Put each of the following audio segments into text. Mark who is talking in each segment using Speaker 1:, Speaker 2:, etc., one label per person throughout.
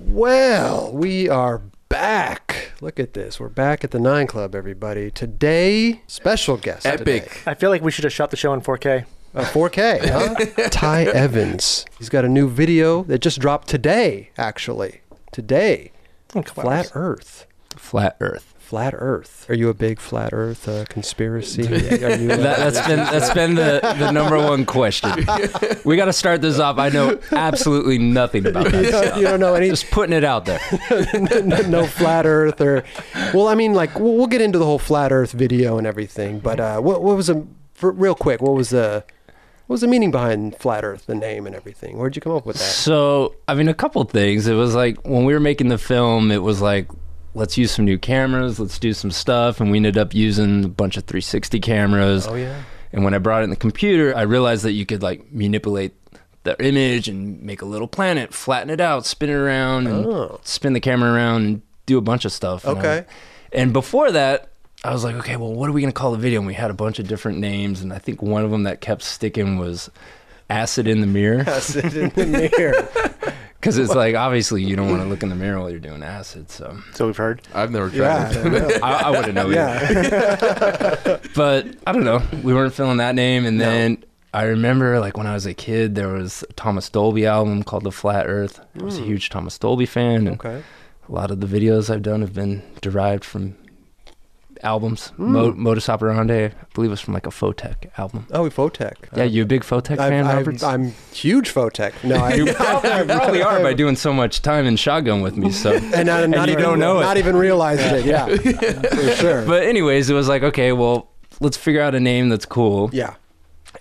Speaker 1: Well, we are back. Look at this. We're back at the Nine Club, everybody. Today, special guest.
Speaker 2: Epic.
Speaker 1: today.
Speaker 3: I feel like we should have shot the show in 4K.
Speaker 1: Uh, 4K, huh? Ty Evans. He's got a new video that just dropped today, actually. Today.
Speaker 3: Oh,
Speaker 1: Flat Earth.
Speaker 2: Flat Earth.
Speaker 1: Flat Earth. Are you a big Flat Earth uh, conspiracy? Are you, uh,
Speaker 2: That, that's been that's been the, the number one question. We got to start this off. I know absolutely nothing about that.
Speaker 1: you, don't, you don't know any
Speaker 2: Just putting it out there.
Speaker 1: no, no flat earth or well i mean like we'll, we'll get into the whole flat earth video and everything but uh what, what was the for, real quick what was the what was the meaning behind flat earth the name and everything where'd you come up with that
Speaker 2: So, I mean, a couple things. It was like when we were making the film, it was like, let's use some new cameras, let's do some stuff. And we ended up using a bunch of 360 cameras.
Speaker 1: oh yeah
Speaker 2: And when I brought it in the computer, I realized that you could like manipulate the image and make a little planet, flatten it out, spin it around, and
Speaker 1: Oh.
Speaker 2: spin the camera around, and do a bunch of stuff. And I-
Speaker 1: Okay.
Speaker 2: and before that, I was like, okay, well, what are we gonna call the video? And we had a bunch of different names, and I think one of them that kept sticking was acid in the mirror
Speaker 1: acid in the mirror
Speaker 2: because it's like obviously you don't want to look in the mirror while you're doing acid so
Speaker 3: So we've heard.
Speaker 4: I've never tried
Speaker 1: yeah I
Speaker 4: it.
Speaker 1: don't know.
Speaker 2: i, I wouldn't know either.
Speaker 1: yeah
Speaker 2: but I don't know. We weren't feeling that name, and then I remember like when I was a kid, there was a Thomas Dolby album called The Flat Earth. I was a huge Thomas Dolby fan, and
Speaker 1: okay
Speaker 2: a lot of the videos I've done have been derived from albums. Mo- Modus Operandi, I believe, was from like a Fotech album.
Speaker 1: oh we Fotech
Speaker 2: yeah, you a big Fotech fan,
Speaker 1: I,
Speaker 2: Roberts?
Speaker 1: I, am huge Fotech no I,
Speaker 2: you probably, you probably are by doing so much time in shotgun with me. So
Speaker 1: and, I, not
Speaker 2: you
Speaker 1: even,
Speaker 2: don't know it.
Speaker 1: not even realizing it yeah for sure
Speaker 2: But anyways, it was like okay, well, let's figure out a name that's cool.
Speaker 1: yeah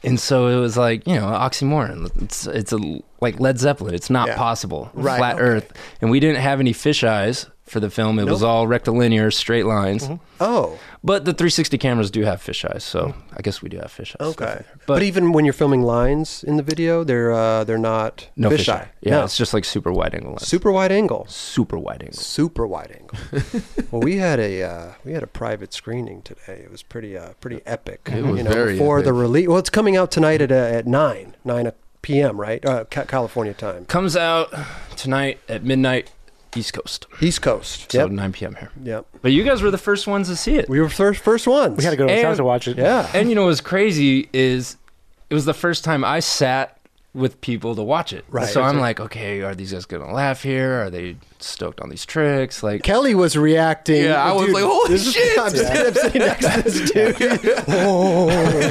Speaker 2: And so it was like, you know, oxymoron. It's it's a like Led Zeppelin. It's not
Speaker 1: Yeah.
Speaker 2: possible.
Speaker 1: Right,
Speaker 2: Flat
Speaker 1: okay.
Speaker 2: Earth. And we didn't have any fish eyes for the film. It was all rectilinear, straight lines.
Speaker 1: oh
Speaker 2: But the 360 cameras do have fish eyes, so I guess we do have fish eyes.
Speaker 1: Mm-hmm. Okay, but,
Speaker 2: But-
Speaker 1: even when you're filming lines in the video, they're uh, they're not
Speaker 2: No
Speaker 1: fisheye.
Speaker 2: fish, eye. Yeah,
Speaker 1: No.
Speaker 2: it's just like super wide angle lens.
Speaker 1: super wide angle,
Speaker 2: super wide angle.
Speaker 1: super wide angle. well, we had a uh, we had a private screening today. It was pretty uh, pretty epic. It
Speaker 4: was
Speaker 1: you know,
Speaker 4: very
Speaker 1: before the
Speaker 4: epic.
Speaker 1: release. Well, it's coming out tonight at uh, at nine nine p.m. Right, uh, Ca- California time,
Speaker 2: Comes out tonight at midnight, East Coast.
Speaker 1: East Coast.
Speaker 2: So
Speaker 1: Yep,
Speaker 2: 9 p.m. here.
Speaker 1: yep.
Speaker 2: But you guys were the first ones to see it.
Speaker 1: We were first first ones.
Speaker 3: We had to go to the
Speaker 2: And-
Speaker 3: show to watch it.
Speaker 1: Yeah.
Speaker 2: And you know what's crazy is it was the first time I sat with people to watch it.
Speaker 1: Right.
Speaker 2: So I'm like, okay, are these guys gonna laugh here? Are they stoked on these tricks? Like
Speaker 1: Kelly was reacting.
Speaker 4: Yeah, I was like, holy
Speaker 1: this is-
Speaker 4: shit.
Speaker 1: I'm, sitting- I'm sitting next to this dude.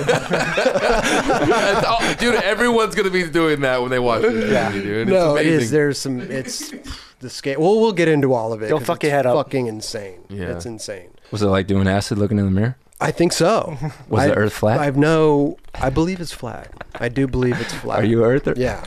Speaker 4: That's all- dude, everyone's gonna be doing that when they watch this yeah. movie, dude. It's
Speaker 1: no, it
Speaker 4: amazing.
Speaker 1: is. There's some. It's the scale. Well, we'll get into all of it.
Speaker 3: Don't
Speaker 1: 'cause
Speaker 3: fuck
Speaker 1: it's
Speaker 3: your head up.
Speaker 1: Fucking insane.
Speaker 4: Yeah.
Speaker 1: it's insane.
Speaker 2: was it like doing acid looking in the mirror?
Speaker 1: I think so.
Speaker 2: Was
Speaker 1: I,
Speaker 2: the Earth flat?
Speaker 1: I've no. I believe it's flat. I do believe it's flat.
Speaker 2: Are you earther?
Speaker 1: Yeah,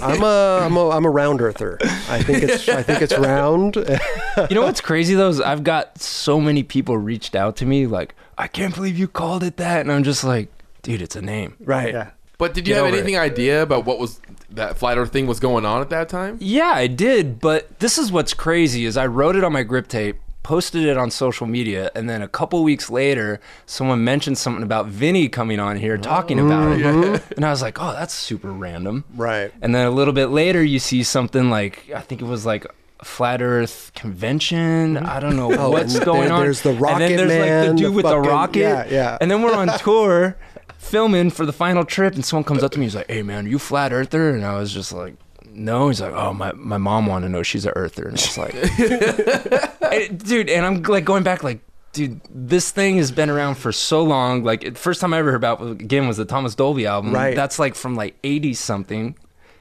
Speaker 1: I'm a I'm a I'm a round earther. I think it's I think it's round.
Speaker 2: You know what's crazy though is I've got so many people reached out to me like, I can't believe you called it that and I'm just like, dude, it's a name.
Speaker 1: right.
Speaker 3: Yeah.
Speaker 4: But did you
Speaker 2: Get
Speaker 4: have
Speaker 2: over
Speaker 4: anything idea about what was that flat Earth thing was going on at that time?
Speaker 2: Yeah, I did, but this is what's crazy is I wrote it on my grip tape, posted it on social media, and then a couple weeks later, someone mentioned something about Vinny coming on here talking about it. And I was like, "Oh, that's super random."
Speaker 1: Right.
Speaker 2: And then a little bit later, you see something like I think it was like a Flat Earth convention. I don't know
Speaker 1: Oh,
Speaker 2: what's
Speaker 1: and
Speaker 2: going
Speaker 1: there-
Speaker 2: on.
Speaker 1: there's the
Speaker 2: and
Speaker 1: Rocket
Speaker 2: then there's like
Speaker 1: Man,
Speaker 2: the dude
Speaker 1: the
Speaker 2: with
Speaker 1: fucking-
Speaker 2: the rocket.
Speaker 1: yeah, yeah.
Speaker 2: And then we're on tour, filming for the final trip, and someone comes up to me. He's like, "Hey, man, are you flat earther?" And I was just like. No, he's like, oh my, my mom wanted to know she's a earther, and it's like, I- dude, and I'm like going back, like, dude, this thing has been around for so long. Like, it- first time I ever heard about again was the Thomas Dolby album.
Speaker 1: Right.
Speaker 2: That's like from like '80 something,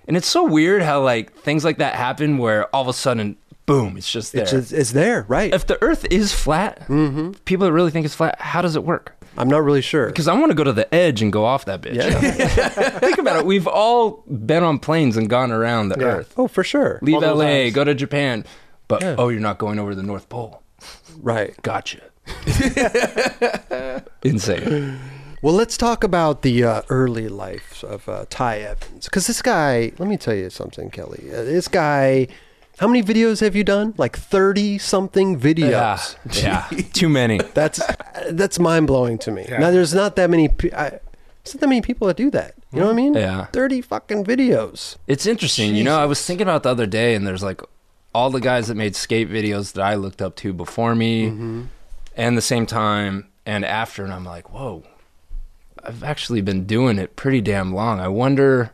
Speaker 2: and it's so weird how like things like that happen where all of a sudden, boom, it's just there.
Speaker 1: It's, it's, it's there, right?
Speaker 2: if the Earth is flat,
Speaker 3: Mm-hmm.
Speaker 2: people that really think it's flat, how does it work?
Speaker 1: I'm not really sure.
Speaker 2: Because I want to go to the edge and go off that bitch. Think about it. We've all been on planes and gone around the Earth.
Speaker 1: Oh, for sure.
Speaker 2: Leave
Speaker 3: All those
Speaker 2: LA,
Speaker 3: times.
Speaker 2: go to Japan, but oh, you're not going over the North Pole.
Speaker 1: Right.
Speaker 2: Gotcha. Insane.
Speaker 1: Well, let's talk about the uh, early life of uh, Ty Evans. Because this guy, let me tell you something, Kelly. Uh, this guy, how many videos have you done? Like 30 something
Speaker 2: Yeah.
Speaker 1: videos.
Speaker 2: Yeah. Too many.
Speaker 1: That's uh, that's mind blowing to me. Now, there's not that many. pe- I, there's not that many people that do that. You know what I mean?
Speaker 2: Yeah.
Speaker 1: Thirty fucking videos.
Speaker 2: It's interesting. You know, I was thinking about it the other day, and there's like all the guys that made skate videos that I looked up to before me, and the same time and after, and I'm like, whoa, I've actually been doing it pretty damn long. I wonder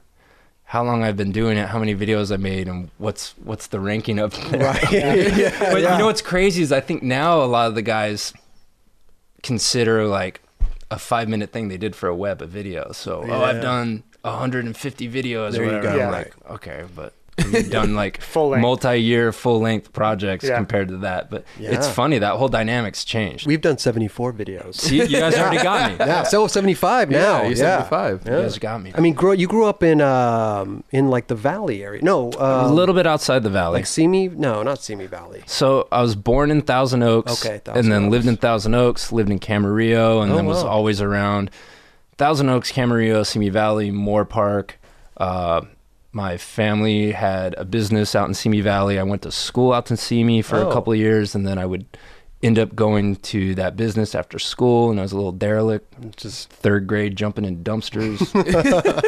Speaker 2: how long I've been doing it, how many videos I made, and what's what's the ranking of there. but you know what's crazy is I think now a lot of the guys consider like a five minute thing they did for a web a video. So oh, I've
Speaker 1: Yeah.
Speaker 2: done 150 videos
Speaker 1: There
Speaker 2: or
Speaker 1: you
Speaker 2: whatever.
Speaker 1: go.
Speaker 2: I'm
Speaker 1: Yeah.
Speaker 2: like okay, but you've done like
Speaker 3: Full-length.
Speaker 2: multi-year full-length projects
Speaker 3: Yeah.
Speaker 2: compared to that. But it's
Speaker 1: Yeah.
Speaker 2: funny that whole dynamics changed.
Speaker 1: We've done 74 videos.
Speaker 2: See, you guys already got me.
Speaker 1: yeah, so 75 now.
Speaker 4: yeah,
Speaker 1: yeah.
Speaker 4: you're 75.
Speaker 2: You guys got me.
Speaker 1: I mean, grow, you grew up in um, in like the Valley area. No,
Speaker 2: a
Speaker 1: um,
Speaker 2: little bit outside the valley.
Speaker 1: like Simi. No, not Simi Valley.
Speaker 2: So I was born in Thousand Oaks,
Speaker 1: Okay, Thousand
Speaker 2: and then
Speaker 1: Oaks.
Speaker 2: lived in Thousand Oaks, lived in Camarillo, and
Speaker 1: Oh,
Speaker 2: then was
Speaker 1: wow.
Speaker 2: always around Thousand Oaks, Camarillo, Simi Valley, Moore Park. Uh, my family had a business out in Simi Valley. I went to school out in Simi for
Speaker 1: Oh.
Speaker 2: a couple of years, and then I would end up going to that business after school. And I was a little derelict,
Speaker 1: Just
Speaker 2: third grade, jumping in dumpsters,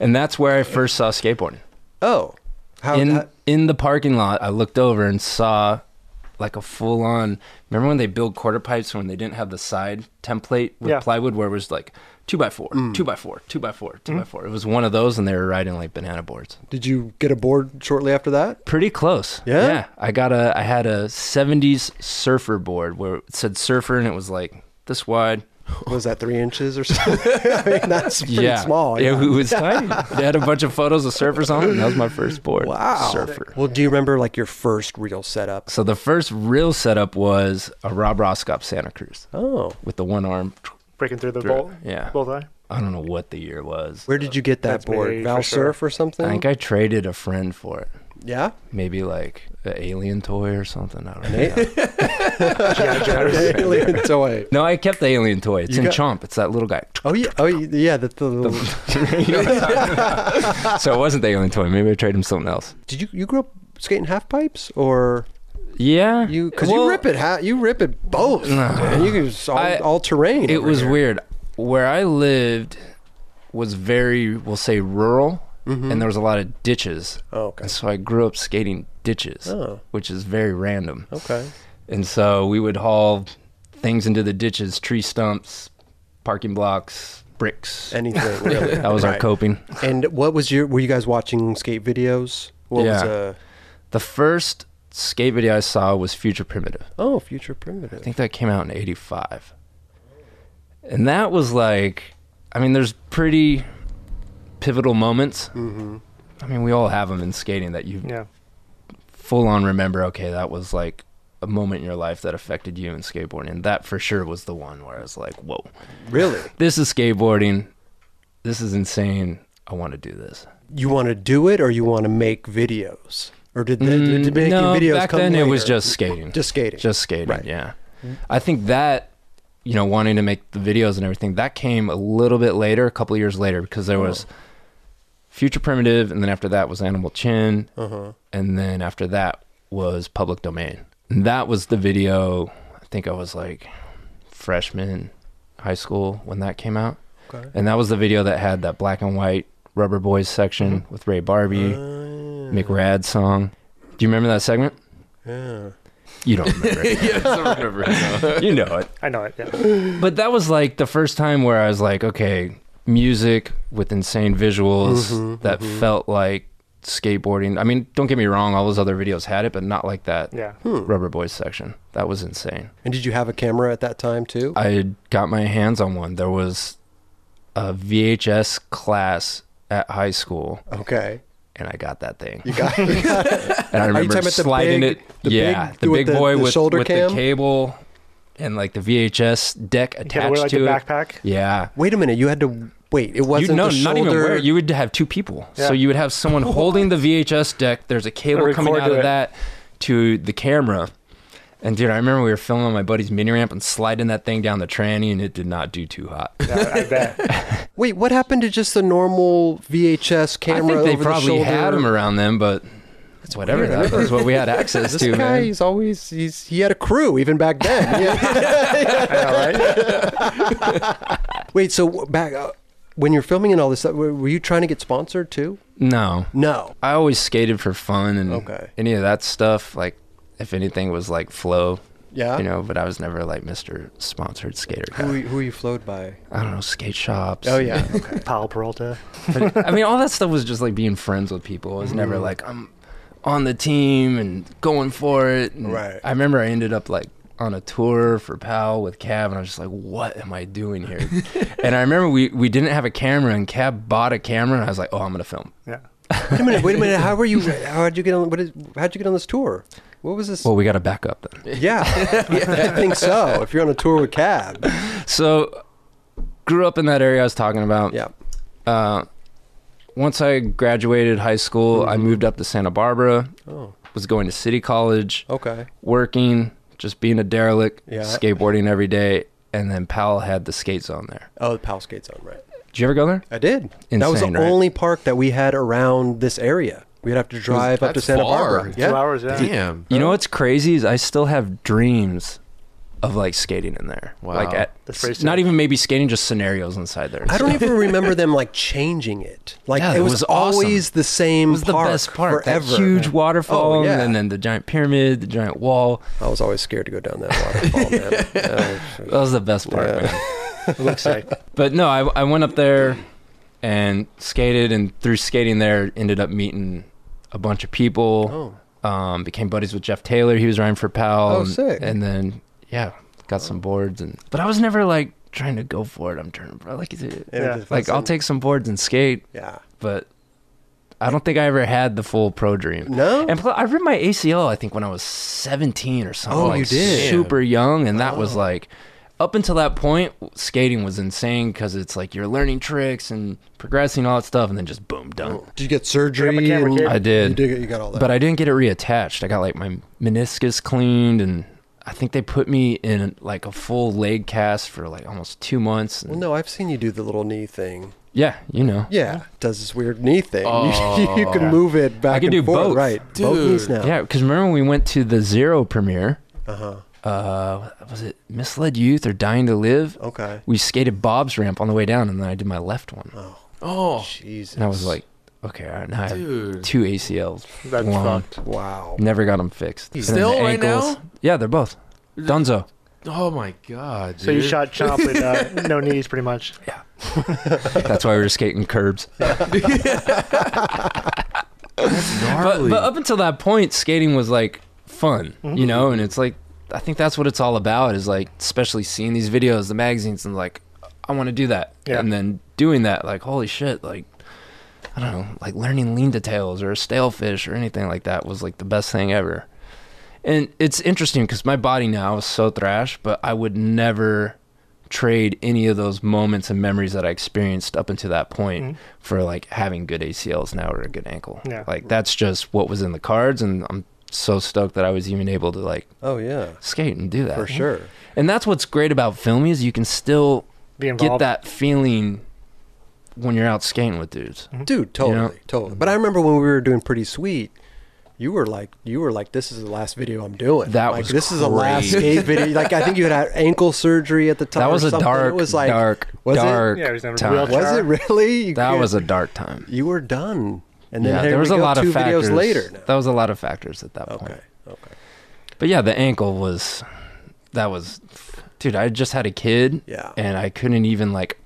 Speaker 2: and that's where I first saw skateboarding
Speaker 1: oh, how,
Speaker 2: in
Speaker 1: how-
Speaker 2: in the parking lot, I looked over and saw like a full on. Remember when they build quarter pipes when they didn't have the side template with
Speaker 3: Yeah.
Speaker 2: plywood, where it was like two by four,
Speaker 1: Mm.
Speaker 2: two by four, two by four, two by four. It was one of those, and they were riding like banana boards.
Speaker 1: did you get aboard shortly after that?
Speaker 2: Pretty close.
Speaker 1: Yeah?
Speaker 2: I got a. I had a '70s surfer board where it said surfer, and it was like this wide.
Speaker 1: Was that three inches or something? I mean, that's pretty
Speaker 2: yeah,
Speaker 1: small.
Speaker 2: It,
Speaker 1: yeah.
Speaker 2: was tiny. they had a bunch of photos of surfers on it. And that was my first board.
Speaker 1: Wow.
Speaker 2: surfer.
Speaker 1: Well, do you remember like your first real setup?
Speaker 2: So the first real setup was a Rob Roscop Santa Cruz
Speaker 1: Oh,
Speaker 2: with the one arm.
Speaker 3: breaking through the bolt.
Speaker 2: Yeah.
Speaker 3: Bullseye.
Speaker 2: I don't know what the year was.
Speaker 1: where did you get that
Speaker 3: That's
Speaker 1: board?
Speaker 3: me, for
Speaker 1: Valsurf
Speaker 3: sure.
Speaker 1: or something?
Speaker 2: I think I traded a friend for it.
Speaker 1: yeah.
Speaker 2: Maybe like an alien toy or something. I don't know.
Speaker 1: Alien toy.
Speaker 2: no, I kept the alien toy. It's
Speaker 1: You
Speaker 2: in
Speaker 1: got-
Speaker 2: Chomp. It's that little guy.
Speaker 1: Oh yeah. Oh yeah. The, the, little
Speaker 2: so it wasn't the alien toy. Maybe I traded him something else.
Speaker 1: did you you grew up skating half pipes or
Speaker 2: Yeah.
Speaker 1: you? Because you
Speaker 2: Well,
Speaker 1: rip it. Ha- you rip it both. man. You can just all,
Speaker 2: I-
Speaker 1: all terrain.
Speaker 2: It
Speaker 1: over
Speaker 2: was
Speaker 1: here.
Speaker 2: weird. Where I lived was very, we'll say, rural, and there was a lot of ditches.
Speaker 1: Mm-hmm. Oh, okay.
Speaker 2: And so I grew up skating ditches,
Speaker 1: Oh.
Speaker 2: which is very random.
Speaker 1: Okay.
Speaker 2: And so we would haul things into the ditches, tree stumps, parking blocks, bricks.
Speaker 1: Anything really?
Speaker 2: that was our
Speaker 1: Right.
Speaker 2: coping.
Speaker 1: And what was your? Were you guys watching skate videos? What was
Speaker 2: Yeah.
Speaker 1: uh,
Speaker 2: The first skate video I saw was Future Primitive.
Speaker 1: Oh, Future
Speaker 2: I
Speaker 1: Primitive.
Speaker 2: think that came out in 85. And that was like, I mean, there's pretty pivotal moments. I mean, we all have them in skating that you
Speaker 3: Yeah.
Speaker 2: full on remember, okay, that was like a moment in your life that affected you in skateboarding. And that for sure was the one where I was like, whoa.
Speaker 1: Really?
Speaker 2: this is skateboarding. This is insane. I want to do this.
Speaker 1: You want to do it, or you want to make videos, or did, the,
Speaker 2: Mm,
Speaker 1: did making
Speaker 2: no,
Speaker 1: videos
Speaker 2: back
Speaker 1: come
Speaker 2: then it was
Speaker 1: later?
Speaker 2: just skating.
Speaker 1: just skating?
Speaker 2: Just skating.
Speaker 1: Right. Mm-hmm.
Speaker 2: Yeah. I think that you know wanting to make the videos and everything that came a little bit later, a couple of years later, because
Speaker 1: Uh-huh.
Speaker 2: there was Future Primitive, and then after that was Animal Chin,
Speaker 1: uh-huh.
Speaker 2: and then after that was Public Domain. And that was the video. I think I was like freshman high school when that came out.
Speaker 1: Okay.
Speaker 2: And that was the video that had that black and white Rubber Boys section
Speaker 1: Mm-hmm.
Speaker 2: with Ray
Speaker 1: Ah.
Speaker 2: Barbie, McRad song. Do you remember that segment?
Speaker 1: Yeah.
Speaker 2: You don't remember. it.
Speaker 4: yeah, I don't remember. No.
Speaker 2: you know it.
Speaker 3: I know it. Yeah.
Speaker 2: But that was like the first time where I was like, okay, music with insane visuals that felt like skateboarding. I mean, don't get me wrong, all those other videos had it, but not like that
Speaker 3: Yeah.
Speaker 2: Rubber Boys section. That was insane.
Speaker 1: And did you have a camera at that time too?
Speaker 2: I had got my hands on one. There was a VHS class at high school.
Speaker 1: okay.
Speaker 2: and I got that thing.
Speaker 1: You got it.
Speaker 2: and I
Speaker 1: you
Speaker 2: remember
Speaker 1: talking about the
Speaker 2: sliding
Speaker 1: big-
Speaker 2: it.
Speaker 1: the
Speaker 2: yeah,
Speaker 1: big-
Speaker 2: the
Speaker 1: with
Speaker 2: big
Speaker 1: the-
Speaker 2: boy
Speaker 1: the
Speaker 2: with,
Speaker 1: shoulder
Speaker 2: with
Speaker 1: cam?
Speaker 2: the cable and like the Vhs deck
Speaker 3: Yeah,
Speaker 2: attached
Speaker 3: we're like
Speaker 2: to
Speaker 3: the
Speaker 2: it.
Speaker 3: backpack.
Speaker 2: Yeah.
Speaker 1: Wait a minute. You had to wait. It
Speaker 2: You
Speaker 1: wasn't
Speaker 2: no,
Speaker 1: the shoulder.
Speaker 2: not even where you would have two people. So
Speaker 3: Yeah.
Speaker 2: you would have someone holding the VHS deck. There's a cable
Speaker 3: Or
Speaker 2: coming
Speaker 3: record
Speaker 2: out of
Speaker 3: it.
Speaker 2: that to the camera. And dude, I remember we were filming on my buddy's mini ramp and sliding that thing down the tranny, and it did not do too hot.
Speaker 3: Yeah, I bet.
Speaker 1: Wait, what happened to just the normal VHS
Speaker 2: I
Speaker 1: camera
Speaker 2: think they
Speaker 1: over
Speaker 2: probably
Speaker 1: the shoulder?
Speaker 2: had them around them, but whatever.
Speaker 1: weird.
Speaker 2: That was what we had access
Speaker 1: this
Speaker 2: to.
Speaker 1: guy,
Speaker 2: man.
Speaker 1: he's always he's he had a crew even back then. Yeah. Wait, so back uh, when you're filming and all this stuff, were, were you trying to get sponsored too?
Speaker 2: No,
Speaker 1: No.
Speaker 2: I always skated for fun and
Speaker 1: Okay.
Speaker 2: any of that stuff. Like, if anything was like flow,
Speaker 1: Yeah.
Speaker 2: you know. But I was never like Mr. Sponsored Skater.
Speaker 1: who
Speaker 2: Guy.
Speaker 1: who you flowed by?
Speaker 2: I don't know skate shops.
Speaker 1: Oh yeah. Okay.
Speaker 3: Paul Peralta.
Speaker 2: But, I mean, all that stuff was just like being friends with people. I was never
Speaker 1: Mm-hmm.
Speaker 2: like I'm on the team and going for it. And
Speaker 1: Right.
Speaker 2: I remember I ended up like on a tour for Pal with Cab, and I was just like, "What am I doing here?" and I remember we we didn't have a camera, and Cab bought a camera, and I was like, "Oh, I'm gonna film."
Speaker 3: Yeah.
Speaker 1: wait a minute. Wait a minute. How were you? How did you get on? What is, how'd you get on this tour? What was this?
Speaker 2: Well, we got to back up then.
Speaker 1: yeah, I think so. If you're on a tour with Cab,
Speaker 2: So, grew up in that area I was talking about.
Speaker 1: yeah.
Speaker 2: Uh, once I graduated high school, I moved up to Santa Barbara.
Speaker 1: Mm-hmm. Oh,
Speaker 2: Was going to City College,
Speaker 1: okay.
Speaker 2: working, just being a derelict,
Speaker 1: Yeah.
Speaker 2: skateboarding every day, and then Powell had the skate zone there.
Speaker 1: Oh, the Pal Skate Zone, right?
Speaker 2: Did you ever go there?
Speaker 1: I did. that was the
Speaker 2: Insane, right?
Speaker 1: only park that we had around this area. We'd have to drive up to
Speaker 4: that's
Speaker 1: Santa
Speaker 4: far.
Speaker 1: Barbara.
Speaker 4: Two
Speaker 1: Yeah.
Speaker 3: Two hours. Yeah.
Speaker 4: Damn.
Speaker 1: Oh.
Speaker 2: You know what's crazy is I still have dreams of like skating in there.
Speaker 4: Wow.
Speaker 2: Like at
Speaker 3: That's pretty sick.
Speaker 2: not even maybe skating, just scenarios inside there. and
Speaker 1: I don't
Speaker 2: stuff.
Speaker 1: even remember them like changing it. Like
Speaker 2: Yeah,
Speaker 1: it
Speaker 2: it
Speaker 1: was,
Speaker 2: was awesome.
Speaker 1: always the same.
Speaker 2: It was the
Speaker 1: park
Speaker 2: best part.
Speaker 1: Forever.
Speaker 2: That huge waterfall,
Speaker 1: Oh, yeah.
Speaker 2: and then the giant pyramid, the giant wall.
Speaker 1: I was always scared to go down that waterfall, man. Uh,
Speaker 2: That was the best part.
Speaker 1: Yeah.
Speaker 2: man.
Speaker 3: It looks like.
Speaker 2: But no, I, I went up there and skated, and through skating there, ended up meeting a bunch of people.
Speaker 1: oh,
Speaker 2: Um, became buddies with Jeff Taylor. He was riding for Pal.
Speaker 1: Oh,
Speaker 2: and,
Speaker 1: sick.
Speaker 2: And then yeah, got some boards and. But I was never like trying to go for it. I'm turning pro. Like, is it-
Speaker 1: And
Speaker 3: Yeah.
Speaker 1: if
Speaker 2: like
Speaker 1: it's
Speaker 2: I'll
Speaker 1: in-
Speaker 2: take some boards and skate,
Speaker 1: Yeah.
Speaker 2: but I don't think I ever had the full pro dream.
Speaker 1: No.
Speaker 2: And plus, I ripped my ACL, I think, when I was 17 or something.
Speaker 1: Oh,
Speaker 2: like,
Speaker 1: you did?
Speaker 2: Super young. And that was like, up until that point, skating was insane because it's like you're learning tricks and progressing all that stuff. And then just boom, done.
Speaker 1: Did you get surgery?
Speaker 3: camera,
Speaker 1: and-
Speaker 3: kid.
Speaker 2: I
Speaker 1: You
Speaker 2: did.
Speaker 1: did. get- You got all that.
Speaker 2: But I didn't get it reattached. I got like my meniscus cleaned. And I think they put me in like a full leg cast for like almost two months.
Speaker 1: well,
Speaker 2: And,
Speaker 1: no, I've seen you do the little knee thing.
Speaker 2: yeah, you know.
Speaker 1: Yeah, does this weird knee thing.
Speaker 4: Oh.
Speaker 1: you can move it back
Speaker 2: I can
Speaker 1: and
Speaker 2: do
Speaker 1: forth,
Speaker 2: both.
Speaker 1: right? Both
Speaker 4: Dude.
Speaker 1: knees now.
Speaker 2: Yeah, because remember when we went to the Zero premiere?
Speaker 1: Uh huh.
Speaker 2: Uh, was it Misled Youth or Dying to Live?
Speaker 1: Okay.
Speaker 2: we skated Bob's ramp on the way down, and then I did my left one,
Speaker 4: Oh,
Speaker 1: Jesus.
Speaker 2: and I was like, okay, all right, now I have
Speaker 4: dude.
Speaker 2: two ACLs.
Speaker 3: That's
Speaker 2: blown.
Speaker 3: fucked.
Speaker 1: wow.
Speaker 2: Never got them fixed. And then
Speaker 4: Still
Speaker 2: the
Speaker 4: right now?
Speaker 2: ankles- Yeah, they're both. Dunzo.
Speaker 4: Oh my god. Dude.
Speaker 3: So you shot chomp with uh, no knees, pretty much.
Speaker 2: That's why we were skating curbs. But,
Speaker 4: gnarly.
Speaker 2: but up until that point, skating was like fun,
Speaker 4: Mm-hmm.
Speaker 2: you know, and it's like I think that's what it's all about is like especially seeing these videos, the magazines, and like I want to do that,
Speaker 3: Yeah.
Speaker 2: and then doing that, like holy shit, like I don't know, like learning lean details or a stale fish or anything like that was like the best thing ever. And it's interesting because my body now is so thrash, but I would never trade any of those moments and memories that I experienced up until that point
Speaker 1: Mm-hmm.
Speaker 3: Mhm.
Speaker 2: for like having good ACLs now or a good ankle.
Speaker 3: Yeah.
Speaker 2: Like that's just what was in the cards, and I'm so stoked that I was even able to like
Speaker 1: Oh yeah,
Speaker 2: skate and do that Mm-hmm.
Speaker 1: for sure.
Speaker 2: And that's what's great about filming is you can still
Speaker 3: Be
Speaker 2: get
Speaker 3: involved.
Speaker 2: that feeling when you're out skating with dudes.
Speaker 1: Dude, totally,
Speaker 2: know?
Speaker 1: totally. But I remember when we were doing pretty sweet. You were like, you were like, this is the last video I'm doing.
Speaker 2: That
Speaker 1: like,
Speaker 2: was
Speaker 1: this is the last
Speaker 2: crazy.
Speaker 1: skate video. Like I think you had had ankle surgery at the time.
Speaker 2: That was
Speaker 1: or
Speaker 2: a
Speaker 1: something.
Speaker 2: dark,
Speaker 1: It was like
Speaker 2: dark,
Speaker 1: was it?
Speaker 2: dark
Speaker 3: Yeah, it was never
Speaker 2: time.
Speaker 3: wheelchair.
Speaker 1: Was it really? You
Speaker 2: That
Speaker 1: can't-
Speaker 2: was a dark time.
Speaker 1: You were done, and then
Speaker 2: yeah,
Speaker 1: here
Speaker 2: there was
Speaker 1: we
Speaker 2: a
Speaker 1: go,
Speaker 2: lot
Speaker 1: two
Speaker 2: of factors.
Speaker 1: videos later. Now.
Speaker 2: That was a lot of factors at that
Speaker 1: okay,
Speaker 2: point.
Speaker 1: okay,
Speaker 2: But yeah, the ankle was that was dude, I just had a kid
Speaker 1: yeah.
Speaker 2: and I couldn't even like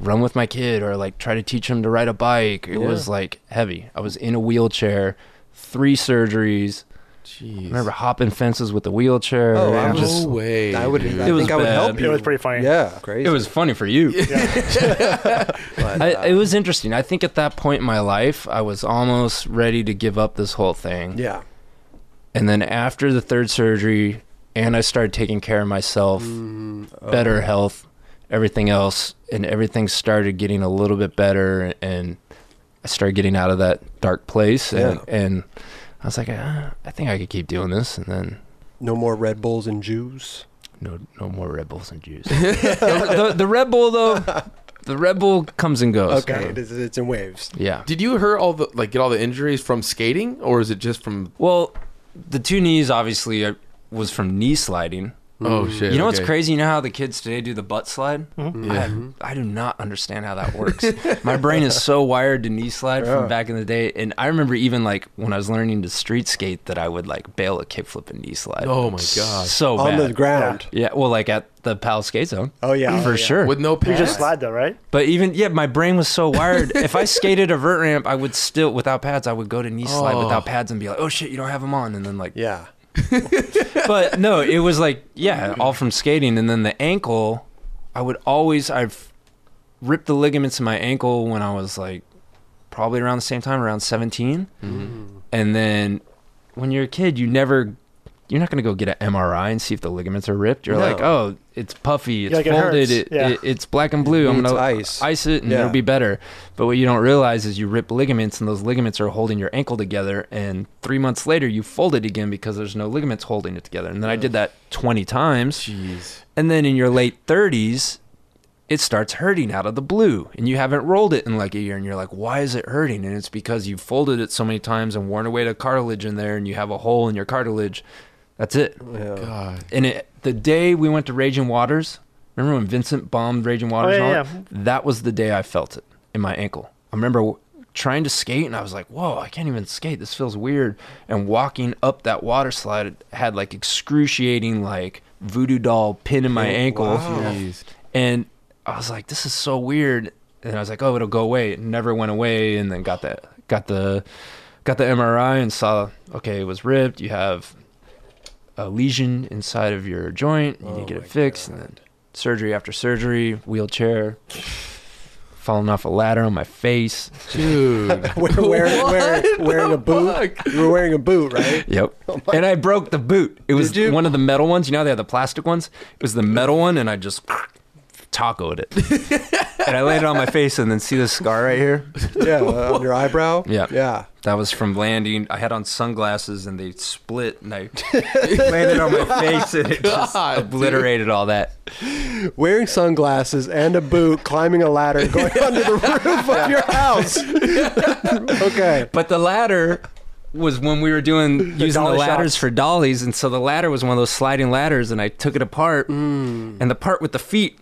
Speaker 2: run with my kid or like try to teach him to ride a bike. It
Speaker 1: Yeah.
Speaker 2: was like heavy. I was in a wheelchair, three surgeries.
Speaker 4: Jeez.
Speaker 2: I remember hopping fences with the wheelchair.
Speaker 1: Oh, I
Speaker 2: and
Speaker 1: was-
Speaker 2: just-
Speaker 4: no way.
Speaker 1: I would.
Speaker 4: dude.
Speaker 1: I
Speaker 2: It was
Speaker 1: think I would
Speaker 2: bad.
Speaker 1: help you.
Speaker 3: It was pretty funny.
Speaker 1: Yeah, crazy.
Speaker 2: it was funny for you.
Speaker 1: But, uh,
Speaker 2: I, it was interesting. I think at that point in my life, I was almost ready to give up this whole thing.
Speaker 1: yeah.
Speaker 2: And then after the third surgery, and I started taking care of myself,
Speaker 1: Mm. Mm-hmm. Uh,
Speaker 2: better health, everything else, and everything started getting a little bit better. And I started getting out of that dark place. And, and I was like, ah, I think I could keep doing this. And then
Speaker 1: No more Red Bulls and Jews.
Speaker 2: no, no more Red Bulls and Jews. the, the, the Red Bull, though, the Red Bull comes and goes.
Speaker 1: Okay, it is, it's in waves.
Speaker 2: Yeah.
Speaker 4: Did you hurt all the like get all the injuries from skating, or is it just from?
Speaker 2: Well, the two knees obviously are, was from knee sliding.
Speaker 4: Oh shit.
Speaker 2: You know what's
Speaker 4: okay.
Speaker 2: crazy? You know how the kids today do the butt slide?
Speaker 4: Yeah.
Speaker 2: I do not understand how that works. My brain is so wired to knee slide
Speaker 1: Yeah.
Speaker 2: from back in the day, and I remember even like when I was learning to street skate that I would like bail a kickflip and knee slide.
Speaker 4: Oh my god.
Speaker 2: so
Speaker 1: on
Speaker 2: bad.
Speaker 1: the ground.
Speaker 2: yeah, well, like at the Pal Skate Zone.
Speaker 1: Oh yeah,
Speaker 2: for
Speaker 1: oh, yeah.
Speaker 2: sure.
Speaker 4: With no
Speaker 3: You
Speaker 4: pads.
Speaker 3: just slide though, right?
Speaker 2: But even yeah, my brain was so wired. if I skated a vert ramp, I would still without pads. I would go to knee slide
Speaker 4: Oh.
Speaker 2: without pads and be like, "Oh shit, you don't have them on," and then like.
Speaker 1: Yeah,
Speaker 2: But no, it was like yeah, all from skating, and then the ankle. I would always I've ripped the ligaments in my ankle when I was like probably around the same time, around 17
Speaker 4: Mm-hmm.
Speaker 2: and then when you're a kid, you never. You're not gonna go get an MRI and see if the ligaments are ripped. You're
Speaker 1: No.
Speaker 2: like, oh, it's puffy, it's
Speaker 3: like, it
Speaker 2: folded,
Speaker 3: hurts.
Speaker 2: it,
Speaker 3: Yeah.
Speaker 2: it, it's black and blue. I'm
Speaker 1: Needs
Speaker 2: gonna
Speaker 1: ice.
Speaker 2: ice it and
Speaker 1: Yeah.
Speaker 2: it'll be better. But what you don't realize is you rip ligaments and those ligaments are holding your ankle together. And three months later, you fold it again because there's no ligaments holding it together. And then I did that 20 times.
Speaker 4: Jeez.
Speaker 2: And then in your late 30s, it starts hurting out of the blue. And you haven't rolled it in like a year. And you're like, why is it hurting? And it's because you've folded it so many times and worn away the cartilage in there and you have a hole in your cartilage. That's it.
Speaker 1: yeah.
Speaker 4: God.
Speaker 2: And it, the day we went to Raging Waters, remember when Vincent bombed Raging Waters?
Speaker 3: Oh, yeah,
Speaker 2: and all that? That was the day I felt it in my ankle. I remember w- trying to skate and I was like, whoa, I can't even skate. This feels weird. And walking up that water slide it had like excruciating, like voodoo doll pin in my ankle.
Speaker 4: Jeez.
Speaker 2: And I was like, this is so weird. And I was like, oh, it'll go away. It never went away. And then got the got the got the MRI and saw, okay, it was ripped. You have a lesion inside of your joint. You need
Speaker 4: Oh
Speaker 2: to get it fixed. And then surgery after surgery, wheelchair, falling off a ladder on my face.
Speaker 4: Dude. Oh
Speaker 1: We're wearing, wearing, wearing a boot.
Speaker 4: Fuck.
Speaker 1: You were wearing a boot, right?
Speaker 2: Yep. and I broke the boot. It was
Speaker 4: Oh Did you?
Speaker 2: one of the metal ones. You know, how they have the plastic ones. It was the metal one, and I just tacoed it. and I landed on my face, and then see the scar right here.
Speaker 1: Yeah, uh, on your eyebrow.
Speaker 2: Yeah.
Speaker 1: yeah.
Speaker 2: That was from landing. I had on sunglasses and they split and I landed on my face and it just
Speaker 4: God, dude.
Speaker 2: obliterated all that.
Speaker 1: Wearing sunglasses and a boot, climbing a ladder, going under the roof of your house. okay.
Speaker 2: But the ladder was when we were doing using the
Speaker 1: dolly
Speaker 2: ladders
Speaker 1: shots.
Speaker 2: for dollies and so the ladder was one of those sliding ladders and I took it apart
Speaker 1: Mm.
Speaker 2: and the part with the feet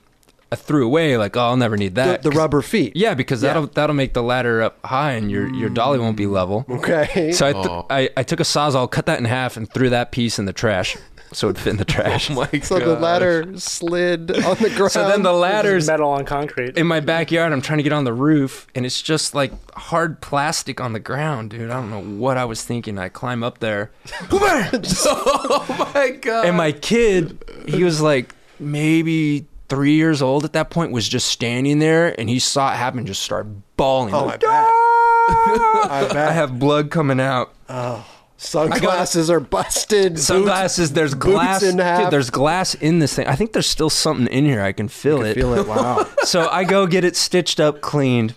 Speaker 2: I threw away like oh I'll never need
Speaker 1: The,
Speaker 2: that.
Speaker 1: the rubber feet.
Speaker 2: yeah, because that'll that'll make the ladder up high and your your dolly won't be level.
Speaker 1: Mm. Okay.
Speaker 2: So I, th-
Speaker 4: Oh.
Speaker 2: I I took a sawzall, cut that in half, and threw that piece in the trash, so it fit in the trash.
Speaker 4: My
Speaker 1: So the
Speaker 4: God.
Speaker 1: ladder slid on the ground.
Speaker 2: So then the
Speaker 3: There's
Speaker 2: ladders
Speaker 3: metal on concrete.
Speaker 2: in my backyard. I'm trying to get on the roof, and it's just like hard plastic on the ground, dude. I don't know what I was thinking. I climb up there,
Speaker 4: Oh my god.
Speaker 2: and my kid, he was like maybe three years old at that point, was just standing there, and he saw it happen, just start bawling.
Speaker 1: Oh, I
Speaker 2: like,
Speaker 1: bet. I
Speaker 2: I
Speaker 1: bet.
Speaker 2: have blood coming out.
Speaker 1: Uh, Sunglasses are busted.
Speaker 2: Sunglasses. There's
Speaker 1: boots
Speaker 2: glass.
Speaker 1: in
Speaker 2: Dude,
Speaker 1: half.
Speaker 2: there's glass in this thing. I think there's still something in here. I can feel
Speaker 1: Boots.
Speaker 2: it.
Speaker 1: Feel it. Wow.
Speaker 2: so I go get it stitched up, cleaned.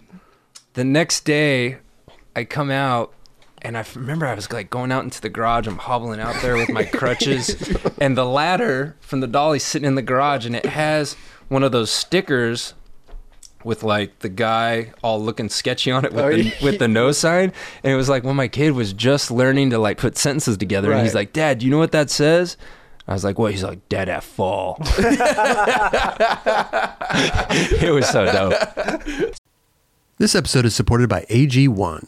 Speaker 2: The next day, I come out and I f- remember I was like going out into the garage. I'm hobbling out there with my crutches and the ladder from the dolly sitting in the garage, and it has one of those stickers with like the guy all looking sketchy on it with
Speaker 1: Oh,
Speaker 2: the
Speaker 1: yeah.
Speaker 2: with the no sign and it was like when my kid was just learning to like put sentences together and he's
Speaker 1: Right.
Speaker 2: like dad do you know what that says I was like what he's like dead at fall it was so dope
Speaker 5: This episode is supported by AG1.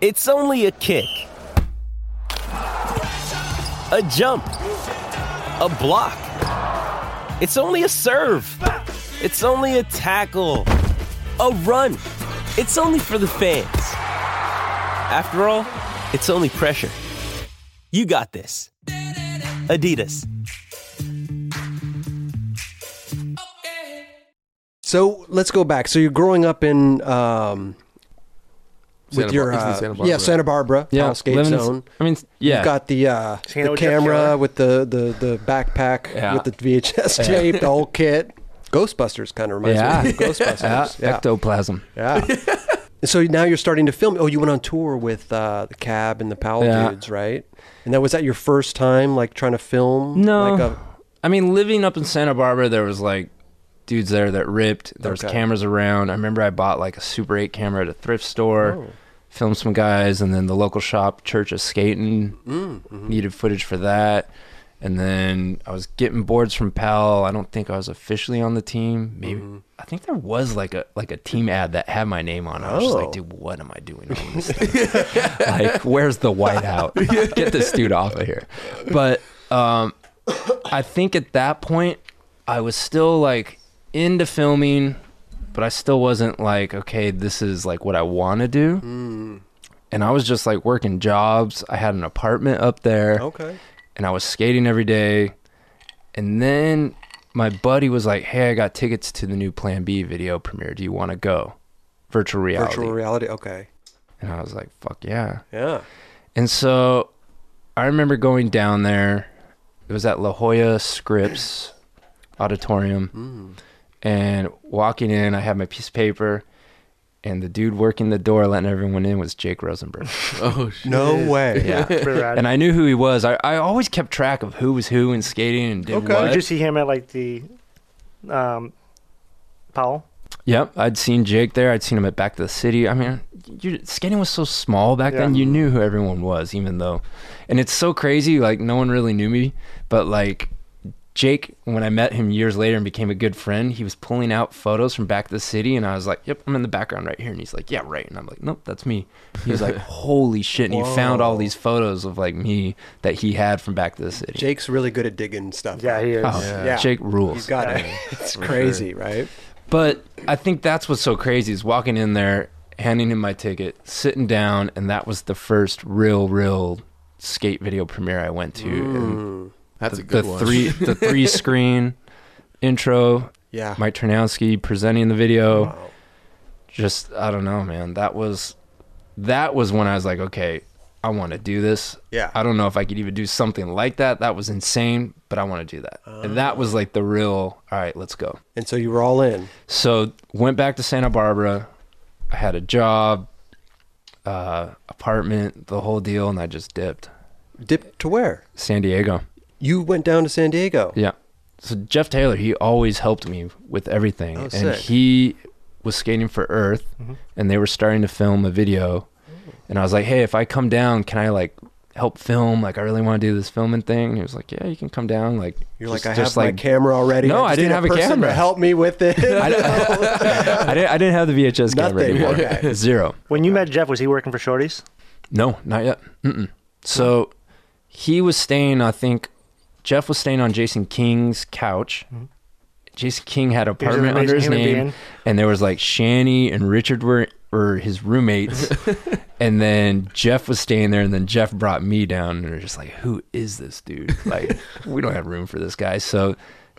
Speaker 6: It's only a kick, a jump, a block. It's only a serve. It's only a tackle, a run. It's only for the fans. After all, it's only pressure. You got this. Adidas.
Speaker 1: So let's go back. So you're growing up in um, with
Speaker 4: Santa
Speaker 1: your
Speaker 4: Bar-
Speaker 1: uh,
Speaker 4: it's in Santa Barbara.
Speaker 1: yeah Santa Barbara yeah, escape
Speaker 2: living in-
Speaker 1: zone.
Speaker 2: I mean, yeah.
Speaker 1: You've got the uh,
Speaker 3: Santa
Speaker 1: the
Speaker 3: with your
Speaker 1: camera
Speaker 3: killer.
Speaker 1: with the, the, the backpack
Speaker 2: Yeah.
Speaker 1: with the VHS tape, the whole kit. Ghostbusters kind of reminds me
Speaker 2: Yeah.
Speaker 1: of Ghostbusters.
Speaker 2: Yeah,
Speaker 1: Yeah.
Speaker 2: ectoplasm.
Speaker 1: Yeah. so now you're starting to film. Oh, you went on tour with uh, the Cab and the Powell
Speaker 2: Yeah.
Speaker 1: dudes, right? And that was that your first time like trying to film?
Speaker 2: No.
Speaker 1: Like a,
Speaker 2: I mean, living up in Santa Barbara, there was like dudes there that ripped. There was
Speaker 1: Okay.
Speaker 2: cameras around. I remember I bought like a Super 8 camera at a thrift store,
Speaker 1: Oh.
Speaker 2: filmed some guys, and then the local shop, Church of Skating,
Speaker 1: Mm, mm-hmm.
Speaker 2: needed footage for that. And then I was getting boards from Pal. I don't think I was officially on the team. Maybe
Speaker 1: Mm-hmm.
Speaker 2: I think there was like a like a team ad that had my name on. it. I was just
Speaker 1: Oh.
Speaker 2: like, dude, what am I doing on this thing? like, where's the whiteout? Get this dude off of here. But um, I think at that point I was still like into filming, but I still wasn't like, okay, this is like what I want to do. And I was just like working jobs. I had an apartment up there
Speaker 1: okay.
Speaker 2: and I was skating every day. And then my buddy was like, "Hey, I got tickets to the new Plan B video premiere. Do you want to go?" Virtual reality.
Speaker 1: Virtual reality. Okay.
Speaker 2: and I was like, "Fuck yeah!"
Speaker 1: Yeah.
Speaker 2: And so I remember going down there. It was at La Jolla Scripps Auditorium. And walking in, I had my piece of paper, and the dude working the door, letting everyone in, was Jake Rosenberg.
Speaker 4: Oh shit.
Speaker 1: No way.
Speaker 2: Yeah.
Speaker 3: Pretty rad.
Speaker 2: and I knew who he was. I, I always kept track of who was who in skating and did
Speaker 1: Okay.
Speaker 2: what.
Speaker 3: Did you see him at like the um, Powell?
Speaker 2: Yep, I'd seen Jake there. I'd seen him at Back to the City. I mean, you, skating was so small back then.
Speaker 3: Yeah.
Speaker 2: You knew who everyone was, even though, and it's so crazy. Like no one really knew me, but like Jake, when I met him years later and became a good friend, he was pulling out photos from Back to the City, and I was like, "Yep, I'm in the background right here." And he's like, "Yeah, right." And I'm like, "Nope, that's me." He was like, "Holy shit!" And he found all these photos of like me that he had from Back to the City.
Speaker 1: Jake's really good at digging stuff.
Speaker 3: Yeah, he is.
Speaker 2: Oh,
Speaker 1: Yeah.
Speaker 2: Jake rules.
Speaker 1: He's got it. It's crazy, right?
Speaker 2: But I think that's what's so crazy is walking in there, handing him my ticket, sitting down, and that was the first real, real skate video premiere I went to. And
Speaker 4: Mm, That's
Speaker 2: the,
Speaker 4: a good
Speaker 2: the
Speaker 4: one.
Speaker 2: three the three screen intro,
Speaker 1: Yeah.
Speaker 2: Mike Ternowski presenting the video.
Speaker 1: Wow.
Speaker 2: Just I don't know, man. That was that was when I was like, okay, I want to do this.
Speaker 1: Yeah.
Speaker 2: I don't know if I could even do something like that. That was insane, but I want to do that. and
Speaker 4: Ah.
Speaker 2: that was like the real. All right, let's go.
Speaker 1: And so you were all in.
Speaker 2: So went back to Santa Barbara. I had a job, uh, apartment, the whole deal, and I just dipped.
Speaker 1: Dipped to where?
Speaker 2: San Diego.
Speaker 1: You went down to San Diego.
Speaker 2: Yeah. So Jeff Taylor, he always helped me with everything,
Speaker 1: Oh,
Speaker 2: and
Speaker 1: sick. Mm-hmm.
Speaker 2: he was skating for Earth, and they were starting to film a video, and I was like, "Hey, if I come down, can I like help film? Like, I really want to do this filming thing." And he was like, "Yeah, you can come down." Like,
Speaker 1: You're
Speaker 2: just-
Speaker 1: like, I
Speaker 2: just
Speaker 1: have my camera already.
Speaker 2: No,
Speaker 1: just
Speaker 2: I didn't
Speaker 1: need
Speaker 2: have a
Speaker 1: person
Speaker 2: camera.
Speaker 1: To help me with it.
Speaker 2: I, I, didn't, I didn't have the VHS camera
Speaker 1: Nothing,
Speaker 2: anymore.
Speaker 1: okay.
Speaker 2: Zero.
Speaker 3: When you met Jeff, was he working for Shorties?
Speaker 2: No, not yet. Mm-mm. So he was staying, I think, Jeff was staying on Jason King's couch. Jason King had an
Speaker 3: Mm-hmm. He was an
Speaker 2: apartment under
Speaker 3: amazing
Speaker 2: his
Speaker 3: human
Speaker 2: name,
Speaker 3: being.
Speaker 2: and there was like Shanny and Richard were were his roommates, and then Jeff was staying there, and then Jeff brought me down, and we are just like, "Who is this dude? Like, we don't have room for this guy." So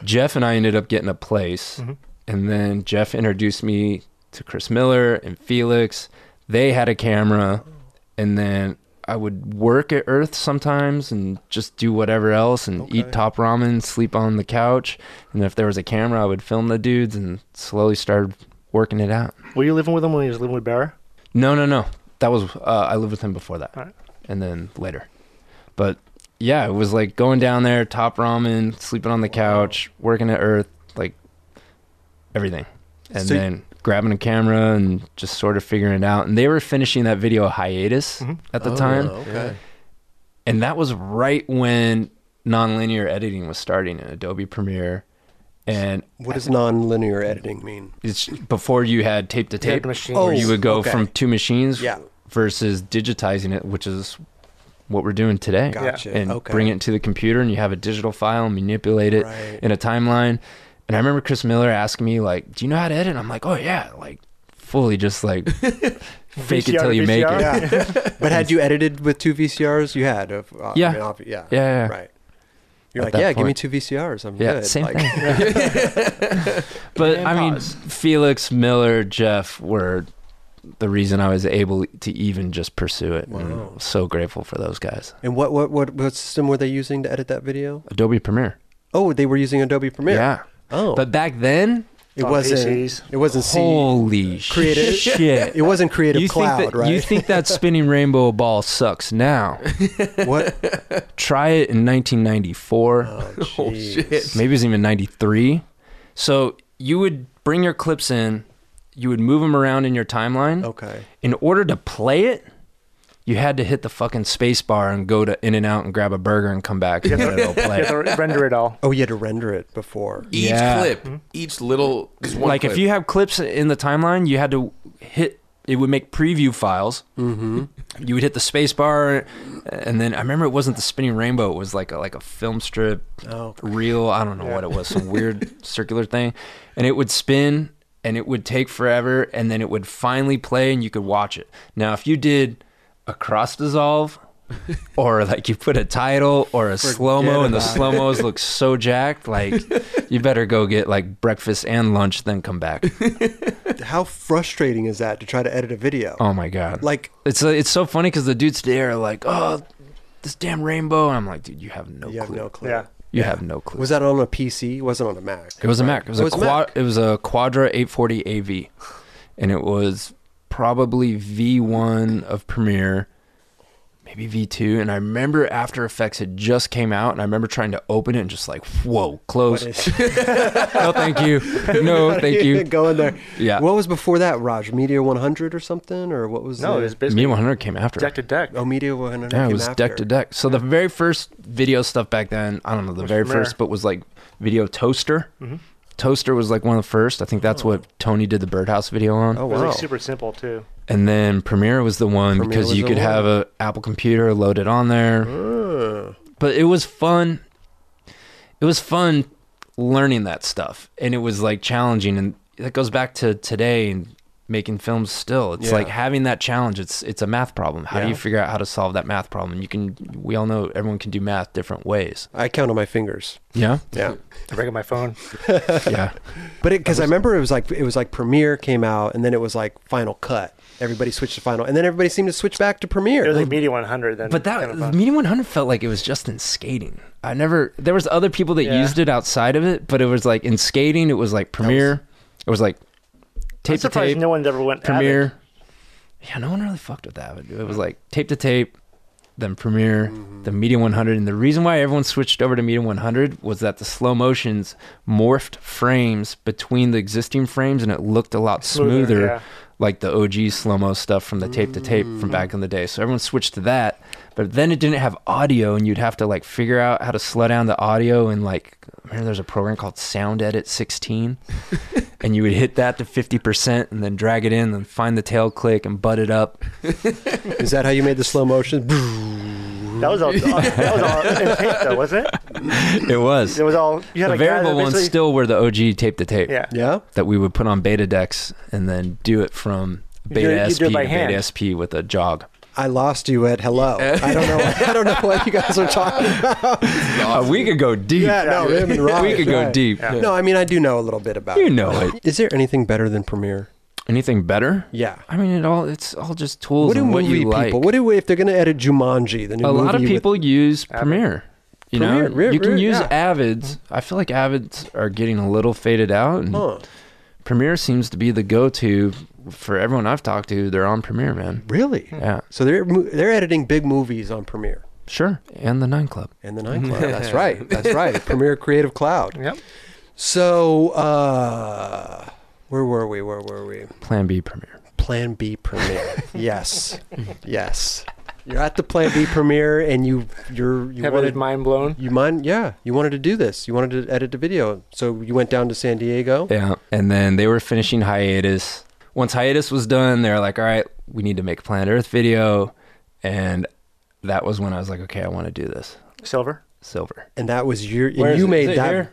Speaker 2: Jeff and I ended up getting a place,
Speaker 3: Mm-hmm.
Speaker 2: and then Jeff introduced me to Chris Miller and Felix. They had a camera, and then I would work at Earth sometimes and just do whatever else and eat top ramen, sleep on the couch. And if there was a camera, I would film the dudes and slowly started working it out.
Speaker 3: Were you living with him when he was living with Barra?
Speaker 2: No, no, no. that was uh, I lived with him before that,
Speaker 3: Alright.
Speaker 2: and then later. But yeah, it was like going down there, top ramen, sleeping on the couch, working at Earth, like everything, and
Speaker 5: So you-
Speaker 2: then grabbing a camera and just sort of figuring it out. And they were finishing that video hiatus
Speaker 3: Mhm.
Speaker 2: at the
Speaker 5: Oh,
Speaker 2: time,
Speaker 5: Okay.
Speaker 2: and that was right when nonlinear editing was starting in Adobe Premiere, and
Speaker 1: What does non-linear editing mean?
Speaker 2: it's before you had tape to
Speaker 3: Yeah,
Speaker 2: tape
Speaker 3: the machine.
Speaker 1: Oh,
Speaker 2: where you would go
Speaker 1: okay.
Speaker 2: from two machines
Speaker 1: Yeah.
Speaker 2: versus digitizing it, which is what we're doing today.
Speaker 1: Gotcha.
Speaker 2: And
Speaker 1: okay.
Speaker 2: bring it to the computer and you have a digital file and manipulate it
Speaker 1: Right.
Speaker 2: in a timeline. And I remember Chris Miller asking me, like, do you know how to edit? And I'm like, oh, yeah. Like, fully just like fake it
Speaker 3: VCR,
Speaker 2: till you make it.
Speaker 3: VCR.
Speaker 1: Yeah. but had you edited with two VCRs? You had. Of, uh,
Speaker 2: Yeah.
Speaker 1: I mean, ob- yeah.
Speaker 2: Yeah, yeah.
Speaker 1: Right. You're
Speaker 2: At
Speaker 1: like,
Speaker 2: that
Speaker 1: yeah, give me
Speaker 2: point.
Speaker 1: two VCRs. I'm
Speaker 2: Yeah,
Speaker 1: good.
Speaker 2: same
Speaker 1: like,
Speaker 2: thing. But
Speaker 3: And
Speaker 2: I mean,
Speaker 3: pause.
Speaker 2: Felix, Miller, Jeff were the reason I was able to even just pursue it. And
Speaker 1: Wow.
Speaker 2: I'm so grateful for those guys.
Speaker 1: And what, what what what system were they using to edit that video?
Speaker 2: Adobe Premiere.
Speaker 1: Oh, they were using Adobe Premiere.
Speaker 2: Yeah.
Speaker 1: Oh,
Speaker 2: But back then,
Speaker 1: it
Speaker 3: On
Speaker 1: wasn't.
Speaker 3: PCs.
Speaker 1: It wasn't C.
Speaker 2: holy
Speaker 1: uh, Creative-
Speaker 2: shit.
Speaker 1: It wasn't Creative
Speaker 2: you
Speaker 1: Cloud,
Speaker 2: think that
Speaker 1: right?
Speaker 2: you think that spinning rainbow ball sucks now.
Speaker 1: what?
Speaker 2: Try it in 1994.
Speaker 1: Oh,
Speaker 4: Oh,
Speaker 1: jeez.
Speaker 4: shit.
Speaker 2: Maybe it was even 93. So you would bring your clips in, you would move them around in your timeline.
Speaker 1: Okay.
Speaker 2: In order to play it, you had to hit the fucking space bar and go to In and Out and grab a burger and come back and
Speaker 3: Yeah,
Speaker 2: then it'll play.
Speaker 3: You have
Speaker 2: it.
Speaker 3: to re- render it all.
Speaker 1: Oh, you had to render it before.
Speaker 4: Each
Speaker 2: Yeah.
Speaker 4: clip, each little just one
Speaker 2: Like if
Speaker 4: clip.
Speaker 2: you have clips in the timeline, you had to hit. It would make preview files.
Speaker 1: Mm-hmm.
Speaker 2: you would hit the space bar and then i remember it wasn't the spinning rainbow it was like a like a film strip
Speaker 1: Oh,
Speaker 2: reel i don't know
Speaker 3: Yeah.
Speaker 2: what it was some weird circular thing and it would spin and it would take forever and then it would finally play and you could watch it now if you did a cross dissolve or like you put a title or a slow mo and the
Speaker 1: about it.
Speaker 2: slow mos look so jacked like you better go get like breakfast and lunch then come back
Speaker 1: how frustrating is that to try to edit a video?
Speaker 2: oh my god
Speaker 1: Like,
Speaker 2: It's uh, it's so funny because the dudes today are like, oh, this damn rainbow. And I'm like, dude, you have no
Speaker 1: you have
Speaker 2: clue.
Speaker 1: no clue.
Speaker 3: Yeah.
Speaker 2: You have no clue.
Speaker 1: Was that on a PC? It wasn't on a Mac.
Speaker 2: it was a
Speaker 1: right? Oh,
Speaker 2: Mac. It was, a quad. It was a Quadra 840 AV, and it was probably V1 of Premiere, maybe V2. And I remember After Effects had just came out, and I remember trying to open it and just like, whoa,
Speaker 1: What
Speaker 2: close.
Speaker 1: is-
Speaker 2: No, thank you. No, thank you.
Speaker 1: Go in there.
Speaker 2: Yeah.
Speaker 1: What was before that, Raj? Media 100 or something? Or what was
Speaker 3: No,
Speaker 1: the-
Speaker 3: it was
Speaker 2: Me
Speaker 3: basically
Speaker 2: 100 came after.
Speaker 3: deck to deck.
Speaker 1: Oh, Media 100
Speaker 2: Yeah, it
Speaker 1: came
Speaker 2: was
Speaker 1: after.
Speaker 2: deck to deck. So the very first video stuff back then, I don't know, the
Speaker 3: Was
Speaker 2: very
Speaker 3: Premiere.
Speaker 2: first, but was like video toaster.
Speaker 1: Mm-hmm.
Speaker 3: Mhm.
Speaker 2: Toaster was like one of the first. I think that's what Tony did the Birdhouse video on.
Speaker 1: Oh,
Speaker 3: It was
Speaker 1: wow.
Speaker 3: like super simple too.
Speaker 2: And then Premiere was the one
Speaker 1: Premiere
Speaker 2: because
Speaker 1: was
Speaker 2: you
Speaker 1: the
Speaker 2: could
Speaker 1: one.
Speaker 2: have a Apple computer loaded on there.
Speaker 1: Uh,
Speaker 2: But it was fun. It was fun learning that stuff, and it was like challenging, and that goes back to today and making films. Still, it's
Speaker 1: Yeah.
Speaker 2: like having that challenge. It's it's a math problem. How do
Speaker 1: Yeah.
Speaker 2: you figure out how to solve that math problem? You can. We all know everyone can do math different ways.
Speaker 1: I count on my fingers.
Speaker 2: Yeah,
Speaker 1: Yeah.
Speaker 3: I break my phone.
Speaker 2: yeah.
Speaker 1: But because I remember it was like it was like Premiere came out, and then it was like Final Cut. Everybody switched to Final, and then everybody seemed to switch back to
Speaker 3: It
Speaker 1: Premiere.
Speaker 3: was like Media 100 then.
Speaker 2: But
Speaker 3: kind of
Speaker 2: that
Speaker 3: fun.
Speaker 2: Medium 100 felt like it was just in skating. I never. There was other people that
Speaker 3: Yeah.
Speaker 2: used it outside of it, but it was like in skating. It was like Premiere. It was like
Speaker 3: I'm
Speaker 2: tape to
Speaker 3: surprised
Speaker 2: tape.
Speaker 3: no one ever went at it.
Speaker 2: Premiere. Yeah, no one really fucked with that. It was like tape to tape, then Premiere, then Medium 100. And the reason why everyone switched over to Medium 100 was that the slow motions morphed frames between the existing frames and it looked a lot smoother,
Speaker 3: yeah.
Speaker 2: like the OG slow mo stuff from the tape to tape from back in the day. So everyone switched to that. But then it didn't have audio, and you'd have to like figure out how to slow down the audio. And like, I remember there's a program called Sound Edit 16 and you would hit that to 50% and then drag it in and find the tail click and butt it up.
Speaker 1: Is that how you made the slow motion?
Speaker 3: That was all. that was all in tape though, wasn't it?
Speaker 2: It was.
Speaker 3: It was all. You had
Speaker 2: The
Speaker 3: a guy
Speaker 2: variable
Speaker 3: that
Speaker 2: ones
Speaker 3: basically-
Speaker 2: still were the OG tape to tape
Speaker 3: Yeah.
Speaker 1: yeah.
Speaker 2: that we would put on beta decks and then do it from
Speaker 3: do it-
Speaker 2: beta
Speaker 3: you do
Speaker 2: SP
Speaker 3: it by
Speaker 2: to beta
Speaker 3: hand.
Speaker 2: SP with a jog.
Speaker 1: I lost you at hello. I don't know. I don't know what you guys are talking about.
Speaker 2: Uh, we could go deep.
Speaker 1: Yeah, no, him and Raj,
Speaker 2: we could go
Speaker 1: right.
Speaker 2: deep.
Speaker 3: Yeah.
Speaker 1: No, I mean I do know a little bit about.
Speaker 2: You
Speaker 1: it.
Speaker 2: know it.
Speaker 1: Is there anything better than Premiere?
Speaker 2: Anything better?
Speaker 1: Yeah.
Speaker 2: I mean, it all it's all just tools
Speaker 1: What do
Speaker 2: and what
Speaker 1: movie
Speaker 2: you
Speaker 1: people?
Speaker 2: like.
Speaker 1: What do if they're going to edit Jumanji? The new
Speaker 2: a
Speaker 1: movie
Speaker 2: lot of
Speaker 1: with-
Speaker 2: people use Premiere. You
Speaker 1: Premiere,
Speaker 2: know,
Speaker 1: re-
Speaker 2: you can
Speaker 1: re-
Speaker 2: use
Speaker 1: yeah.
Speaker 2: Avids. I feel like Avids are getting a little faded out. And
Speaker 1: Huh.
Speaker 2: Premiere seems to be the go-to for everyone I've talked to. They're on Premiere, man.
Speaker 1: Really?
Speaker 3: Hmm.
Speaker 2: Yeah,
Speaker 1: So they're mo- they're editing big movies on Premiere
Speaker 2: sure. And the Nine Club.
Speaker 1: and the Nine Cloud. That's right. That's right. Premiere Creative Cloud.
Speaker 3: Yep.
Speaker 1: So uh, where were we? Where were we?
Speaker 2: Plan B Premiere.
Speaker 1: Plan B premiere. yes, yes. You're at the Plan B premiere, and you you're you
Speaker 3: Having his
Speaker 1: wanted
Speaker 3: mind blown.
Speaker 1: you mind yeah you wanted to do this. You wanted to edit the video, so you went down to San Diego.
Speaker 2: Yeah, and then they were finishing hiatus. Once hiatus was done, they were like, "All right, we need to make a Planet Earth video," and that was when I was like, "Okay, I want to do this."
Speaker 3: Silver.
Speaker 2: Silver.
Speaker 1: And that was your and
Speaker 2: Where is
Speaker 1: you
Speaker 2: it? Is
Speaker 1: made
Speaker 2: it
Speaker 1: that.
Speaker 2: here?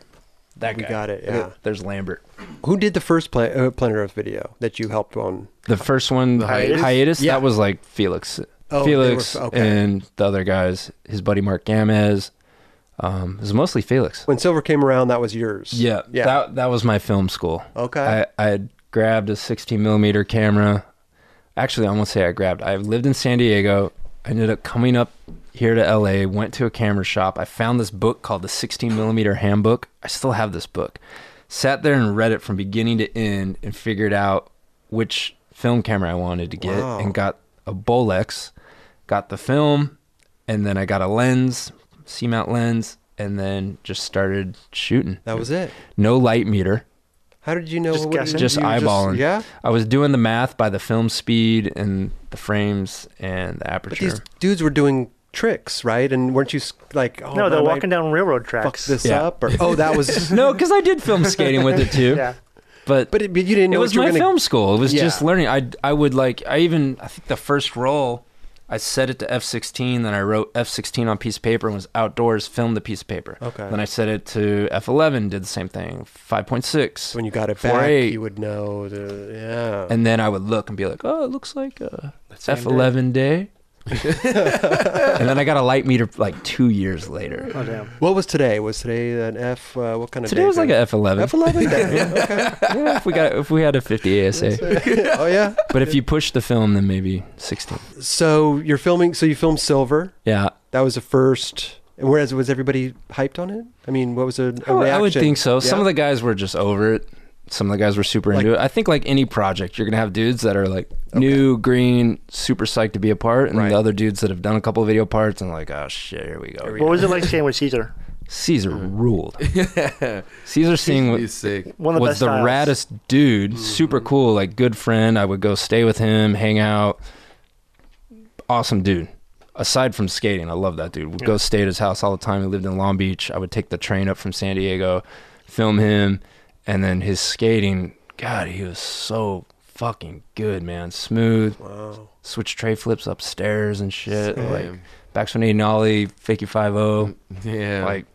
Speaker 2: That
Speaker 1: We
Speaker 2: guy.
Speaker 1: got it, yeah.
Speaker 2: There's Lambert.
Speaker 1: Who did the first pla- uh, Planet Earth video that you helped on?
Speaker 2: The first one,
Speaker 4: The
Speaker 2: hiatus.
Speaker 4: hiatus?
Speaker 1: Yeah.
Speaker 2: That was like Felix,
Speaker 1: Oh, they
Speaker 2: Felix,
Speaker 1: were- okay.
Speaker 2: and the other guys. His buddy Mark Gamez. Um, it was mostly Felix.
Speaker 1: When Silver came around, that was yours.
Speaker 2: Yeah,
Speaker 1: yeah.
Speaker 2: That that was my film school.
Speaker 1: okay.
Speaker 2: I, I had grabbed a 16 millimeter camera. Actually, I won't say I grabbed. I lived in San Diego. I ended up coming up here to LA. Went to a camera shop. I found this book called the 16 millimeter handbook. I still have this book. Sat there and read it from beginning to end and figured out which film camera I wanted to get
Speaker 1: Wow.
Speaker 2: and got a Bolex, got the film, and then I got a lens, C mount lens, and then just started shooting.
Speaker 1: that was it.
Speaker 2: No light meter.
Speaker 1: How did you know?
Speaker 3: Just
Speaker 1: what it
Speaker 3: guessing?
Speaker 1: is?
Speaker 2: Just
Speaker 1: You were
Speaker 2: eyeballing.
Speaker 1: yeah.
Speaker 2: I was doing the math by the film speed and the frames and the
Speaker 1: But
Speaker 2: aperture.
Speaker 1: these dudes were doing tricks, right? And weren't you s- like, oh,
Speaker 3: no,
Speaker 1: man,
Speaker 3: they're
Speaker 1: I
Speaker 3: walking down railroad
Speaker 1: fuck
Speaker 3: tracks.
Speaker 1: this
Speaker 2: Yeah.
Speaker 1: up? Or oh, that was
Speaker 2: no, because I did film skating with it too.
Speaker 3: Yeah.
Speaker 2: But,
Speaker 1: But, it, but you didn't
Speaker 2: it
Speaker 1: know
Speaker 2: was
Speaker 1: what you
Speaker 2: my
Speaker 1: were gonna,
Speaker 2: film school. It was just
Speaker 1: Yeah.
Speaker 2: learning. I I would like I even I think the first roll I set it to f16. Then I wrote f16 on a piece of paper and was outdoors. Filmed the piece of paper.
Speaker 1: Okay.
Speaker 2: Then I set it to f11. Did the same thing. 5.6.
Speaker 1: So when you got it
Speaker 2: Four
Speaker 1: back,
Speaker 2: eight.
Speaker 1: you would know. The, yeah.
Speaker 2: and then I would look and be like, "Oh, it looks like a F11 day." and then I got a light meter like two years later.
Speaker 3: Oh damn.
Speaker 1: what was today? Was today an F? Uh, what kind of
Speaker 2: Today
Speaker 1: day
Speaker 2: was like a F11.
Speaker 1: F11 day.
Speaker 2: yeah, if we got if we had a 50 ASA,
Speaker 1: oh yeah.
Speaker 2: but if you push the film, then maybe 16.
Speaker 1: So you're filming. So you filmed Silver.
Speaker 2: Yeah,
Speaker 1: That was the first. And whereas was everybody hyped on it? I mean, what was a, a
Speaker 2: I would- Oh, I would
Speaker 1: reaction?
Speaker 2: think so. Some
Speaker 1: Yeah?
Speaker 2: of the guys were just over it. Some of the guys were super
Speaker 1: Like-
Speaker 2: into it. I think like any project, you're gonna have dudes that are like new, green, super psyched to be a part, and
Speaker 1: Right.
Speaker 2: the other dudes that have done a couple of video parts and like, oh shit, here we go.
Speaker 3: What was it like staying with Caesar?
Speaker 2: Caesar ruled. Caesar seeing
Speaker 4: He's sick.
Speaker 3: One of the
Speaker 2: was
Speaker 3: best
Speaker 2: the
Speaker 3: styles.
Speaker 2: raddest dude, super
Speaker 4: Mm-hmm.
Speaker 2: cool, like good friend. I would go stay with him, hang out. Awesome dude. Aside from skating, I love that dude. Would go stay at his house all the time. He lived in Long Beach. I would take the train up from San Diego, film him, and then his skating. God, he was so fucking good, man. Smooth.
Speaker 1: Wow.
Speaker 2: Switch tray flips upstairs and shit. Like
Speaker 4: Damn.
Speaker 2: backspin eighty nollie, fakie five zero.
Speaker 4: Yeah.
Speaker 2: Like,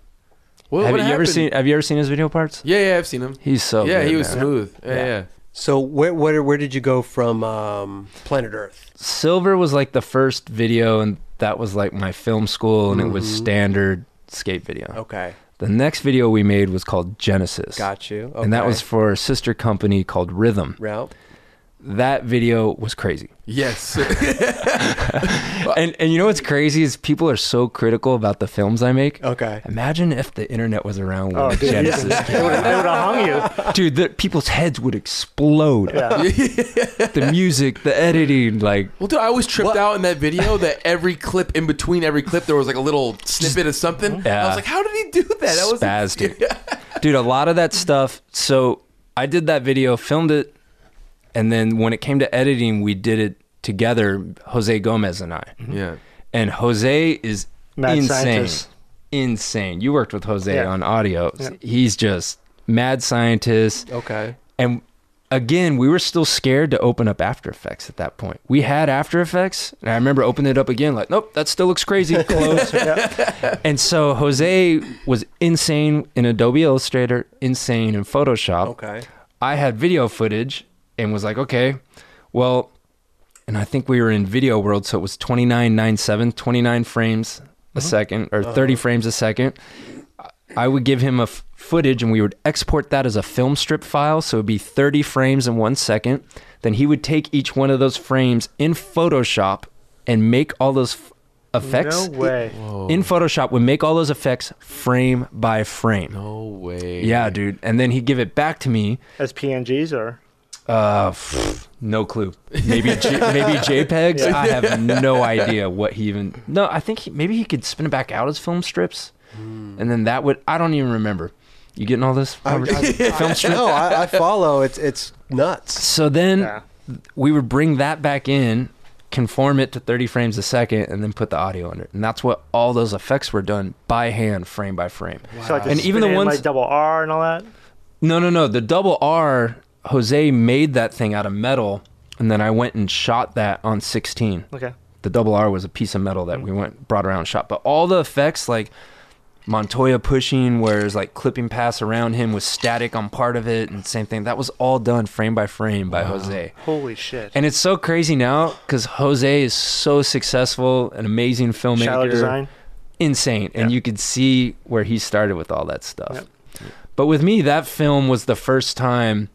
Speaker 4: what,
Speaker 2: have
Speaker 4: what
Speaker 2: you ever
Speaker 4: happened?
Speaker 2: seen? Have you ever seen his video parts?
Speaker 4: Yeah, yeah, I've seen him.
Speaker 2: He's so
Speaker 4: yeah,
Speaker 2: good,
Speaker 4: he was
Speaker 2: man.
Speaker 4: smooth. Yeah,
Speaker 2: Yeah.
Speaker 4: yeah.
Speaker 1: So where where where did you go from um, Planet Earth?
Speaker 2: Silver was like the first video, and that was like my film school, and it
Speaker 3: Mm-hmm.
Speaker 2: was
Speaker 1: Mhm.
Speaker 2: standard skate video.
Speaker 1: Okay,
Speaker 2: The next video we made was called Genesis,
Speaker 1: got you. Okay.
Speaker 2: and that was for a sister company called Rhythm.
Speaker 1: route.
Speaker 2: That video was crazy.
Speaker 4: Yes.
Speaker 2: And and you know what's crazy is people are so critical about the films I make.
Speaker 1: Okay.
Speaker 2: Imagine if the internet was around when
Speaker 3: Oh, dude,
Speaker 2: Genesis
Speaker 3: They would have hung you.
Speaker 2: dude, the, people's heads would explode.
Speaker 3: Yeah.
Speaker 2: The music, the editing, like
Speaker 4: well, dude, I always tripped out in that video that every clip, in between every clip, there was like a little snippet of something.
Speaker 2: Yeah.
Speaker 4: I was like, how did he do that? That was
Speaker 2: Spastic. Dude, a lot of that stuff. So I did that video, filmed it, and then when it came to editing, we did it together, Jose Gomez and I.
Speaker 4: Yeah.
Speaker 2: And Jose is
Speaker 3: Mad
Speaker 2: insane.
Speaker 3: scientist.
Speaker 2: Insane. You worked with Jose
Speaker 3: Yeah.
Speaker 2: on audio.
Speaker 3: Yeah.
Speaker 2: He's just mad scientist.
Speaker 1: Okay.
Speaker 2: And again, we were still scared to open up After Effects at that point. We had After Effects, and I remember opening it up again, like, nope, that still looks crazy. Close. And so Jose was insane in Adobe Illustrator, insane in Photoshop.
Speaker 1: Okay.
Speaker 2: I had video footage and was like, okay, well, and I think we were in video world, so it was 29.97, 29 frames a second or 30 frames a second. I would give him a f- footage and we would export that as a film strip file. So it'd be 30 frames in one second. Then he would take each one of those frames in Photoshop and make all those f- effects
Speaker 3: No way.
Speaker 2: in Photoshop would make all those effects frame by frame.
Speaker 4: No way.
Speaker 2: Yeah, dude. And then he'd give it back to me.
Speaker 3: As PNGs or
Speaker 2: Uh, pff, no clue. Maybe J- maybe JPEGs. I have no idea what he even. No, I think he, maybe he could spin it back out as film strips, and then that would. I don't even remember. You getting all this? Robert? film strip.
Speaker 1: No, I, I follow. It's it's nuts.
Speaker 2: So then
Speaker 3: Yeah.
Speaker 2: we would bring that back in, conform it to 30 frames a second, and then put the audio under it. And that's what all those effects were done by hand, frame by frame.
Speaker 3: so like
Speaker 2: And
Speaker 3: and
Speaker 2: even the ones-
Speaker 3: like double R and all that.
Speaker 2: No, no, no. The double R, Jose made that thing out of metal, and then I went and shot that on 16.
Speaker 3: Okay.
Speaker 2: The double R was a piece of metal that we went brought around and shot. But all the effects, like Montoya pushing, where it's like clipping pass around him with static on part of it, and same thing. That was all done frame by frame by Jose.
Speaker 3: Holy shit.
Speaker 2: And it's so crazy now because Jose is so successful, an amazing filmmaker,
Speaker 3: Shallow design.
Speaker 2: insane, and
Speaker 3: Yeah.
Speaker 2: you could see where he started with all that stuff.
Speaker 3: Yep.
Speaker 2: But with me, that film was the first time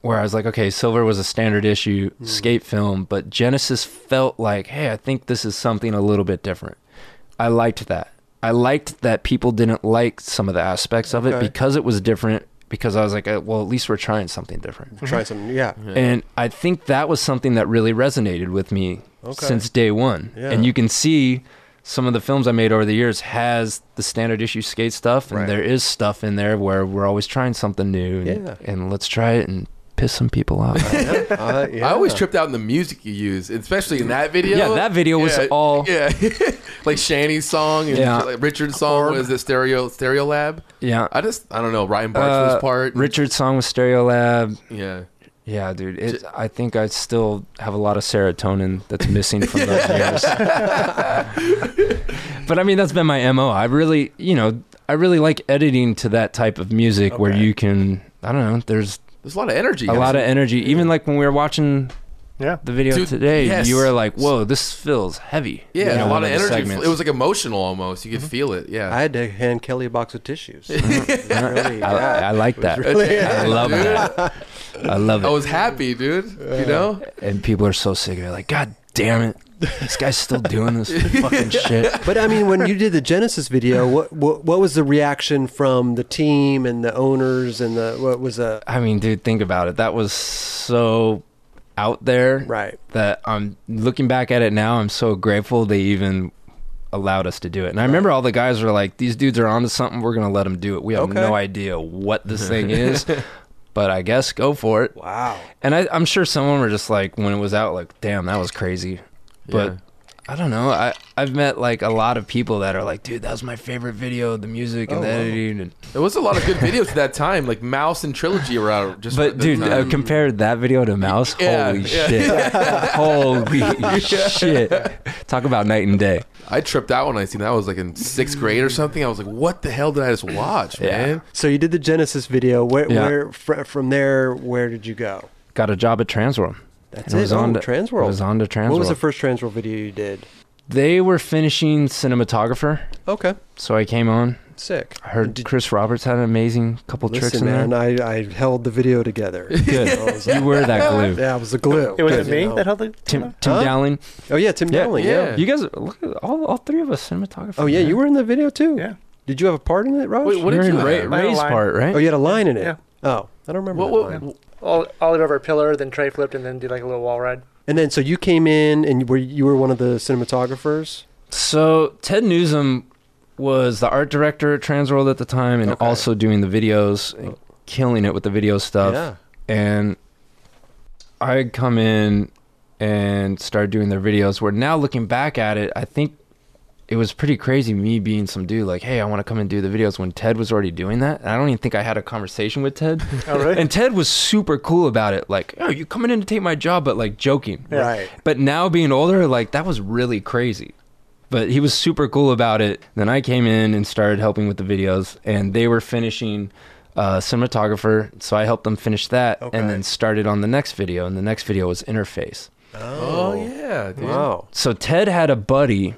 Speaker 2: where I was like, okay, Silver was a standard issue skate film, but Genesis felt like, hey, I think this is something a little bit different. I liked that. I liked that people didn't like some of the aspects of it
Speaker 1: Okay.
Speaker 2: because it was different. Because I was like, uh, well, at least we're trying something different.
Speaker 1: Try some. Yeah.
Speaker 2: And I think that was something that really resonated with me
Speaker 1: Okay.
Speaker 2: since day one.
Speaker 1: Yeah.
Speaker 2: And you can see some of the films I made over the years has the standard issue skate stuff, and
Speaker 1: Right.
Speaker 2: there is stuff in there where we're always trying something new. And,
Speaker 1: Yeah.
Speaker 2: and let's try it and piss some people off. yeah,
Speaker 1: Uh, yeah.
Speaker 4: I always tripped out in the music you use, especially in that video.
Speaker 2: that video was
Speaker 4: Yeah,
Speaker 2: all. Yeah.
Speaker 4: yeah, like Shani's song and
Speaker 2: Yeah.
Speaker 4: like Richard's song was it Stereo Stereo Lab. I just I don't know Ryan Bartlett's
Speaker 2: Uh,
Speaker 4: part.
Speaker 2: Richard's song with Stereo Lab.
Speaker 4: yeah,
Speaker 2: Yeah, dude. It, I think I still have a lot of serotonin that's missing from those years. but I mean, that's been my mo. I really, you know, I really like editing to that type of music where you can, I don't know, there's
Speaker 4: there's a lot of energy.
Speaker 2: a lot of energy. Even like when we were watching
Speaker 3: Yeah.
Speaker 2: the video
Speaker 4: Dude,
Speaker 2: today,
Speaker 4: yes.
Speaker 2: you were like, "Whoa, this feels heavy."
Speaker 4: yeah,
Speaker 2: You know,
Speaker 4: a lot
Speaker 2: one
Speaker 4: of
Speaker 2: the
Speaker 4: energy.
Speaker 2: segments. Mm-hmm.
Speaker 4: It was like emotional almost. You could feel it. Yeah,
Speaker 1: I had to hand Kelly a box of tissues. Really,
Speaker 2: I,
Speaker 1: yeah.
Speaker 2: I like that. I love that. I love it.
Speaker 4: I was happy, dude. You know,
Speaker 2: and people are so sick of it. Like, God damn it, this guy's still doing this fucking shit.
Speaker 1: But I mean, when you did the Genesis video, what what, what was the reaction from the team and the owners and the what was a
Speaker 2: I mean, dude, think about it. That was so out there.
Speaker 1: Right.
Speaker 2: That I'm looking back at it now, I'm so grateful they even allowed us to do it. And I remember all the guys were like, these dudes are onto something. We're going to let them do it. We have
Speaker 1: Okay.
Speaker 2: no idea what this thing is, but I guess go for it.
Speaker 1: wow?
Speaker 2: And I, I'm sure someone were just like, when it was out, like, damn, that was crazy. But
Speaker 4: Yeah.
Speaker 2: I don't know. I, I've met like a lot of people that are like, dude, that was my favorite video, the music and
Speaker 1: Oh,
Speaker 2: the editing. And,
Speaker 4: there was a lot of good videos at that time. Like Mouse and Trilogy were out. Just
Speaker 2: But
Speaker 4: at that
Speaker 2: dude,
Speaker 4: time.
Speaker 2: uh, compare that video to Mouse.
Speaker 4: Yeah,
Speaker 2: Holy
Speaker 4: yeah.
Speaker 2: shit! Holy shit! Talk about night and day.
Speaker 4: I tripped out when I seen that. I was like in sixth grade or something. I was like, what the hell did I just watch,
Speaker 2: Yeah.
Speaker 4: man?
Speaker 1: So you did the Genesis video. Where
Speaker 2: Yeah.
Speaker 1: where fr- from there? Where did you go?
Speaker 2: Got a job at Transworld.
Speaker 1: That's
Speaker 2: And
Speaker 1: it.
Speaker 2: was
Speaker 1: oh,
Speaker 2: on to-
Speaker 1: Transworld.
Speaker 2: I was on to Transworld.
Speaker 1: What was the first Transworld video you did?
Speaker 2: they were finishing cinematographer,
Speaker 1: Okay,
Speaker 2: so I came on.
Speaker 1: sick.
Speaker 2: I heard
Speaker 1: Did-
Speaker 2: Chris Roberts had an amazing couple tricks
Speaker 1: Listen,
Speaker 2: in there.
Speaker 1: man, I, I held the video together. I was
Speaker 2: Good.
Speaker 1: like-
Speaker 2: you were that glue.
Speaker 1: yeah, I was the glue.
Speaker 3: It was
Speaker 1: Good,
Speaker 3: it me
Speaker 1: you know.
Speaker 3: that held the
Speaker 2: Tim, Tim
Speaker 1: Huh?
Speaker 2: Dowling.
Speaker 1: Oh yeah, Tim
Speaker 2: Yeah.
Speaker 1: Dowling.
Speaker 4: Yeah.
Speaker 1: Yeah.
Speaker 2: You guys, look at all, all three of us cinematographer.
Speaker 1: Oh yeah, you were in the video too.
Speaker 3: Yeah.
Speaker 1: Did you have a part in it, Raj?
Speaker 4: Wait, what
Speaker 2: You're
Speaker 4: did you
Speaker 2: in Ray,
Speaker 4: have?
Speaker 3: Ray-
Speaker 2: Ray's
Speaker 3: Line.
Speaker 2: part, right?
Speaker 1: Oh, you had a line in it.
Speaker 3: Yeah.
Speaker 1: Oh, I don't remember. that
Speaker 4: What,
Speaker 1: line.
Speaker 4: what,
Speaker 3: all all it over a pillar, then Trey flipped and then did like a little wall ride.
Speaker 1: And then, so you came in and were you were one of the cinematographers?
Speaker 2: So Ted Newsom was the art director at Transworld at the time, and
Speaker 1: Okay.
Speaker 2: also doing the videos, and killing it with the video stuff. And I had come in and started doing their videos. Where now looking back at it, I think it was pretty crazy. Me being some dude like, "Hey, I want to come and do the videos." When Ted was already doing that, and I don't even think I had a conversation with Ted.
Speaker 3: Oh really?
Speaker 2: and Ted was super cool about it. Like, "Oh, you coming in to take my job?" But like joking.
Speaker 3: Yeah.
Speaker 1: Right.
Speaker 2: But now being older, like that was really crazy. But he was super cool about it. Then I came in and started helping with the videos, and they were finishing uh, cinematographer, so I helped them finish that,
Speaker 1: Okay.
Speaker 2: and then started on the next video. And the next video was interface.
Speaker 4: oh yeah, dude.
Speaker 1: Wow.
Speaker 2: So Ted had a buddy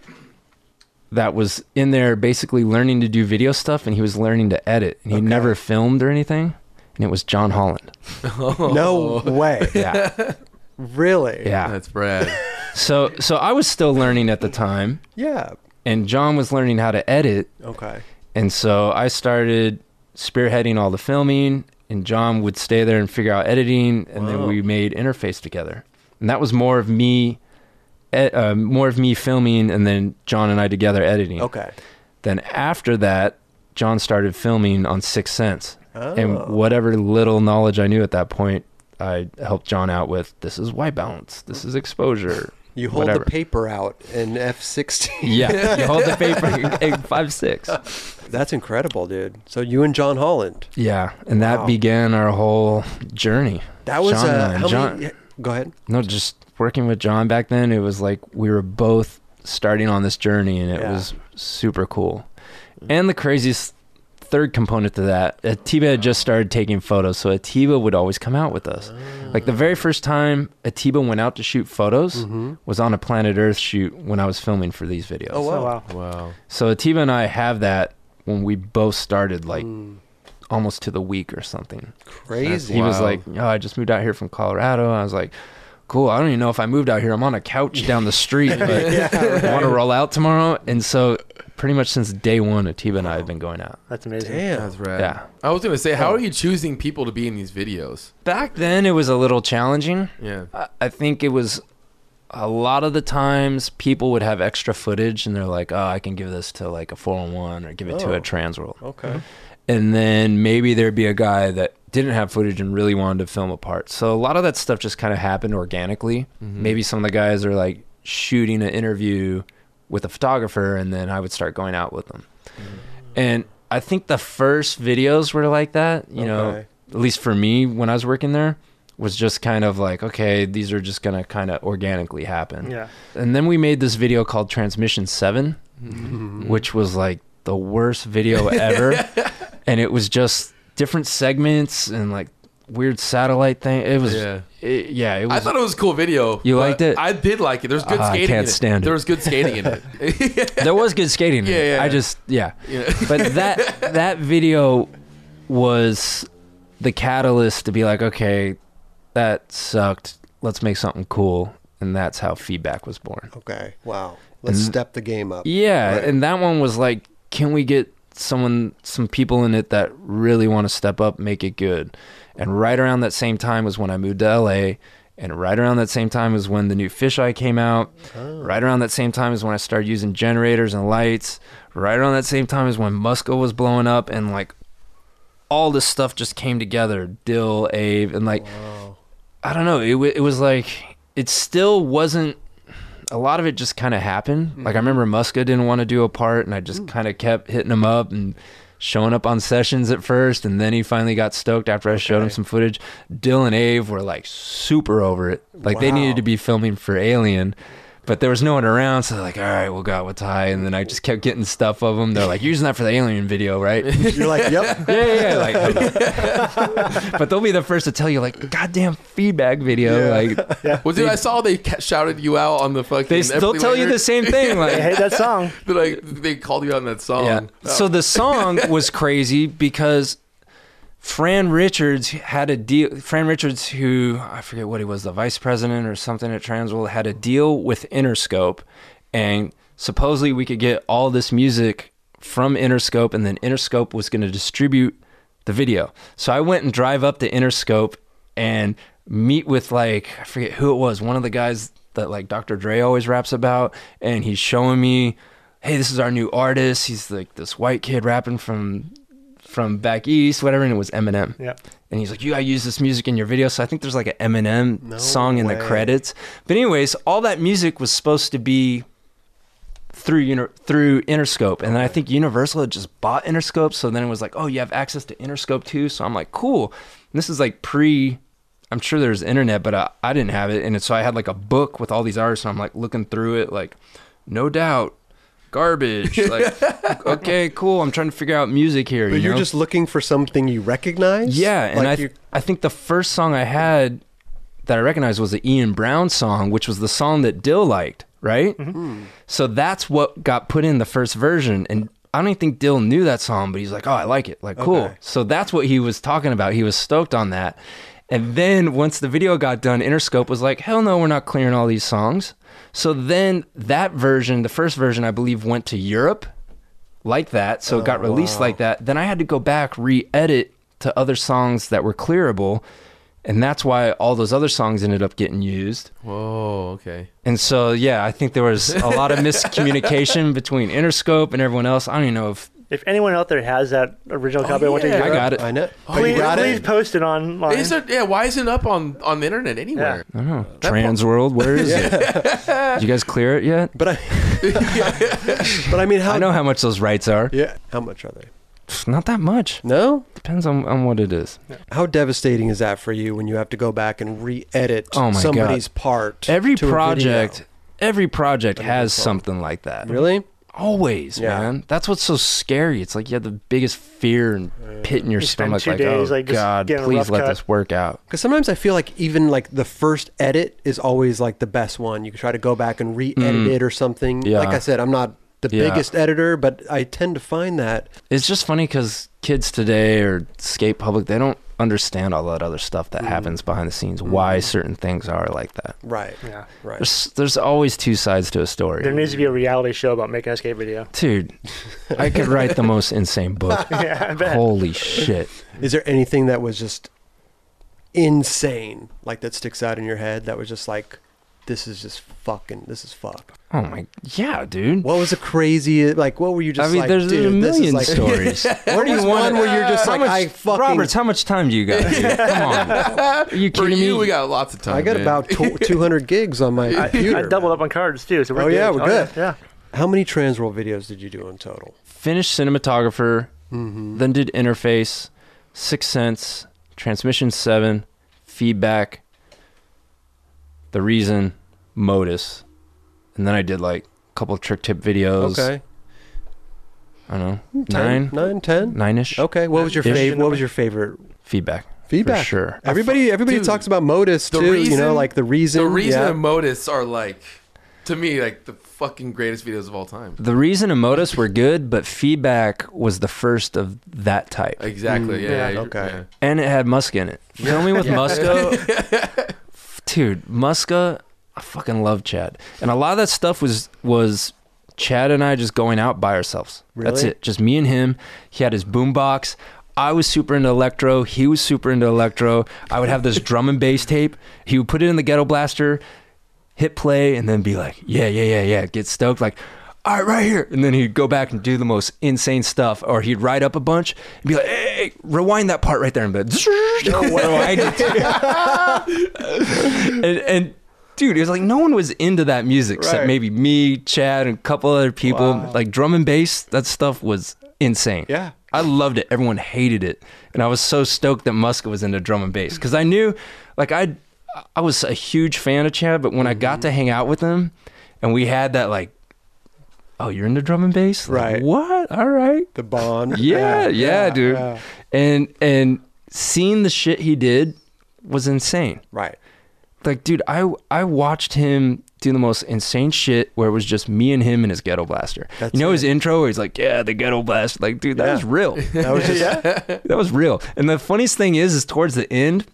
Speaker 2: that was in there basically learning to do video stuff, and he was learning to edit, and he never filmed or anything. And it was John Holland.
Speaker 1: No way.
Speaker 2: Yeah,
Speaker 1: Really?
Speaker 2: yeah.
Speaker 4: That's Brad.
Speaker 2: So so I was still learning at the time,
Speaker 1: Yeah.
Speaker 2: and John was learning how to edit,
Speaker 1: Okay.
Speaker 2: and so I started spearheading all the filming, and John would stay there and figure out editing, and then we made interface together, and that was more of me, e- uh, more of me filming, and then John and I together editing.
Speaker 1: Okay.
Speaker 2: Then after that, John started filming on Sixth Sense.
Speaker 1: Oh.
Speaker 2: And whatever little knowledge I knew at that point, I helped John out with this is white balance, this is exposure.
Speaker 1: You hold
Speaker 2: whatever.
Speaker 1: the paper out in F16.
Speaker 2: Yeah, you hold the paper eight, five six.
Speaker 1: That's incredible, dude. So you and John Holland.
Speaker 2: Yeah, and
Speaker 1: Wow.
Speaker 2: that began our whole journey.
Speaker 1: That was
Speaker 2: John and I.
Speaker 1: uh, how
Speaker 2: John-
Speaker 1: many? Go ahead.
Speaker 2: No, just working with John back then, it was like we were both starting on this journey and it
Speaker 1: Yeah. Mm-hmm.
Speaker 2: was super cool. And the craziest third component to that, Atiba had just started taking photos, so Atiba would always come out with us. Like the very first time Atiba went out to shoot photos
Speaker 1: Mm-hmm.
Speaker 2: was on a Planet Earth shoot when I was filming for these videos.
Speaker 1: Oh,
Speaker 3: Oh, wow.
Speaker 4: Wow.
Speaker 2: So Atiba and I have that when we both started like
Speaker 1: Mm.
Speaker 2: almost to the week or something.
Speaker 1: Crazy.
Speaker 2: He was
Speaker 4: Wow.
Speaker 2: like, "Oh, I just moved out here from Colorado." I was like, "Cool. I don't even know if I moved out here. I'm on a couch down the street. But Want to roll out tomorrow?" And so, pretty much since day one, Atiba and I have been going out.
Speaker 3: That's amazing.
Speaker 1: Damn.
Speaker 4: That's right.
Speaker 2: Yeah. Oh.
Speaker 4: I was gonna say, how are you choosing people to be in these videos?
Speaker 2: Back then, it was a little challenging.
Speaker 4: Yeah.
Speaker 2: I- I think it was a lot of the times people would have extra footage, and they're like, "Oh, I can give this to like a 401 or give it to
Speaker 1: Oh.
Speaker 2: a trans world."
Speaker 1: Okay.
Speaker 2: and then maybe there'd be a guy that didn't have footage and really wanted to film a part. So a lot of that stuff just kind of happened organically.
Speaker 4: Mm-hmm.
Speaker 2: Maybe some of the guys are like shooting an interview with a photographer, and then I would start going out with them.
Speaker 4: Mm.
Speaker 2: And I think the first videos were like that, you know,
Speaker 1: Okay.
Speaker 2: at least for me when I was working there, was just kind of like, okay, these are just going to kind of organically happen.
Speaker 3: Yeah.
Speaker 2: And then we made this video called Transmission 7,
Speaker 4: Mm-hmm.
Speaker 2: which was like the worst video ever. and it was just different segments and like weird satellite thing. It was,
Speaker 4: Yeah.
Speaker 2: yeah, it, yeah, it was.
Speaker 4: I thought it was a cool video.
Speaker 2: You
Speaker 4: but
Speaker 2: liked it?
Speaker 4: I did like it. There's good
Speaker 2: Ah, I
Speaker 4: skating.
Speaker 2: can't
Speaker 4: in it.
Speaker 2: stand it.
Speaker 4: There was good skating in it.
Speaker 2: there was good skating. in
Speaker 4: Yeah,
Speaker 2: it.
Speaker 4: yeah, yeah.
Speaker 2: I just, yeah.
Speaker 4: Yeah.
Speaker 2: But that that video was the catalyst to be like, okay, that sucked. Let's make something cool. And that's how feedback was born.
Speaker 1: Okay. Wow. Let's
Speaker 2: And-
Speaker 1: step the game up.
Speaker 2: Yeah,
Speaker 1: Right.
Speaker 2: and that one was like, can we get someone, some people in it that really want to step up, make it good? And right around that same time was when I moved to LA, and right around that same time was when the new fisheye came out.
Speaker 1: Oh.
Speaker 2: Right around that same time is when I started using generators and lights. Right around that same time is when Musco was blowing up, and like all this stuff just came together. Dill, Ave, and like I don't know. It wa- it was like it still wasn't. A lot of it just kind of happened. Like I remember Muska didn't want to do a part, and I just kind of kept hitting him up and showing up on sessions at first, and then he finally got stoked after I showed him some footage. Dill and Ave were like super over it. Like they
Speaker 1: Wow.
Speaker 2: needed to be filming for Alien. But there was no one around, so they're like, "All right, we'll go out with Ty." And then I just kept getting stuff of them. They're like, "Using that for the Alien video, right?"
Speaker 1: You're like, yep.
Speaker 2: yeah, yeah, yeah. Like, but they'll be the first to tell you, like, goddamn feedback video. Like,
Speaker 4: well, dude, I saw they ca- shouted you out on the fucking.
Speaker 2: they still tell you the same thing.
Speaker 3: I
Speaker 2: Like,
Speaker 3: hate that song.
Speaker 4: They're like they called you out on that song. Oh.
Speaker 2: yeah. So the song was crazy because Fran Richards had a deal. Fran Richards, who I forget what he was, the vice president or something at Transworld, had a deal with Interscope, and supposedly we could get all this music from Interscope, and then Interscope was going to distribute the video. So I went and drive up to Interscope and meet with like I forget who it was, one of the guys that like Dr. Dre always raps about, and he's showing me, hey, this is our new artist. He's like this white kid rapping from from back east, whatever, and it was Eminem.
Speaker 3: Yeah.
Speaker 2: And he's like, "You gotta use this music in your video." So I think there's like an Eminem song in the
Speaker 1: way.
Speaker 2: credits. But anyways, all that music was supposed to be through Uni- through Interscope, and then I think Universal had just bought Interscope, so then it was like, "Oh, you have access to Interscope too." So I'm like, "Cool." And this is like pre. I'm sure there's internet, but I, I didn't have it, and so I had like a book with all these artists, and I'm like looking through it, like, no doubt. Garbage. Like, okay, cool. I'm trying to figure out music here.
Speaker 1: But
Speaker 2: you
Speaker 1: you're
Speaker 2: know?
Speaker 1: just looking for something you recognize.
Speaker 2: Yeah, and
Speaker 1: Like
Speaker 2: I,
Speaker 1: you-
Speaker 2: I think the first song I had that I recognized was the Ian Brown song, which was the song that Dill liked, right? So that's what got put in the first version, and I don't even think Dill knew that song, but he's like, "Oh, I like it, like cool." So that's what he was talking about. He was stoked on that, And then once the video got done, Interscope was like, hell no, we're not clearing all these songs. So then that version, the first version, I believe, went to Europe like that. So it got released like that. Then I had to go back, re edit to other songs that were clearable. And that's why all those other songs ended up getting used.
Speaker 4: Whoa, okay.
Speaker 2: And so, yeah, I think there was a lot of miscommunication between Interscope and everyone else. I don't even know if
Speaker 3: If anyone out there has that original copy, I went to
Speaker 4: yeah.
Speaker 2: I
Speaker 3: Europe,
Speaker 2: got it.
Speaker 1: I know. Oh,
Speaker 3: Please,
Speaker 1: you got
Speaker 3: please
Speaker 1: it.
Speaker 3: post it online.
Speaker 4: Is it, yeah, why isn't it up on, on the internet anywhere?
Speaker 2: I don't know. Trans world, where is it? Did you guys clear it yet?
Speaker 1: But I, but I mean, how?
Speaker 2: I know how much those rights are.
Speaker 1: Yeah. How much are they?
Speaker 2: Pff, Not that much.
Speaker 1: No.
Speaker 2: Depends on, on what it is.
Speaker 1: How devastating is that for you when you have to go back and re-edit
Speaker 2: Oh my God.
Speaker 1: somebody's part?
Speaker 2: Every
Speaker 1: to a video?
Speaker 2: project, every project has something like that.
Speaker 1: Really?
Speaker 2: Always,
Speaker 1: Yeah.
Speaker 2: man. That's what's so scary. It's like you have the biggest fear and pit in your
Speaker 3: spend
Speaker 2: stomach.
Speaker 3: two
Speaker 2: Like,
Speaker 3: days,
Speaker 2: oh
Speaker 3: like, just
Speaker 2: God,
Speaker 3: getting a
Speaker 2: please
Speaker 3: rough
Speaker 2: let
Speaker 3: cut."
Speaker 2: this work out.
Speaker 1: Because sometimes I feel like even like the first edit is always like the best one. You can try to go back and re-edit it or something.
Speaker 2: Mm. Yeah.
Speaker 1: Like I said, I'm not the
Speaker 2: Yeah.
Speaker 1: biggest editor, but I tend to find that
Speaker 2: It's just funny because kids today or skate public, they don't understand all that other stuff that happens behind the scenes. Why certain things are like that.
Speaker 1: right,
Speaker 3: Yeah.
Speaker 1: right.
Speaker 2: There's there's always two sides to a story.
Speaker 3: There needs to be a reality show about making a skate video.
Speaker 2: Dude, I could write the most insane book.
Speaker 3: yeah, I bet.
Speaker 2: Holy shit.
Speaker 1: Is there anything that was just insane, like that sticks out in your head? That was just like, this is just fucking, this is fucked.
Speaker 2: Oh my yeah, dude.
Speaker 1: What was the craziest? Like, what were you just
Speaker 2: I mean,
Speaker 1: like?
Speaker 2: there's, there's a
Speaker 1: dude, this is
Speaker 2: million
Speaker 1: like-
Speaker 2: stories.
Speaker 1: Where do you one where you're just
Speaker 2: How
Speaker 1: like,
Speaker 2: much-
Speaker 1: I fucking.
Speaker 2: Roberts, how much time do you got? dude? Come on. Are you
Speaker 4: For
Speaker 2: kidding
Speaker 4: you,
Speaker 2: me?
Speaker 4: we got lots of time.
Speaker 1: I got
Speaker 4: man.
Speaker 1: about tw- 200 gigs on my
Speaker 3: I,
Speaker 1: computer.
Speaker 3: I doubled up on cards too, so we're
Speaker 1: Oh,
Speaker 3: good.
Speaker 1: yeah, we're good.
Speaker 3: Yeah,
Speaker 1: How many trans world videos did you do in total?
Speaker 2: Finished cinematographer,
Speaker 1: Mm-hmm.
Speaker 2: then did interface, six sense, transmission seven, feedback, the reason, modus. And then I did like a couple trick tip videos.
Speaker 1: Okay,
Speaker 2: I don't know.
Speaker 1: Ten?
Speaker 2: Nine.
Speaker 1: nine, ten.
Speaker 2: Nine ish.
Speaker 1: Okay, what was your
Speaker 2: Yeah.
Speaker 1: favorite? What was your favorite
Speaker 2: Feedback.
Speaker 1: feedback?
Speaker 2: For sure.
Speaker 1: Everybody, everybody
Speaker 4: Dude,
Speaker 1: talks about modus
Speaker 4: the
Speaker 1: too. you
Speaker 4: reason-
Speaker 1: know, like the reason.
Speaker 4: The reason
Speaker 1: yeah.
Speaker 4: and modus are like, to me, like the fucking greatest videos of all time.
Speaker 2: The reason Emotus were good, but feedback was the first of that type.
Speaker 4: Exactly. yeah,
Speaker 3: yeah,
Speaker 4: yeah,
Speaker 1: Mm, okay.
Speaker 4: yeah.
Speaker 2: and it had Muska in it. Filming with Muska, dude, Muska, I fucking love Chad, and a lot of that stuff was was Chad and I just going out by ourselves. That's
Speaker 1: Really?
Speaker 2: it, just me and him. He had his boombox. I was super into electro. He was super into electro. I would have this drum and bass tape. He would put it in the ghetto blaster, hit play, and then be like, "Yeah, yeah, yeah, yeah," get stoked like. All right, right here, and then he'd go back and do the most insane stuff, or he'd write up a bunch and be like, "Hey, hey, hey, rewind that part right there," and be like, rewind it and, and dude, it was like no one was into that music except
Speaker 1: Right.
Speaker 2: maybe me, Chad, and a couple other people. Like drum and bass, that stuff was insane.
Speaker 1: Yeah.
Speaker 2: I loved it. Everyone hated it, and I was so stoked that Muska was into drum and bass because I knew, like I, I was a huge fan of Chad, but when I
Speaker 1: Mm-hmm.
Speaker 2: got to hang out with him, and we had that like. Oh, you're into drum and bass? Like,
Speaker 1: Right.
Speaker 2: What? All right
Speaker 1: the bond.
Speaker 2: yeah, yeah, dude.
Speaker 1: yeah.
Speaker 2: And and seeing the shit he did was insane.
Speaker 1: Right.
Speaker 2: Like, dude, I I watched him do the most insane shit where it was just me and him and his ghetto blaster.
Speaker 1: That's
Speaker 2: you know
Speaker 1: it.
Speaker 2: his intro where he's like, "Yeah, the ghetto blaster." Like, dude, that
Speaker 1: Yeah.
Speaker 2: was real.
Speaker 1: That was just
Speaker 2: that was real. And the funniest thing is, is towards the end,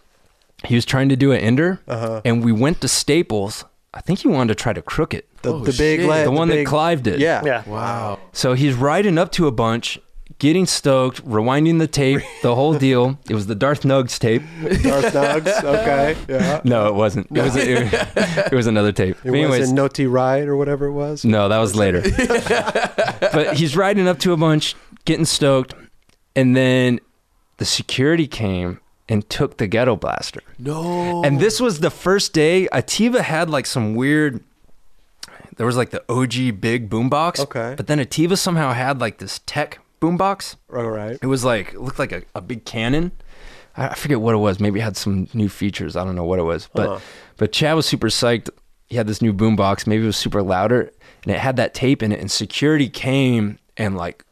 Speaker 2: he was trying to do an ender,
Speaker 1: Uh-huh.
Speaker 2: and we went to Staples. I think he wanted to try to crook it,
Speaker 1: the,
Speaker 4: Oh,
Speaker 1: the big
Speaker 4: shit.
Speaker 1: leg.
Speaker 2: the one
Speaker 1: big-
Speaker 2: that Clive did.
Speaker 1: Yeah.
Speaker 3: yeah.
Speaker 4: Wow.
Speaker 2: So he's riding up to a bunch, getting stoked, rewinding the tape, the whole deal. It was the Darth Nugs tape.
Speaker 1: Darth Nugs. Okay. Yeah.
Speaker 2: No, it wasn't. It was it, was another tape.
Speaker 1: It
Speaker 2: But
Speaker 1: was
Speaker 2: anyways,
Speaker 1: in Noti Ride or whatever it was.
Speaker 2: no, that was later. but he's riding up to a bunch, getting stoked, and then the security came and took the ghetto blaster.
Speaker 4: No.
Speaker 2: And this was the first day Ativa had like some weird. There was like the OG big boombox.
Speaker 1: Okay.
Speaker 2: But then Ativa somehow had like this tech boombox.
Speaker 1: All right.
Speaker 2: It was like it looked like a, a big cannon. I I forget what it was. Maybe it had some new features. I don't know what it was. But but Chad was super psyched. He had this new boombox. Maybe it was super louder, and it had that tape in it. And security came and like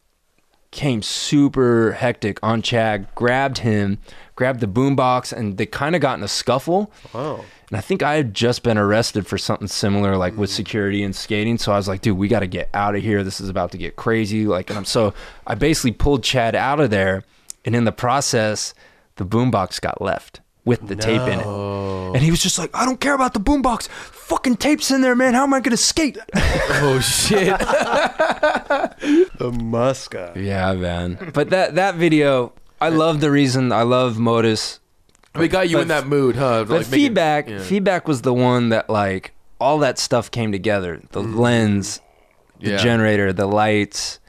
Speaker 2: came super hectic on Chad, grabbed him, grabbed the boombox, and they kind of got in a scuffle.
Speaker 1: Wow.
Speaker 2: And I think I had just been arrested for something similar, like with security and skating. So I was like, dude, we got to get out of here. This is about to get crazy. Like, and I'm so I basically pulled Chad out of there. And in the process, the boombox got left. with the tape in it. And he was just like, I don't care about the boombox. Fucking tape's in there, man. How am I gonna skate?
Speaker 4: Oh shit!
Speaker 1: The Muska.
Speaker 2: yeah, man. But that that video, I love the reason. I love Modus.
Speaker 4: we got you in that mood, huh?
Speaker 2: But
Speaker 4: Like, make it-
Speaker 2: feedback,
Speaker 4: yeah.
Speaker 2: feedback was the one that like all that stuff came together. The lens, the
Speaker 4: Mm. Yeah.
Speaker 2: generator, the lights.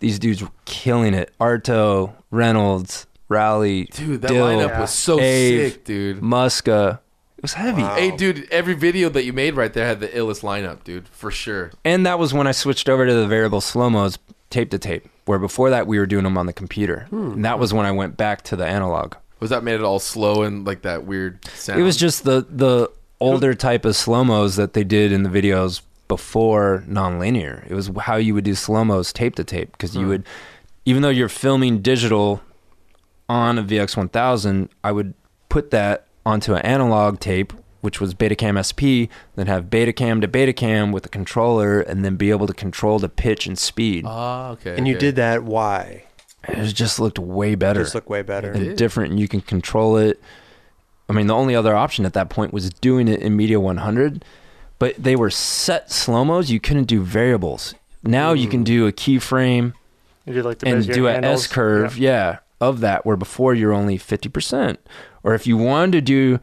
Speaker 2: These dudes were killing it. Arto, Reynolds, Rowley,
Speaker 4: dude, that
Speaker 2: Dill,
Speaker 4: lineup was so
Speaker 2: Ave,
Speaker 4: sick, dude.
Speaker 2: Muska. It was heavy.
Speaker 4: Hey, dude, every video that you made right there had the illest lineup, dude, for sure.
Speaker 2: And that was when I switched over to the variable slow mos tape to tape, where before that we were doing them on the computer.
Speaker 4: Hmm.
Speaker 2: And that was when I went back to the analog.
Speaker 4: Was that made it all slow and like that weird sound?
Speaker 2: It was just the the older type of slow mos that they did in the videos before nonlinear. It was how you would do slow mos tape to tape because you would, even though you're filming digital on a VX1000, I would put that onto an analog tape, which was Betacam SP, then have Betacam to Betacam with a controller, and then be able to control the pitch and speed.
Speaker 4: Ah, okay.
Speaker 1: And you
Speaker 4: okay.
Speaker 1: did that. Why?
Speaker 2: It just looked way better
Speaker 1: Just look way better.
Speaker 2: and different, and you can control it. I mean, the only other option at that point was doing it in Media 100, but they were set slow mos. You couldn't do variables. Now you can do a keyframe
Speaker 3: You did like the
Speaker 2: and
Speaker 3: Bezier
Speaker 2: do an
Speaker 3: handles.
Speaker 2: S curve, yeah. of that. Where before you're only 50%, or if you wanted to do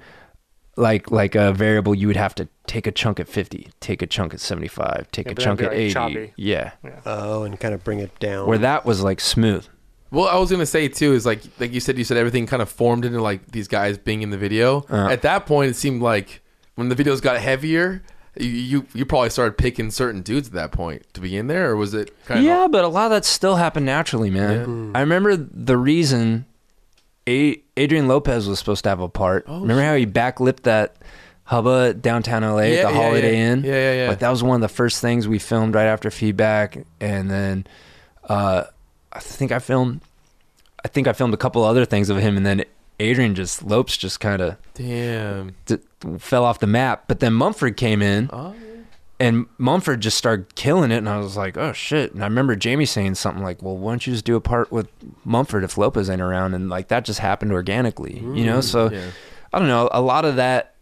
Speaker 2: like like a variable, you would have to take a chunk at 50, take a chunk at 75, take
Speaker 3: Yeah,
Speaker 2: a
Speaker 3: but that'd
Speaker 2: chunk
Speaker 3: be,
Speaker 2: at
Speaker 3: like,
Speaker 2: 80.
Speaker 3: choppy.
Speaker 2: Yeah,
Speaker 1: Oh, and kind of bring it down.
Speaker 2: where that was like smooth.
Speaker 4: Well, I was gonna say too is like like you said, you said everything kind of formed into like these guys being in the video.
Speaker 2: Uh-huh.
Speaker 4: At that point, it seemed like when the videos got heavier, you you, you probably started picking certain dudes at that point to be in there, or was it kind
Speaker 2: yeah,
Speaker 4: of
Speaker 2: but a lot of that still happened naturally, man.
Speaker 4: Mm.
Speaker 2: I remember the reason a- Adrian Lopez was supposed to have a part.
Speaker 4: Oh,
Speaker 2: remember how he backlipped that hubba at downtown LA
Speaker 4: Yeah,
Speaker 2: at the
Speaker 4: yeah,
Speaker 2: Holiday
Speaker 4: yeah.
Speaker 2: Inn?
Speaker 4: Yeah, yeah, yeah.
Speaker 2: Like that was one of the first things we filmed right after feedback, and then uh, I think I filmed, I think I filmed a couple other things of him, and then Adrian just Lopes just kind of
Speaker 4: damn?
Speaker 2: d- fell off the map. But then Mumford came in, and Mumford just started killing it. And I was like, oh shit. And I remember Jamie saying something like, well, why don't you just do a part with Mumford if Lopez ain't around? And like that just happened organically, you know? So
Speaker 4: yeah.
Speaker 2: I don't know. A lot of that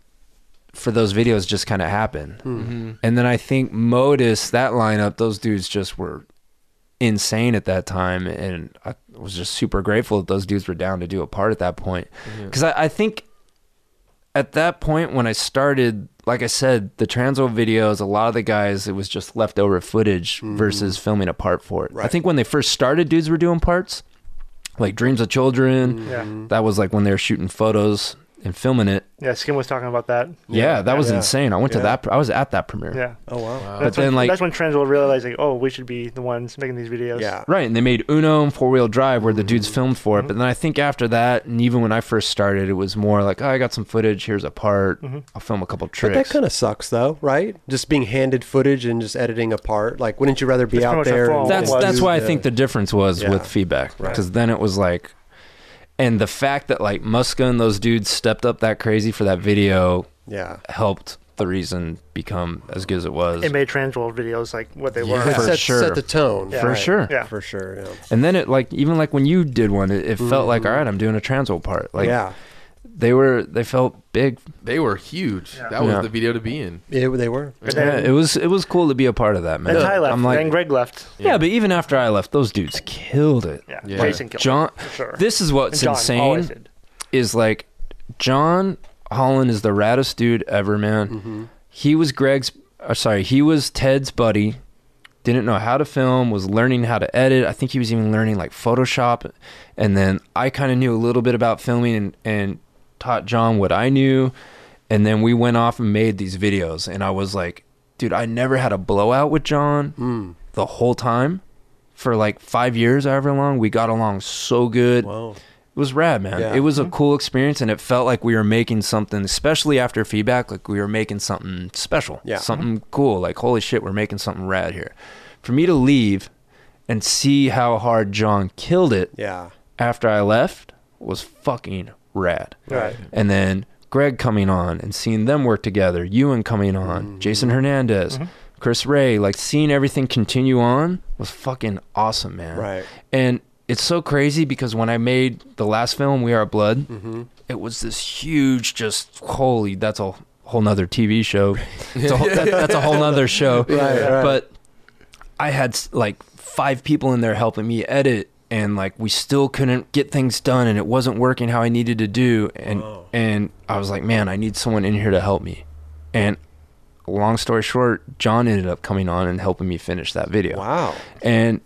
Speaker 2: for those videos just kind of happened. And then I think Modus, that lineup, those dudes just were insane at that time and i was just super grateful that those dudes were down to do a part at that point because I, I think at that point when I started, like I said, the Transworld videos, a lot of the guys, it was just leftover footage versus filming a part for it. I think when they first started, dudes were doing parts, like Dreams of
Speaker 1: Mm-hmm.
Speaker 2: Children.
Speaker 3: Yeah.
Speaker 2: That was like when they were shooting photos and filming it.
Speaker 3: Yeah, Skin was talking about that.
Speaker 2: Yeah, that was
Speaker 1: Yeah.
Speaker 2: insane. I went to
Speaker 1: Yeah.
Speaker 2: that. I was at that premiere.
Speaker 3: Yeah.
Speaker 1: oh wow.
Speaker 3: That's
Speaker 2: then,
Speaker 3: when,
Speaker 2: like-
Speaker 3: that's when Transworld realized like, oh, we should be the ones making these videos.
Speaker 1: Yeah.
Speaker 2: Right, and they made Uno and Four Wheel Drive where the dudes filmed for it. But then I think after that, and even when I first started, it was more like, oh, I got some footage. Here's a part. I'll film a couple tricks.
Speaker 1: But that kind of sucks, though, right? Just being handed footage and just editing apart. Like, wouldn't you rather be
Speaker 3: That's
Speaker 1: out
Speaker 3: pretty much
Speaker 1: there?
Speaker 3: our
Speaker 1: and-
Speaker 3: fault.
Speaker 2: that's
Speaker 3: was-
Speaker 2: that's why I think the difference was
Speaker 1: Yeah.
Speaker 2: with feedback because then it was like, and the fact that like Muska and those dudes stepped up that crazy for that video
Speaker 1: yeah.
Speaker 2: helped the reason become as good as it was.
Speaker 3: It made Transworld videos like what they
Speaker 1: It
Speaker 2: For
Speaker 3: were.
Speaker 1: set,
Speaker 2: sure.
Speaker 1: set the tone
Speaker 3: Yeah.
Speaker 2: for
Speaker 1: right.
Speaker 2: sure.
Speaker 3: Yeah.
Speaker 1: For sure. Yeah.
Speaker 2: And then it like even like when you did one, it, it felt like all right, I'm doing a transworld part. Like
Speaker 1: Mm-hmm. yeah.
Speaker 2: they were they felt big.
Speaker 4: They were huge. That was
Speaker 2: Yeah.
Speaker 4: the video to be in.
Speaker 1: Yeah, they were.
Speaker 3: But
Speaker 2: Yeah,
Speaker 3: then,
Speaker 2: it was it was cool to be a part of that man.
Speaker 3: then Ty left.
Speaker 2: I'm like,
Speaker 3: then Greg left.
Speaker 2: yeah, but even after I left, those dudes killed it.
Speaker 3: Yeah.
Speaker 4: Yeah.
Speaker 3: Jason killed.
Speaker 2: John,
Speaker 3: him, for sure.
Speaker 2: this is what's
Speaker 3: And John
Speaker 2: insane.
Speaker 3: always did.
Speaker 2: is like John Holland is the raddest dude ever, man. He was Greg's, uh, sorry, he was Ted's buddy. Didn't know how to film, was learning how to edit. I think he was even learning like Photoshop. And then I kind of knew a little bit about filming and, and taught John what I knew. And then we went off and made these videos. And I was like, dude, I never had a blowout with John the whole time for like five years, however long. We got along so good.
Speaker 1: Wow.
Speaker 2: It was rad, man.
Speaker 1: Yeah.
Speaker 2: It was a cool experience, and it felt like we were making something, especially after feedback, like we were making something special,
Speaker 1: Yeah. Mm-hmm.
Speaker 2: something cool. Like, holy shit, we're making something rad here. For me to leave and see how hard John killed it
Speaker 1: Yeah.
Speaker 2: after I left was fucking rad.
Speaker 3: Right.
Speaker 2: And then Greg coming on and seeing them work together, Ewan coming on, Jason Hernandez, Chris Ray, like seeing everything continue on was fucking awesome, man.
Speaker 1: Right.
Speaker 2: And it's so crazy because when I made the last film, We Are Blood, it was this huge, just holy. That's a whole nother TV show. It's a whole, that, that's a whole nother show.
Speaker 1: Right, right.
Speaker 2: But I had s- like five people in there helping me edit, and like we still couldn't get things done, and it wasn't working how I needed to do. And and I was like, man, I need someone in here to help me. And long story short, John ended up coming on and helping me finish that video.
Speaker 1: Wow.
Speaker 2: And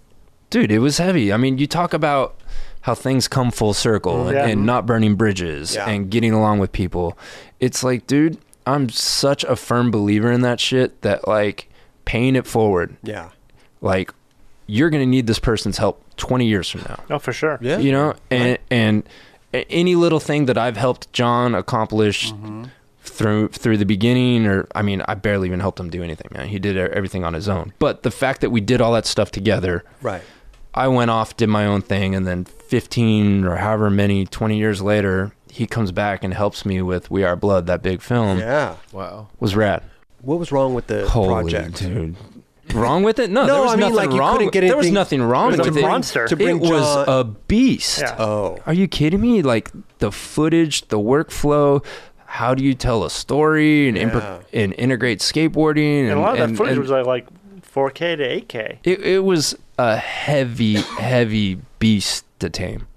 Speaker 2: dude, it was heavy. I mean, you talk about how things come full circle and,
Speaker 3: Yeah.
Speaker 2: and not burning bridges
Speaker 1: Mm-hmm. Yeah.
Speaker 2: and getting along with people. It's like, dude, I'm such a firm believer in that shit that like paying it forward,
Speaker 1: Yeah.
Speaker 2: like you're going to need this person's help 20 years from now
Speaker 3: No, for sure.
Speaker 1: Yeah.
Speaker 2: you know and and a- any little thing that i've helped john accomplish
Speaker 1: Mm-hmm.
Speaker 2: through through the beginning or i mean i barely even helped him do anything man he did e- everything on his own but the fact that we did all that stuff together
Speaker 1: Right.
Speaker 2: i went off did my own thing and then 15 or however many 20 years later he comes back and helps me with we are blood that big film
Speaker 1: Yeah.
Speaker 4: Wow.
Speaker 2: was rad
Speaker 1: What was wrong with the
Speaker 2: holy
Speaker 1: project?
Speaker 2: dude Wrong with it? No,
Speaker 1: No,
Speaker 2: there was
Speaker 1: I mean,
Speaker 2: nothing
Speaker 1: like, you
Speaker 2: wrong.
Speaker 1: couldn't
Speaker 2: with-
Speaker 1: get
Speaker 2: there was
Speaker 1: anything-
Speaker 2: nothing wrong
Speaker 3: It was a
Speaker 2: with it.
Speaker 3: monster.
Speaker 1: To bring
Speaker 2: it was
Speaker 1: John-
Speaker 2: a beast.
Speaker 3: Yeah.
Speaker 1: Oh.
Speaker 2: Are you kidding me? Like the footage, the workflow, how do you tell a story and impre-
Speaker 1: Yeah.
Speaker 2: and integrate skateboarding? And,
Speaker 3: And a lot of that
Speaker 2: and-
Speaker 3: footage
Speaker 2: and
Speaker 3: was like, like 4K to 8K.
Speaker 2: it, it was a heavy, heavy beast to tame.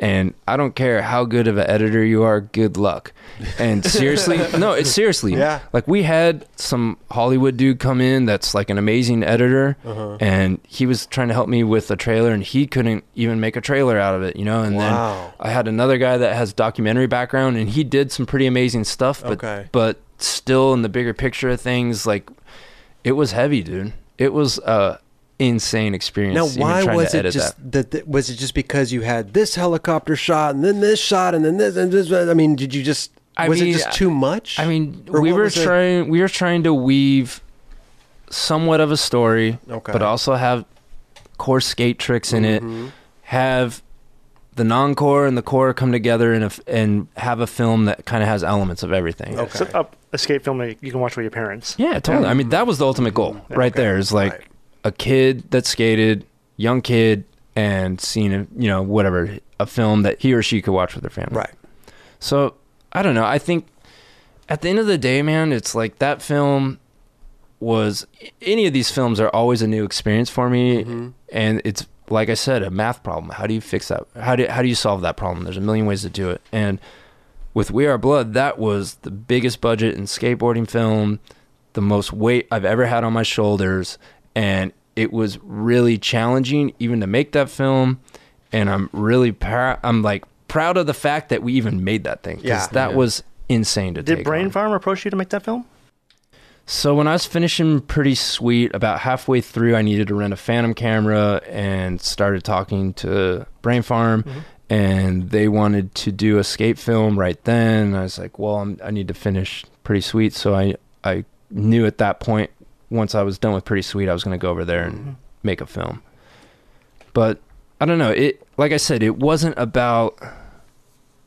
Speaker 2: And I don't care how good of an editor you are, good luck. And seriously, no, it's seriously.
Speaker 1: Yeah.
Speaker 2: Like we had some Hollywood dude come in that's like an amazing editor,
Speaker 1: Uh-huh.
Speaker 2: and he was trying to help me with a trailer, and he couldn't even make a trailer out of it, you know. And
Speaker 1: Wow.
Speaker 2: then I had another guy that has documentary background, and he did some pretty amazing stuff, but
Speaker 1: Okay.
Speaker 2: but still in the bigger picture of things, like it was heavy, dude. It was a insane experience.
Speaker 1: Now,
Speaker 2: even
Speaker 1: why
Speaker 2: trying
Speaker 1: was
Speaker 2: to
Speaker 1: it
Speaker 2: edit
Speaker 1: just
Speaker 2: that.
Speaker 1: that? that- Was it just because you had this helicopter shot and then this shot and then this and this? I mean, did you just?
Speaker 2: I
Speaker 1: was
Speaker 2: mean,
Speaker 1: it just too much?
Speaker 2: I mean,
Speaker 1: Or
Speaker 2: we
Speaker 1: what
Speaker 2: were
Speaker 1: was it?
Speaker 2: trying. We were trying to weave somewhat of a story,
Speaker 1: Okay. Mm-hmm.
Speaker 2: but also have core skate tricks in it. Have the non-core and the core come together and and have a film that kind of has elements of everything.
Speaker 1: Okay.
Speaker 3: It's a a escape film that you can watch with your parents.
Speaker 2: Yeah, totally. I mean, that was the ultimate goal right there is like
Speaker 1: Right.
Speaker 2: a kid that skated, young kid, and seeing, a, you know, whatever, a film that he or she could watch with their family.
Speaker 1: Right.
Speaker 2: So I don't know. I think at the end of the day, man, it's like that film was any of these films are always a new experience for me,
Speaker 1: Mm-hmm.
Speaker 2: and it's like I said, a math problem. How do you fix that? How do how do you solve that problem? There's a million ways to do it, and with We Are Blood, that was the biggest budget in skateboarding film, the most weight I've ever had on my shoulders, and it was really challenging even to make that film. And I'm really proud. I'm like proud of the fact that we even made that thing because
Speaker 1: Yeah.
Speaker 2: that was insane to
Speaker 3: Did
Speaker 2: take
Speaker 3: Brain
Speaker 2: on.
Speaker 3: Farm approach you to make that film?
Speaker 2: So when I was finishing pretty sweet, about halfway through, I needed to rent a Phantom camera and started talking to Brain Farm,
Speaker 3: Mm-hmm.
Speaker 2: and they wanted to do a skate film right then. And I was like, well, I'm, I need to finish pretty sweet, so I I knew at that point once I was done with pretty sweet, I was going to go over there
Speaker 3: Mm-hmm.
Speaker 2: and make a film. But I don't know. It like I said, it wasn't about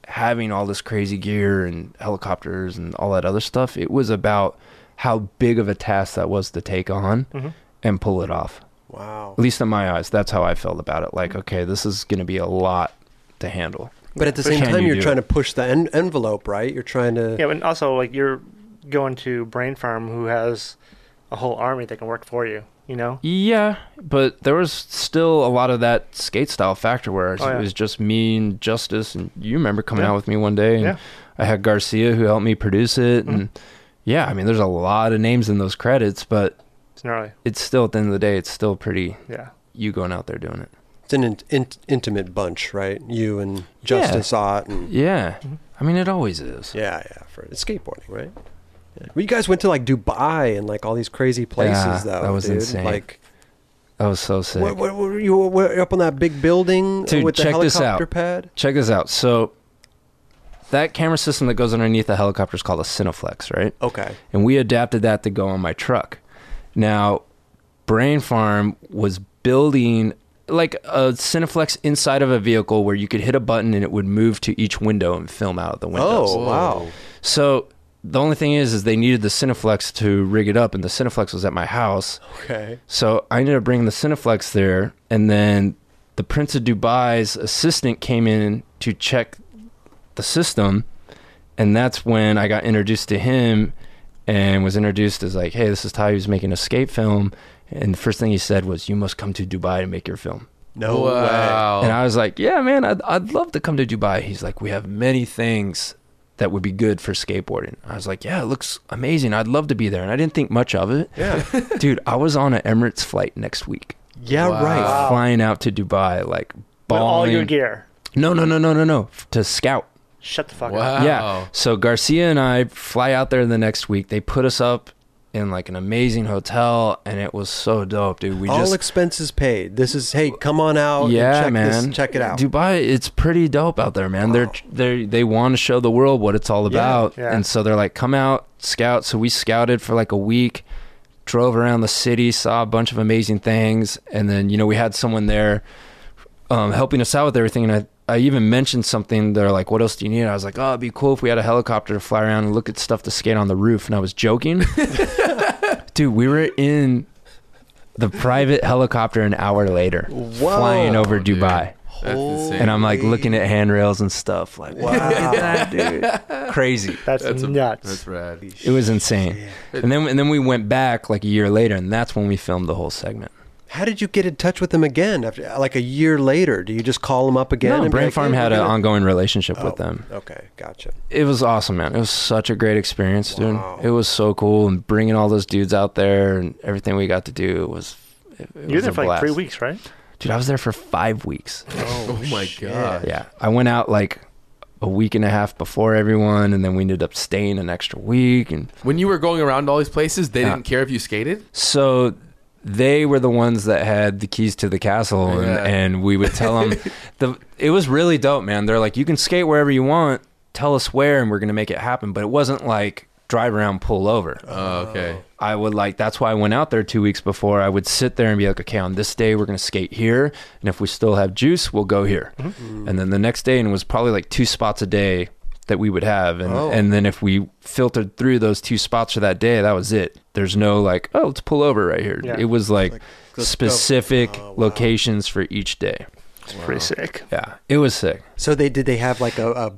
Speaker 2: having all this crazy gear and helicopters and all that other stuff. It was about how big of a task that was to take on and pull it off.
Speaker 1: Wow.
Speaker 2: At least in my eyes, that's how I felt about it. Like, okay, this is going to be a lot to handle.
Speaker 1: But at the same
Speaker 2: Can
Speaker 1: time,
Speaker 2: you
Speaker 1: you are
Speaker 2: do
Speaker 1: trying
Speaker 2: it?
Speaker 1: to push the en- envelope, right? You're trying to.
Speaker 3: Yeah, and also like you're going to Brain Farm, who has a whole army that can work for you. You know,
Speaker 2: Yeah, but there was still a lot of that skate style factor where it
Speaker 3: Oh, yeah.
Speaker 2: was just me and Justice, and you remember coming
Speaker 3: Yeah.
Speaker 2: out with me one day, and
Speaker 3: Yeah.
Speaker 2: I had Garcia who helped me produce it, and yeah, I mean, there's a lot of names in those credits, but
Speaker 3: it's gnarly.
Speaker 2: it's still at the end of the day, it's still pretty
Speaker 3: Yeah,
Speaker 2: you going out there doing it.
Speaker 1: It's an in- in- intimate bunch, right? You and Justice Ott and
Speaker 2: Yeah, I mean, it always is.
Speaker 1: yeah, yeah, for it's skateboarding, right? Yeah. Well, you guys went to like Dubai and like all these crazy places,
Speaker 2: Yeah,
Speaker 1: though.
Speaker 2: that was
Speaker 1: dude.
Speaker 2: insane.
Speaker 1: Like,
Speaker 2: That was so sick.
Speaker 1: what, what, what, were you were up on that big building
Speaker 2: Dude,
Speaker 1: with the
Speaker 2: check
Speaker 1: helicopter
Speaker 2: this out.
Speaker 1: pad?
Speaker 2: Check this out. So that camera system that goes underneath the helicopter is called a Cineflex, right?
Speaker 1: Okay.
Speaker 2: And we adapted that to go on my truck. Now, Brain Farm was building like a Cineflex inside of a vehicle where you could hit a button and it would move to each window and film out of the windows.
Speaker 1: Oh wow.
Speaker 2: So the only thing is, is they needed the Cineflex to rig it up, and the
Speaker 1: Oh.
Speaker 2: Cineflex was at my house.
Speaker 1: Okay.
Speaker 2: So I ended up bringing the Cineflex there, and then the Prince of Dubai's assistant came in to check the system, and that's when I got introduced to him and was introduced as like, hey, this is Ty who's making an escape film. And the first thing he said was, you must come to Dubai to make your film.
Speaker 5: No
Speaker 4: wow.
Speaker 2: And I was like, yeah, man, I'd, I'd love to come to Dubai. He's like, we have many things that would be good for skateboarding. I was like, yeah, it looks amazing. I'd love to be there. And I didn't think much of it.
Speaker 1: Yeah.
Speaker 2: Dude, I was on an Emirates flight next week,
Speaker 1: Yeah,
Speaker 4: Wow.
Speaker 1: right.
Speaker 2: flying out to Dubai, like
Speaker 3: With
Speaker 2: balling.
Speaker 3: all your gear.
Speaker 2: No, no, no, no, no, no. f- To scout.
Speaker 3: Shut the fuck up.
Speaker 4: Wow.
Speaker 2: Yeah. So Garcia and I fly out there the next week. They put us up in like an amazing hotel, and it was so dope, dude. We
Speaker 1: All
Speaker 2: just
Speaker 1: expenses paid. This is hey, come on out. and
Speaker 2: yeah,
Speaker 1: check
Speaker 2: man.
Speaker 1: This, check it out.
Speaker 2: Dubai, it's pretty dope out there, man. They're they they want to show the world what it's all about,
Speaker 3: yeah.
Speaker 2: and so they're like, come out, scout. So we scouted for like a week, drove around the city, saw a bunch of amazing things, and then you know we had someone there um, helping us out with everything, and I. I even mentioned something. They're like, "What else do you need?" I was like, "Oh, it'd be cool if we had a helicopter to fly around and look at stuff to skate on the roof." And I was joking, dude. We were in the private helicopter an hour later, flying
Speaker 1: Oh,
Speaker 2: over
Speaker 4: dude.
Speaker 2: Dubai.
Speaker 4: That's insane.
Speaker 2: And I'm like looking at handrails and stuff, like wow,
Speaker 1: Wow.
Speaker 2: dude, crazy.
Speaker 3: That's,
Speaker 4: that's a-
Speaker 3: nuts.
Speaker 4: That's rad.
Speaker 2: It was insane. And then and then we went back like a year later, and that's when we filmed the whole segment.
Speaker 1: How did you get in touch with them again after like a year later? Do you just call them up again?
Speaker 2: no,
Speaker 1: and be
Speaker 2: Brain
Speaker 1: like,
Speaker 2: Farm
Speaker 1: "Hey,
Speaker 2: had
Speaker 1: we're
Speaker 2: an
Speaker 1: gonna-"
Speaker 2: ongoing relationship
Speaker 1: Oh,
Speaker 2: with them.
Speaker 1: Okay, gotcha.
Speaker 2: It was awesome, man. It was such a great experience,
Speaker 1: Wow.
Speaker 2: dude. It was so cool, and bringing all those dudes out there and everything we got to do was. It, it
Speaker 3: you were
Speaker 2: was
Speaker 3: there
Speaker 2: a
Speaker 3: for like
Speaker 2: blast.
Speaker 3: three weeks, right?
Speaker 2: dude. I was there for five weeks.
Speaker 4: Oh, my god.
Speaker 2: Yeah, I went out like a week and a half before everyone, and then we ended up staying an extra week. And
Speaker 4: When you were going around all these places, they
Speaker 2: Yeah.
Speaker 4: didn't care if you skated.
Speaker 2: so they were the ones that had the keys to the castle, and,
Speaker 4: Yeah.
Speaker 2: and we would tell them. the it was really dope, man. They're like, you can skate wherever you want. Tell us where, and we're gonna make it happen. But it wasn't like drive around, pull over.
Speaker 4: Oh, okay.
Speaker 2: I would like that's why I went out there two weeks before. I would sit there and be like, okay, on this day we're gonna skate here, and if we still have juice, we'll go here.
Speaker 1: Mm.
Speaker 2: And then the next day, and it was probably like two spots a day that we would have, and
Speaker 1: Oh.
Speaker 2: and then if we filtered through those two spots for that day, that was it. There's no like, oh, let's pull over right here.
Speaker 3: Yeah.
Speaker 2: It was like,
Speaker 1: let's go.
Speaker 2: specific
Speaker 1: Oh, wow.
Speaker 2: locations for each day.
Speaker 3: It's pretty sick.
Speaker 2: Yeah, it was sick.
Speaker 1: So they did. They have like a, a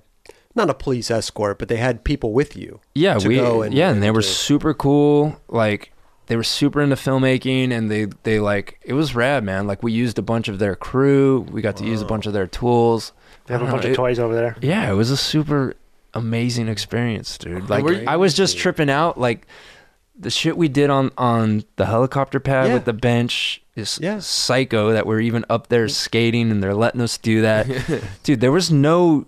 Speaker 1: not a police escort, but they had people with you.
Speaker 2: yeah
Speaker 1: to
Speaker 2: we
Speaker 1: go and-
Speaker 2: yeah and they
Speaker 1: and
Speaker 2: were
Speaker 1: to-
Speaker 2: super cool like they were super into filmmaking and they they like it was rad man like we used a bunch of their crew we got to use a bunch of their tools
Speaker 3: They have a
Speaker 2: I don't
Speaker 3: bunch
Speaker 2: know,
Speaker 3: of
Speaker 2: it-
Speaker 3: toys over there.
Speaker 2: yeah it was a super amazing experience dude like
Speaker 4: were you-
Speaker 2: i was just tripping out like the shit we did on on the helicopter pad
Speaker 1: Yeah.
Speaker 2: with the bench is
Speaker 1: Yeah. Mm.
Speaker 2: psycho that we're even up there skating and they're letting us do that dude there was no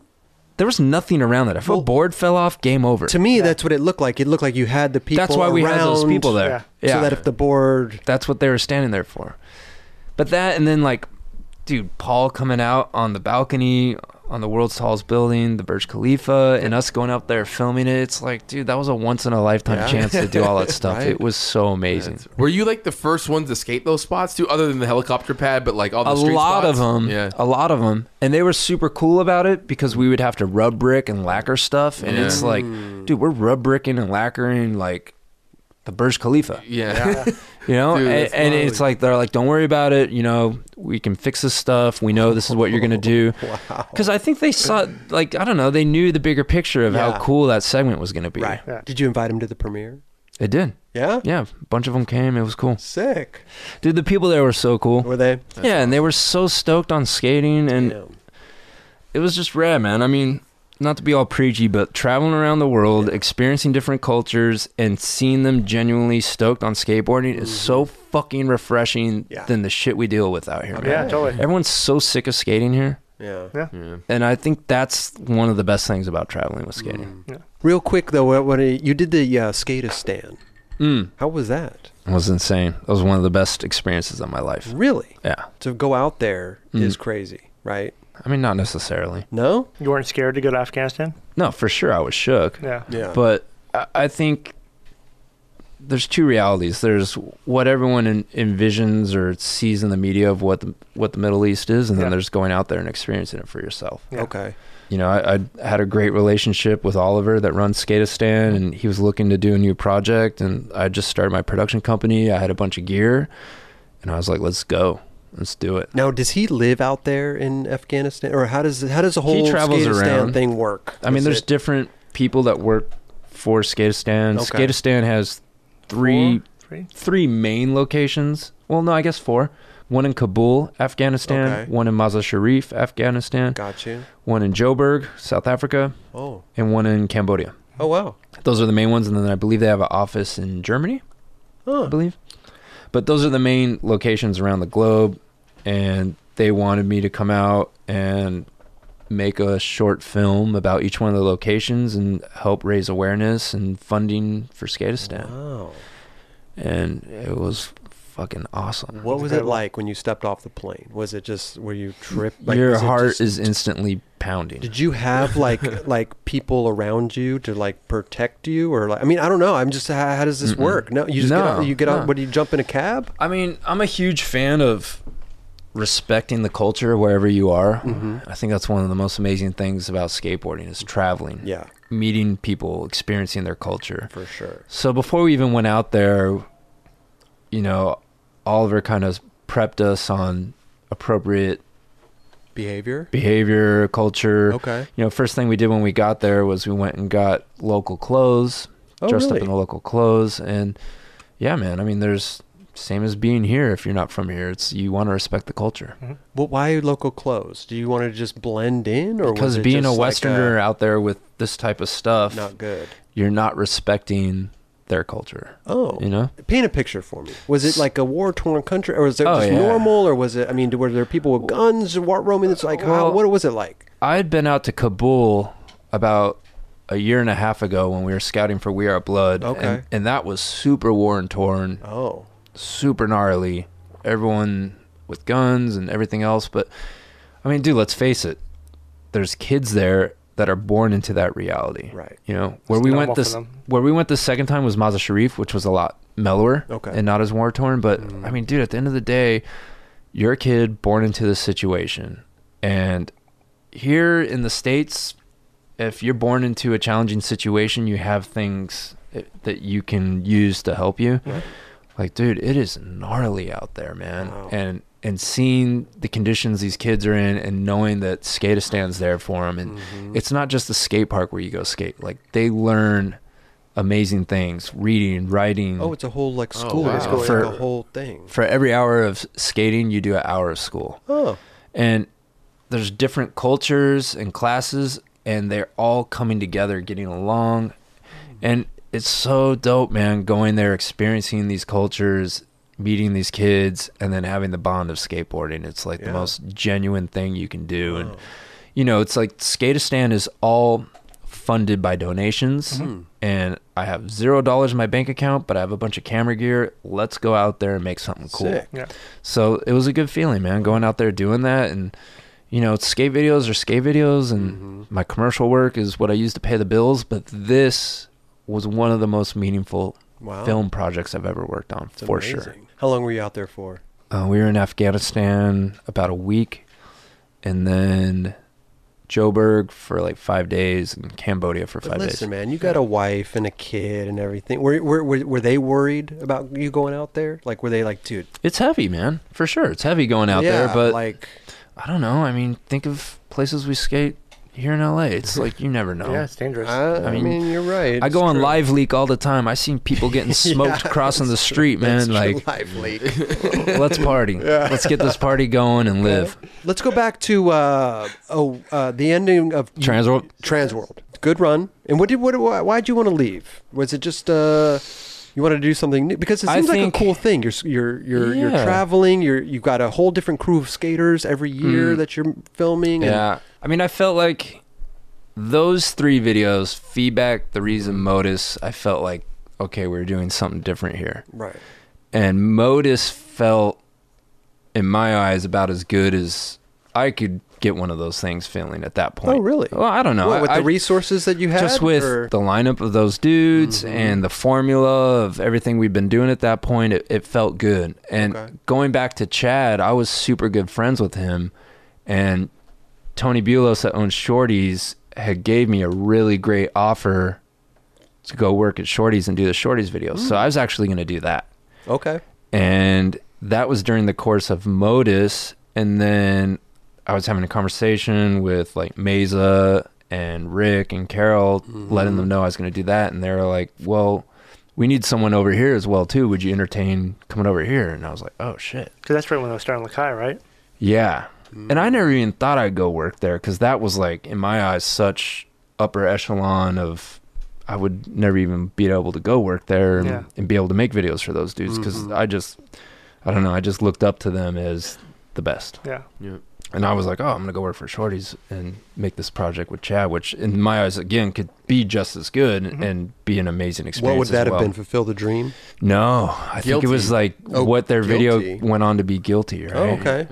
Speaker 2: there was nothing around that if
Speaker 1: Well-
Speaker 2: a board fell off game over
Speaker 1: To me, that's what it looked like. It looked like you had the people.
Speaker 2: that's why we had those
Speaker 1: around
Speaker 2: people there. Yeah.
Speaker 1: So that if the board,
Speaker 2: that's what they were standing there for. But that and then like dude, Paul coming out on the balcony on the world's tallest building, the Burj Khalifa, and us going up there filming it. It's like, dude, that was a once in a lifetime
Speaker 1: Yeah.
Speaker 2: chance to do all that stuff.
Speaker 4: Right.
Speaker 2: It was so amazing.
Speaker 4: Were you like the first ones to skate those spots too, other than the helicopter pad? But like all the
Speaker 2: a
Speaker 4: street
Speaker 2: lot
Speaker 4: spots?
Speaker 2: of them
Speaker 4: Yeah.
Speaker 2: a lot of them and they were super cool about it because we would have to rub brick and lacquer stuff and
Speaker 4: Yeah.
Speaker 2: it's like dude we're rub bricking and lacquering like the burj khalifa
Speaker 4: yeah.
Speaker 2: you know
Speaker 4: Dude,
Speaker 2: and,
Speaker 4: that's
Speaker 2: and
Speaker 4: gnarly.
Speaker 2: it's like they're like don't worry about it you know we can fix this stuff we know this is what you're gonna do because i think they saw like i don't know they knew the bigger picture of
Speaker 1: Yeah.
Speaker 2: how cool that segment was gonna be
Speaker 1: right?
Speaker 3: Yeah.
Speaker 1: Did you invite them to the premiere?
Speaker 2: it did
Speaker 1: Yeah.
Speaker 2: yeah a bunch of them came it was cool
Speaker 1: Sick.
Speaker 2: dude the people there were so cool
Speaker 1: Were they?
Speaker 2: yeah and they were so stoked on skating and
Speaker 1: Yeah.
Speaker 2: it was just rad, man. I mean, not to be all preachy, but traveling around the world, experiencing different cultures, and seeing them genuinely stoked on skateboarding is so fucking refreshing
Speaker 1: Mm-hmm. Yeah. Oh,
Speaker 2: than the shit we deal with out here, man.
Speaker 3: Yeah, totally.
Speaker 2: Mm. Everyone's so sick of skating here.
Speaker 1: Yeah.
Speaker 2: And I think that's one of the best things about traveling with skating.
Speaker 1: Real quick though, what, what you did the uh, skatistan?
Speaker 2: Mm.
Speaker 1: How was that?
Speaker 2: It was insane. That was one of the best experiences of my life.
Speaker 1: Really?
Speaker 2: Yeah.
Speaker 1: To go out there is
Speaker 2: Mm.
Speaker 1: crazy, right?
Speaker 2: I mean, not necessarily.
Speaker 1: No.
Speaker 3: You weren't scared to go to Afghanistan?
Speaker 2: No, for sure I was shook.
Speaker 3: Yeah.
Speaker 1: Yeah.
Speaker 2: but I- I think there's two realities. There's what everyone en- envisions or sees in the media of what the, what the Middle East is, and then
Speaker 3: Yeah.
Speaker 2: there's going out there and experiencing it for yourself.
Speaker 3: Yeah.
Speaker 1: Okay.
Speaker 2: You know, I, I had a great relationship with Oliver that runs Skatistan, and he was looking to do a new project, and I just started my production company. I had a bunch of gear, and I was like, "Let's go." Let's do it.
Speaker 1: Now, does he live out there in Afghanistan, or how does how does the whole
Speaker 2: travels
Speaker 1: Skatistan
Speaker 2: around.
Speaker 1: thing work?
Speaker 2: I mean,
Speaker 1: Is
Speaker 2: there's
Speaker 1: it-
Speaker 2: different people that work for Skatistan.
Speaker 1: Okay.
Speaker 2: Skatistan has three
Speaker 3: Four? Three?
Speaker 2: three main locations. Well, no, I guess four. One in Kabul, Afghanistan.
Speaker 1: Okay.
Speaker 2: One in Mazar Sharif, Afghanistan.
Speaker 1: got you.
Speaker 2: One in Joburg, South Africa,
Speaker 1: Oh,
Speaker 2: and one in Cambodia.
Speaker 1: oh wow.
Speaker 2: Those are the main ones, and then I believe they have an office in Germany. I believe. But those are the main locations around the globe, and they wanted me to come out and make a short film about each one of the locations and help raise awareness and funding for Skatistan.
Speaker 1: Wow.
Speaker 2: And it was fucking awesome.
Speaker 1: What was it
Speaker 3: Incredible.
Speaker 1: like when you stepped off the plane? Was it just were you trip? Like,
Speaker 2: Your
Speaker 1: was it
Speaker 2: heart
Speaker 1: just-
Speaker 2: is instantly pounding.
Speaker 1: Did you have like like people around you to like protect you, or like I mean I don't know. I'm just how, how does this work? No, you just get
Speaker 2: No,
Speaker 1: out, you get out.
Speaker 2: no.
Speaker 1: What do you jump in a cab?
Speaker 2: I mean, I'm a huge fan of respecting the culture wherever you are. I think that's one of the most amazing things about skateboarding is traveling.
Speaker 1: Yeah.
Speaker 2: Meeting people, experiencing their culture.
Speaker 1: For sure.
Speaker 2: So before we even went out there, you know, Oliver kind of prepped us on appropriate
Speaker 1: Behavior.
Speaker 2: behavior, culture.
Speaker 1: Okay.
Speaker 2: You know, first thing we did when we got there was we went and got local clothes,
Speaker 1: Oh,
Speaker 2: dressed
Speaker 1: really?
Speaker 2: up in the local clothes, and yeah, man. I mean, there's same as being here. If you're not from here, it's you want to respect the culture
Speaker 1: Well, why local clothes? Do you want to just blend in, or was
Speaker 2: because
Speaker 1: it
Speaker 2: being a
Speaker 1: just like uh,
Speaker 2: Westerner uh, out there with this type of stuff,
Speaker 1: not good?
Speaker 2: you're not respecting their culture.
Speaker 1: Oh,
Speaker 2: You know?
Speaker 1: paint a picture for me. Was it like a war torn country, or was it
Speaker 2: Oh,
Speaker 1: just
Speaker 2: yeah.
Speaker 1: normal, or was it? I mean, were there people with guns wa- roaming? It's like, how,
Speaker 2: Well-
Speaker 1: what was it like?
Speaker 2: I had been out to Kabul about a year and a half ago when we were scouting for We Are Blood.
Speaker 1: Okay.
Speaker 2: And, and that was super war and torn,
Speaker 1: Oh,
Speaker 2: super gnarly. Everyone with guns and everything else. But I mean, dude, let's face it. There's kids there that are born into that reality.
Speaker 1: Right.
Speaker 2: You know, where we
Speaker 3: normal
Speaker 2: went
Speaker 3: for
Speaker 2: this
Speaker 3: them.
Speaker 2: where we went the second time was Mazar Sharif, which was a lot mellower
Speaker 1: Okay. Mm.
Speaker 2: and not as war torn. But I mean, dude, at the end of the day, you're a kid born into this situation. And here in the States, if you're born into a challenging situation, you have things eh, that you can use to help you. Like, dude, it is gnarly out there, man.
Speaker 1: Wow.
Speaker 2: And and seeing the conditions these kids are in and knowing that skate stands there for them and
Speaker 1: Mm-hmm.
Speaker 2: it's not just the skate park where you go skate. Like they learn amazing things, reading, writing.
Speaker 1: oh, it's a whole like school,
Speaker 4: wow.
Speaker 1: it's like
Speaker 2: For-
Speaker 1: a whole thing.
Speaker 2: for every hour of skating, you do an hour of school.
Speaker 1: Oh,
Speaker 2: and there's different cultures and classes and they're all coming together getting along and it's so dope man going there experiencing these cultures meeting these kids and then having the bond of skateboarding it's like the
Speaker 1: Yeah.
Speaker 2: most genuine thing you can do and you know it's like skatistan is all funded by donations
Speaker 1: Mm-hmm.
Speaker 2: and i have zero dollars in my bank account but i have a bunch of camera gear let's go out there and make something cool
Speaker 1: Sick.
Speaker 3: Yeah.
Speaker 2: so it was a good feeling, man, going out there doing that and you know, skate videos are skate videos and
Speaker 1: Mm-hmm.
Speaker 2: my commercial work is what I use to pay the bills, but this was one of the most meaningful
Speaker 1: Wow.
Speaker 2: film projects I've ever worked on
Speaker 1: it's
Speaker 2: for sure.
Speaker 1: amazing. How long were you out there for?
Speaker 2: Uh, we were in Afghanistan about a week and then Joburg for like 5 days and Cambodia for 5
Speaker 1: But
Speaker 2: days.
Speaker 1: listen, man, you got a wife and a kid and everything. Were, were were were they worried about you going out there? Like, were they like, dude,
Speaker 2: It's heavy, man. For sure. It's heavy going out
Speaker 1: yeah,
Speaker 2: there, but
Speaker 1: like,
Speaker 2: I don't know. I mean, think of places we skate here in LA. It's like you never know.
Speaker 3: Yeah, it's dangerous.
Speaker 1: I, I
Speaker 2: mean,
Speaker 1: mean, you're right.
Speaker 2: I
Speaker 1: It's
Speaker 2: go on
Speaker 1: true.
Speaker 2: live leak all the time. I seen people getting smoked crossing the street, man. Like, let's party. Let's get this party going and live.
Speaker 1: Let's go back to uh, oh uh, the ending of
Speaker 2: Transworld.
Speaker 1: Transworld. Good run. And what did what? Why why'd you want to leave? Was it just uh, you wanted to do something new? Because it
Speaker 2: I
Speaker 1: seems like a
Speaker 2: think-
Speaker 1: cool thing. You're s- you're you're, you're
Speaker 2: Yeah.
Speaker 1: traveling. You're you've got a whole different crew of skaters every year that you're filming. and-
Speaker 2: Mm. Yeah. I mean, I felt like those three videos, feedback, the reason, modus. I felt like okay, we're doing something different here,
Speaker 1: right.
Speaker 2: and modus felt, in my eyes, about as good as I could get one of those things feeling at that point.
Speaker 1: Oh, really?
Speaker 2: Well, I don't know.
Speaker 1: What,
Speaker 2: I-
Speaker 1: with
Speaker 2: I-
Speaker 1: the resources that you had,
Speaker 2: just with
Speaker 1: or- Mm-hmm.
Speaker 2: the lineup of those dudes and the formula of everything we've been doing at that point it, it felt good and
Speaker 1: Okay.
Speaker 2: going back to chad i was super good friends with him and tony bulos that owns shorties had gave me a really great offer
Speaker 1: Mm.
Speaker 2: to go work at shorties and do the shorties video so i was actually going to do that
Speaker 1: okay.
Speaker 2: and that was during the course of Modus, and then I was having a conversation with like Mesa and Rick and Carol, letting them know I was going to do that, and they were like, "Well, we need someone over here as well too. Would you entertain coming over here?" And I was like, "Oh shit,
Speaker 3: Because that's right when they were starting Lakai, right?
Speaker 2: yeah."
Speaker 1: Hmm.
Speaker 2: And I never even thought I'd go work there because that was like in my eyes such upper echelon of. I would never even be able to go work there and,
Speaker 3: Yeah.
Speaker 2: and be able to make videos for those dudes because
Speaker 1: Mm-hmm.
Speaker 2: I just, I don't know, I just looked up to them as the best.
Speaker 3: Yeah.
Speaker 2: And I was like, oh, I'm going to go work for Shorties and make this project with Chad, which in my eyes, again, could be just as good and be an amazing experience.
Speaker 1: Mm-hmm. What would that
Speaker 2: as well.
Speaker 1: have been? Fulfill the dream.
Speaker 2: been? No, I think
Speaker 4: Guilty.
Speaker 2: it was like
Speaker 1: Oh,
Speaker 2: what their
Speaker 1: guilty.
Speaker 2: video went on to be guilty, right?
Speaker 1: Oh, okay.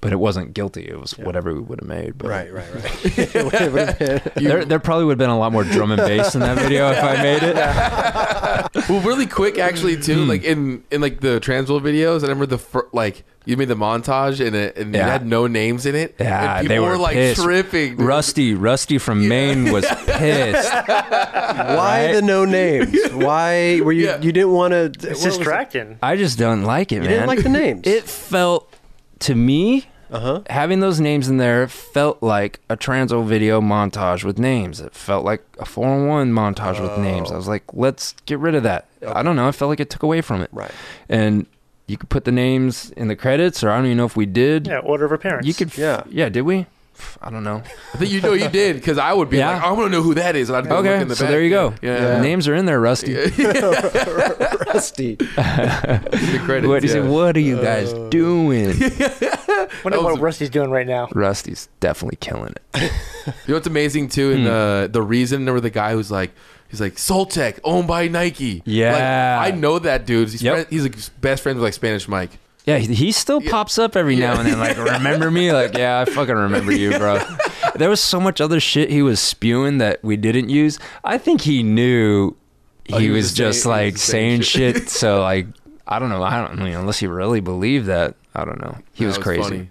Speaker 2: But it wasn't guilty. It was whatever we would have made. But
Speaker 1: Right, right, right. It would have been-
Speaker 2: There, there probably would have been a lot more drum and bass in that video if I made it.
Speaker 4: well, really quick, actually,
Speaker 2: Hmm.
Speaker 4: too. Like in in like the Transworld videos, I remember the fir- like you made the montage and it, and it
Speaker 2: Yeah.
Speaker 4: had no names in it.
Speaker 2: Yeah,
Speaker 4: and people
Speaker 2: they were,
Speaker 4: like
Speaker 2: pissed.
Speaker 4: tripping. dude.
Speaker 2: Rusty, Rusty from Maine was pissed.
Speaker 1: Why
Speaker 2: Right?
Speaker 1: the no names? Why were you?
Speaker 4: Yeah.
Speaker 1: You didn't want to.
Speaker 3: It's distracting.
Speaker 2: I just don't like it, man.
Speaker 1: You didn't like the names. Uh-huh.
Speaker 2: It felt to me having those names in there felt like a transo video montage with names. It felt like a four on one montage with names. I was like, let's get rid of that. I don't know. I felt like it took away from it.
Speaker 1: Right.
Speaker 2: And you could put the names in the credits, or I don't even know if we did.
Speaker 3: Yeah, order of appearance.
Speaker 2: You could. F-
Speaker 1: Yeah.
Speaker 2: yeah. Yeah. Did we? Pff, I don't know.
Speaker 4: I think you know you did because I would be
Speaker 2: Yeah.
Speaker 4: like, I want to know who that is. And I'd be looking
Speaker 2: Okay.
Speaker 4: in the
Speaker 2: so
Speaker 4: back.
Speaker 2: there you go.
Speaker 4: Yeah,
Speaker 2: The Names are in there, Rusty.
Speaker 1: Rusty.
Speaker 4: the credits.
Speaker 2: What, is it,
Speaker 4: yeah.
Speaker 2: what are you guys
Speaker 4: Oh.
Speaker 2: doing?
Speaker 3: wonder what Rusty's doing right now.
Speaker 2: Rusty's definitely killing it.
Speaker 4: You know what's amazing too?
Speaker 2: Hmm.
Speaker 4: In the the reason, remember the guy who's like, he's like Soltec, owned by Nike.
Speaker 2: Yeah.
Speaker 4: like, I know that dude. He's
Speaker 2: Yep.
Speaker 4: friend, he's like best friends with like Spanish Mike.
Speaker 2: Yeah, he, he still pops up every now and then. Like, remember me? Like, yeah, I fucking remember you, bro. There was so much other shit he was spewing that we didn't use. I think he knew he,
Speaker 4: Oh, he was
Speaker 2: was,
Speaker 4: just
Speaker 2: just
Speaker 4: saying- he was
Speaker 2: like
Speaker 4: just saying
Speaker 2: saying shit. So like, I don't know. I don't I mean unless he really believed that. I don't know. He
Speaker 4: That
Speaker 2: was, crazy.
Speaker 4: funny.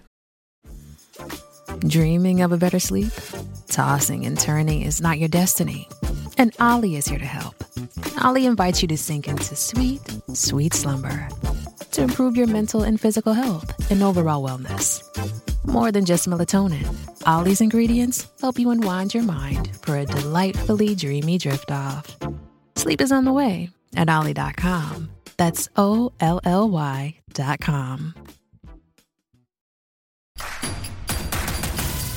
Speaker 7: Dreaming of a better sleep? Tossing and turning is not your destiny. And Ollie is here to help. Ollie invites you to sink into sweet, sweet slumber to improve your mental and physical health and overall wellness. More than just melatonin, Ollie's ingredients help you unwind your mind for a delightfully dreamy drift off. Sleep is on the way at Ollie.com. That's O L L Y.com.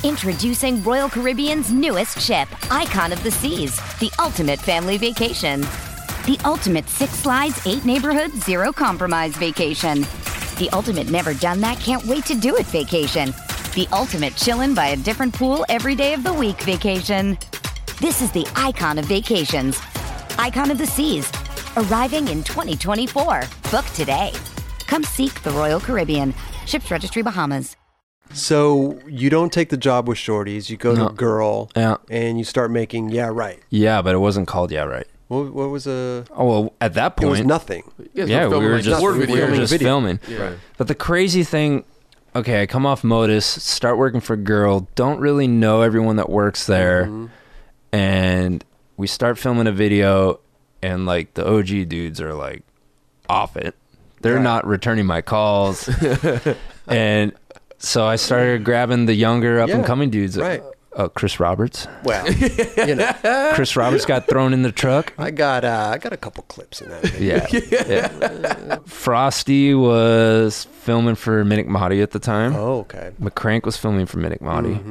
Speaker 8: Introducing Royal Caribbean's newest ship, Icon of the Seas, the ultimate family vacation. The ultimate six slides, eight neighborhoods, zero compromise vacation. The ultimate never done that, can't wait to do it vacation. The ultimate chillin' by a different pool every day of the week vacation. This is the icon of vacations, Icon of the Seas, arriving in 2024. Book today. Come seek the Royal Caribbean. Ships Registry Bahamas.
Speaker 1: So you don't take the job with shorties. You go
Speaker 2: No.
Speaker 1: to girl,
Speaker 2: Yeah.
Speaker 1: and you start making. Yeah, right.
Speaker 2: Yeah, but it wasn't called. Yeah, right.
Speaker 1: What, what was a?
Speaker 2: Oh well, at that
Speaker 1: It was
Speaker 2: point,
Speaker 1: nothing.
Speaker 4: You guys
Speaker 2: yeah,
Speaker 4: were
Speaker 2: we
Speaker 4: filming,
Speaker 2: were
Speaker 4: like,
Speaker 2: just,
Speaker 4: sport
Speaker 2: we
Speaker 4: videos.
Speaker 2: were just
Speaker 1: Video.
Speaker 2: filming.
Speaker 4: Yeah.
Speaker 2: But the crazy thing, okay, I come off Modus, start working for Girl, don't really know everyone that works there, and we start filming a video, and like the OG dudes are like off it. They're not returning my calls, and so I started grabbing the younger up and coming dudes.
Speaker 1: right.
Speaker 2: Uh, Chris Roberts.
Speaker 1: Well, you know,
Speaker 2: Chris Roberts got thrown in the truck.
Speaker 1: I got uh, I got a couple clips in that. video.
Speaker 2: Yeah. yeah. Frosty was filming for Minik Mahdi at the time.
Speaker 1: Oh, Mm-hmm. okay.
Speaker 2: McCrank was filming for Minik Mahdi.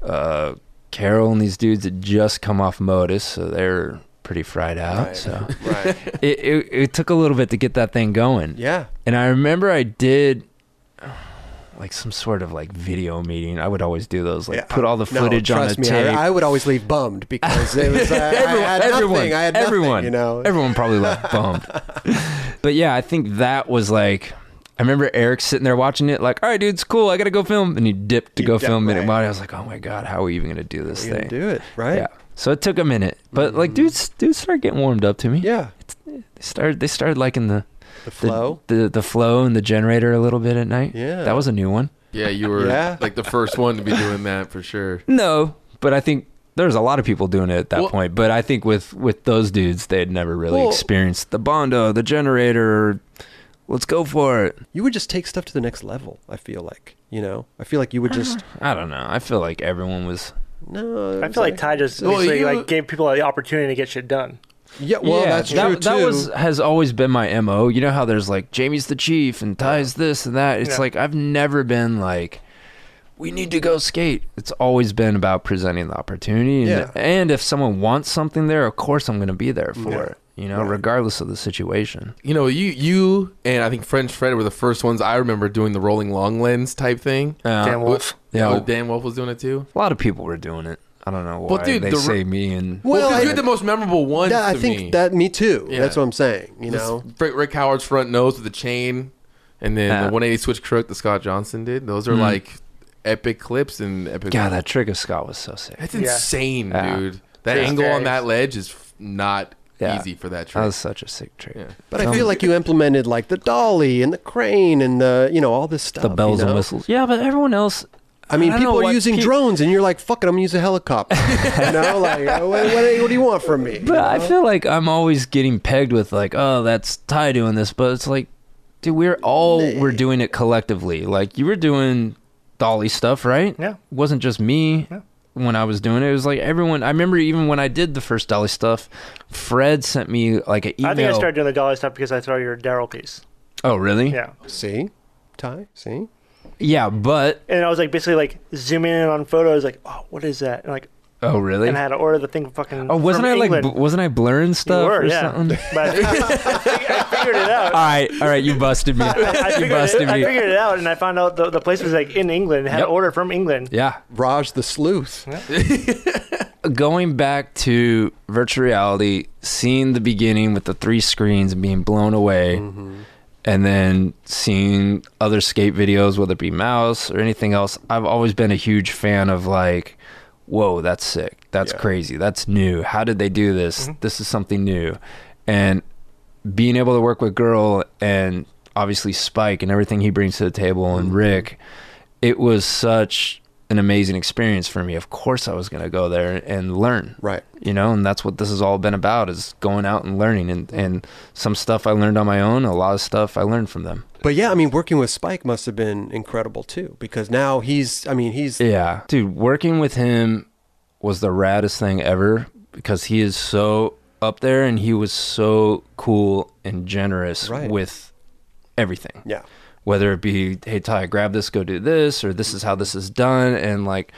Speaker 2: Uh, Carol and these dudes had just come off Modus, so they're pretty fried out.
Speaker 1: Right.
Speaker 2: So
Speaker 1: Right.
Speaker 2: it, it it took a little bit to get that thing going.
Speaker 1: Yeah.
Speaker 2: And I remember I did like some sort of like video meeting. I would always do those, like
Speaker 1: Yeah.
Speaker 2: put all the
Speaker 1: No,
Speaker 2: footage on a
Speaker 1: trust me, I-
Speaker 2: tape.
Speaker 1: I, would always leave bummed because it was uh,
Speaker 2: everyone,
Speaker 1: I had
Speaker 2: everyone,
Speaker 1: nothing. I had nothing,
Speaker 2: everyone,
Speaker 1: you know.
Speaker 2: everyone probably left bummed. but yeah, I think that was like. I remember Eric sitting there watching it, like, "All right, dude, it's cool. I gotta go film." And he dipped to
Speaker 1: He
Speaker 2: go
Speaker 1: dipped,
Speaker 2: film Minute
Speaker 1: right.
Speaker 2: Body. I was like, "Oh my god, how are we even gonna do this
Speaker 1: You didn't
Speaker 2: thing?"
Speaker 1: do it right. Mm-hmm.
Speaker 2: Yeah. So it took a minute, but like, dudes, dudes started getting warmed up to me.
Speaker 1: Yeah.
Speaker 2: They started, they started liking the
Speaker 1: The
Speaker 2: the,
Speaker 1: flow.
Speaker 2: the the flow and the generator a little bit at night.
Speaker 1: Yeah.
Speaker 2: That was a new one.
Speaker 4: Yeah, you were
Speaker 1: Yeah.
Speaker 4: like the first one to be doing that for sure.
Speaker 2: No, but I think there's a lot of people doing it at that
Speaker 4: Well-
Speaker 2: point. But I think with with those dudes, they had never really
Speaker 1: Well-
Speaker 2: experienced the bondo, the generator, Let's go for it.
Speaker 1: You would just take stuff to the next level. I feel like you know. I feel like you would just
Speaker 2: I don't know. I feel like everyone was.
Speaker 1: no.
Speaker 3: I feel like Ty just
Speaker 4: Well,
Speaker 3: basically,
Speaker 4: you-
Speaker 3: like gave people the opportunity to get shit done.
Speaker 1: yeah. Well,
Speaker 2: Yeah,
Speaker 1: that's
Speaker 2: that,
Speaker 1: true
Speaker 2: That
Speaker 1: too.
Speaker 2: was has always been my mo. You know how there's like Jamie's the chief and Ty's this and that. It's
Speaker 3: Yeah.
Speaker 2: like I've never been like, we need to go skate. It's always been about presenting the opportunity. And,
Speaker 1: Yeah.
Speaker 2: and if someone wants something there, of course I'm going to be there for
Speaker 1: Yeah.
Speaker 2: it. You know, regardless of the situation.
Speaker 4: you know, you you and I think French Fred were the first ones I remember doing the rolling long lens type thing.
Speaker 2: Uh,
Speaker 3: Dan Wolf.
Speaker 2: Yeah.
Speaker 4: Oh, Dan Wolf was doing it too.
Speaker 2: a lot of people were doing it. I don't know why
Speaker 4: Well, dude,
Speaker 2: they
Speaker 4: the re-
Speaker 2: say me and
Speaker 1: Well,
Speaker 4: Well, 'cause
Speaker 1: I-
Speaker 4: you had the most memorable one.
Speaker 1: Yeah, I
Speaker 4: to
Speaker 1: think
Speaker 4: me.
Speaker 1: that me too.
Speaker 4: Yeah.
Speaker 1: That's what I'm saying. You
Speaker 4: This
Speaker 1: know,
Speaker 4: Rick, Rick Howard's front nose with the chain, and then
Speaker 2: Yeah.
Speaker 4: the 180 switch crook that Scott Johnson did. Those are
Speaker 2: Mm.
Speaker 4: like epic clips and epic.
Speaker 2: God, that trick of Scott was so sick.
Speaker 4: that's
Speaker 3: Yeah.
Speaker 4: insane,
Speaker 2: Yeah.
Speaker 4: dude. That
Speaker 3: Just
Speaker 4: angle on
Speaker 3: graves.
Speaker 4: that ledge is f- not
Speaker 2: Yeah.
Speaker 4: easy for that
Speaker 2: That
Speaker 4: trick.
Speaker 2: was such a sick trick.
Speaker 4: Yeah.
Speaker 1: but I feel like you implemented like the dolly and the crane and the you know all this stuff.
Speaker 2: The bells
Speaker 1: you know?
Speaker 2: and whistles. Yeah, but everyone else.
Speaker 1: I mean,
Speaker 2: don't know
Speaker 1: people are
Speaker 2: what
Speaker 1: using
Speaker 2: pe-
Speaker 1: drones, and you're like, "Fuck it, I'm gonna use a helicopter." you know, like, what, what, what do you want from me?
Speaker 2: But I feel like I'm always getting pegged with like, oh, that's Ty doing this, but it's like, dude, we're all we're doing it collectively. Like you were doing Dolly stuff, right?
Speaker 3: Yeah.
Speaker 2: It wasn't just me
Speaker 3: Yeah.
Speaker 2: when I was doing it. It was like everyone. I remember even when I did the first Dolly stuff, Fred sent me like an email.
Speaker 3: I think I started doing the dolly stuff because I saw your Daryl piece.
Speaker 2: oh, really?
Speaker 3: Yeah.
Speaker 1: see, Ty, see,
Speaker 2: Yeah, but
Speaker 3: And I was like basically like zooming in on photos, like, oh, what is that? And like,
Speaker 2: oh, really?
Speaker 3: and I had to order the thing from fucking.
Speaker 2: oh, wasn't
Speaker 3: from
Speaker 2: I like,
Speaker 3: England.
Speaker 2: bl- wasn't I blurring stuff
Speaker 3: were,
Speaker 2: or
Speaker 3: yeah.
Speaker 2: something?
Speaker 3: but I figured, I figured it out.
Speaker 2: All right, all right, you busted me.
Speaker 3: I
Speaker 2: you
Speaker 3: figured,
Speaker 2: busted
Speaker 3: it, I
Speaker 2: me.
Speaker 3: figured it out, and I found out the, the place was like in England. It had
Speaker 2: Yep.
Speaker 3: an order from England.
Speaker 2: yeah.
Speaker 1: Raj the sleuth.
Speaker 2: going back to virtual reality, seeing the beginning with the three screens and being blown
Speaker 3: Mm.
Speaker 2: away, and then seeing other skate videos, whether it be mouse or anything else, I've always been a huge fan of like, whoa, that's sick. That's crazy. That's new. How did they do this? This is something new. And being able to work with Girl and obviously Spike and everything he brings to the table and Rick, it was such an amazing experience for me. Of course, I was going to go there and learn.
Speaker 1: Right.
Speaker 2: You know, and that's what this has all been about is going out and learning. And, and some stuff I learned on my own, a lot of stuff I learned from them.
Speaker 1: But yeah, I mean, working with Spike must have been incredible too, because now he's, I mean, he's
Speaker 2: Yeah. Dude, working with him was the raddest thing ever because he is so up there and he was so cool and generous
Speaker 1: Right.
Speaker 2: with everything.
Speaker 1: yeah,
Speaker 2: whether it be hey ty grab this go do this or this is how this is done and like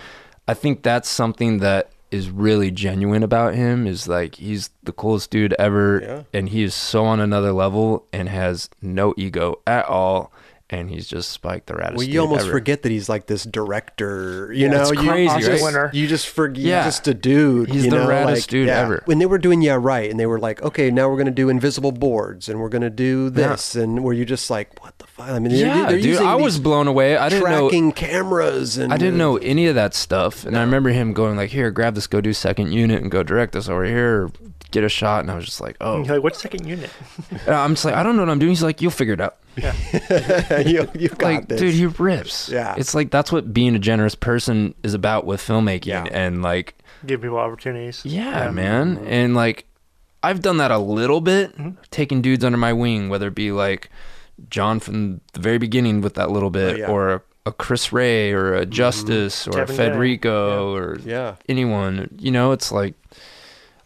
Speaker 2: i think that's something that is really genuine about him is like he's the coolest dude ever
Speaker 1: Yeah.
Speaker 2: and he is so on another level and has no ego at all and he's just spiked the raddest
Speaker 1: Well, you
Speaker 2: dude
Speaker 1: almost
Speaker 2: ever.
Speaker 1: forget that he's like this director. You know,
Speaker 2: it's
Speaker 1: you,
Speaker 2: crazy,
Speaker 1: you just,
Speaker 2: right?
Speaker 3: Winner.
Speaker 1: You just forget.
Speaker 2: Yeah.
Speaker 1: You're just a dude.
Speaker 2: He's
Speaker 1: you
Speaker 2: the
Speaker 1: know,
Speaker 2: raddest
Speaker 1: like,
Speaker 2: dude
Speaker 1: yeah.
Speaker 2: ever.
Speaker 1: When they were doing yeah right, and they were like, okay, now we're gonna do invisible boards, and we're gonna do
Speaker 2: Yeah.
Speaker 1: this, and where you're just like, what the fuck? I mean, they're,
Speaker 2: yeah
Speaker 1: they're
Speaker 2: dude
Speaker 1: using
Speaker 2: i was
Speaker 1: these
Speaker 2: blown away i didn't know
Speaker 1: tracking cameras, and
Speaker 2: I didn't know any of that stuff, and I remember him going like, "Here, grab this, go do second unit, and go direct this over here, or get a shot." And I was just like, "Oh,
Speaker 3: And you're like, what's second unit?
Speaker 2: And I'm just like, I don't know what I'm doing." He's like, "You'll figure it out."
Speaker 1: you, you got
Speaker 2: like
Speaker 1: this.
Speaker 2: dude he rips
Speaker 1: Yeah.
Speaker 2: it's like that's what being a generous person is about with filmmaking
Speaker 1: Yeah.
Speaker 2: and like
Speaker 3: Give people opportunities.
Speaker 2: yeah, man and like i've done that a little bit
Speaker 1: Mm-hmm.
Speaker 2: taking dudes under my wing whether it be like john from the very beginning with that little bit
Speaker 1: Oh, yeah. Mm-hmm.
Speaker 2: or a, a chris ray or a justice or
Speaker 3: Tevin
Speaker 2: a
Speaker 3: Day.
Speaker 2: federico or
Speaker 1: Yeah.
Speaker 2: anyone you know it's like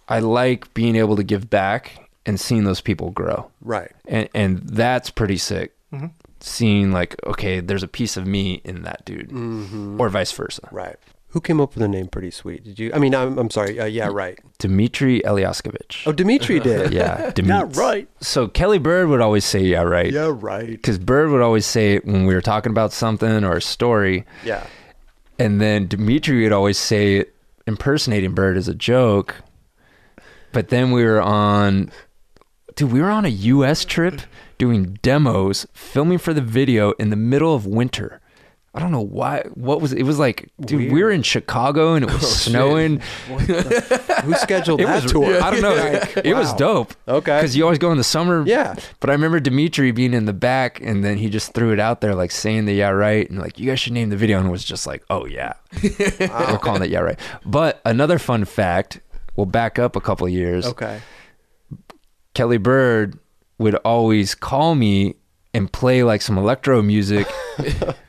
Speaker 2: i like being able to give back and seeing those people grow
Speaker 1: right.
Speaker 2: and and that's pretty sick.
Speaker 1: Mm-hmm.
Speaker 2: Seeing like, okay, there's a piece of me in that dude,
Speaker 1: Mm-hmm.
Speaker 2: or vice versa.
Speaker 1: Right. Who came up with the name Pretty Sweet? Did you? I mean, I'm, I'm sorry. Uh, yeah, right.
Speaker 2: Dmitri Eliaskovich.
Speaker 1: Oh, Dimitri did.
Speaker 2: yeah, Dmitri.
Speaker 1: Not right.
Speaker 2: So Kelly Bird would always say, "Yeah, right,"
Speaker 1: Yeah, right.
Speaker 2: because Bird would always say it when we were talking about something or a story,
Speaker 1: Yeah.
Speaker 2: and then Dimitri would always say it impersonating Bird as a joke. But then we were on, dude, we were on a U.S. trip doing demos, filming for the video in the middle of winter. I don't know why. What was it? Was like, dude, we were in Chicago and it was snowing.
Speaker 1: Who scheduled
Speaker 2: It
Speaker 1: that
Speaker 2: was,
Speaker 1: tour?
Speaker 2: I don't know. it was
Speaker 1: wow.
Speaker 2: dope.
Speaker 1: Okay.
Speaker 2: because you always go in the summer.
Speaker 1: Yeah.
Speaker 2: but I remember Dimitri being in the back, and then he just threw it out there, like saying the yeah right, and like you guys should name the video, and was just like, oh yeah, we're calling it yeah right. But another fun fact, we'll back up a couple years.
Speaker 1: Okay.
Speaker 2: Kelly Bird would always call me and play like some electro music.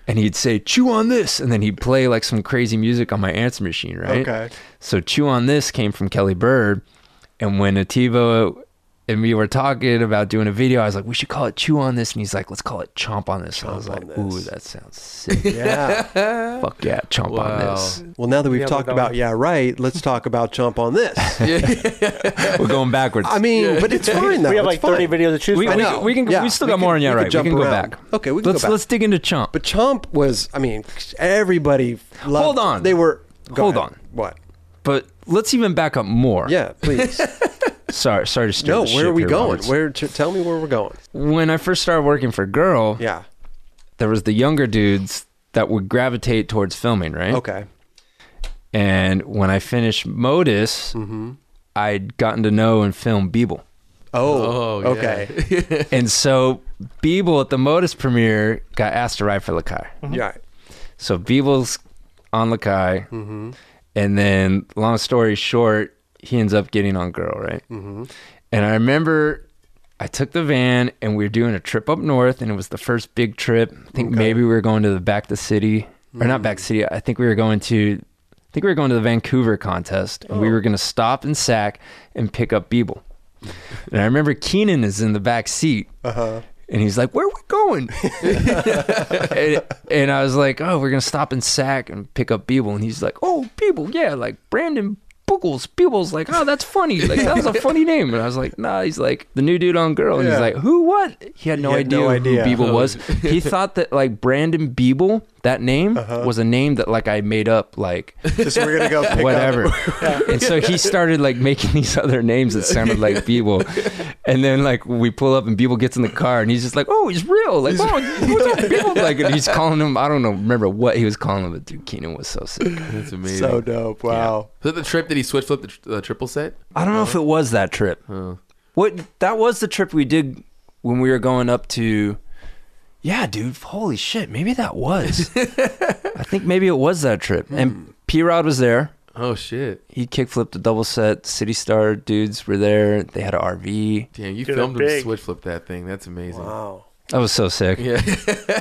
Speaker 2: and he'd say, chew on this. And then he'd play like some crazy music on my answer machine, right?
Speaker 1: Okay.
Speaker 2: So chew on this came from Kelly Bird. And when Ativo and me were talking about doing a video, I was like, we should call it chew on this. And he's like, let's call it chomp on this. And I was
Speaker 1: Chomp
Speaker 2: like,
Speaker 1: on
Speaker 2: ooh,
Speaker 1: this."
Speaker 2: that sounds sick.
Speaker 1: Yeah.
Speaker 2: Fuck yeah, chomp on this.
Speaker 1: Well, now that we've
Speaker 3: Yeah, we're
Speaker 1: talked
Speaker 3: going-
Speaker 1: about yeah, right, let's talk about chump on this.
Speaker 2: We're going backwards.
Speaker 1: I mean, but it's fine though.
Speaker 3: we have
Speaker 1: It's
Speaker 3: like 30
Speaker 1: fine.
Speaker 3: videos to choose
Speaker 2: we,
Speaker 1: I
Speaker 3: from.
Speaker 2: we,
Speaker 1: know.
Speaker 2: we can
Speaker 1: Yeah.
Speaker 2: we still
Speaker 1: We
Speaker 2: got
Speaker 1: can-
Speaker 2: more on yeah
Speaker 1: we can
Speaker 2: right.
Speaker 1: jump
Speaker 2: we can go
Speaker 1: around.
Speaker 2: back.
Speaker 1: Okay, we can go
Speaker 2: let's
Speaker 1: back.
Speaker 2: let's dig into chomp.
Speaker 1: But Chomp was, I mean, everybody loved
Speaker 2: Hold on.
Speaker 1: They were go
Speaker 2: Hold
Speaker 1: ahead.
Speaker 2: on.
Speaker 1: What?
Speaker 2: But let's even back up more.
Speaker 1: Yeah, please.
Speaker 2: Sorry, sorry to stir
Speaker 1: no,
Speaker 2: the
Speaker 1: where
Speaker 2: ship
Speaker 1: are we
Speaker 2: here,
Speaker 1: going?
Speaker 2: Roberts.
Speaker 1: Where t- tell me where we're going.
Speaker 2: When I first started working for Girl,
Speaker 1: Yeah.
Speaker 2: there was the younger dudes that would gravitate towards filming, right?
Speaker 1: Okay.
Speaker 2: And when I finished Modus,
Speaker 1: Mm-hmm.
Speaker 2: I'd gotten to know and film Beeble.
Speaker 1: Oh,
Speaker 4: Oh, yeah.
Speaker 1: okay.
Speaker 2: and so Beeble at the Modus premiere got asked to ride for Lakai.
Speaker 1: Yeah.
Speaker 2: So Beeble's on Lakai, and then long story short, he ends up getting on Girl, right? Mm-hmm. And I remember I took the van and we were doing a trip up north, and it was the first big trip. I think maybe we were going to the back to city or not back to city. I think we were going to. I think we were going to the Vancouver contest, and we were going to stop in Sac and pick up Beeble. And I remember Keenan is in the back seat,
Speaker 1: Uh-huh.
Speaker 2: and he's like, "Where are we going?" and, and I was like, "Oh, we're gonna stop in Sac and pick up Beeble." And he's like, "Oh, Beeble, yeah, like Brandon Boogles." Beeble's like, "Oh, that's funny. Like that was a funny name." And I was like, "Nah." He's like, "The new dude on Girl," and
Speaker 1: Yeah.
Speaker 2: he's like, "Who? What?" He had no,
Speaker 1: had
Speaker 2: idea,
Speaker 1: no idea.
Speaker 2: who Beeble was. he thought that like Brandon Beeble, that name,
Speaker 1: Uh-huh.
Speaker 2: was a name that like I made up, like
Speaker 1: Just we're going to go pick up-
Speaker 2: whatever. and so he started like making these other names that sounded like Beeble. And then like we pull up and Beeble gets in the car and he's just like, oh, he's real. Like, oh, what's up, Beeble? Like, and he's calling him. I don't know, remember what he was calling him, but dude, Keenan was so sick.
Speaker 4: That's amazing.
Speaker 1: So dope. Wow.
Speaker 4: Is that the trip that he switch flipped the, tr- the triple set?
Speaker 2: I don't know if it was that trip. What that was the trip we did when we were going up to. Yeah, dude. Holy shit. Maybe that was. I think maybe it was that trip. And P Rod was there.
Speaker 4: Oh shit!
Speaker 2: he kickflipped a double set. City Star dudes were there. They had an RV.
Speaker 4: Damn, you
Speaker 3: Dude,
Speaker 4: filmed
Speaker 3: they're
Speaker 4: him
Speaker 3: big.
Speaker 4: switch flip that thing. That's amazing.
Speaker 1: Wow.
Speaker 2: That was so sick.
Speaker 4: Yeah,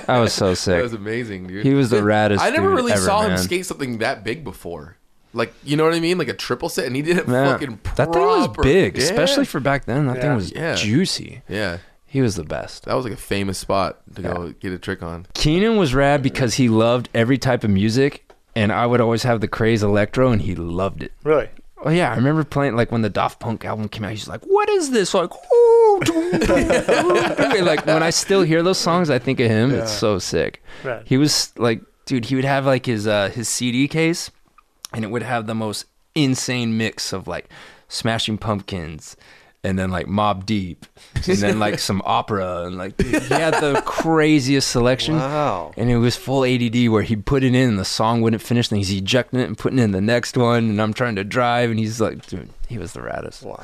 Speaker 2: I was so
Speaker 4: that
Speaker 2: sick.
Speaker 4: was amazing, dude.
Speaker 2: He was the raddest.
Speaker 4: I never
Speaker 2: dude
Speaker 4: really
Speaker 2: ever,
Speaker 4: saw him
Speaker 2: man.
Speaker 4: skate something that big before. Like, you know what I mean? Like a triple set, and he did it
Speaker 2: Man,
Speaker 4: fucking proper.
Speaker 2: that thing was big, especially for back then. That thing
Speaker 3: Yeah.
Speaker 2: was
Speaker 4: Yeah.
Speaker 2: juicy.
Speaker 4: yeah.
Speaker 2: He was the best.
Speaker 4: That was like a famous spot to go get a trick on.
Speaker 2: Keenan was rad because he loved every type of music, and I would always have the craze electro, and he loved it.
Speaker 3: Really?
Speaker 2: Oh yeah, I remember playing like when the Daft Punk album came out. He's like, "What is this?" Like, ooh, doo, doo, doo, doo." like when I still hear those songs, I think of him. It's so sick.
Speaker 3: Right.
Speaker 2: He was like, dude, he would have like his uh, his CD case, and it would have the most insane mix of like Smashing Pumpkins, and then like Mob Deep, and then like some opera, and like dude, he had the craziest selection.
Speaker 1: Wow.
Speaker 2: And it was full ADD where he'd put it in and the song wouldn't finish. And he's ejecting it and putting in the next one. And I'm trying to drive. And he's like, dude, he was the raddest.
Speaker 1: Wow.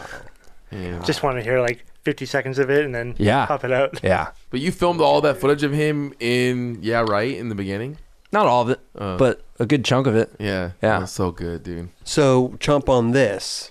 Speaker 3: Just want to hear like 50 seconds of it and then
Speaker 2: Yeah.
Speaker 3: pop it out.
Speaker 2: Yeah.
Speaker 4: But you filmed all that footage of him in yeah, right in the beginning.
Speaker 2: Not all of it,
Speaker 1: Uh.
Speaker 2: but a good chunk of it.
Speaker 4: Yeah,
Speaker 2: Yeah.
Speaker 4: That was so good, dude.
Speaker 1: So, chump on this.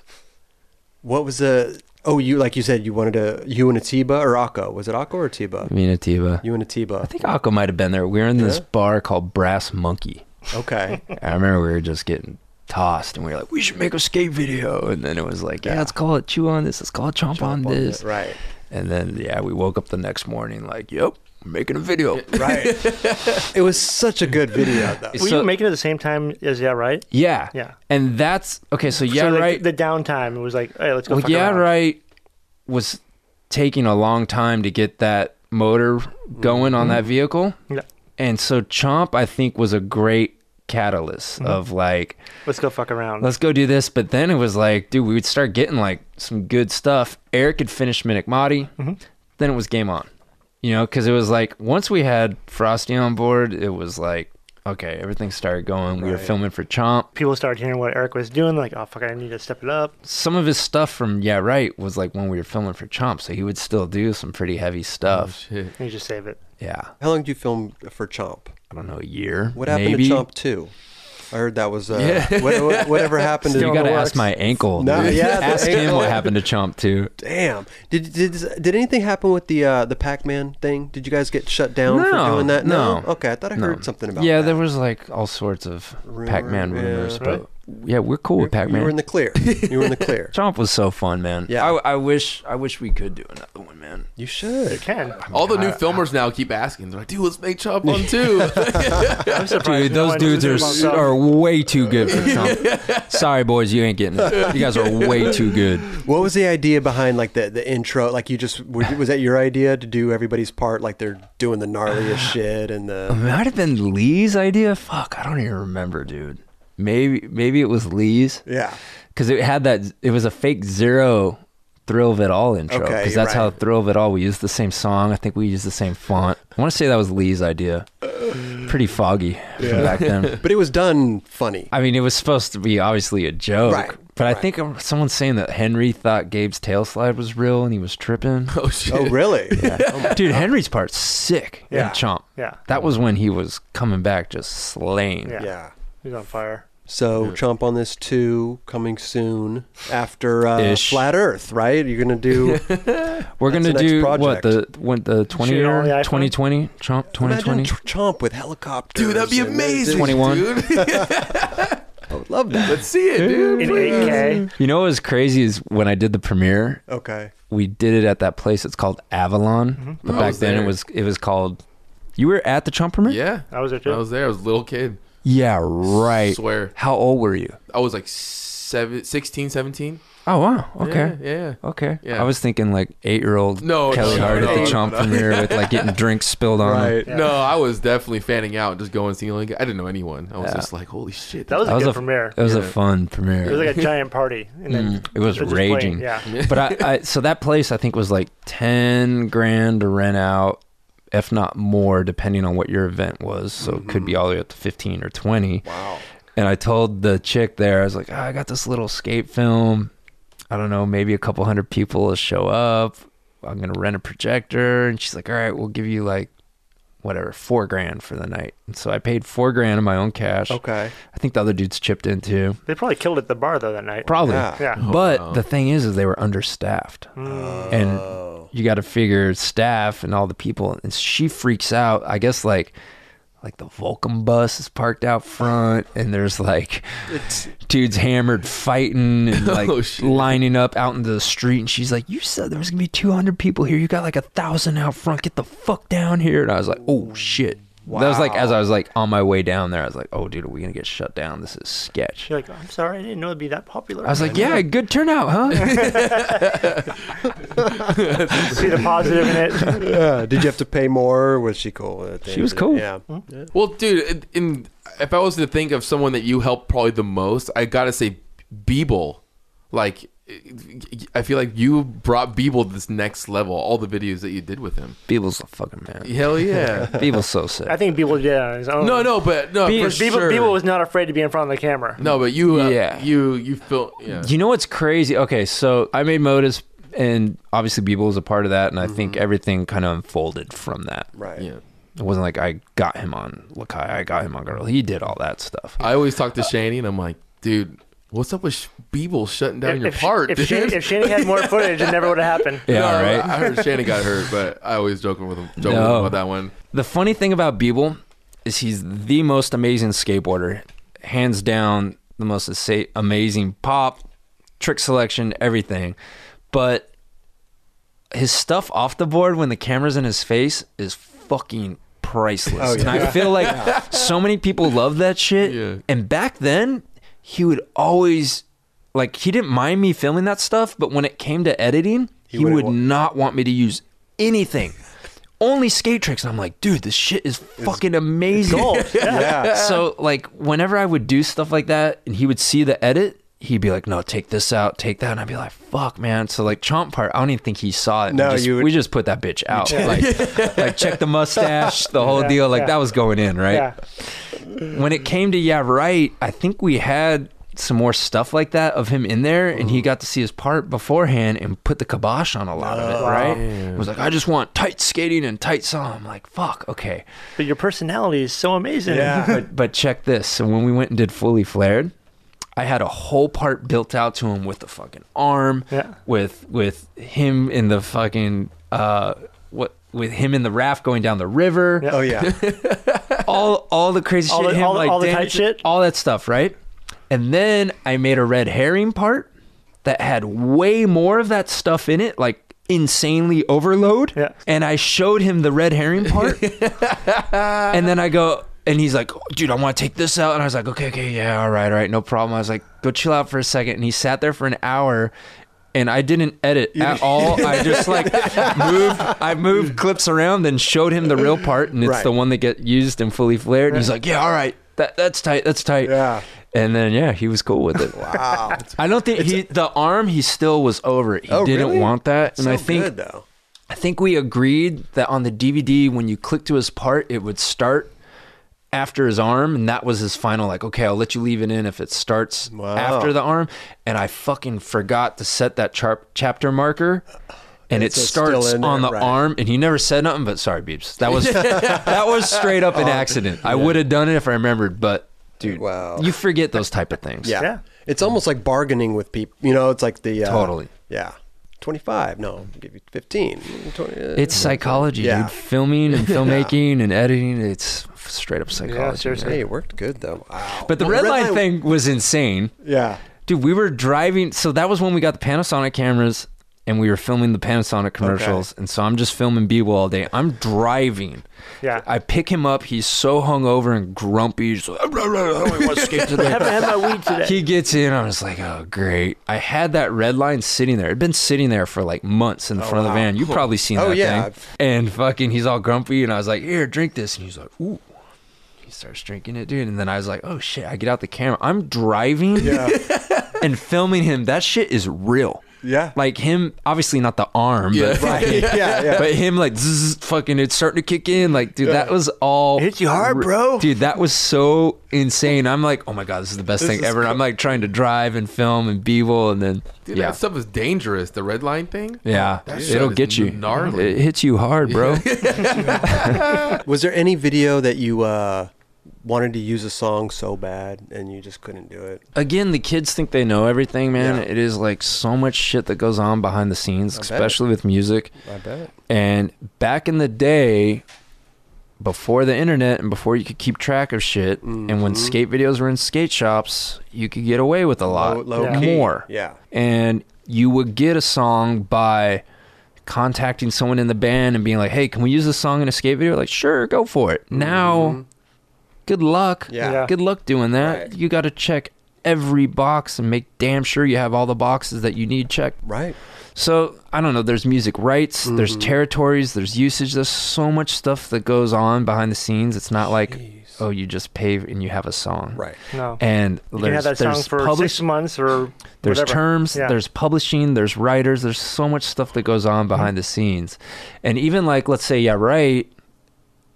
Speaker 1: What was the Oh, you like you said you wanted to you and Atiba or Akko? Was it Akko or Atiba?
Speaker 2: Me and Atiba.
Speaker 1: You and Atiba.
Speaker 2: I think Akko might have been there. We were in this
Speaker 1: Yeah.
Speaker 2: bar called Brass Monkey.
Speaker 1: Okay.
Speaker 2: I remember we were just getting tossed and we were like, we should make a skate video. And then it was like, yeah,
Speaker 1: Yeah.
Speaker 2: let's call it Chew on This. Let's call it Chomp, on,
Speaker 1: Chomp on
Speaker 2: this.
Speaker 1: it, Right.
Speaker 2: And then, yeah, we woke up the next morning like, yep, we're making a video.
Speaker 1: Right. it was such a good video though.
Speaker 3: Were
Speaker 2: So-
Speaker 3: you making it at the same time as Yeah Right?
Speaker 2: Yeah.
Speaker 3: Yeah.
Speaker 2: And that's okay. So, yeah,
Speaker 3: So, like,
Speaker 2: right.
Speaker 3: The downtime, it was like, hey, let's go.
Speaker 2: well,
Speaker 3: fuck
Speaker 2: yeah,
Speaker 3: around.
Speaker 2: right. Was taking a long time to get that motor going on that vehicle.
Speaker 3: Mm-hmm. Yeah.
Speaker 2: And so, Chomp, I think, was a great catalyst
Speaker 3: Mm-hmm.
Speaker 2: of like,
Speaker 3: Let's go fuck around.
Speaker 2: let's go do this. But then it was like, dude, we would start getting like some good stuff. Eric had finished Minic Mahdi.
Speaker 1: Mm-hmm.
Speaker 2: Then it was game on, you know, because it was like once we had Frosty on board, it was like, okay, everything started going. We were filming for Chomp.
Speaker 3: People started hearing what Eric was doing. Like, oh, fuck, I need to step it up.
Speaker 2: some of his stuff from Yeah Right was like when we were filming for Chomp, so he would still do some pretty heavy stuff.
Speaker 4: Shit.
Speaker 3: You just save it.
Speaker 2: yeah,
Speaker 1: How long did you film for Chomp?
Speaker 2: I don't know, a year.
Speaker 1: What happened
Speaker 2: maybe.
Speaker 1: to Chomp 2? I heard that was uh,
Speaker 4: Yeah.
Speaker 1: what- what- whatever happened to
Speaker 2: you
Speaker 3: Still
Speaker 2: gotta
Speaker 3: in the
Speaker 2: ask
Speaker 3: works.
Speaker 2: my ankle.
Speaker 1: No,
Speaker 2: dude.
Speaker 1: yeah, the
Speaker 2: ask him
Speaker 1: ankle.
Speaker 2: what happened to Chomp too.
Speaker 1: Damn. Did did did anything happen with the uh, the Pac Man thing? Did you guys get shut down for
Speaker 2: No,
Speaker 1: doing that?
Speaker 2: no.
Speaker 1: Okay, I thought I heard something about
Speaker 2: yeah,
Speaker 1: that.
Speaker 2: there was like all sorts of
Speaker 1: Rumor,
Speaker 2: Pac-Man
Speaker 1: yeah.
Speaker 2: rumors, but yeah, we're cool with
Speaker 1: You were in
Speaker 2: Pac-Man.
Speaker 1: the clear. You were in the clear.
Speaker 2: Chomp was so fun, man.
Speaker 1: Yeah.
Speaker 2: I, I wish I wish we could do another one, man.
Speaker 1: you should.
Speaker 3: Can
Speaker 4: All the new filmers now keep asking. They're like, dude, let's make Chop on too.
Speaker 3: I'm surprised.
Speaker 2: Dude,
Speaker 3: no
Speaker 2: those
Speaker 3: one
Speaker 2: dudes are
Speaker 3: knows
Speaker 2: s-
Speaker 3: about
Speaker 2: are way too good for Chomp. Sorry, boys, you ain't getting it. You guys are way too good.
Speaker 1: What was the idea behind like the, the intro? Like you just was was that your idea to do everybody's part? Like they're doing the gnarliest shit and the
Speaker 2: Might have been Lee's idea. Fuck, I don't even remember, dude. Maybe maybe it was Lee's.
Speaker 1: yeah.
Speaker 2: because it had that it was a fake zero thrill of it all intro
Speaker 1: Okay,
Speaker 2: because
Speaker 1: you're
Speaker 2: that's how
Speaker 1: right.
Speaker 2: thrill of it all we used the same song i think we used the same font i want to say that was lee's idea pretty foggy from back then
Speaker 1: But it was done funny.
Speaker 2: i mean it was supposed to be obviously a joke
Speaker 1: Right,
Speaker 2: but i think um, someone's saying that henry thought gabe's tail slide was real and he was tripping
Speaker 4: oh shit.
Speaker 1: oh really?
Speaker 2: dude henry's part's sick yeah
Speaker 3: Yeah.
Speaker 2: chomp
Speaker 3: Yeah.
Speaker 2: that was when he was coming back just slaying
Speaker 3: Yeah.
Speaker 1: Yeah.
Speaker 3: He's on fire.
Speaker 1: So Chomp on this too coming soon after uh,
Speaker 2: Ish.
Speaker 1: Flat Earth, right? You're gonna do
Speaker 2: we're
Speaker 1: That's
Speaker 2: gonna
Speaker 1: the next
Speaker 2: do what
Speaker 1: project.
Speaker 2: the when the 20
Speaker 3: Shoot all
Speaker 2: year
Speaker 3: the iPhone?
Speaker 2: 2020 chomp
Speaker 1: imagine
Speaker 2: 2020
Speaker 1: Ch- Chomp with helicopters.
Speaker 4: Dude, that'd be
Speaker 1: and-
Speaker 4: amazing.
Speaker 2: 21.
Speaker 4: Dude.
Speaker 1: Love that.
Speaker 4: let's see it, dude.
Speaker 3: In 8K.
Speaker 2: You know what was crazy is when I did the premiere,
Speaker 1: Okay.
Speaker 2: we did it at that place. It's called Avalon, but
Speaker 4: Mm-hmm. I
Speaker 2: back
Speaker 4: was
Speaker 2: then it
Speaker 4: there.
Speaker 2: was it was called. You were at the Chomp premiere?
Speaker 4: Yeah.
Speaker 3: I was there too.
Speaker 4: I was there. I was a little kid.
Speaker 2: Yeah, right.
Speaker 4: Swear.
Speaker 2: How old were you?
Speaker 4: I was like seven, 16, 17.
Speaker 2: Oh wow. Okay.
Speaker 4: Yeah. yeah.
Speaker 2: Okay.
Speaker 4: Yeah.
Speaker 2: I was thinking like eight year old
Speaker 4: No,
Speaker 2: Kelly
Speaker 4: no,
Speaker 2: Hart at
Speaker 4: no,
Speaker 2: the Chomp
Speaker 4: no.
Speaker 2: premiere with like getting drinks spilled on him.
Speaker 1: Right.
Speaker 4: No, I was definitely fanning out, just going seeing. Like, I didn't know anyone. I was
Speaker 2: Yeah.
Speaker 4: just like, holy shit.
Speaker 3: That was a
Speaker 2: That was
Speaker 3: good
Speaker 2: a-
Speaker 3: premiere.
Speaker 2: It was a
Speaker 4: Yeah.
Speaker 2: fun premiere.
Speaker 3: It was like a giant party. And then
Speaker 2: Mm. It was
Speaker 3: they're just playing.
Speaker 2: raging.
Speaker 3: Yeah.
Speaker 2: but I, I so that place I think was like ten grand to rent out, if not more, depending on what your event was. So it could be all the way up to fifteen or twenty. Wow. And I told the chick there, I was like, "Ah, I got this little escape film. I don't know, maybe a couple hundred people will show up. I'm gonna rent a projector, and she's like, All right, we'll give you like whatever, four grand for the night. And so I paid four grand of my own cash.
Speaker 1: Okay.
Speaker 2: I think the other dudes chipped in too.
Speaker 3: They probably killed at the bar though that night.
Speaker 2: Probably.
Speaker 1: Yeah.
Speaker 3: Yeah. Mm.
Speaker 2: But the thing is, is they were understaffed,
Speaker 4: Oh.
Speaker 2: and you got to figure staff and all the people. And she freaks out. I guess like, like the Vulcan bus is parked out front, and there's like, dudes hammered fighting and like
Speaker 4: Oh, shit.
Speaker 2: lining up out into the street. And she's like, "You said there was gonna be 200 people here. You got like a thousand out front. Get the fuck down here." And I was like, "Oh shit." That was like as I was like on my way down there. I was like, "Oh, dude, are we gonna get shut down? This is sketch."
Speaker 3: You're like, I'm sorry, I didn't know it'd be that popular.
Speaker 2: I was like, yeah, good turnout, huh?
Speaker 3: see the positive in it.
Speaker 1: Yeah. Did you have to pay more? Or was she cool? With it?
Speaker 2: She was cool.
Speaker 1: Yeah.
Speaker 4: Well, dude, in- in, if I was to think of someone that you helped probably the most, I gotta say Beeble. Like, I feel like you brought Beeble to this next level. All the videos that you did with him,
Speaker 2: Beeble's a fucking man.
Speaker 4: hell yeah.
Speaker 2: Beeble's so sick.
Speaker 3: I think people did it on his own.
Speaker 4: no, no, but no,
Speaker 3: Be-
Speaker 4: for
Speaker 3: Bebo-
Speaker 4: sure.
Speaker 3: Bebo was not afraid to be in front of the camera.
Speaker 4: no, but you, uh,
Speaker 2: Yeah.
Speaker 4: you, you feel. Yeah.
Speaker 2: you know what's crazy? Okay, so I made Modus, and obviously Beeble was a part of that, and I think everything kind of unfolded from that.
Speaker 1: Right.
Speaker 4: Mm-hmm. yeah.
Speaker 2: It wasn't like I got him on Lakai, I got him on Girl. He did all that stuff.
Speaker 4: I always talk to Shani, and I'm like, dude, what's up with Sh- Beeble shutting
Speaker 3: If,
Speaker 4: down your
Speaker 3: if,
Speaker 4: part?
Speaker 3: if,
Speaker 4: dude?
Speaker 3: Shane, if Shane had more footage, it never would have happened.
Speaker 2: yeah,
Speaker 4: No,
Speaker 2: right.
Speaker 4: I heard Shani got hurt, but I always joke with him, joke
Speaker 2: No.
Speaker 4: with him about that one.
Speaker 2: The funny thing about Beeble is he's the most amazing skateboarder, hands down, the most asa- amazing pop, trick selection, everything. But his stuff off the board when the camera's in his face is fucking priceless.
Speaker 1: Oh,
Speaker 2: And I feel like so many people love that shit.
Speaker 4: Yeah.
Speaker 2: And back then, he would always like he didn't mind me filming that stuff, but when it came to editing, he,
Speaker 1: wouldn't
Speaker 2: would
Speaker 1: wa-
Speaker 2: not want me to use anything. Only skate tricks. And I'm like, dude, this shit is fucking amazing.
Speaker 1: Yeah.
Speaker 2: so like whenever I would do stuff like that and he would see the edit, he'd be like, No, take this out, take that and I'd be like, fuck man. So like chomp part, I don't even think he saw it.
Speaker 1: No,
Speaker 2: we just,
Speaker 1: you would-
Speaker 2: we just put that bitch out. Like, like check the mustache, the whole
Speaker 3: Yeah,
Speaker 2: deal. Like
Speaker 3: yeah.
Speaker 2: that was going in, right?
Speaker 3: Yeah.
Speaker 2: when it came to yeah right i think we had some more stuff like that of him in there, and he got to see his part beforehand and put the kibosh on a lot of it. Right? It was like, I just want tight skating and tight song. I'm like, fuck, okay.
Speaker 3: But your personality is so amazing.
Speaker 2: but, but check this. So when we went and did Fully Flared, I had a whole part built out to him with the fucking arm,
Speaker 3: Yeah.
Speaker 2: with with him in the fucking uh what with him in the raft going down the river,
Speaker 3: Yeah.
Speaker 1: Oh yeah.
Speaker 2: all all the crazy
Speaker 3: All
Speaker 2: shit,
Speaker 3: the-
Speaker 2: him,
Speaker 3: all the-
Speaker 2: like
Speaker 3: all the
Speaker 2: dancing,
Speaker 3: tight shit?
Speaker 2: all that stuff, right? And then I made a red herring part that had way more of that stuff in it, like insanely overload.
Speaker 3: Yeah.
Speaker 2: And I showed him the red herring part, and then I go. And he's like, dude, I want to take this out. And I was like, okay, okay, yeah, all right, all right, no problem. I was like, go chill out for a second. And he sat there for an hour and I didn't edit at all. I just like moved, I moved clips around and showed him the real part. And it's
Speaker 1: Right.
Speaker 2: the one that get used and fully flared. And he's like, yeah, all right, that, that's tight, that's tight.
Speaker 1: Yeah.
Speaker 2: And then, yeah, he was cool with it.
Speaker 1: Wow.
Speaker 2: I don't think he, the arm, he still was over it. He
Speaker 1: Oh,
Speaker 2: didn't
Speaker 1: really?
Speaker 2: want that. And
Speaker 1: so
Speaker 2: I think
Speaker 1: good though.
Speaker 2: I think we agreed that on the DVD, when you click to his part, it would start after his arm, and that was his final. Like, okay, I'll let you leave it in if it starts after the arm. And I fucking forgot to set that char- chapter marker. And it
Speaker 1: so it's still
Speaker 2: starts
Speaker 1: in
Speaker 2: on
Speaker 1: there,
Speaker 2: the
Speaker 1: right.
Speaker 2: arm, and he never said nothing. But sorry, beeps, that was that was straight up
Speaker 1: Oh,
Speaker 2: an accident. I would have done it if I remembered, but dude,
Speaker 1: Wow.
Speaker 2: you forget those type of things.
Speaker 1: Yeah.
Speaker 3: Yeah.
Speaker 1: It's almost like bargaining with people. You know, it's like the uh,
Speaker 2: Totally.
Speaker 1: Yeah. Twenty five. No, I'll give you fifteen. 20, uh,
Speaker 2: it's psychology,
Speaker 1: Yeah.
Speaker 2: dude. Filming and filmmaking and editing—it's straight up psychology. man.
Speaker 3: seriously.
Speaker 1: Hey, it worked good though. Ah, Wow.
Speaker 2: But the
Speaker 1: Well,
Speaker 2: red, line, thing was insane.
Speaker 1: Yeah.
Speaker 2: Dude, we were driving. So that was when we got the Panasonic cameras and we were filming the Panasonic commercials. And so I'm just filming B all day. I'm driving.
Speaker 3: Yeah.
Speaker 2: I pick him up. He's so hungover and grumpy. He's like, "I don't want to skate
Speaker 3: I
Speaker 2: today."
Speaker 3: haven't had my weed today.
Speaker 2: He gets in. I was like, oh, great. I had that red line sitting there. It'd been sitting there for like months in the front of the van. You've probably seen
Speaker 1: Oh,
Speaker 2: that
Speaker 1: yeah.
Speaker 2: thing. And fucking, he's all grumpy. And I was like, here, drink this. And he's like, ooh. He starts drinking it, dude. And then I was like, oh, shit. I get out the camera. I'm driving and filming him. That shit is real.
Speaker 1: Yeah.
Speaker 2: Like him, obviously not the arm, but, fucking-
Speaker 1: yeah, yeah.
Speaker 2: but him like zzz, fucking it's starting to kick in. Like, dude, that was all
Speaker 3: Hit you hard, bro.
Speaker 2: Dude, that was so insane. I'm like, oh my god, this is the best thing ever. And I'm like trying to drive and film and bevel, and then
Speaker 4: Dude,
Speaker 2: yeah,
Speaker 4: that stuff is dangerous. The red line thing.
Speaker 2: yeah,
Speaker 4: That shit
Speaker 2: it'll
Speaker 4: is
Speaker 2: get you.
Speaker 4: gnarly.
Speaker 2: It hits you hard, bro.
Speaker 1: Was there any video that you uh, wanted to use a song so bad and you just couldn't do it?
Speaker 2: Again, the kids think they know everything, man.
Speaker 1: Yeah.
Speaker 2: It is like so much shit that goes on behind the scenes,
Speaker 1: bet.
Speaker 2: especially with music.
Speaker 1: I bet.
Speaker 2: And back in the day, before the internet and before you could keep track of shit, and when skate videos were in skate shops, you could get away with a lot
Speaker 1: Mm-hmm. low
Speaker 3: Yeah.
Speaker 1: key.
Speaker 2: Uh, more.
Speaker 1: Yeah.
Speaker 2: And you would get a song by contacting someone in the band and being like, hey, can we use this song in a skate video? Like, sure, go for it. Now, good luck.
Speaker 1: Mm-hmm. Yeah.
Speaker 3: Yeah.
Speaker 2: Good luck doing that.
Speaker 1: Right.
Speaker 2: You got to check every box and make damn sure you have all the boxes that you need checked.
Speaker 1: Right.
Speaker 2: So I don't know. There's music rights. There's territories. There's usage. There's so much stuff that goes on behind the scenes. It's not like oh, you just pave and you have a song.
Speaker 1: Right.
Speaker 3: no.
Speaker 2: And
Speaker 3: you can have
Speaker 2: there's
Speaker 3: that song
Speaker 2: there's
Speaker 3: for six
Speaker 2: publishing.
Speaker 3: months or
Speaker 2: There's
Speaker 3: whatever.
Speaker 2: terms.
Speaker 3: Yeah.
Speaker 2: There's publishing. There's writers. There's so much stuff that goes on behind the scenes. And even like let's say yeah, right.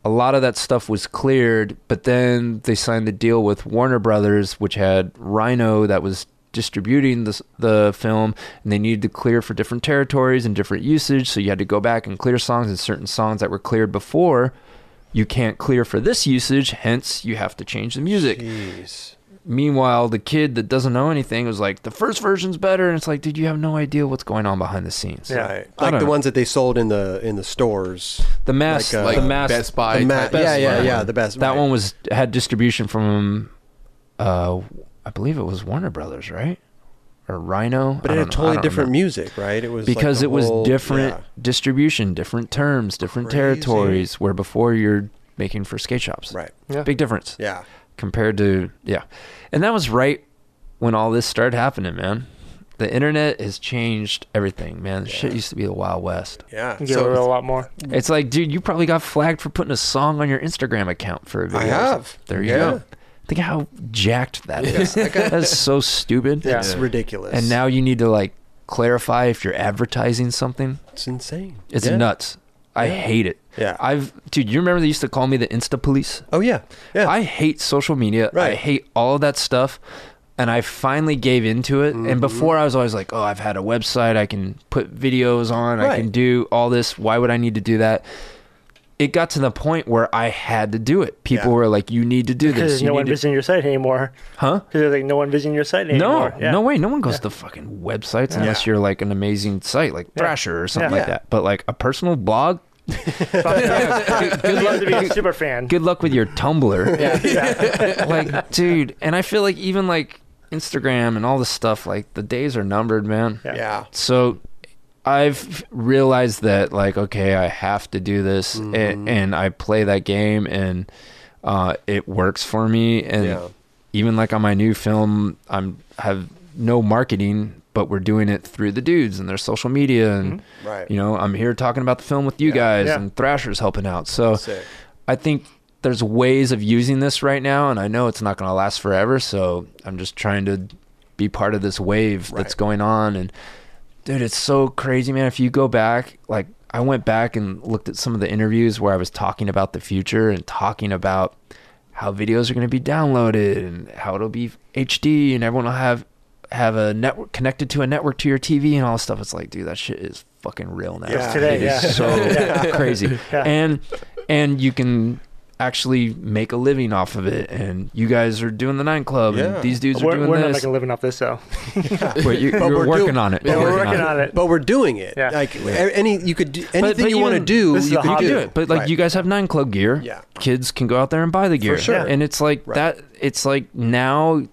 Speaker 2: A lot of that stuff was cleared, but then they signed the deal with Warner Brothers, which had Rhino that was distributing the the film, and they needed to clear for different territories and different usage. So you had to go back and clear songs, and certain songs that were cleared before, you can't clear for this usage. Hence, you have to change the music.
Speaker 1: Jeez.
Speaker 2: Meanwhile, the kid that doesn't know anything was like, the first version's better. And it's like, dude, you have no idea what's going on behind the scenes.
Speaker 3: Yeah.
Speaker 1: Right.
Speaker 2: I
Speaker 1: Like
Speaker 2: don't
Speaker 1: the
Speaker 2: know.
Speaker 1: ones that they sold in the in the stores.
Speaker 2: The mask,
Speaker 1: Like, uh,
Speaker 4: Like
Speaker 2: the mask,
Speaker 4: Best Buy.
Speaker 1: The ma-
Speaker 4: type
Speaker 1: yeah,
Speaker 4: of
Speaker 1: yeah,
Speaker 4: red
Speaker 1: yeah.
Speaker 4: line.
Speaker 1: The best.
Speaker 2: that
Speaker 1: right.
Speaker 2: one was had distribution from, uh, I believe it was Warner Brothers, right? Or Rhino.
Speaker 1: But
Speaker 2: I
Speaker 1: it had
Speaker 2: don't know. I
Speaker 1: totally
Speaker 2: don't
Speaker 1: different
Speaker 2: remember.
Speaker 1: music, right? It was like
Speaker 2: because
Speaker 1: the
Speaker 2: it was
Speaker 1: whole-
Speaker 2: different
Speaker 1: yeah.
Speaker 2: distribution, different terms, different
Speaker 1: Crazy.
Speaker 2: territories. Where before you're making for skate shops,
Speaker 1: Right.
Speaker 3: Yeah.
Speaker 2: Big difference
Speaker 1: Yeah.
Speaker 2: compared to yeah and that was right when all this started happening man the internet has changed everything man shit used to be the wild west
Speaker 1: Yeah.
Speaker 3: You get
Speaker 1: So
Speaker 3: away with a lot more.
Speaker 2: it's like dude you probably got flagged for putting a song on your instagram account for a video
Speaker 1: I
Speaker 2: or
Speaker 1: have.
Speaker 2: something. there you
Speaker 1: Yeah.
Speaker 2: go think of how jacked that is that's so stupid
Speaker 3: Yeah.
Speaker 1: it's ridiculous.
Speaker 2: and now you need to like clarify if you're advertising something
Speaker 1: it's insane.
Speaker 2: it's
Speaker 1: Yeah.
Speaker 2: nuts i hate it
Speaker 1: Yeah.
Speaker 2: i've dude you remember they used to call me the insta police
Speaker 1: Oh yeah. Yeah.
Speaker 2: I hate social media. I
Speaker 1: Right.
Speaker 2: hate all of that stuff. and I finally gave into it.
Speaker 1: Mm-hmm.
Speaker 2: And before I was always like, oh, I've had a website, I can put videos on, I can
Speaker 1: Right.
Speaker 2: do all this. Why would I need to do that? It got to the point where I had to do it. People
Speaker 1: Yeah.
Speaker 2: were like, you need to do
Speaker 3: Because
Speaker 2: this.
Speaker 3: there's
Speaker 2: You
Speaker 3: no
Speaker 2: need
Speaker 3: one
Speaker 2: to-
Speaker 3: visiting your site anymore.
Speaker 2: Huh?
Speaker 3: Because there's like no one visiting your site anymore.
Speaker 2: No,
Speaker 3: Yeah.
Speaker 2: no way. No one goes to fucking websites unless you're like an amazing site like Thrasher or something
Speaker 3: Yeah.
Speaker 2: like that. But like a personal blog,
Speaker 3: I'd love to be a super fan.
Speaker 2: good luck with your Tumblr.
Speaker 3: Yeah.
Speaker 2: like, dude, and I feel like even like Instagram and all this stuff, like the days are numbered, man.
Speaker 3: Yeah.
Speaker 1: Yeah.
Speaker 2: So I've realized that like, okay, I have to do this
Speaker 1: Mm-hmm.
Speaker 2: and, and I play that game and uh, it works for me. And
Speaker 1: Yeah.
Speaker 2: even like on my new film, I'm have no marketing, but we're doing it through the dudes and their social media and
Speaker 1: Mm-hmm. Right.
Speaker 2: you know, I'm here talking about the film with you guys
Speaker 3: Yeah.
Speaker 2: and Thrasher's helping out. So
Speaker 1: Sick.
Speaker 2: I think there's ways of using this right now, and I know it's not going to last forever. So I'm just trying to be part of this wave that's
Speaker 1: Right.
Speaker 2: going on. And dude, it's so crazy, man. If you go back, like I went back and looked at some of the interviews where I was talking about the future and talking about how videos are going to be downloaded and how it'll be HD and everyone will have have a network connected to a network to your TV and all this stuff. It's like, dude, that shit is fucking real now.
Speaker 1: It's
Speaker 3: today,
Speaker 2: It is
Speaker 3: yeah.
Speaker 2: so crazy.
Speaker 3: Yeah.
Speaker 2: And and you can actually make a living off of it. And you guys are doing the nine club
Speaker 1: Yeah.
Speaker 2: and these dudes are
Speaker 3: We're,
Speaker 2: doing
Speaker 3: we're not
Speaker 2: this.
Speaker 3: making a living off this, though.
Speaker 2: but you,
Speaker 1: But
Speaker 2: are
Speaker 1: we're
Speaker 2: working
Speaker 1: doing-
Speaker 2: on it.
Speaker 4: but
Speaker 2: You're
Speaker 4: we're
Speaker 3: working on it.
Speaker 1: But we're doing it.
Speaker 3: Yeah.
Speaker 1: Like a- any you could do, anything
Speaker 2: but
Speaker 1: you want to
Speaker 2: even-
Speaker 1: do,
Speaker 3: this is
Speaker 1: you
Speaker 3: a
Speaker 1: could
Speaker 3: hobby.
Speaker 1: do.
Speaker 2: it. But like
Speaker 1: Right.
Speaker 2: you guys have nine club gear.
Speaker 1: Yeah.
Speaker 2: Kids can go out there and buy the gear.
Speaker 1: sure.
Speaker 2: And it's like
Speaker 1: Right.
Speaker 2: that it's like now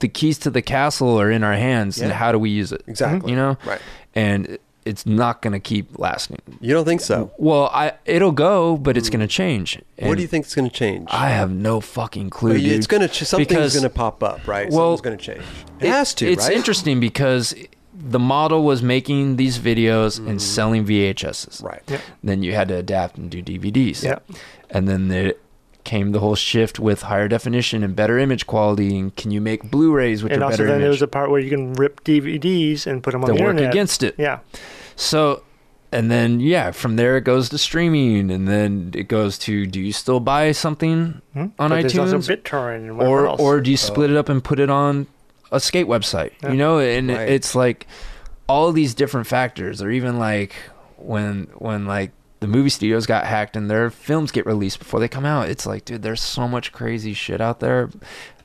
Speaker 2: the keys to the castle are in our hands and
Speaker 1: Yeah.
Speaker 2: how do we use it?
Speaker 1: Exactly.
Speaker 2: You know?
Speaker 1: Right.
Speaker 2: And it's not gonna keep lasting.
Speaker 1: You don't think so?
Speaker 2: Well, I it'll go, but it's gonna change.
Speaker 1: Mm. what
Speaker 2: And
Speaker 1: do you think's going to change?
Speaker 2: I have no fucking clue.
Speaker 1: But
Speaker 2: dude.
Speaker 1: it's going to ch- something's
Speaker 2: Because-
Speaker 1: going to pop up, right?
Speaker 2: Well,
Speaker 1: something's going to change. It, has to,
Speaker 2: It's
Speaker 1: right?
Speaker 2: interesting because the model was making these videos and selling VHSs.
Speaker 1: Mm-hmm. Right.
Speaker 2: Then you had to adapt and do DVDs.
Speaker 3: Yeah.
Speaker 2: And then there came the whole shift with higher definition and better image quality. And can you make Blu-rays with
Speaker 3: and
Speaker 2: a
Speaker 3: also,
Speaker 2: better
Speaker 3: then there
Speaker 2: image
Speaker 3: was a part where you can rip DVDs and put them on
Speaker 2: that
Speaker 3: the
Speaker 2: work
Speaker 3: internet.
Speaker 2: against it?
Speaker 3: Yeah.
Speaker 2: So, and then yeah, from there it goes to streaming, and then it goes to do you still buy something
Speaker 3: Hmm?
Speaker 2: on
Speaker 3: But There's also
Speaker 2: iTunes?
Speaker 3: BitTorrent and whatever
Speaker 2: or
Speaker 3: else.
Speaker 2: or do you split it up and put it on a skate website
Speaker 3: Yeah.
Speaker 2: you know and
Speaker 1: Right.
Speaker 2: it's like all these different factors or even like when when like the movie studios got hacked and their films get released before they come out it's like dude there's so much crazy shit out there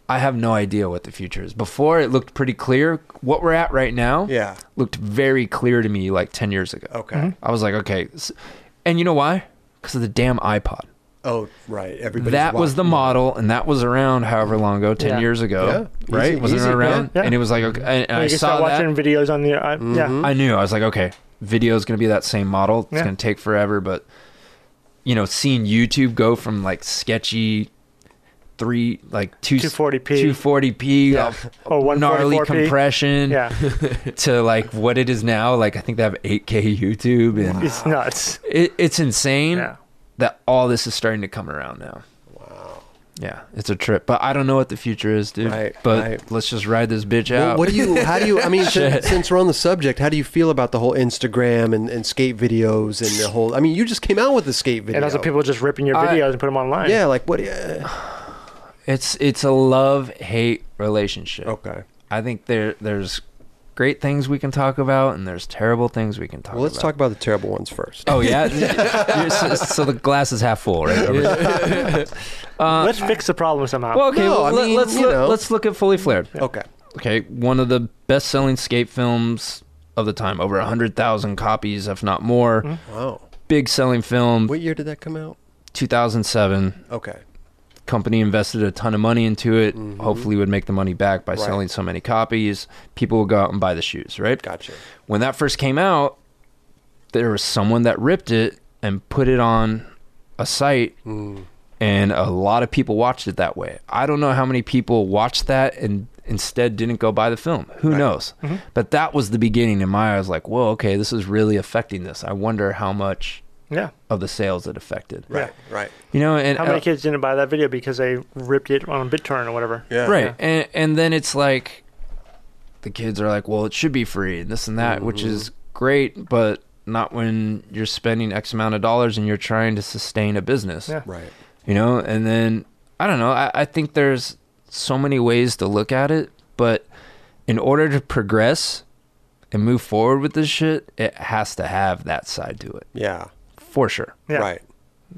Speaker 2: i have no idea what the future is before it looked pretty clear what we're at right now
Speaker 1: Yeah.
Speaker 2: looked very clear to me like 10 years ago
Speaker 1: Okay.
Speaker 2: i was like okay s- and you know why because of the damn ipod
Speaker 1: Oh, right. Everybody.
Speaker 2: that was the model, and that was around however long ago, ten
Speaker 3: Yeah.
Speaker 2: years ago,
Speaker 1: Yeah.
Speaker 2: right?
Speaker 1: Easy-
Speaker 2: was
Speaker 1: easy,
Speaker 2: it around?
Speaker 3: yeah. Yeah.
Speaker 2: And it was like, okay, and, and
Speaker 3: Or
Speaker 2: I
Speaker 3: you can
Speaker 2: saw
Speaker 3: start watching
Speaker 2: that. Mm-hmm.
Speaker 3: videos on the. I, Yeah.
Speaker 2: I knew I was like, okay, video is going to be that same model. It's
Speaker 3: Yeah.
Speaker 2: going to take forever, but you know, seeing YouTube go from like sketchy three, like two
Speaker 3: 240p.
Speaker 2: two forty p, uh,
Speaker 3: Or
Speaker 2: gnarly
Speaker 3: 144p.
Speaker 2: compression,
Speaker 3: Yeah.
Speaker 2: to like what it is now. Like I think they have eight K YouTube, and
Speaker 3: It's nuts.
Speaker 2: it, it's insane
Speaker 3: Yeah.
Speaker 2: that all this is starting to come around now. Wow. Yeah, it's a trip, but I don't know what the future is, dude.
Speaker 1: Right,
Speaker 2: but
Speaker 1: right.
Speaker 2: let's just ride this bitch
Speaker 1: Well,
Speaker 2: out.
Speaker 1: what do you? How do you? I mean, since, since we're on the subject, how do you feel about the whole Instagram and, and skate videos and the whole? I mean, you just came out with the skate video.
Speaker 3: And also, people just ripping your
Speaker 2: I-
Speaker 3: videos and put them online.
Speaker 1: Yeah, like what? Uh,
Speaker 2: it's it's a love hate relationship.
Speaker 1: okay.
Speaker 2: I think there there's great things we can talk about, and there's terrible things we can talk.
Speaker 1: Well, let's
Speaker 2: about.
Speaker 1: talk about the terrible ones first.
Speaker 2: Oh yeah, You're- so, so the glass is half full, right?
Speaker 3: Let's fix the problem somehow.
Speaker 2: Uh, Well, okay,
Speaker 1: No, I
Speaker 2: let,
Speaker 1: mean,
Speaker 2: us
Speaker 1: you
Speaker 2: look,
Speaker 1: know.
Speaker 2: let's look at Fully Flared.
Speaker 1: Okay.
Speaker 2: okay, one of the best-selling skate films of the time, over hundred thousand copies, if not more.
Speaker 1: Wow.
Speaker 2: Big selling film,
Speaker 1: What year did that come out?
Speaker 2: 2007.
Speaker 1: Okay.
Speaker 2: Company invested a ton of money into it. Hopefully, would make the money back by
Speaker 1: Mm-hmm. Right.
Speaker 2: selling so many copies. People would go out and buy the shoes, right?
Speaker 1: Gotcha.
Speaker 2: When that first came out, there was someone that ripped it and put it on a site,
Speaker 3: Mm.
Speaker 2: and a lot of people watched it that way. I don't know how many people watched that and instead didn't go buy the film. Who knows?
Speaker 3: Mm-hmm.
Speaker 2: But that was the beginning in my eyes. Like, whoa, okay, this is really affecting this. I wonder how much
Speaker 3: yeah.
Speaker 2: of the sales it affected.
Speaker 1: Right. Right.
Speaker 2: You know, and
Speaker 3: How many
Speaker 2: uh,
Speaker 3: kids didn't buy that video because they ripped it on BitTorrent or whatever?
Speaker 1: Yeah.
Speaker 2: right? And and then it's like the kids are like, well, it should be free and this and that, which is
Speaker 1: Mm-hmm.
Speaker 2: great, but not when you're spending X amount of dollars and you're trying to sustain a business,
Speaker 3: Yeah.
Speaker 1: Right.
Speaker 2: you know. And then I don't know. I, I think there's so many ways to look at it, But in order to progress and move forward with this shit, it has to have that side to it
Speaker 1: Yeah.
Speaker 2: for sure.
Speaker 3: Yeah.
Speaker 1: Right.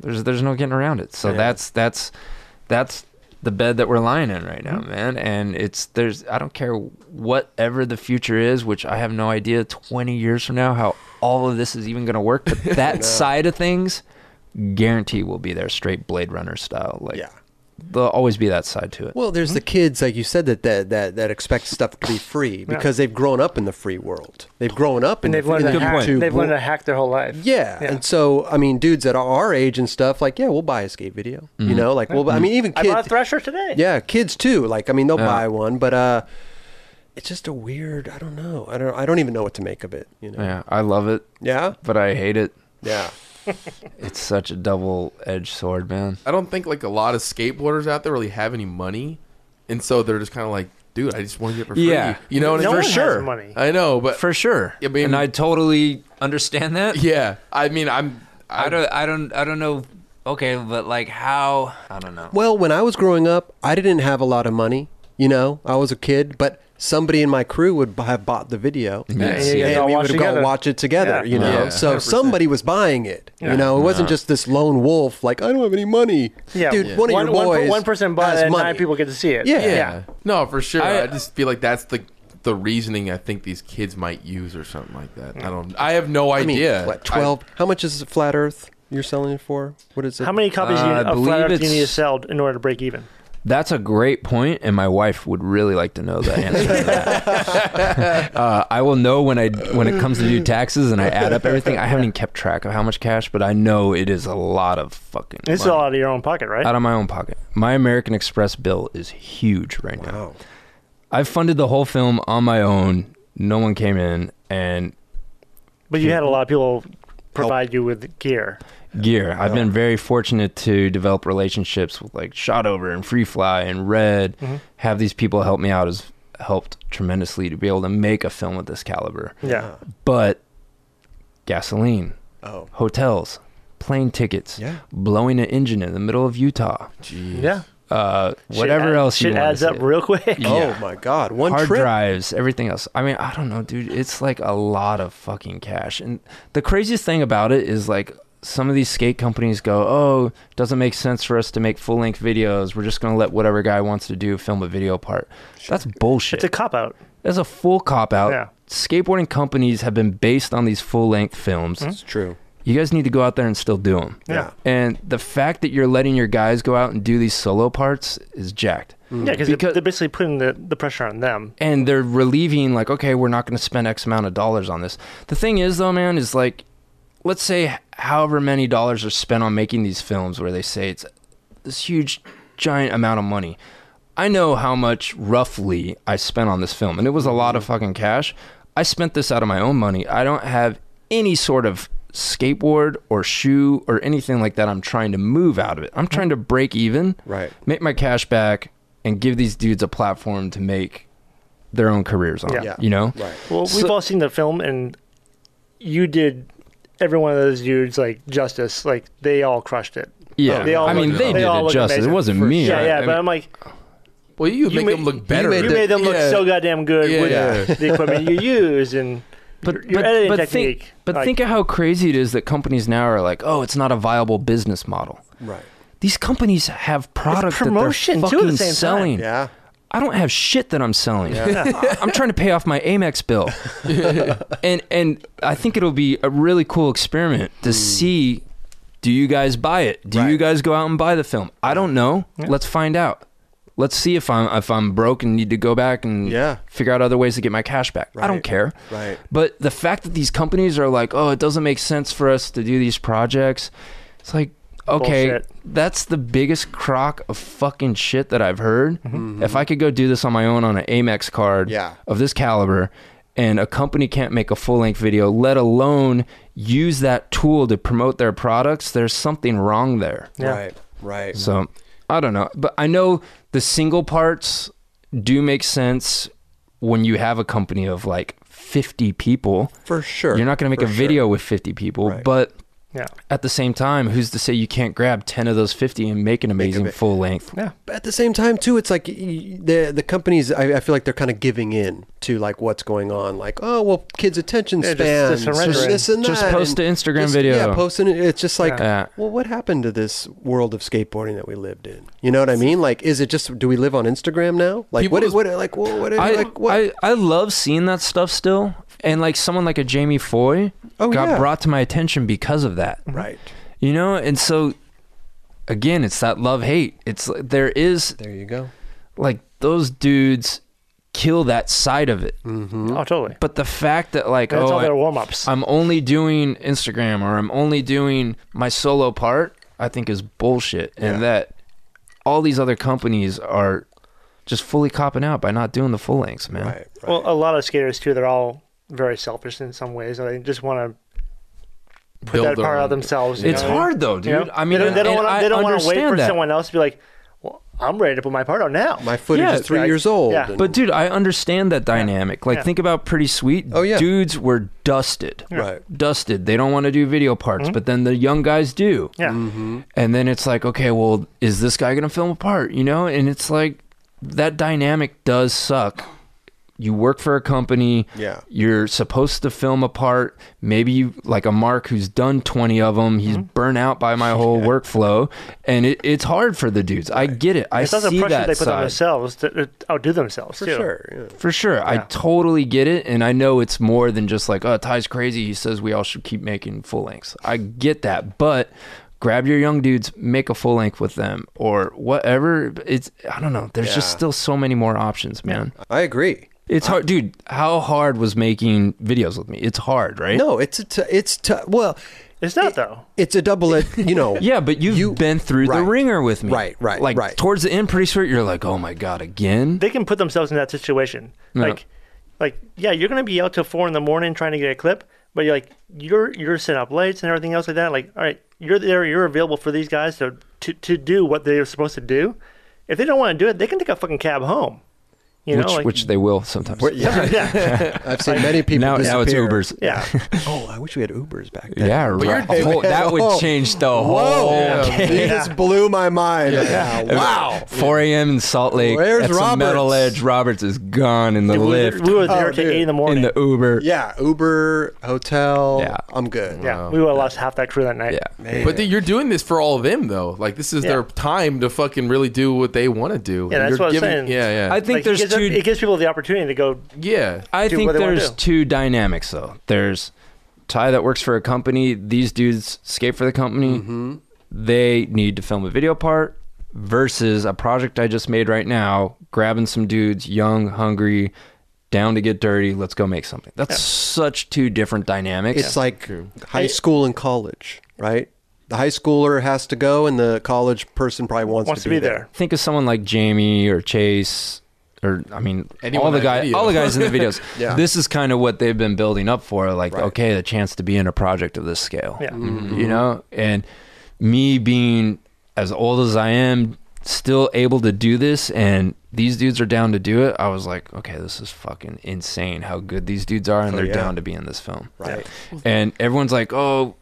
Speaker 2: There's there's no getting around it. So
Speaker 1: Yeah.
Speaker 2: that's that's that's the bed that we're lying in right now, man. And it's there's I don't care whatever the future is, which I have no idea 20 years from now how all of this is even going to work, but that side of things guarantee will be there straight Blade Runner style. Like
Speaker 1: Yeah.
Speaker 2: there'll always be that side to it.
Speaker 1: Well, there's
Speaker 3: Hmm?
Speaker 1: the kids, like you said, that that that, that expect stuff to be free because they've grown up in the free world. They've grown up in
Speaker 3: and
Speaker 1: the
Speaker 3: they've learned
Speaker 1: freedom
Speaker 3: to hack.
Speaker 1: to
Speaker 3: They've learned
Speaker 1: wo-
Speaker 3: to hack their whole life.
Speaker 1: Yeah. and so I mean, dudes at our age and stuff, like yeah, we'll buy a skate video. You know, like well, I mean, even
Speaker 3: Mm-hmm. I
Speaker 1: kids.
Speaker 3: bought a Thresher today.
Speaker 1: Yeah, kids too. Like I mean, they'll buy one, but uh, it's just a weird. I don't know. I don't. I don't even know what to make of it. You know.
Speaker 2: yeah, I love it,
Speaker 1: Yeah.
Speaker 2: but I hate it.
Speaker 1: Yeah.
Speaker 2: It's such a double-edged sword, man.
Speaker 4: I don't think like a lot of skateboarders out there really have any money, and so they're just kind of like, dude, I just want to get for free.
Speaker 2: Yeah.
Speaker 4: you know, what I
Speaker 3: No
Speaker 4: mean?
Speaker 3: one has Sure. money.
Speaker 4: I know, but
Speaker 2: For sure.
Speaker 4: I mean-
Speaker 2: and I totally understand that.
Speaker 4: yeah, I mean, I'm. I,
Speaker 2: I don't I don't I don't know okay, but like how I don't know.
Speaker 1: Well, when I was growing up, I didn't have a lot of money. You know, I was a kid, but somebody in my crew would b- have bought the video.
Speaker 3: And you guys
Speaker 1: and
Speaker 3: all
Speaker 1: we
Speaker 3: watch
Speaker 1: would have gone
Speaker 3: together.
Speaker 1: watch it together,
Speaker 3: Yeah.
Speaker 1: you know.
Speaker 4: Yeah,
Speaker 1: so
Speaker 4: 100%.
Speaker 1: somebody was buying it, you know. It wasn't just this lone wolf. Like I don't have any money,
Speaker 3: Yeah.
Speaker 1: dude. One of your
Speaker 3: one, per-
Speaker 1: boys,
Speaker 3: one person bought
Speaker 1: has
Speaker 3: it, and
Speaker 1: money.
Speaker 3: nine people get to see it.
Speaker 1: Yeah.
Speaker 4: yeah. no, for sure. I,
Speaker 2: I-
Speaker 4: just feel like that's the the reasoning I think these kids might use or something like that. I don't. I have no
Speaker 1: I mean,
Speaker 4: idea.
Speaker 1: what
Speaker 4: I-
Speaker 1: twelve? how much is Flat Earth you're selling it for? What is it?
Speaker 3: How many copies do you,
Speaker 2: Uh, I
Speaker 3: of
Speaker 2: believe
Speaker 3: Flat Earth do you
Speaker 2: it's-
Speaker 3: need to sell in order to break even?
Speaker 2: That's a great point and my wife would really like to know the answer to that. uh, I will know when I when it comes to do taxes and I add up everything. I haven't even kept track of how much cash, but I know it is a lot of fucking
Speaker 3: This is
Speaker 2: money.
Speaker 3: all out of your own pocket, right?
Speaker 2: out of my own pocket. My American Express bill is huge right now. I funded the whole film on my own. No one came in and
Speaker 3: But you had a lot of people provide you with gear.
Speaker 2: gear. I've been very fortunate to develop relationships with like Shot Over and Free Fly and Red.
Speaker 3: Mm-hmm.
Speaker 2: Have these people help me out has helped tremendously to be able to make a film of this caliber.
Speaker 3: Yeah.
Speaker 2: But gasoline,
Speaker 1: Oh.
Speaker 2: hotels, plane tickets,
Speaker 1: Yeah.
Speaker 2: blowing an engine in the middle of Utah,
Speaker 4: Jeez.
Speaker 3: Yeah.
Speaker 2: uh, whatever
Speaker 3: shit, add-
Speaker 2: else you
Speaker 3: Shit
Speaker 2: wanna
Speaker 3: adds up
Speaker 2: say.
Speaker 3: real quick.
Speaker 2: Yeah.
Speaker 1: Oh my God! One
Speaker 2: hard
Speaker 1: trip.
Speaker 2: drives, everything else. I mean, I don't know, dude. It's like a lot of fucking cash. And the craziest thing about it is like some of these skate companies go, "Oh, doesn't make sense for us to make full length videos. We're just going to let whatever guy wants to do film a video part." That's bullshit.
Speaker 3: It's a cop out.
Speaker 2: That's a full cop out.
Speaker 3: Yeah.
Speaker 2: Skateboarding companies have been based on these full length films.
Speaker 1: It's true.
Speaker 2: You guys need to go out there and still do them.
Speaker 1: Mm-hmm. Yeah.
Speaker 2: And the fact that you're letting your guys go out and do these solo parts is jacked
Speaker 3: Yeah, because
Speaker 2: Mm. Because-
Speaker 3: they're basically putting the, the pressure on them.
Speaker 2: and they're relieving like okay we're not going to spend x amount of dollars on this the thing is though man is like let's say however many dollars are spent on making these films where they say it's this huge giant amount of money i know how much roughly i spent on this film and it was a lot of
Speaker 1: Mm-hmm.
Speaker 2: fucking cash i spent this out of my own money i don't have any sort of skateboard or shoe or anything like that i'm trying to move out of it i'm trying to break even
Speaker 1: Right.
Speaker 2: make my cash back and give these dudes a platform to make their own careers on.
Speaker 3: Yeah.
Speaker 1: Yeah.
Speaker 2: You know?
Speaker 1: Right.
Speaker 3: Well,
Speaker 2: So-
Speaker 3: we've all seen the film, and you did every one of those dudes like justice. Like they all crushed it.
Speaker 2: Yeah.
Speaker 3: They all
Speaker 2: I mean,
Speaker 3: look-
Speaker 2: they,
Speaker 3: they
Speaker 2: did
Speaker 3: all
Speaker 2: it
Speaker 3: look
Speaker 2: justice.
Speaker 3: amazing.
Speaker 2: It wasn't me.
Speaker 3: yeah,
Speaker 2: I-
Speaker 3: yeah.
Speaker 2: I
Speaker 3: but
Speaker 2: mean,
Speaker 3: I'm like,
Speaker 4: Well, you, make
Speaker 3: made-
Speaker 4: them look
Speaker 3: you
Speaker 4: better.
Speaker 1: made
Speaker 3: you made them look
Speaker 4: Yeah.
Speaker 3: so goddamn good
Speaker 4: Yeah,
Speaker 3: with
Speaker 4: yeah.
Speaker 3: the equipment you use and your, your editing technique.
Speaker 2: Think, but
Speaker 3: like,
Speaker 2: think of how crazy it is that companies now are like, oh, it's not a viable business model.
Speaker 1: Right.
Speaker 2: These companies have product
Speaker 3: promotion, too,
Speaker 2: that
Speaker 3: at
Speaker 2: they're fucking
Speaker 3: the same time.
Speaker 2: selling.
Speaker 1: Yeah.
Speaker 2: I don't have shit that I'm selling. I'm trying to pay off my Amex bill, and and I think it'll be a really cool experiment
Speaker 3: Hmm.
Speaker 2: to see. Do you guys buy it? Do you
Speaker 1: Right.
Speaker 2: guys go out and buy the film? I don't know. Let's find out. Let's see if I'm if I'm broke and need to go back and
Speaker 1: Yeah.
Speaker 2: figure out other ways to get my cash back. I
Speaker 1: Right.
Speaker 2: don't care.
Speaker 1: Right.
Speaker 2: But the fact that these companies are like, oh, it doesn't make sense for us to do these projects, it's like, okay,
Speaker 3: Bullshit.
Speaker 2: that's the biggest crock of fucking shit that I've heard.
Speaker 3: Mm-hmm.
Speaker 2: If I could go do this on my own on an Amex card
Speaker 1: Yeah.
Speaker 2: of this caliber, and a company can't make a full length video, let alone use that tool to promote their products, there's something wrong there.
Speaker 3: Yeah.
Speaker 1: Right. Right.
Speaker 2: So I don't know, but I know the single parts do make sense when you have a company of like 50 people.
Speaker 1: For sure.
Speaker 2: You're not going to make
Speaker 1: For
Speaker 2: a
Speaker 1: sure.
Speaker 2: video with 50 people,
Speaker 1: Right.
Speaker 2: but
Speaker 3: Yeah.
Speaker 2: At the same time, who's to say you can't grab 10 of those 50 and make an amazing
Speaker 1: big-
Speaker 2: full length?
Speaker 1: But at the same time, too, it's like y- the the companies. I, I feel like they're kind of giving in to like what's going on. Like, oh well, kids' attention
Speaker 3: Yeah, just-
Speaker 1: span,
Speaker 3: just surrender it.
Speaker 1: this and that.
Speaker 2: Just post
Speaker 1: and
Speaker 2: an Instagram
Speaker 1: just-
Speaker 2: video.
Speaker 1: Yeah, posting it. It's just like,
Speaker 2: Yeah.
Speaker 1: well, what happened to this world of skateboarding that we lived in? You know what I mean? Like, is it just do we live on Instagram now? Like,
Speaker 4: People
Speaker 1: what?
Speaker 4: just-
Speaker 1: What? Like, what? What?
Speaker 2: I,
Speaker 1: like, what?
Speaker 2: I, I love seeing that stuff still. And like someone like a Jamie Foy
Speaker 1: Oh,
Speaker 2: got
Speaker 1: yeah.
Speaker 2: brought to my attention because of that.
Speaker 1: right.
Speaker 2: You know, and so again, it's that love hate. It's like there is
Speaker 1: There you go.
Speaker 2: like those dudes kill that side of it.
Speaker 1: Mm.
Speaker 3: Oh, totally.
Speaker 2: But the fact that like
Speaker 3: That's
Speaker 2: oh
Speaker 3: all
Speaker 2: Mm-hmm. I-
Speaker 3: their warm ups.
Speaker 2: I'm only doing Instagram or I'm only doing my solo part, I think is bullshit. And that all these other companies are just fully copping out by not doing the full lengths, man.
Speaker 1: Right. right.
Speaker 3: Well, a lot of skaters too. They're all very selfish in some ways. and They just want to put
Speaker 4: Build
Speaker 3: that
Speaker 4: their
Speaker 3: part out
Speaker 4: own-
Speaker 3: themselves. you
Speaker 2: It's
Speaker 3: know what I mean?
Speaker 2: hard though, dude.
Speaker 3: You know?
Speaker 2: I mean,
Speaker 3: they don't, they don't
Speaker 2: and
Speaker 3: wanna-
Speaker 2: I
Speaker 3: they don't wanna wait
Speaker 2: understand
Speaker 3: for
Speaker 2: that.
Speaker 3: someone else to be like, "Well, I'm ready to put my part out now."
Speaker 1: My footage
Speaker 2: Yeah,
Speaker 1: is three
Speaker 3: like-
Speaker 1: years old.
Speaker 3: yeah.
Speaker 1: and-
Speaker 2: But dude, I understand that dynamic. Like,
Speaker 3: Yeah.
Speaker 2: think about Pretty Sweet.
Speaker 1: Oh, yeah.
Speaker 2: dudes were dusted.
Speaker 1: Right. Mm-hmm.
Speaker 2: Dusted. They don't want to do video parts, but then the young guys do.
Speaker 3: yeah,
Speaker 2: And then it's like, okay, well, is this guy going to film a part? You know? And it's like, that dynamic does suck. You work for a company.
Speaker 1: Yeah.
Speaker 2: You're supposed to film a part. Maybe you, like a Mark who's done 20 of them, he's
Speaker 3: Mm-hmm.
Speaker 2: burnt out by my whole workflow. And it, it's hard for the dudes. I get it. I
Speaker 3: it's also
Speaker 2: see
Speaker 3: pressure
Speaker 2: that
Speaker 3: they put on
Speaker 2: side.
Speaker 3: themselves to to outdo themselves
Speaker 1: for
Speaker 3: too.
Speaker 1: sure. Yeah.
Speaker 2: For sure. I totally get it. And I know it's more than just like, oh, Ty's crazy. He says we all should keep making full lengths. I get that. But grab your young dudes, make a full length with them or whatever. It's, I don't know. There's just
Speaker 1: Yeah.
Speaker 2: still so many more options, man.
Speaker 1: I agree.
Speaker 2: It's hard. Dude, how hard was making videos with me? It's hard, right?
Speaker 1: No, it's a t- it's t- well,
Speaker 3: It's not though.
Speaker 1: it's a double. ed- You know.
Speaker 2: Yeah, but you've
Speaker 1: You-
Speaker 2: been through the
Speaker 1: right.
Speaker 2: ringer with me.
Speaker 1: Right, right,
Speaker 2: Like
Speaker 1: right.
Speaker 2: towards the end, pretty sure you're like, oh my God, again?
Speaker 3: They can put themselves in that situation.
Speaker 2: No.
Speaker 3: Like, like yeah, you're gonna be out till four in the morning trying to get a clip, but you're like you're you're sitting up late and everything else like that. Like, all right, you're there, you're available for these guys to to, to do what they're supposed to do. If they don't want to do it, they can take a fucking cab home. You
Speaker 2: which,
Speaker 3: know, like,
Speaker 2: which they will sometimes.
Speaker 1: Yeah. I've seen many people.
Speaker 2: Now, now it's
Speaker 1: disappear.
Speaker 2: Ubers.
Speaker 3: yeah.
Speaker 1: Oh, I wish we had Ubers back then.
Speaker 2: Yeah, right.
Speaker 4: you're-
Speaker 2: Whole- that would
Speaker 1: Whoa.
Speaker 2: change the whole.
Speaker 3: Oh,
Speaker 1: Whoa! You just blew my mind. right now. Wow.
Speaker 2: 4 a.m. in Salt Lake.
Speaker 1: Where's
Speaker 2: at some
Speaker 1: Roberts?
Speaker 2: metal edge. Roberts is gone in the
Speaker 3: we, were,
Speaker 2: lift,
Speaker 3: we were there
Speaker 1: Oh,
Speaker 3: till
Speaker 1: dude.
Speaker 3: eight in the morning.
Speaker 2: in the Uber.
Speaker 1: Yeah, Uber, hotel.
Speaker 2: Yeah.
Speaker 1: I'm good.
Speaker 3: yeah, we would have lost half that crew that night.
Speaker 2: Oh, Yeah.
Speaker 4: But dude, you're doing this for all of them though. Like this is
Speaker 3: Yeah.
Speaker 4: their time to fucking really do what they want to do.
Speaker 3: Yeah,
Speaker 4: And
Speaker 3: that's
Speaker 4: you're
Speaker 3: what I'm
Speaker 4: giving-
Speaker 3: saying.
Speaker 4: Yeah, yeah,
Speaker 2: I think
Speaker 3: Like,
Speaker 2: there's
Speaker 3: it gives,
Speaker 2: two.
Speaker 3: it gives people the opportunity to go
Speaker 4: yeah.
Speaker 2: I
Speaker 3: do
Speaker 2: think
Speaker 3: what they wanna
Speaker 2: there's
Speaker 3: do.
Speaker 2: two dynamics though. There's Ty that works for a company. These dudes skate for the company.
Speaker 3: Mm-hmm.
Speaker 2: They need to film a video part. Versus a project I just made right now, grabbing some dudes, young, hungry, down to get dirty. Let's go make something. That's such two different dynamics.
Speaker 1: It's like high school and college, right? The high schooler has to go, and the college person probably wants,
Speaker 3: wants to be there.
Speaker 2: think of someone like Jamie or Chase or I mean
Speaker 4: Anyone
Speaker 2: all the
Speaker 4: in that
Speaker 2: guys
Speaker 4: video.
Speaker 2: all the guys in the videos.
Speaker 1: Yeah.
Speaker 2: This is kind of what they've been building up for like okay, the chance to be in a project of this scale.
Speaker 3: Yeah.
Speaker 2: You know, and me being as old as I am still able to do this and these dudes are down to do it. I was like, okay, this is fucking insane how good these dudes are and they're
Speaker 1: yeah.
Speaker 2: down to be in this film.
Speaker 1: Right.
Speaker 2: And everyone's like, "Oh,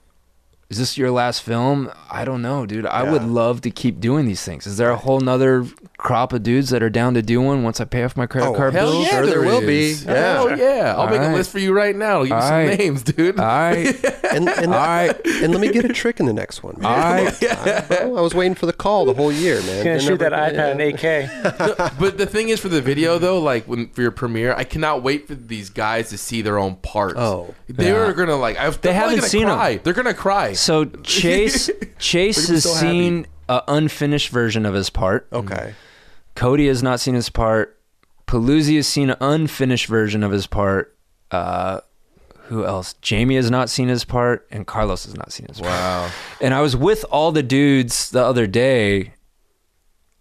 Speaker 2: is this your last film? I don't know, dude. I would love to keep doing these things. Is there a whole nother crop of dudes that are down to do one once I pay off my credit
Speaker 1: Oh,
Speaker 2: card
Speaker 1: hell
Speaker 2: bill?
Speaker 1: yeah. Sure there will be.
Speaker 4: is.
Speaker 1: Yeah.
Speaker 4: Hell yeah. I'll
Speaker 2: All
Speaker 4: make
Speaker 2: right.
Speaker 4: a list for you right now. Give you
Speaker 2: All
Speaker 4: some
Speaker 2: right.
Speaker 4: names, dude.
Speaker 2: All right,
Speaker 1: And, and,
Speaker 2: all right,
Speaker 1: and let me get a trick in the next one.
Speaker 2: all
Speaker 1: Man.
Speaker 2: right.
Speaker 1: I, I was waiting for the call the whole year, man.
Speaker 3: Gonna
Speaker 1: They
Speaker 3: shoot
Speaker 1: never-
Speaker 3: that iPad in 8K.
Speaker 4: but the thing is, for the video though, like when for your premiere, I cannot wait for these guys to see their own parts.
Speaker 1: Oh.
Speaker 4: they
Speaker 2: Yeah.
Speaker 4: are gonna like. I, they
Speaker 2: haven't
Speaker 4: gonna
Speaker 2: seen 'em.
Speaker 4: cry. They're gonna cry.
Speaker 2: So Chase, Chase
Speaker 4: They're gonna be
Speaker 2: has
Speaker 4: so happy.
Speaker 2: seen an unfinished version of his part.
Speaker 1: Okay.
Speaker 2: Cody has not seen his part. Paluzzi has seen an unfinished version of his part. Uh, who else? Jamie has not seen his part, and Carlos has not seen his part.
Speaker 4: wow.
Speaker 2: And I was with all the dudes the other day,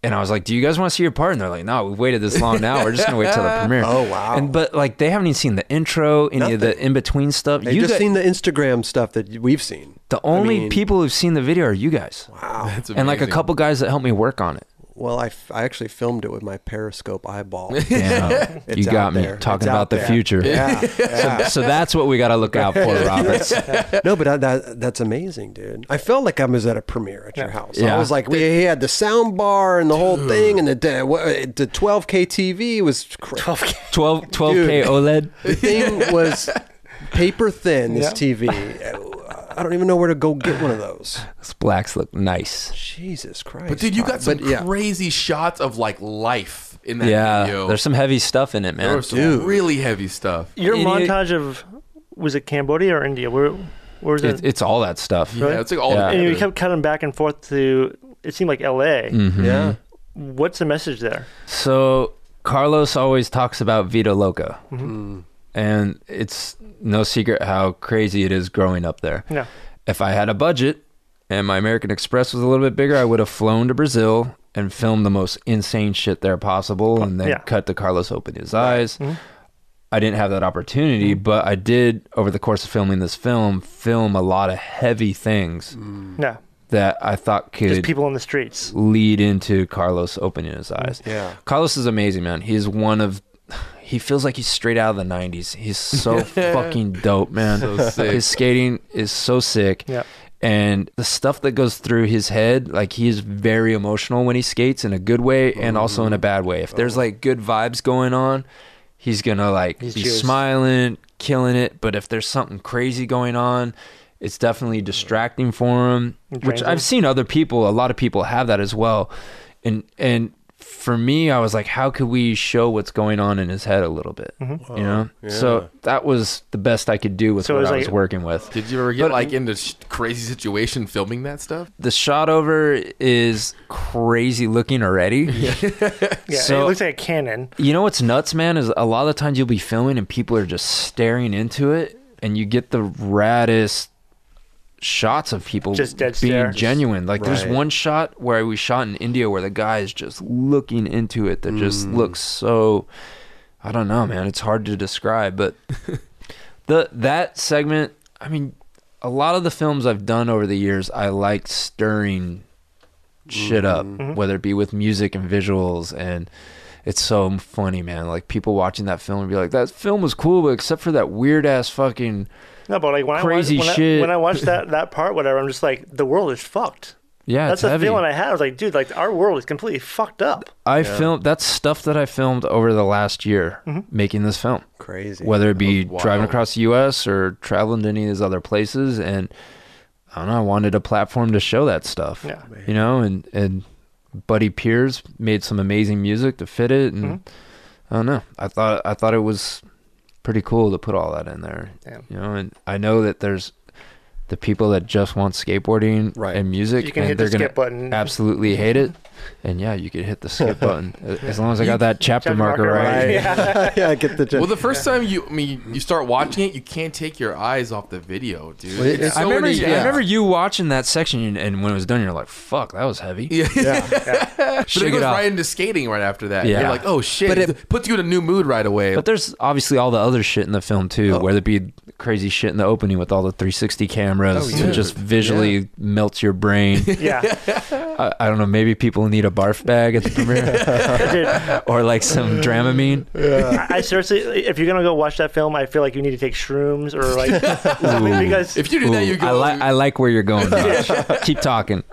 Speaker 2: and I was like, "Do you guys want to see your part?" And they're like, "No, we've waited this long now. We're just gonna wait till the premiere."
Speaker 1: Oh, wow.
Speaker 2: And but like they haven't even seen the intro, any of the in between stuff.
Speaker 1: They've
Speaker 2: you
Speaker 1: just
Speaker 2: guys,
Speaker 1: seen the Instagram stuff that we've seen.
Speaker 2: the only
Speaker 1: mean-
Speaker 2: people who've seen the video are you guys,
Speaker 1: Wow.
Speaker 4: That's
Speaker 2: and like a
Speaker 4: amazing.
Speaker 2: couple guys that helped me work on it.
Speaker 1: Well, I, f- I actually filmed it with my periscope eyeball.
Speaker 2: Damn.
Speaker 1: It's
Speaker 2: you got
Speaker 1: out
Speaker 2: me
Speaker 1: there.
Speaker 2: talking
Speaker 1: It's out
Speaker 2: about the
Speaker 1: there.
Speaker 2: future.
Speaker 1: Yeah. yeah.
Speaker 2: So that's what we got to look out for, Roberts.
Speaker 1: no, but that, that that's amazing, dude. I felt like I was at a premiere at your house.
Speaker 2: Yeah.
Speaker 1: I was like, we he had the sound bar and the whole thing, and the da- what- the 12k TV was cra-
Speaker 2: 12, 12K
Speaker 1: The
Speaker 2: OLED.
Speaker 1: thing was paper thin. This TV. I don't even know where to go get one of those.
Speaker 2: Those blacks look nice.
Speaker 1: Jesus Christ!
Speaker 4: But dude, you got some
Speaker 1: But, yeah.
Speaker 4: crazy shots of like life in that
Speaker 2: Yeah.
Speaker 4: video.
Speaker 2: There's some heavy stuff in it,
Speaker 4: There
Speaker 2: man.
Speaker 4: was some really heavy stuff.
Speaker 3: Your
Speaker 2: Idiot.
Speaker 3: montage of was it Cambodia or India? Where where was it?
Speaker 2: It, it's all that stuff.
Speaker 4: Yeah, it's like all
Speaker 2: Yeah.
Speaker 3: and
Speaker 4: together.
Speaker 3: you kept cutting back and forth to it seemed like L.A.
Speaker 2: Mm.
Speaker 1: Yeah.
Speaker 3: What's the message there?
Speaker 2: Mm-hmm. So Carlos always talks about Vita Loca, and it's no secret how crazy it is growing up there.
Speaker 3: Yeah.
Speaker 2: If I had a budget and my American Express was a little bit bigger, I would have flown to Brazil and filmed the most insane shit there possible, and then
Speaker 3: Yeah. Mm-hmm.
Speaker 2: cut to Carlos open his eyes. I didn't have that opportunity, but I did over the course of filming this film film a lot of heavy things
Speaker 3: No,
Speaker 2: that I thought could
Speaker 3: Mm-hmm. just people Mm-hmm. in the streets.
Speaker 2: lead into Carlos opening his eyes.
Speaker 1: Yeah.
Speaker 2: Carlos is amazing, man. He's one of he feels like he's straight out of the 90s. He's so fucking dope, man.
Speaker 4: So sick.
Speaker 2: His skating is so sick.
Speaker 3: Yeah.
Speaker 2: And the stuff that goes through his head, like he is very emotional when he skates in a good way and also
Speaker 3: Mm-hmm.
Speaker 2: in a bad way. If
Speaker 3: Oh.
Speaker 2: there's like good vibes going on, he's going to like
Speaker 3: He's
Speaker 2: be
Speaker 3: juiced.
Speaker 2: smiling, killing it, but if there's something crazy going on, it's definitely distracting for him, which
Speaker 3: drains him.
Speaker 2: I've seen other people, a lot of people have that as well. And and for me, I was like, how could we show what's going on in his head a little bit? You know? So that was the best I could do with
Speaker 3: Mm-hmm. So it
Speaker 2: what
Speaker 3: was
Speaker 2: I
Speaker 3: like-
Speaker 2: was working with.
Speaker 4: Did you ever get
Speaker 2: But-
Speaker 4: like into sh- crazy situation filming that stuff?
Speaker 2: The shot over is crazy looking already.
Speaker 3: Yeah,
Speaker 2: So-
Speaker 3: it looks like a cannon.
Speaker 2: You know what's nuts, man, is a lot of the times you'll be filming and people are just staring into it and you get the raddest shots of people
Speaker 3: Just dead
Speaker 2: being
Speaker 3: stare.
Speaker 2: genuine. Like there's
Speaker 1: Right.
Speaker 2: one shot where we shot in India where the guy is just looking into it that just
Speaker 3: Mm.
Speaker 2: looks so I don't know, man. It's hard to describe, but the that segment, I mean, a lot of the films I've done over the years, I like stirring shit up,
Speaker 3: Mm-hmm.
Speaker 2: whether it be with music and visuals and it's so funny, man. Like people watching that film would be like, "That film was cool, but except for that weird ass fucking
Speaker 3: No, but like when
Speaker 2: Crazy
Speaker 3: I watch, when
Speaker 2: shit.
Speaker 3: I, when I watch that that part, whatever, I'm just like the world is fucked.
Speaker 2: yeah."
Speaker 3: That's
Speaker 2: it's
Speaker 3: the
Speaker 2: heavy.
Speaker 3: feeling I had. I was like, dude, like our world is completely fucked up.
Speaker 2: I filmed that's stuff that I filmed over the last year making this film.
Speaker 1: Crazy.
Speaker 2: Whether it be
Speaker 4: That was
Speaker 2: driving
Speaker 4: wild.
Speaker 2: across the US or traveling to any of these other places and I don't know, I wanted a platform to show that stuff.
Speaker 3: Yeah.
Speaker 2: You know, and and Buddy Pierce made some amazing music to fit it and
Speaker 3: Mm-hmm.
Speaker 2: I don't know. I thought I thought it was pretty cool to put all that in there.
Speaker 3: Yeah.
Speaker 2: You know, and I know that there's the people that just want skateboarding
Speaker 1: Right.
Speaker 2: and music
Speaker 3: You can
Speaker 2: and
Speaker 3: hit the
Speaker 2: they're gonna
Speaker 3: skip button.
Speaker 2: absolutely hate it. And yeah, you could hit the skip button A- as long as I got that chapter
Speaker 3: Chapter
Speaker 2: marker
Speaker 3: marker,
Speaker 2: right.
Speaker 3: right.
Speaker 1: yeah. yeah. Get the.
Speaker 4: Well, the first time you, I mean, you start watching it, you can't take your eyes off the video, dude.
Speaker 1: Well, it-
Speaker 4: It's
Speaker 2: I
Speaker 4: so
Speaker 2: remember,
Speaker 4: many-
Speaker 2: I remember you watching that section, and, and when it was done, you're like, "Fuck, that was heavy."
Speaker 4: Yeah. But
Speaker 2: Shake
Speaker 4: it
Speaker 2: it
Speaker 4: goes
Speaker 2: off.
Speaker 4: right into skating right after that.
Speaker 2: Yeah.
Speaker 4: You're like, oh shit.
Speaker 1: But it-
Speaker 4: But it puts you in a new mood right away.
Speaker 2: But there's obviously all the other shit in the film too,
Speaker 4: Oh.
Speaker 2: whether it be crazy shit in the opening with all the 360
Speaker 4: Oh,
Speaker 2: cameras,
Speaker 1: yeah.
Speaker 2: that just visually melts your brain.
Speaker 3: Yeah,
Speaker 2: I, I don't know, maybe people need a barf bag at the premiere,
Speaker 3: dude. I,
Speaker 2: or like some Dramamine.
Speaker 3: I seriously, if you're gonna go watch that film, I feel like you need to take shrooms or like something because
Speaker 4: if you do that,
Speaker 2: Ooh,
Speaker 4: you go.
Speaker 2: I, li- I like where you're going. Josh. Keep talking.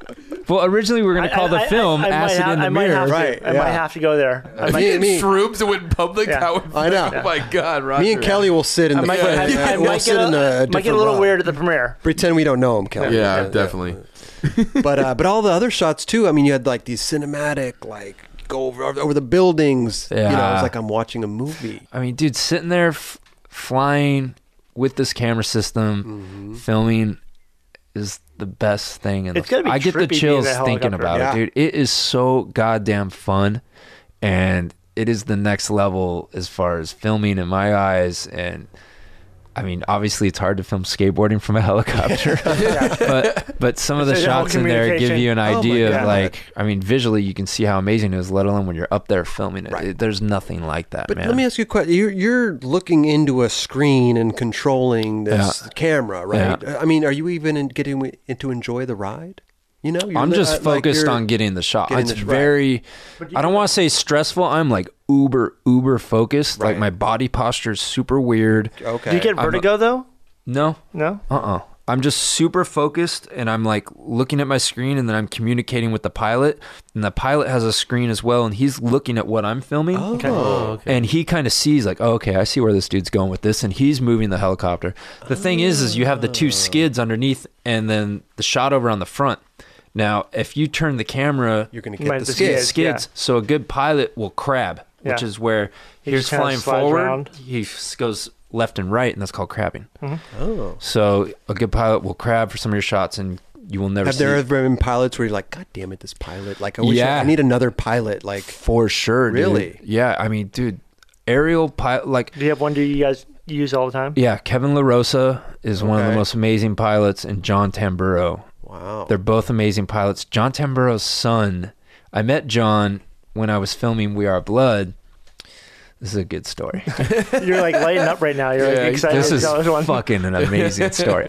Speaker 2: Well, originally we were going to call the film
Speaker 3: might
Speaker 2: "Acid
Speaker 3: ha-
Speaker 2: in the
Speaker 3: I might
Speaker 2: Mirror."
Speaker 3: have to-
Speaker 1: Right,
Speaker 3: I
Speaker 1: yeah.
Speaker 3: might have to go there. I
Speaker 4: if
Speaker 3: might-
Speaker 4: you did
Speaker 1: me-
Speaker 4: shrooms and went in public,
Speaker 3: Yeah.
Speaker 4: that would.
Speaker 1: I know.
Speaker 4: Oh my god, Roger.
Speaker 1: Me and Kelly will sit in the.
Speaker 4: might-
Speaker 1: front,
Speaker 4: I-
Speaker 1: yeah,
Speaker 4: I
Speaker 1: we'll
Speaker 3: might
Speaker 1: sit
Speaker 3: get
Speaker 1: in a,
Speaker 3: might get a
Speaker 1: different
Speaker 3: little
Speaker 1: row.
Speaker 3: weird at the premiere.
Speaker 1: Pretend we don't know him, Kelly.
Speaker 4: Yeah, definitely.
Speaker 1: but uh, but all the other shots too. I mean, you had like these cinematic, like go over over the buildings. You know,
Speaker 2: Yeah.
Speaker 1: it's like I'm watching a movie.
Speaker 2: I mean, dude, sitting there f- flying with this camera system, filming is the best thing. In
Speaker 3: Mm-hmm. It's
Speaker 2: the,
Speaker 3: gotta be
Speaker 2: I get the
Speaker 3: trippy being in
Speaker 2: chills
Speaker 3: a
Speaker 2: thinking
Speaker 3: helicopter.
Speaker 2: about
Speaker 1: Yeah.
Speaker 2: it, dude. It is so goddamn fun, and it is the next level as far as filming in my eyes. And I mean, obviously, it's hard to film skateboarding from a helicopter, but but some of the
Speaker 3: It's a whole
Speaker 2: shots in there give
Speaker 3: communication. Oh
Speaker 2: you an
Speaker 1: my
Speaker 2: idea
Speaker 1: God.
Speaker 2: of like, I mean, visually, you can see how amazing it is. Let alone when you're up there filming it, It- there's nothing like that.
Speaker 1: But
Speaker 2: man.
Speaker 1: let me ask you a question. You're, you're looking into a screen and Uh, controlling this camera, right? I mean, are you even in, getting to enjoy the ride? You know, You're
Speaker 2: I'm
Speaker 1: li-
Speaker 2: just
Speaker 1: uh, like,
Speaker 2: focused
Speaker 1: you're-
Speaker 2: on getting the shot.
Speaker 1: getting
Speaker 2: it's
Speaker 1: the- right.
Speaker 2: very. I don't want to say stressful. I'm like uber uber focused. Like
Speaker 1: Right. Oh.
Speaker 2: my body posture is super weird.
Speaker 1: Okay.
Speaker 3: Do you get
Speaker 2: I'm a-
Speaker 3: vertigo though?
Speaker 2: No,
Speaker 3: No.
Speaker 2: uh uh-uh. uh. i am just super focused and I'm like looking at my screen and then I'm communicating with the pilot. And the pilot has a screen as well and he's looking at what I'm filming.
Speaker 1: Oh,
Speaker 2: And he kind of sees like, oh, okay, I see where this dude's going with this, and he's moving the helicopter. The thing is, is you have the
Speaker 3: Ah.
Speaker 2: two skids underneath, and then the shot over on the front. Now, if you turn the camera,
Speaker 1: you're gonna
Speaker 3: You
Speaker 1: get
Speaker 3: might
Speaker 1: the
Speaker 3: just-
Speaker 1: skid.
Speaker 3: yeah.
Speaker 2: skids. skids. So a good pilot will crab, which
Speaker 3: Yeah.
Speaker 2: is where
Speaker 3: He
Speaker 2: here's
Speaker 3: just kinda
Speaker 2: flying
Speaker 3: slides
Speaker 2: forward,
Speaker 3: around. Mm-hmm.
Speaker 2: he f- goes left and right, and that's called crabbing.
Speaker 1: Oh.
Speaker 2: So a good pilot will crab for some of your shots, and you will never
Speaker 1: Have
Speaker 2: see
Speaker 1: there
Speaker 2: it
Speaker 1: ever been pilots where you're like, God damn it, this pilot! Like, I wish I,
Speaker 2: Yeah.
Speaker 1: I need another pilot. Like,
Speaker 2: for sure. dude.
Speaker 1: Really?
Speaker 2: Yeah, I mean, dude, aerial pilot like.
Speaker 3: Do you have one? Do you guys use all the time?
Speaker 2: Yeah, Kevin LaRosa is one of the
Speaker 1: Okay.
Speaker 2: most amazing pilots, and John Tamburo.
Speaker 1: wow.
Speaker 2: They're both amazing pilots. John Tamburo's son. I met John when I was filming We Are Blood. This is a good story.
Speaker 3: You're like lighting up right now. You're like excited.
Speaker 2: this
Speaker 3: to
Speaker 2: is
Speaker 3: tell everyone.
Speaker 2: fucking an amazing story.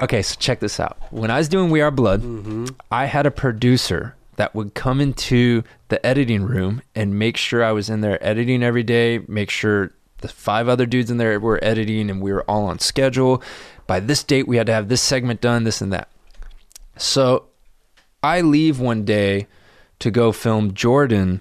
Speaker 2: Okay, so check this out. When I was doing We Are Blood, I had a producer that would come into the editing room and make sure I was in there editing every day, make sure the five other dudes in there were editing and we were all on schedule. By this date, we had to have this segment done, this and that. So I leave one day to go film Jordan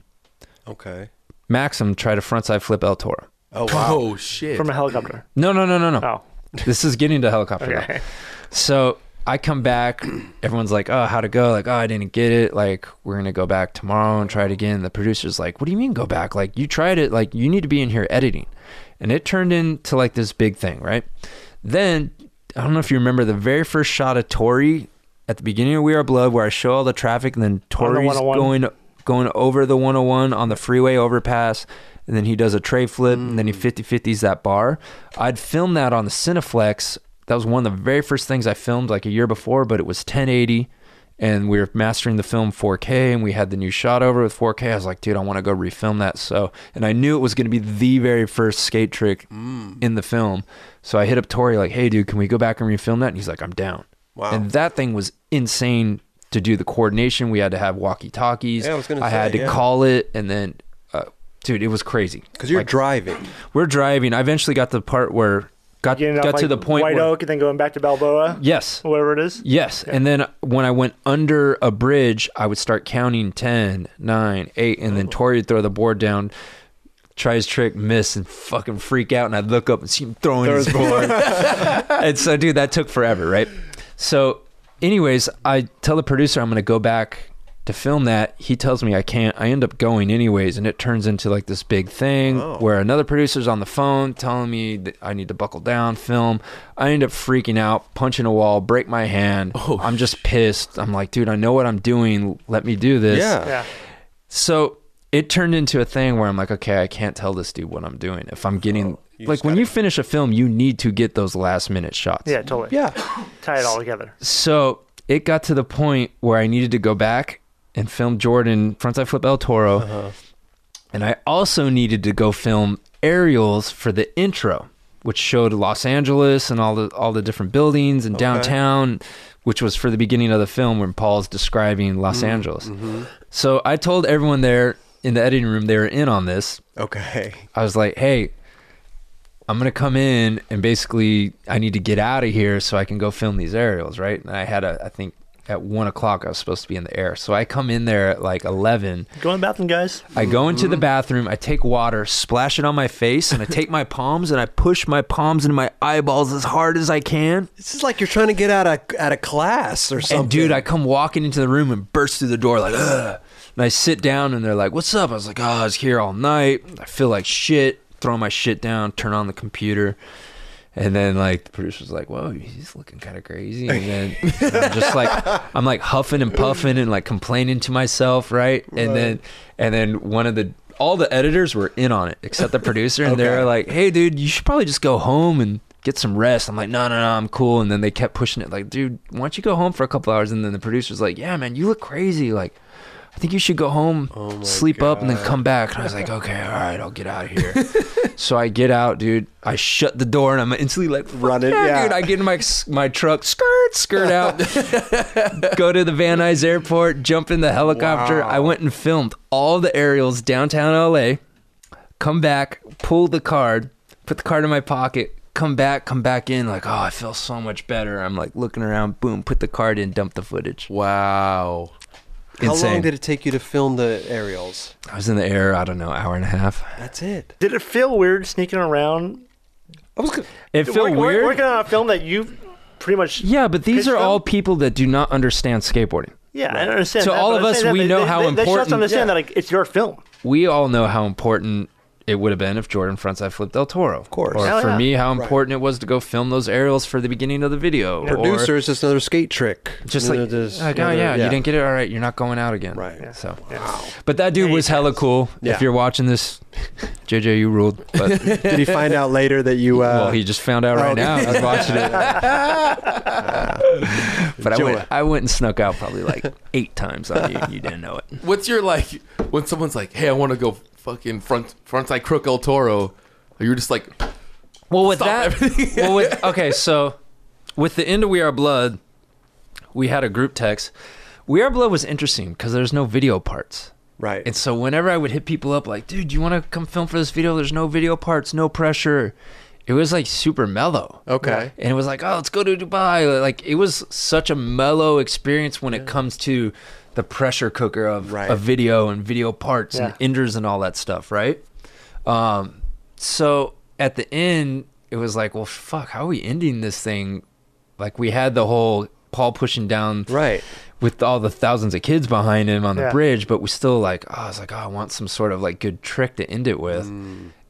Speaker 1: okay.
Speaker 2: Maxim try to frontside flip El Toro.
Speaker 1: Oh wow.
Speaker 4: Oh shit!
Speaker 3: from a helicopter.
Speaker 2: No, no, no, no, no.
Speaker 3: Oh,
Speaker 2: This is getting to helicopter. though.
Speaker 3: okay.
Speaker 2: So I come back. Everyone's like, "Oh, how'd it go?" Like, "Oh, I didn't get it." Like, we're gonna go back tomorrow and try it again. The producer's like, "What do you mean go back? Like, you tried it. Like, you need to be in here editing." And it turned into like this big thing, right? Then I don't know if you remember the very first shot of Tori at the beginning of We Are Blood, where I show all the traffic, and then Tori's
Speaker 3: 101.
Speaker 2: going going over the 101 on the freeway overpass. And then he does a tray flip, and then he 50 50s that bar. I'd filmed that on the Cineflex. That was one of the very first things I filmed like a year before, but it was 1080, and we were mastering the film 4K, and we had the new shot over with 4K. I was like, dude, I want to go refilm that. So, and I knew it was going to be the very first skate trick in the film. So I hit up Tori like, hey, dude, can we go back and refilm that? And he's like, I'm down.
Speaker 1: Wow.
Speaker 2: And that thing was insane to do the coordination. We had to have walkie talkies.
Speaker 1: Yeah, I was gonna
Speaker 2: had
Speaker 1: say,
Speaker 2: to
Speaker 1: yeah.
Speaker 2: call it, and then, uh, dude, it was crazy.
Speaker 1: Because you're
Speaker 2: Like,
Speaker 1: driving.
Speaker 2: we're driving. I eventually got to the part where got
Speaker 3: Getting
Speaker 2: got
Speaker 3: off,
Speaker 2: to
Speaker 3: like,
Speaker 2: the point
Speaker 3: White
Speaker 2: where
Speaker 3: Oak and then going back to Balboa.
Speaker 2: yes,
Speaker 3: Whatever it is.
Speaker 2: Yes. And then when I went under a bridge, I would start counting 10, 9, 8, and
Speaker 1: Oh.
Speaker 2: then Tori would throw the board down, try his trick, miss, and fucking freak out. And I'd look up and see him throwing his board. and so, dude, that took forever, right? So, anyways, I tell the producer I'm going to go back to film that. He tells me I can't. I end up going anyways, and it turns into like this big thing where another producer's on the phone telling me that I need to buckle down, film. I end up freaking out, punching a wall, break my hand. I'm just pissed. I'm like, dude, I know what I'm doing. Let me do this.
Speaker 1: Yeah.
Speaker 3: Yeah.
Speaker 2: So it turned into a thing where I'm like, okay, I can't tell this dude what I'm doing. If I'm getting like when you finish a film, you need to get those last minute shots.
Speaker 3: Yeah. Totally.
Speaker 1: Yeah.
Speaker 3: Tie it all together.
Speaker 2: So it got to the point where I needed to go back and film Jordan frontside flip El Toro, and I also needed to go film aerials for the intro, which showed Los Angeles and all the all the different buildings and downtown, which was for the beginning of the film when Paul's describing Los Angeles. So I told everyone there in the editing room they were in on this.
Speaker 1: Okay.
Speaker 2: I was like, hey, I'm gonna come in and basically I need to get out of here so I can go film these aerials, right? And I had a I think at one o'clock I was supposed to be in the air. So I come in there at like eleven.
Speaker 3: Go in the bathroom, guys.
Speaker 2: I go into the bathroom, I take water, splash it on my face, and I take my palms and I push my palms into my eyeballs as hard as I can.
Speaker 1: This is like you're trying to get out of out of class or something.
Speaker 2: And dude, I come walking into the room and burst through the door like, Ugh. and I sit down and they're like, "What's up?" I was like, "Oh, I was here all night. I feel like shit." Throw my shit down, turn on the computer, And then like the producer's like, "Whoa, he's looking kind of crazy." And then I'm just like I'm like huffing and puffing and like complaining to myself, right? And then and then one of the all the editors were in on it except the producer, and they're like, "Hey, dude, you should probably just go home and." Get some rest. I'm like, no, no, no, I'm cool. And then they kept pushing it, like, dude, why don't you go home for a couple hours? And then the producer's like, yeah, man, you look crazy. Like, I think you should go home,
Speaker 1: Oh
Speaker 2: sleep up, and then come back. And I was like, okay, all right, I'll get out of here. so I get out, dude. I shut the door, and I'm instantly like, running.
Speaker 9: Running,
Speaker 2: Yeah,
Speaker 9: yeah.
Speaker 2: dude. I get in my my truck, skirt, skirt out, go to the Van Nuys Airport, jump in the helicopter. I went and filmed all the aerials downtown LA. Come back, pull the card, put the card in my pocket. Come back, come back in. Like, oh, I feel so much better. I'm like looking around. Boom, put the card in, dump the footage.
Speaker 4: Wow.
Speaker 1: How
Speaker 2: Insane.
Speaker 1: long did it take you to film the aerials?
Speaker 2: I was in the air, I don't know, hour and a half.
Speaker 1: That's it.
Speaker 3: Did it feel weird sneaking around?
Speaker 1: I was gonna,
Speaker 2: It felt
Speaker 3: Work- work-
Speaker 2: weird.
Speaker 3: working on a film that you pretty much.
Speaker 2: yeah, but these
Speaker 3: pitched
Speaker 2: are
Speaker 3: them?
Speaker 2: all people that do not understand skateboarding.
Speaker 3: Yeah, I understand.
Speaker 2: So
Speaker 3: that,
Speaker 2: all
Speaker 3: but
Speaker 2: of
Speaker 3: I'm
Speaker 2: us,
Speaker 3: saying that
Speaker 2: we
Speaker 3: they-
Speaker 2: know
Speaker 3: they-
Speaker 2: how
Speaker 3: they- They should have
Speaker 2: important-
Speaker 3: to understand
Speaker 2: Yeah.
Speaker 3: that like, it's your film.
Speaker 2: We all know how important it would have been if Jordan frontside flipped Del Toro. Of
Speaker 1: course.
Speaker 2: Or
Speaker 3: Hell
Speaker 2: for
Speaker 3: yeah.
Speaker 2: me, how important it was to go film those aerials for the beginning of the video. Or
Speaker 1: producer is just another skate trick.
Speaker 2: Just
Speaker 1: You know,
Speaker 2: like,
Speaker 1: just
Speaker 2: like, oh
Speaker 1: another-
Speaker 2: yeah, you didn't get it. All right, you're not going out again.
Speaker 1: Right. Yeah.
Speaker 2: So, but that dude was hella cool.
Speaker 1: Yeah.
Speaker 2: If you're watching this, JJ, you ruled. But
Speaker 1: Did he find out later that you? Uh,
Speaker 2: well, he just found out right
Speaker 1: okay.
Speaker 2: now. He's watching it. but I
Speaker 1: Joy.
Speaker 2: went, I went and snuck out probably like eight times on you. and You didn't know it.
Speaker 4: What's your like when someone's like, "Hey, I want to go fucking front frontside crook El Toro," you're just like,
Speaker 2: Well, with
Speaker 4: Stop
Speaker 2: that,
Speaker 4: everything.
Speaker 2: well, with, okay, so with the end of We Are Blood, we had a group text. We Are Blood was interesting because there's no video parts.
Speaker 1: right.
Speaker 2: And so whenever I would hit people up like, dude, you want to come film for this video? There's no video parts, no pressure. It was like super mellow.
Speaker 1: Okay.
Speaker 2: And it was like, oh, let's go to Dubai. Like it was such a mellow experience when it comes to the pressure cooker of
Speaker 1: Right.
Speaker 2: a video and video parts and
Speaker 3: Yeah.
Speaker 2: enders and all that stuff, right? Um, so at the end, it was like, well, fuck, how are we ending this thing? Like we had the whole Paul pushing down
Speaker 1: Right.
Speaker 2: with all the thousands of kids behind him on the
Speaker 3: Yeah.
Speaker 2: bridge, but we still like, oh, I was like, oh, I want some sort of like good trick to end it with.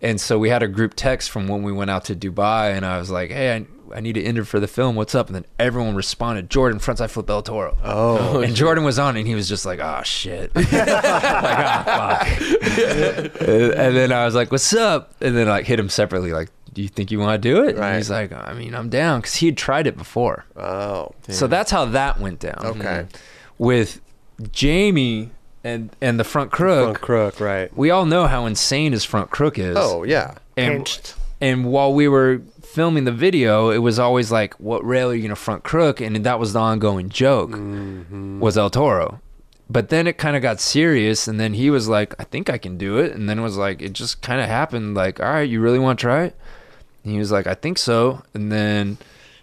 Speaker 2: And so we had a group text from when we went out to Dubai, and I was like, hey, I, I need to end it for the film. What's up? And then everyone responded, Jordan, frontside flip El Toro. Oh. And Jordan was on, and he was just like, oh, shit. like, ah, fuck. and, and then I was like, what's up? And then like hit him separately, like, do you think you want to do it? And he's like, I mean, I'm down. Cause he had tried it before.
Speaker 1: Oh,
Speaker 2: So that's how that went down. Okay. With Jamie and and the front crook,
Speaker 1: front crook. Right.
Speaker 2: we all know how insane his front crook is.
Speaker 1: Oh yeah.
Speaker 2: and, and while we were filming the video, it was always like, "What rail are you gonna front crook?" And that was the ongoing joke was El Toro. But then it kind of got serious, and then he was like, "I think I can do it," and then it was like, it just kind of happened. Like, all right, you really want to try it? And he was like, I think so. And then,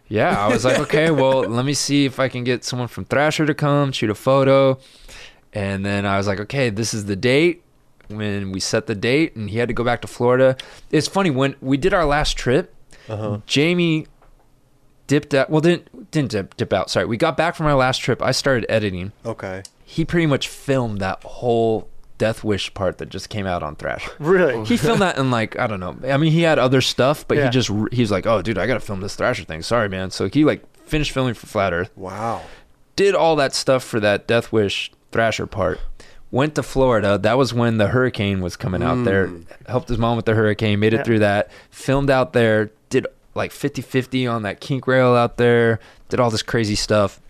Speaker 2: yeah, I was like, okay, well, let me see if I can get someone from Thrasher to come shoot a photo. And then I was like, okay, this is the date. When we set the date, and he had to go back to Florida. It's funny when we did our last trip. Jamie dipped out. Well, didn't didn't dip, dip out. Sorry, we got back from our last trip. I started editing.
Speaker 1: Okay.
Speaker 2: He pretty much filmed that whole Death Wish part that just came out on Thrasher
Speaker 3: Really?
Speaker 2: he filmed that in like I don't know. I mean, he had other stuff, but
Speaker 3: Yeah.
Speaker 2: he just he's like, oh, dude, I gotta film this Thrasher thing. Sorry, man. So he like finished filming for Flat Earth,
Speaker 1: Wow.
Speaker 2: did all that stuff for that Death Wish Thrasher part. Went to Florida. That was when the hurricane was coming out there. Helped his mom with the hurricane. Made it
Speaker 3: Yeah.
Speaker 2: through that. Filmed out there. Did like 50-50 on that kink rail out there. Did all this crazy stuff.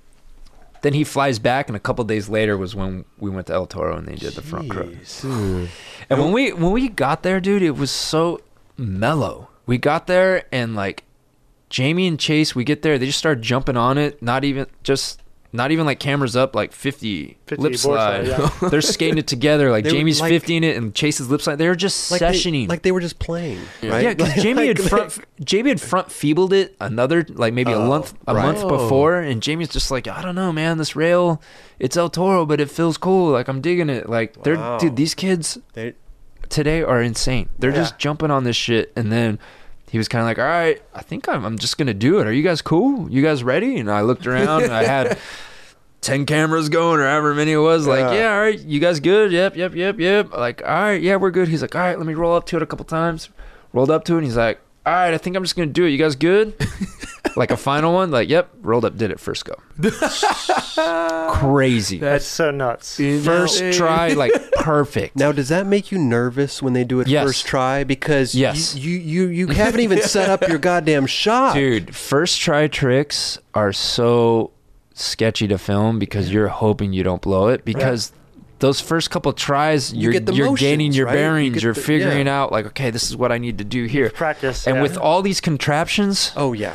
Speaker 2: Then he flies back, and a couple days later was when we went to El Toro and they did the front crook.
Speaker 1: Hmm.
Speaker 2: And when we when we got there, dude, it was so mellow. We got there and like Jamie and Chase, we get there, they just start jumping on it, not even just not even like cameras up, like 50,
Speaker 3: 50
Speaker 2: lip
Speaker 3: board
Speaker 2: slide.
Speaker 3: slide,
Speaker 2: They're skating it together. Like
Speaker 1: They were,
Speaker 2: Jamie's
Speaker 1: like-
Speaker 2: 50 in it and Chase's lip slide. They were just
Speaker 1: Like
Speaker 2: sessioning.
Speaker 1: They, like they were just playing. Right.
Speaker 2: Yeah, because Jamie had front Jamie had front feebled it another like maybe
Speaker 1: Oh,
Speaker 2: a month a month before, and Jamie's just like I don't know, man, this rail, it's El Toro, but it feels cool. Like I'm digging it. Like they're
Speaker 1: Wow.
Speaker 2: dude, these kids
Speaker 1: They-
Speaker 2: today are insane. They're just jumping on this shit, and then he was kind of like, all right, I think I'm I'm just gonna do it. Are you guys cool? You guys ready? And I looked around and I had. 10 cameras going or however many it was like yeah. all right you guys good yep yep yep yep like all right yeah we're good he's like all right let me roll up to it a couple times rolled up to it and he's like all all right, I think I'm just gonna do it. You guys good? like a final one, like yep, rolled up, did it first go. Crazy.
Speaker 3: That's so nuts.
Speaker 2: first try, like perfect.
Speaker 1: Now, does that make you nervous when they do it
Speaker 2: Yes.
Speaker 1: first try? Because you-
Speaker 2: Yes.
Speaker 1: you, you, you, haven't even set up your goddamn shot.
Speaker 2: Dude, first try tricks are so sketchy to film because you're hoping you don't blow it because those first couple tries you're
Speaker 1: get the
Speaker 2: you're gaining
Speaker 1: motions,
Speaker 2: your
Speaker 1: right? You
Speaker 2: bearings,
Speaker 1: get
Speaker 2: you're
Speaker 1: the-
Speaker 2: figuring
Speaker 1: yeah.
Speaker 2: out like okay, this is what I need to do here.
Speaker 3: Practice,
Speaker 2: And
Speaker 3: yeah.
Speaker 2: with all these contraptions,
Speaker 1: Oh yeah.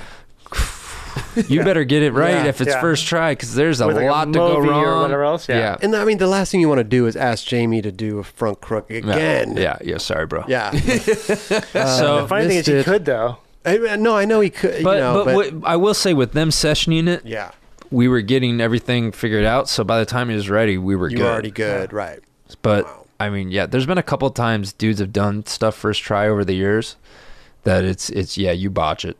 Speaker 2: you better get it right
Speaker 1: Yeah.
Speaker 2: if it's
Speaker 3: Yeah.
Speaker 2: first try because there's a
Speaker 3: With, like, a
Speaker 2: lot to go
Speaker 3: movie or
Speaker 2: wrong.
Speaker 3: whatever else, yeah.
Speaker 2: yeah.
Speaker 1: And I mean, the last thing you want to do is ask Jamie to do a front crook
Speaker 2: No.
Speaker 1: again.
Speaker 2: Yeah, yeah, sorry, bro.
Speaker 1: Yeah.
Speaker 2: so,
Speaker 3: Funny thing is,
Speaker 1: missed
Speaker 3: you
Speaker 1: it.
Speaker 3: could though.
Speaker 1: I- no, I know he could.
Speaker 2: but
Speaker 1: you know,
Speaker 2: but, what, I will say with them sessioning it,
Speaker 1: yeah,
Speaker 2: we were getting everything figured out. So by the time he was ready, we were
Speaker 1: you
Speaker 2: good.
Speaker 1: were already good, right?
Speaker 2: But I mean, yeah, there's been a couple times dudes have done stuff first try over the years that it's it's yeah, you botch it.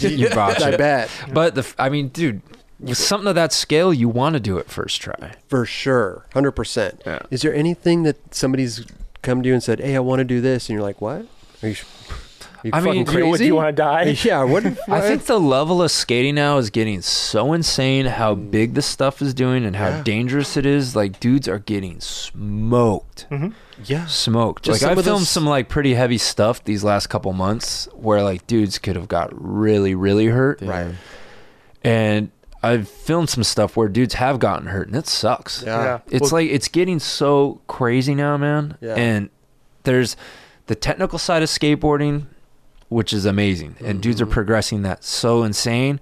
Speaker 2: you botch
Speaker 1: I
Speaker 2: it.
Speaker 1: bet
Speaker 2: But the f- I mean, dude, with something of that scale, you want to do it first try.
Speaker 1: for sure, hundred percent.
Speaker 2: Yeah.
Speaker 1: Is there anything that somebody's come to you and said, "Hey, I want to do this," and you're like, "What? Are you, are you
Speaker 2: I
Speaker 1: fucking
Speaker 2: mean, do
Speaker 1: crazy?
Speaker 2: you-
Speaker 3: Would you want to die?
Speaker 1: Yeah, what?
Speaker 2: I think the level of skating now is getting so insane how
Speaker 1: Mm.
Speaker 2: big this stuff is doing and how dangerous it is. Like dudes are getting smoked.
Speaker 1: Mm-hmm. yeah,
Speaker 2: Smoked.
Speaker 1: Just
Speaker 2: like
Speaker 1: some
Speaker 2: I
Speaker 1: of those-
Speaker 2: filmed some like pretty heavy stuff these last couple months where like dudes could have got really, really hurt.
Speaker 1: right.
Speaker 2: and I've filmed some stuff where dudes have gotten hurt, and it sucks.
Speaker 1: Yeah.
Speaker 3: Yeah.
Speaker 2: It's
Speaker 3: Well-
Speaker 2: like it's getting so crazy now, man.
Speaker 1: Yeah.
Speaker 2: And there's the technical side of skateboarding, which is amazing, and dudes are progressing that so insane,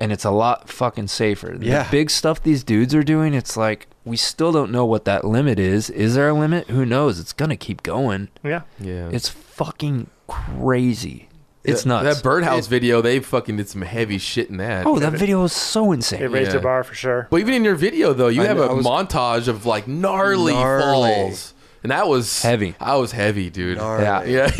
Speaker 2: and it's a lot fucking safer.
Speaker 1: Yeah.
Speaker 2: The big stuff these dudes are doing, it's like we still don't know what that limit is. Is there a limit? Who knows? It's gonna keep going.
Speaker 3: Yeah.
Speaker 4: Yeah.
Speaker 2: It's fucking crazy. It's
Speaker 4: that,
Speaker 2: nuts.
Speaker 4: That birdhouse video, they fucking did some heavy shit in that.
Speaker 2: oh, that video is so insane.
Speaker 3: It raised
Speaker 4: Yeah.
Speaker 3: the bar for sure.
Speaker 4: But even in your video though, you
Speaker 1: I
Speaker 4: have
Speaker 1: know, I
Speaker 4: a
Speaker 1: was-
Speaker 4: montage of like gnarly,
Speaker 1: Gnarly.
Speaker 4: falls, and that was
Speaker 2: Heavy.
Speaker 4: I was heavy, dude.
Speaker 1: Gnarly.
Speaker 4: Yeah.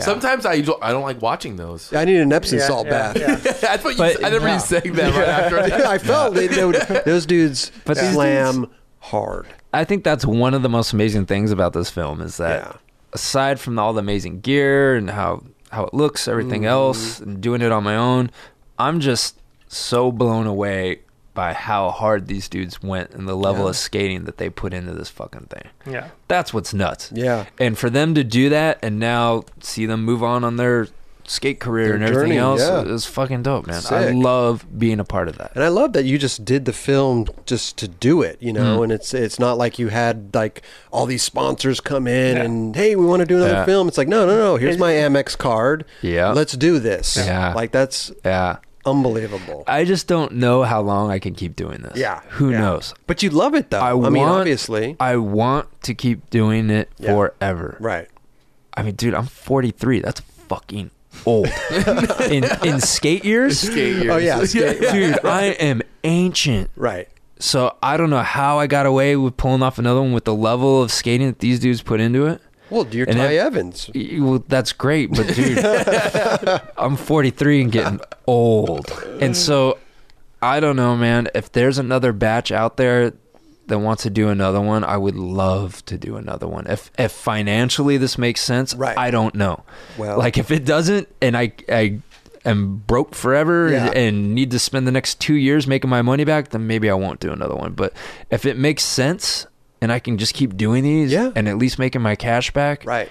Speaker 4: Sometimes I don't- I don't like watching those.
Speaker 1: I need an Epsom
Speaker 3: Yeah,
Speaker 1: salt
Speaker 3: yeah,
Speaker 1: bath.
Speaker 3: yeah.
Speaker 4: That's what you.
Speaker 2: But-
Speaker 4: I remember
Speaker 2: yeah.
Speaker 4: you saying that right after.
Speaker 1: I felt they, they would, those dudes
Speaker 2: But these
Speaker 1: slam hard.
Speaker 2: I think that's one of the most amazing things about this film is that
Speaker 1: Yeah.
Speaker 2: aside from all the amazing gear and how how it looks, everything
Speaker 1: Mm-hmm.
Speaker 2: else, and doing it on my own, I'm just so blown away by how hard these dudes went and the level of skating that they put into this fucking thing.
Speaker 3: Yeah.
Speaker 2: That's what's nuts.
Speaker 1: Yeah.
Speaker 2: And for them to do that and now see them move on on their skate career
Speaker 1: Their
Speaker 2: and everything
Speaker 1: journey,
Speaker 2: else
Speaker 1: yeah.
Speaker 2: is fucking dope, man. I
Speaker 1: Sick.
Speaker 2: love being a part of that.
Speaker 1: And I love that you just did the film just to do it, you
Speaker 2: Hmm.
Speaker 1: know. And it's it's not like you had like all these sponsors come in and hey, we want to do another
Speaker 2: Yeah.
Speaker 1: film. It's like no, no, no. Here's my Amex card.
Speaker 2: Yeah.
Speaker 1: let's do this.
Speaker 2: Yeah.
Speaker 1: like that's
Speaker 2: Yeah.
Speaker 1: unbelievable.
Speaker 2: I just don't know how long I can keep doing this.
Speaker 1: yeah,
Speaker 2: Who
Speaker 1: Yeah.
Speaker 2: knows?
Speaker 1: But you love it though. I, mean, obviously,
Speaker 2: I want to keep doing it
Speaker 1: Yeah.
Speaker 2: forever.
Speaker 1: right?
Speaker 2: I mean, dude, I'm 43. That's fucking old. in in skate years,
Speaker 4: Skate years.
Speaker 1: Oh yeah, it's great.
Speaker 2: dude, I am ancient.
Speaker 1: right.
Speaker 2: So I don't know how I got away with pulling off another one with the level of skating that these dudes put into it.
Speaker 1: Well, you're
Speaker 2: And
Speaker 1: Ty
Speaker 2: then-
Speaker 1: Evans.
Speaker 2: Y- Well, that's great, but dude, I'm 43 and getting old, and so I don't know, man. If there's another batch out there that wants to do another one, I would love to do another one. If if financially this makes sense,
Speaker 1: Right.
Speaker 2: I don't know.
Speaker 1: Well-
Speaker 2: like if it doesn't, and I I am broke forever
Speaker 1: Yeah.
Speaker 2: and need to spend the next two years making my money back, then maybe I won't do another one. But if it makes sense. And I can just keep doing these,
Speaker 1: Yeah.
Speaker 2: and at least making my cash back.
Speaker 1: Right.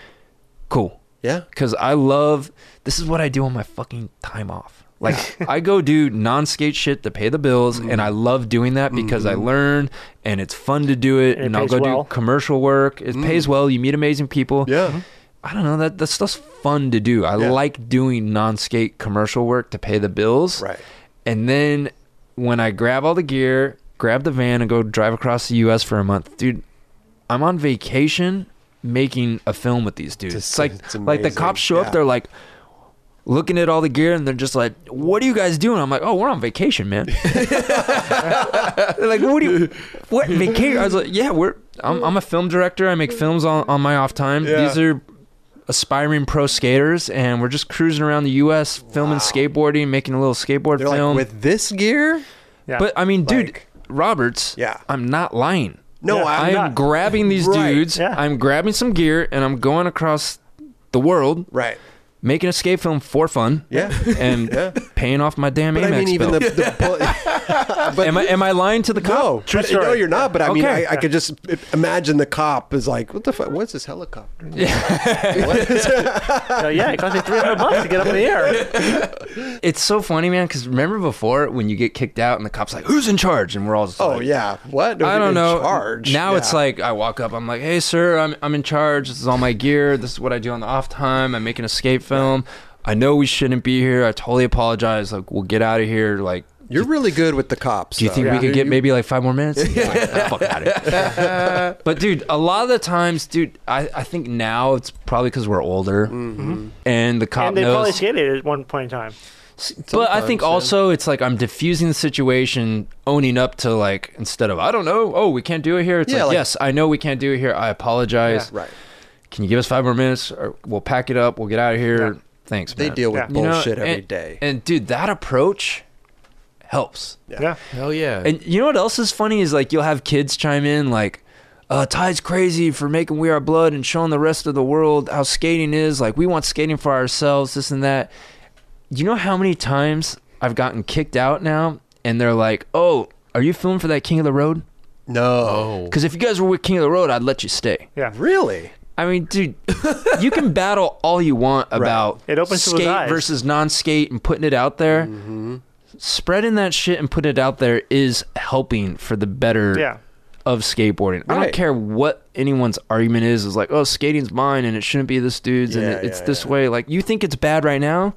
Speaker 2: Cool
Speaker 1: Yeah.
Speaker 2: because I love this is what I do on my fucking time off. Like I go do non skate shit to pay the bills,
Speaker 3: Mm-hmm.
Speaker 2: and I love doing that because I learn and it's fun to do it.
Speaker 3: And it
Speaker 2: And, I'll go
Speaker 3: pays well.
Speaker 2: do
Speaker 3: Mm.
Speaker 2: commercial work. It pays well. You meet amazing people.
Speaker 1: Yeah.
Speaker 2: I don't know that that stuff's fun to do. I
Speaker 1: Yeah.
Speaker 2: like doing non skate commercial work to pay the bills.
Speaker 1: Right.
Speaker 2: And then when I grab all the gear, grab the van, and go drive across the U.S. for a month, dude, I'm on vacation making a film with these dudes.
Speaker 1: Just-
Speaker 2: it's like
Speaker 1: it's
Speaker 2: like the
Speaker 1: amazing.
Speaker 2: cops show
Speaker 1: Yeah.
Speaker 2: up, they're like looking at all the gear, and they're just like, "What are you guys doing?" I'm like, "Oh, we're on vacation, man." They're like, what do you, what vacation? I was like, yeah, we're, I'm, I'm a film director. I make films on, on my off time. These are aspiring pro skaters, and we're just cruising around the U.S. filming skateboarding, making a little skateboard
Speaker 1: They're
Speaker 2: film.
Speaker 1: like with this gear.
Speaker 3: Yeah.
Speaker 2: but I mean, dude,
Speaker 1: like-
Speaker 2: Roberts,
Speaker 1: Yeah.
Speaker 2: I'm not lying.
Speaker 1: No,
Speaker 3: Yeah.
Speaker 1: I'm
Speaker 2: I am
Speaker 1: not.
Speaker 2: grabbing these
Speaker 1: Right,
Speaker 2: dudes.
Speaker 3: yeah.
Speaker 2: I'm grabbing some gear, and I'm going across the world
Speaker 1: Right.
Speaker 2: making a skate film for fun.
Speaker 1: Yeah.
Speaker 2: And
Speaker 1: Yeah.
Speaker 2: paying off my damn
Speaker 1: But
Speaker 2: Amex
Speaker 1: I mean, even
Speaker 2: bill.
Speaker 1: the, the bu- but
Speaker 2: am I am I lying to the cop?
Speaker 1: no,
Speaker 3: True
Speaker 1: but-
Speaker 3: story.
Speaker 1: no, you're not. But I mean,
Speaker 2: Okay.
Speaker 1: I, I could just imagine the cop is like, "What the fuck? What's this helicopter?" What is that?
Speaker 3: Uh, yeah, it cost me 300 bucks to get up in the air.
Speaker 2: It's so funny, man. Because remember before when you get kicked out and the cop's like, "Who's in charge?" and we're all just
Speaker 1: oh
Speaker 2: like,
Speaker 1: yeah, what?
Speaker 2: I don't
Speaker 1: In
Speaker 2: know.
Speaker 1: Charge
Speaker 2: Now
Speaker 1: Yeah.
Speaker 2: it's like I walk up, I'm like, "Hey, sir, I'm I'm in charge. This is all my gear. This is what I do on the off time. I make an escape film. I know we shouldn't be here. I totally apologize. Like, we'll get out of here. Like,
Speaker 1: you're really good with the cops.
Speaker 2: do you
Speaker 1: though.
Speaker 2: think we
Speaker 1: Yeah.
Speaker 2: could get maybe like five more minutes? Like, "Ah, fuck out of here. but dude, a lot of the times, dude, I, I think now it's probably because we're older,
Speaker 1: Mm-hmm.
Speaker 2: and the cop
Speaker 3: And they
Speaker 2: knows.
Speaker 3: probably skated at one point in time.
Speaker 2: But I think also it's like I'm diffusing the situation, owning up to like instead of I don't know, oh we can't do it here. It's
Speaker 1: Yeah,
Speaker 2: like,
Speaker 1: like-
Speaker 2: yes, I know we can't do it here. I apologize.
Speaker 1: Right.
Speaker 2: Can you give us five more minutes? Or we'll pack it up. We'll get out of here. Thanks.
Speaker 1: They
Speaker 2: man.
Speaker 1: deal with
Speaker 3: Yeah.
Speaker 2: You know,
Speaker 1: bullshit every
Speaker 2: and-
Speaker 1: day.
Speaker 2: And dude, that approach helps.
Speaker 3: Yeah.
Speaker 4: Hell yeah.
Speaker 2: And you know what else is funny is like you'll have kids chime in like, uh, Ty's crazy for making We Are Blood and showing the rest of the world how skating is. Like we want skating for ourselves, this and that. You know how many times I've gotten kicked out now, and they're like, "Oh, are you filming for that King of the Road?"
Speaker 1: no,
Speaker 2: Because if you guys were with King of the Road, I'd let you stay.
Speaker 3: Yeah.
Speaker 1: really?
Speaker 2: I mean, dude, you can battle all you want about
Speaker 3: It opens
Speaker 2: skate
Speaker 3: people's eyes.
Speaker 2: versus non-skate and putting it out there. Spreading that shit and putting it out there is helping for the better
Speaker 3: Yeah.
Speaker 2: of skateboarding. I
Speaker 1: Right.
Speaker 2: don't care what anyone's argument is. Is like, oh, skating's mine and it shouldn't be this dude's and
Speaker 1: Yeah,
Speaker 2: it, it's
Speaker 1: yeah,
Speaker 2: this
Speaker 1: yeah.
Speaker 2: way. Like, you think it's bad right now?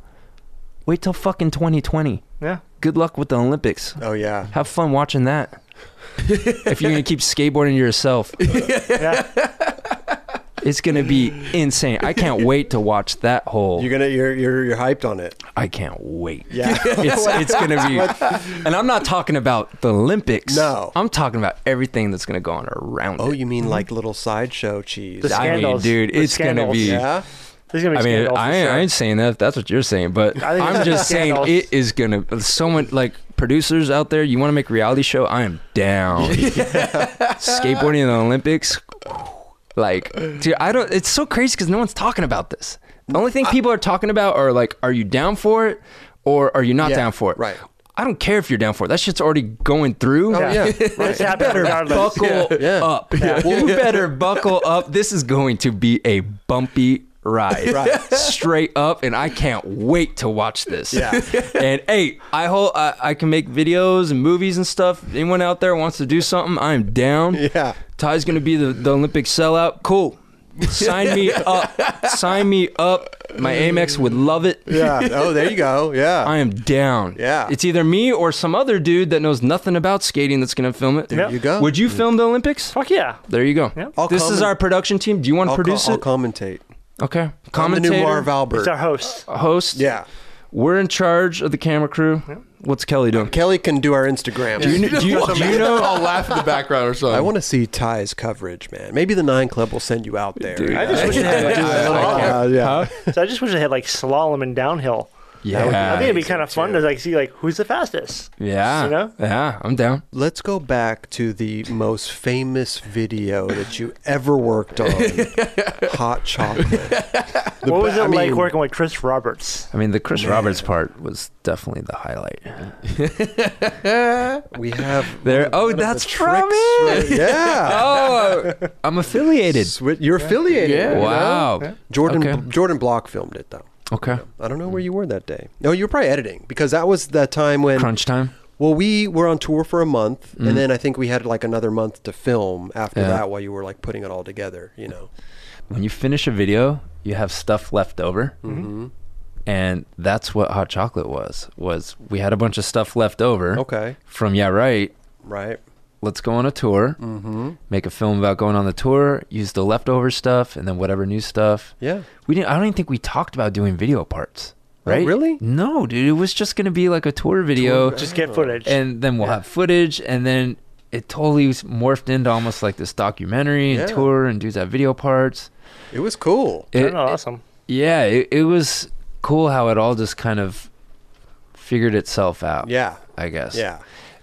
Speaker 2: Wait till fucking 2020.
Speaker 3: Yeah.
Speaker 2: Good luck with the Olympics.
Speaker 1: Oh yeah.
Speaker 2: Have fun watching that. if you're gonna keep skateboarding yourself,
Speaker 3: Yeah.
Speaker 2: it's gonna be insane. I can't wait to watch that whole.
Speaker 1: You're gonna you're you're you're hyped on it.
Speaker 2: I can't wait.
Speaker 1: Yeah.
Speaker 2: It's, it's gonna be, and I'm not talking about the Olympics.
Speaker 1: No.
Speaker 2: I'm talking about everything that's gonna go on around.
Speaker 1: oh,
Speaker 2: it.
Speaker 1: you mean like little sideshow cheese?
Speaker 3: The
Speaker 2: I mean,
Speaker 3: Scandals.
Speaker 2: dude,
Speaker 3: The
Speaker 2: it's gonna
Speaker 3: scandals.
Speaker 2: be.
Speaker 1: yeah.
Speaker 3: There's going to
Speaker 2: I
Speaker 3: be
Speaker 2: mean,
Speaker 3: scandals.
Speaker 2: I, ain't- I ain't saying that. if That's what you're saying, but
Speaker 3: I think
Speaker 2: I'm
Speaker 3: it's
Speaker 2: just saying
Speaker 3: scandals.
Speaker 2: it is gonna. Someone like producers out there, you want to make a reality show? I am down. Skateboarding in the Olympics, like, dude, I don't. It's so crazy because no one's talking about this. The only thing people are talking about are like, are you down for it, or are you not
Speaker 1: Yeah,
Speaker 2: down for it?
Speaker 1: right.
Speaker 2: I don't care if you're down for it. That shit's already going through.
Speaker 1: Oh yeah.
Speaker 3: It's happening regardless.
Speaker 2: Buckle
Speaker 1: Yeah.
Speaker 2: up. You better buckle up. This is going to be a bumpy ride. Straight up, and I can't wait to watch this.
Speaker 1: Yeah.
Speaker 2: And hey, I hope I, I can make videos and movies and stuff. Anyone out there wants to do something, I'm down.
Speaker 1: Yeah.
Speaker 2: Ty's gonna be the, the Olympic sellout. Cool. Sign me up. Sign me up. My Amex would love it.
Speaker 1: Yeah. Oh, there you go. Yeah.
Speaker 2: I am down.
Speaker 1: Yeah.
Speaker 2: It's either me or some other dude that knows nothing about skating that's going to film it.
Speaker 3: There
Speaker 1: you go.
Speaker 2: Would you film the Olympics?
Speaker 3: Fuck yeah.
Speaker 2: There you go.
Speaker 3: Yep.
Speaker 1: I'll
Speaker 2: This is
Speaker 1: comment-
Speaker 2: our production team. Do you want to
Speaker 1: I'll,
Speaker 2: produce
Speaker 1: co- I'll
Speaker 2: it?
Speaker 1: commentate.
Speaker 2: okay.
Speaker 1: I'm the
Speaker 2: Commentator,
Speaker 1: new Marv
Speaker 3: It's
Speaker 1: Albert.
Speaker 3: our host.
Speaker 2: host.
Speaker 1: Yeah.
Speaker 2: We're in charge of the camera crew. What's Kelly doing?
Speaker 1: Kelly can do our Instagram.
Speaker 2: Do you, do you, do you know?
Speaker 4: I'll laugh in the background or something.
Speaker 1: I want to see Ty's coverage, man. Maybe the Nine Club will send you out there.
Speaker 3: I just wish it had like, slalom.
Speaker 1: Uh, yeah.
Speaker 3: So I just wish it had like slalom and downhill. I think
Speaker 2: Yeah.
Speaker 3: it'd be kind of fun to like see like who's the fastest.
Speaker 2: Yeah.
Speaker 3: You know?
Speaker 2: Yeah. I'm down.
Speaker 1: Let's go back to the most famous video that you ever worked on. Hot chocolate. The
Speaker 3: what was
Speaker 1: be-
Speaker 3: it
Speaker 1: I
Speaker 3: like
Speaker 1: mean,
Speaker 3: working with Chris Roberts?
Speaker 2: I mean, the Chris Roberts part was definitely the highlight.
Speaker 1: We have
Speaker 2: There. Oh, that's from it.
Speaker 1: tricks. Right? Yeah.
Speaker 2: Oh, I'm affiliated.
Speaker 1: Swi- You're affiliated. you know?
Speaker 2: wow.
Speaker 1: Jordan
Speaker 2: Okay. Hmm.
Speaker 1: Jordan Block filmed it though.
Speaker 2: Okay.
Speaker 1: I don't know where you were that day. No, you were probably editing because that was the time when
Speaker 2: Crunch time.
Speaker 1: Well, we were on tour for a month, and then I think we had like another month to film after
Speaker 2: Mm-hmm. Yeah.
Speaker 1: that while you were like putting it all together, you know.
Speaker 2: when you finish a video, you have stuff left over. And that's what hot chocolate was. Was we had a bunch of stuff left over.
Speaker 1: Okay.
Speaker 2: From yeah right,
Speaker 1: Right.
Speaker 2: let's go on a tour. Mm-hmm. Make a film about going on the tour. Use the leftover stuff and then whatever new stuff.
Speaker 1: Yeah. Oh,
Speaker 2: We didn't. I don't even think we talked about doing video parts. Right?
Speaker 1: really?
Speaker 2: No, dude. It was just gonna be like a tour video.
Speaker 3: Just get footage.
Speaker 2: and then we'll have footage and then it totally was morphed into almost like this documentary and
Speaker 1: Yeah.
Speaker 2: tour and dudes have video parts.
Speaker 1: It was cool.
Speaker 3: I
Speaker 2: It-
Speaker 3: don't know, awesome.
Speaker 2: yeah, it, it was cool how it all just kind of figured itself out.
Speaker 1: Yeah.
Speaker 2: I guess.
Speaker 1: Yeah.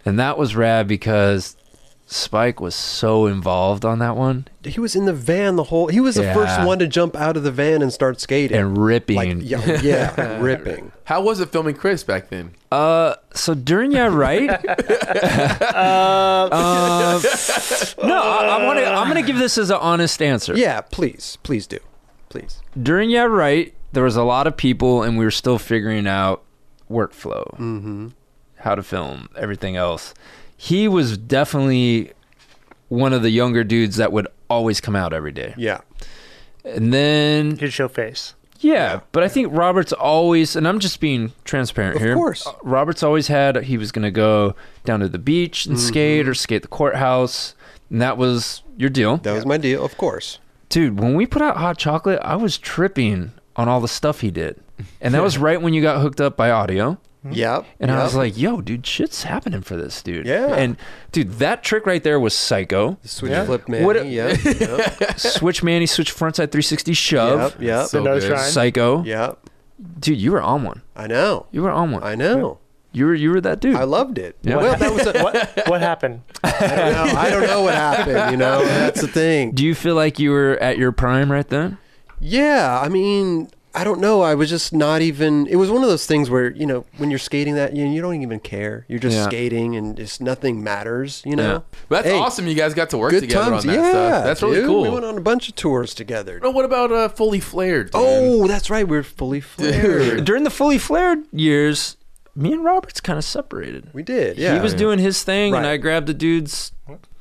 Speaker 2: And that was rad because Spike was so involved on that one
Speaker 1: He was in the van the whole. He was the first
Speaker 2: Yeah.
Speaker 1: one to jump out of the van and start skating.
Speaker 2: and ripping.
Speaker 1: like yeah, yeah ripping.
Speaker 4: How was it filming Chris back then?
Speaker 2: Uh, so during your right. Uh, no, I, I wanna, I'm going to give this as an honest answer.
Speaker 1: Yeah, please, please do, please.
Speaker 2: During your right, there was a lot of people, and we were still figuring out workflow, mm-hmm. how to film, everything else. He was definitely one of the younger dudes that would always come out every day.
Speaker 1: Yeah,
Speaker 2: And then
Speaker 3: Good show face.
Speaker 2: Yeah, but I think Robert's always, and I'm just being transparent
Speaker 1: Of
Speaker 2: here.
Speaker 1: course.
Speaker 2: Uh, Robert's always had he was going to go down to the beach
Speaker 1: Mm-hmm.
Speaker 2: and skate or skate the courthouse, and that was your deal,
Speaker 1: that was my deal. Of course.
Speaker 2: dude. When we put out Hot Chocolate, I was tripping on all the stuff he did, and that was right when you got hooked up by audio.
Speaker 1: Yeah.
Speaker 2: Mm-hmm. And I was like, "Yo, dude, shit's happening for this dude."
Speaker 1: Yeah.
Speaker 2: And dude, that trick right there was psycho.
Speaker 1: switch flip man.
Speaker 2: What a-
Speaker 1: yeah, yeah,
Speaker 2: switch Manny, switch frontside 360 shove.
Speaker 1: yeah, yeah,
Speaker 4: So
Speaker 3: nose
Speaker 4: good.
Speaker 3: try.
Speaker 2: Psycho.
Speaker 1: yeah.
Speaker 2: Dude, you were on one.
Speaker 1: I know.
Speaker 2: You were on one.
Speaker 1: I know.
Speaker 2: You were you were that dude.
Speaker 1: I loved it.
Speaker 2: Yeah.
Speaker 1: Well, that was. A,
Speaker 3: What what happened?
Speaker 1: I don't know. I don't know what happened. You know, that's the thing.
Speaker 2: Do you feel like you were at your prime right then?
Speaker 1: Yeah, I mean, I don't know. I was just not even. It was one of those things where you know when you're skating that you, you don't even care. You're just
Speaker 2: Yeah.
Speaker 1: skating and just nothing matters. You know.
Speaker 4: But that's
Speaker 1: Hey,
Speaker 4: awesome. You guys got to work
Speaker 1: Good
Speaker 4: together
Speaker 1: times.
Speaker 4: on that
Speaker 1: yeah,
Speaker 4: stuff. That's really
Speaker 1: dude.
Speaker 4: cool.
Speaker 1: We went on a bunch of tours together.
Speaker 4: No, what about uh, fully flared? man?
Speaker 1: Oh, that's right. We are fully flared.
Speaker 2: During the fully flared years, me and Roberts kind of separated.
Speaker 1: We did. Yeah.
Speaker 2: he was doing his thing, and
Speaker 1: Right.
Speaker 2: I grabbed the dude's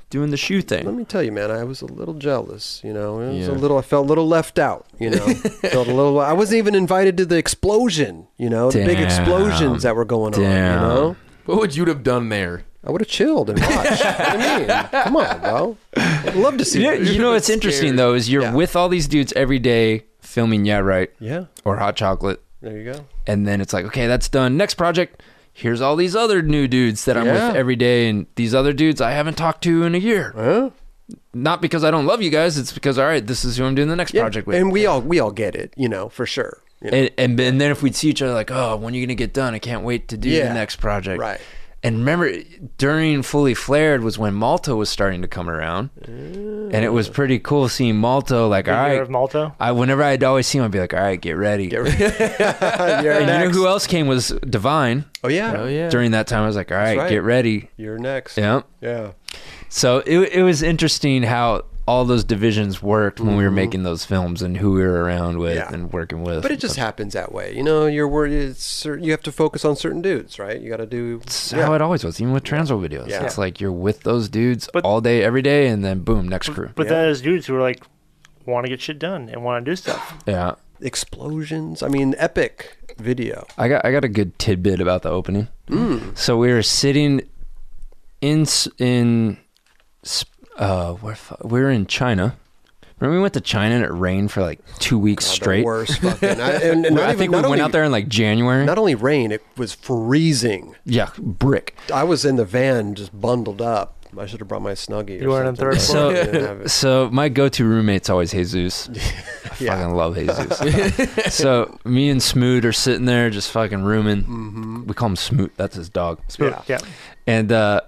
Speaker 2: doing the shoe thing.
Speaker 1: Let me tell you, man, I was a little jealous. You know, it was a
Speaker 4: Yeah.
Speaker 1: little. I felt a little left out. You know, felt a little. I wasn't even invited to the explosion. You know, the big
Speaker 2: Damn.
Speaker 1: explosions that were going on.
Speaker 2: Damn.
Speaker 1: You know,
Speaker 4: what would you have done there?
Speaker 1: I would have chilled and watched. what do you mean? Come on, bro. I'd love to see.
Speaker 2: You know,
Speaker 1: it.
Speaker 2: you know what's interesting though is you're
Speaker 1: Yeah.
Speaker 2: with all these dudes every day filming Yeah Right
Speaker 1: Yeah.
Speaker 2: or Hot Chocolate,
Speaker 1: There you go.
Speaker 2: and then it's like okay that's done. Next project, here's all these other new dudes that I'm
Speaker 1: Yeah.
Speaker 2: with every day, and these other dudes I haven't talked to in a year.
Speaker 1: Huh?
Speaker 2: Not because I don't love you guys, it's because all right this is who I'm doing the next
Speaker 1: Yeah.
Speaker 2: project with.
Speaker 1: And we all we all get it. You know, for sure. You know?
Speaker 2: and, and and then if we'd see each other like oh when are you gonna get done i can't wait to do
Speaker 1: Yeah.
Speaker 2: the next project
Speaker 1: Right.
Speaker 2: and remember during fully flared was when malta was starting to come around and it was
Speaker 1: Ah.
Speaker 2: pretty cool seeing malta like all
Speaker 3: All right.
Speaker 2: right
Speaker 3: of Malta.
Speaker 2: I, whenever i'd always see him i'd be like all right get ready,
Speaker 1: You're
Speaker 2: and you know
Speaker 1: next.
Speaker 2: who else came was divine
Speaker 1: Oh yeah.
Speaker 2: during that time i was like all right,
Speaker 1: right.
Speaker 2: get ready
Speaker 1: You're next.
Speaker 2: yeah
Speaker 1: Yeah.
Speaker 2: so it, it was interesting how all those divisions worked when we were making those films and who we were around with
Speaker 1: Mm-hmm. Yeah.
Speaker 2: and working with
Speaker 1: But it just happens that way. You know, you're worried. It's certain, you have to focus on certain dudes, right? You got to do.
Speaker 2: It's
Speaker 1: Yeah.
Speaker 2: how it always was, even with transworld videos.
Speaker 1: Yeah.
Speaker 2: It's like you're with those dudes all day, every day, and then boom, next crew.
Speaker 3: But that is dudes who are like want to get shit done and want to do stuff.
Speaker 2: yeah,
Speaker 1: explosions. I mean, epic video.
Speaker 2: I got I got a good tidbit about the opening.
Speaker 1: Mm.
Speaker 2: So we were sitting in S- in S- uh where fu- we were in China. Remember we went to China and it rained for like two weeks
Speaker 1: The
Speaker 2: straight.
Speaker 1: worst fucking. I, and, and not
Speaker 2: I
Speaker 1: even,
Speaker 2: think we
Speaker 1: not
Speaker 2: went
Speaker 1: only,
Speaker 2: out there in like January.
Speaker 1: Not only rain, it was freezing.
Speaker 2: yeah, brick.
Speaker 1: I was in the van just bundled up. I should have brought my snuggie.
Speaker 3: You
Speaker 1: or
Speaker 3: weren't on
Speaker 1: something.
Speaker 3: third floor?
Speaker 1: I didn't have it.
Speaker 2: So my go-to roommate's always Jesus. I
Speaker 1: Yeah.
Speaker 2: fucking love Jesus. so me and Smoot are sitting there just fucking rooming.
Speaker 1: Mm-hmm.
Speaker 2: We call him Smoot. That's his dog. Smoot.
Speaker 3: Yeah.
Speaker 2: And uh,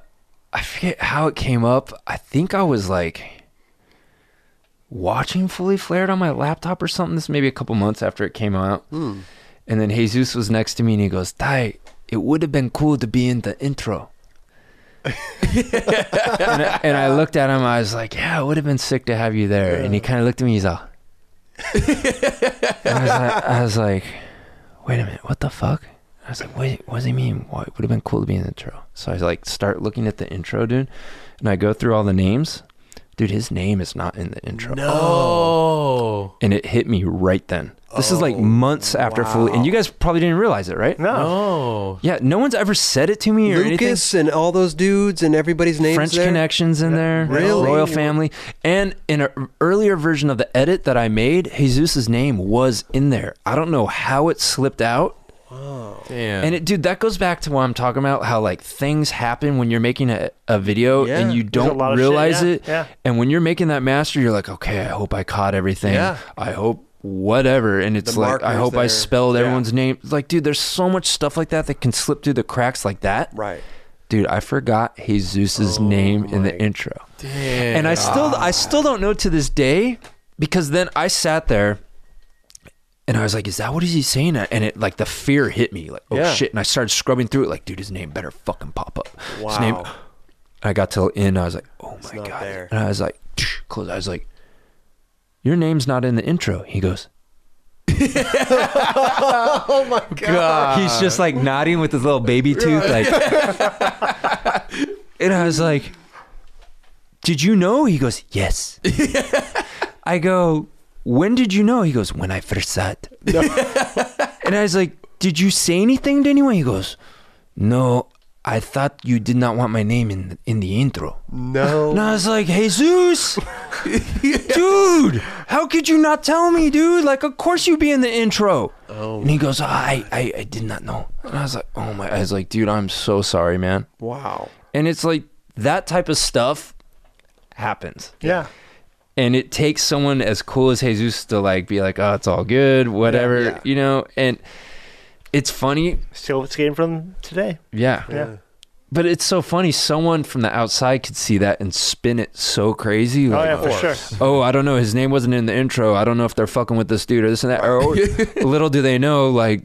Speaker 2: I forget how it came up. I think I was like watching Fully Flared on my laptop or something. This maybe a couple months after it came out. And then Jesus was next to me and he goes, "Tai, it would have been cool to be in the intro." and, I, and I looked at him. I was like, "Yeah, it would have been sick to have you there." And he kind of looked at me. He's like, And I, was like "I was like, wait a minute, what the fuck?" I was like, "Wait, what does he mean? What would have been cool to be in the intro?" So I was like, start looking at the intro, dude, and I go through all the names. Dude, his name is not in the intro.
Speaker 4: Oh,
Speaker 2: And it hit me right then. This is like months after fully, and you guys probably didn't realize it, right?
Speaker 3: Oh, No.
Speaker 4: oh,
Speaker 2: Yeah, no one's ever said it to me or anything.
Speaker 1: Lucas and all those dudes and everybody's names
Speaker 2: French
Speaker 1: there.
Speaker 2: connections in there,
Speaker 1: Really?
Speaker 2: royal family, and in an earlier version of the edit that I made, Jesus's name was in there. I don't know how it slipped out,
Speaker 4: damn!
Speaker 2: and it, dude, that goes back to what I'm talking about. How like things happen when you're making a, a video
Speaker 1: Yeah.
Speaker 2: and you
Speaker 1: There's
Speaker 3: a
Speaker 2: don't
Speaker 3: lot of shit,
Speaker 2: realize
Speaker 3: yeah,
Speaker 2: it,
Speaker 3: yeah.
Speaker 2: and when you're making that master, you're like, okay, I hope I caught everything.
Speaker 1: Yeah.
Speaker 2: I hope whatever and it's
Speaker 1: The
Speaker 2: like i
Speaker 1: markers
Speaker 2: hope i
Speaker 1: there.
Speaker 2: spelled
Speaker 1: Yeah.
Speaker 2: everyone's name like dude there's so much stuff like that that can slip through the cracks like that
Speaker 1: Right. Oh
Speaker 2: Dude, I forgot Jesus' name in the intro.
Speaker 4: Damn.
Speaker 2: and I still I still don't know to this day because then I sat there and I was like, is that what is he saying? And it like the fear hit me like, oh
Speaker 1: Yeah.
Speaker 2: shit. And I started scrubbing through it like, dude, his name better fucking pop up. His name. I got to in. I was like, oh my
Speaker 1: not
Speaker 2: god.
Speaker 1: there.
Speaker 2: And I was like, close. I was like, your name's not in the intro. He goes.
Speaker 1: Oh
Speaker 4: God.
Speaker 2: He's just like nodding with his little baby tooth, like. and I was like, "Did you know?" He goes, "Yes." I go, "When did you know?" He goes, "When I first saw it." and I was like, "Did you say anything to anyone?" He goes, "No." I thought you did not want my name in the, in the intro.
Speaker 1: No.
Speaker 2: And I was like, Jesus, dude, how could you not tell me, dude? Like, of course you'd be in the intro. Oh. And he goes, I, I, I did not know. And I was like, oh my, I was like, dude, I'm so sorry, man.
Speaker 1: Wow.
Speaker 2: And it's like that type of stuff happens.
Speaker 3: Yeah.
Speaker 2: And it takes someone as cool as Jesus to like be like, oh, it's all good, whatever,
Speaker 1: yeah.
Speaker 2: you know? And it's funny
Speaker 3: Still skating from today.
Speaker 2: yeah.
Speaker 3: Yeah.
Speaker 2: But it's so funny. Someone from the outside could see that and spin it so crazy.
Speaker 3: Oh
Speaker 2: Like,
Speaker 3: yeah, for sure.
Speaker 2: oh, I don't know. His name wasn't in the intro. I don't know if they're fucking with this dude or this and that. Or, little do they know, like,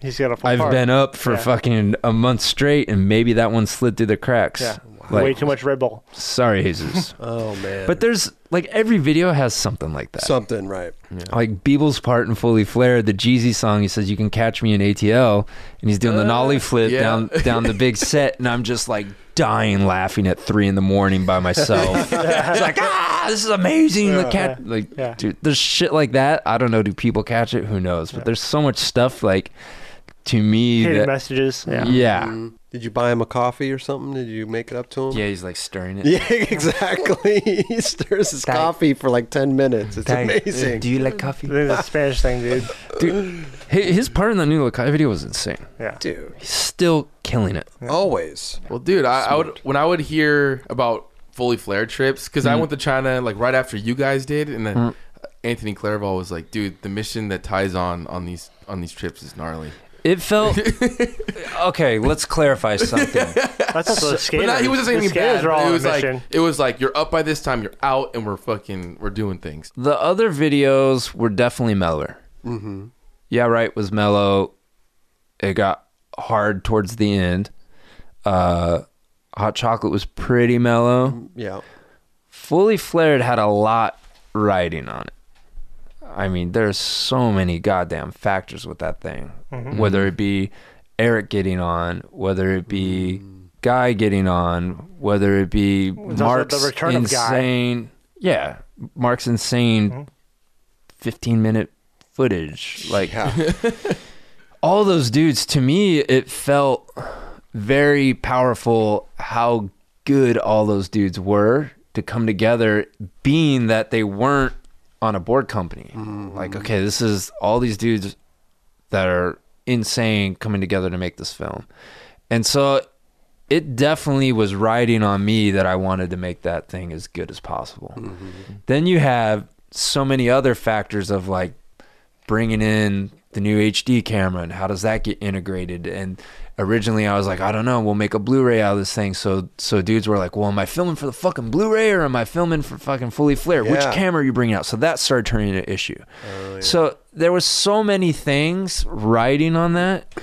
Speaker 3: He's got a full
Speaker 2: I've
Speaker 3: part.
Speaker 2: been up for
Speaker 3: Yeah.
Speaker 2: fucking a month straight and maybe that one slid through the cracks.
Speaker 3: Yeah.
Speaker 2: Like,
Speaker 3: way too much Red Bull.
Speaker 2: sorry, Jesus.
Speaker 1: Oh man.
Speaker 2: but there's, like, every video has something like that.
Speaker 1: something right.
Speaker 2: like Beeble's part in Fully Flared, the Jeezy song, he says, You can catch me in ATL. And he's doing the nollie flip
Speaker 4: yeah.
Speaker 2: down down the big set. And I'm just like dying laughing at three in the morning by myself. it's like, Ah, this is amazing. the cat, like,
Speaker 3: Yeah.
Speaker 2: dude, there's shit like that. I don't know. Do people catch it? Who knows? But there's so much stuff, like, to me,
Speaker 3: Hidden
Speaker 2: that,
Speaker 3: messages. Yeah.
Speaker 2: yeah. Yeah.
Speaker 1: Mm. Did you buy him a coffee or something? Did you make it up to him?
Speaker 2: he's like stirring it.
Speaker 1: Yeah, exactly. he stirs his
Speaker 2: Thank-
Speaker 1: coffee for like ten minutes. It's
Speaker 6: Uh,
Speaker 1: amazing.
Speaker 2: you like coffee?
Speaker 3: This is a Spanish thing, dude.
Speaker 2: Dude, hi- his part in the new Lakai video was insane.
Speaker 3: Yeah.
Speaker 1: Dude,
Speaker 2: He's still killing it.
Speaker 1: always.
Speaker 4: Well, dude, I, I would when I would hear about fully flared trips because I went to China like right after you guys did, and then Anthony Clairval was like, "Dude, the mission that ties on on these on these trips is gnarly."
Speaker 2: It felt okay. Let's clarify something.
Speaker 3: That's also a
Speaker 4: But
Speaker 3: skater.
Speaker 4: not, he wasn't saying
Speaker 3: The
Speaker 4: anything
Speaker 3: skaters
Speaker 4: bad.
Speaker 3: are all
Speaker 4: but
Speaker 3: on
Speaker 4: it
Speaker 3: a
Speaker 4: was
Speaker 3: mission.
Speaker 4: like it was like you're up by this time, you're out, and we're fucking we're doing things.
Speaker 2: The other videos were definitely mellower. Mm-hmm. Yeah, right was mellow. It got hard towards the end. Uh, hot chocolate was pretty
Speaker 3: Mm,
Speaker 2: mellow.
Speaker 1: Yeah.
Speaker 2: Fully flared had a lot riding on it. I mean, there's so many goddamn factors with that thing.
Speaker 3: Mm-hmm.
Speaker 2: Whether it be Eric getting on, whether it be Guy getting on, whether it be
Speaker 3: Mm. also the
Speaker 2: Mark's
Speaker 3: return of Guy. Mm-hmm.
Speaker 2: insane. Yeah, Mark's insane 15 minute footage. Like all those dudes, to me, it felt very powerful how good all those dudes were to come together, being that they weren't on a board company. Like, okay, this is all these dudes that are insane coming together to make this film. And so it definitely was riding on me that I wanted to make that thing as good as possible. Then you have so many other factors of like bringing in the new HD camera and how does that get integrated? And originally I was like, I don't know, we'll make a Blu-ray out of this thing. So so dudes were like, well, am I filming for the fucking Blu-ray or am I filming for fucking Fully Flare?
Speaker 1: Yeah.
Speaker 2: Which camera are you bringing out? So that started turning into an issue. So there was so many things riding on that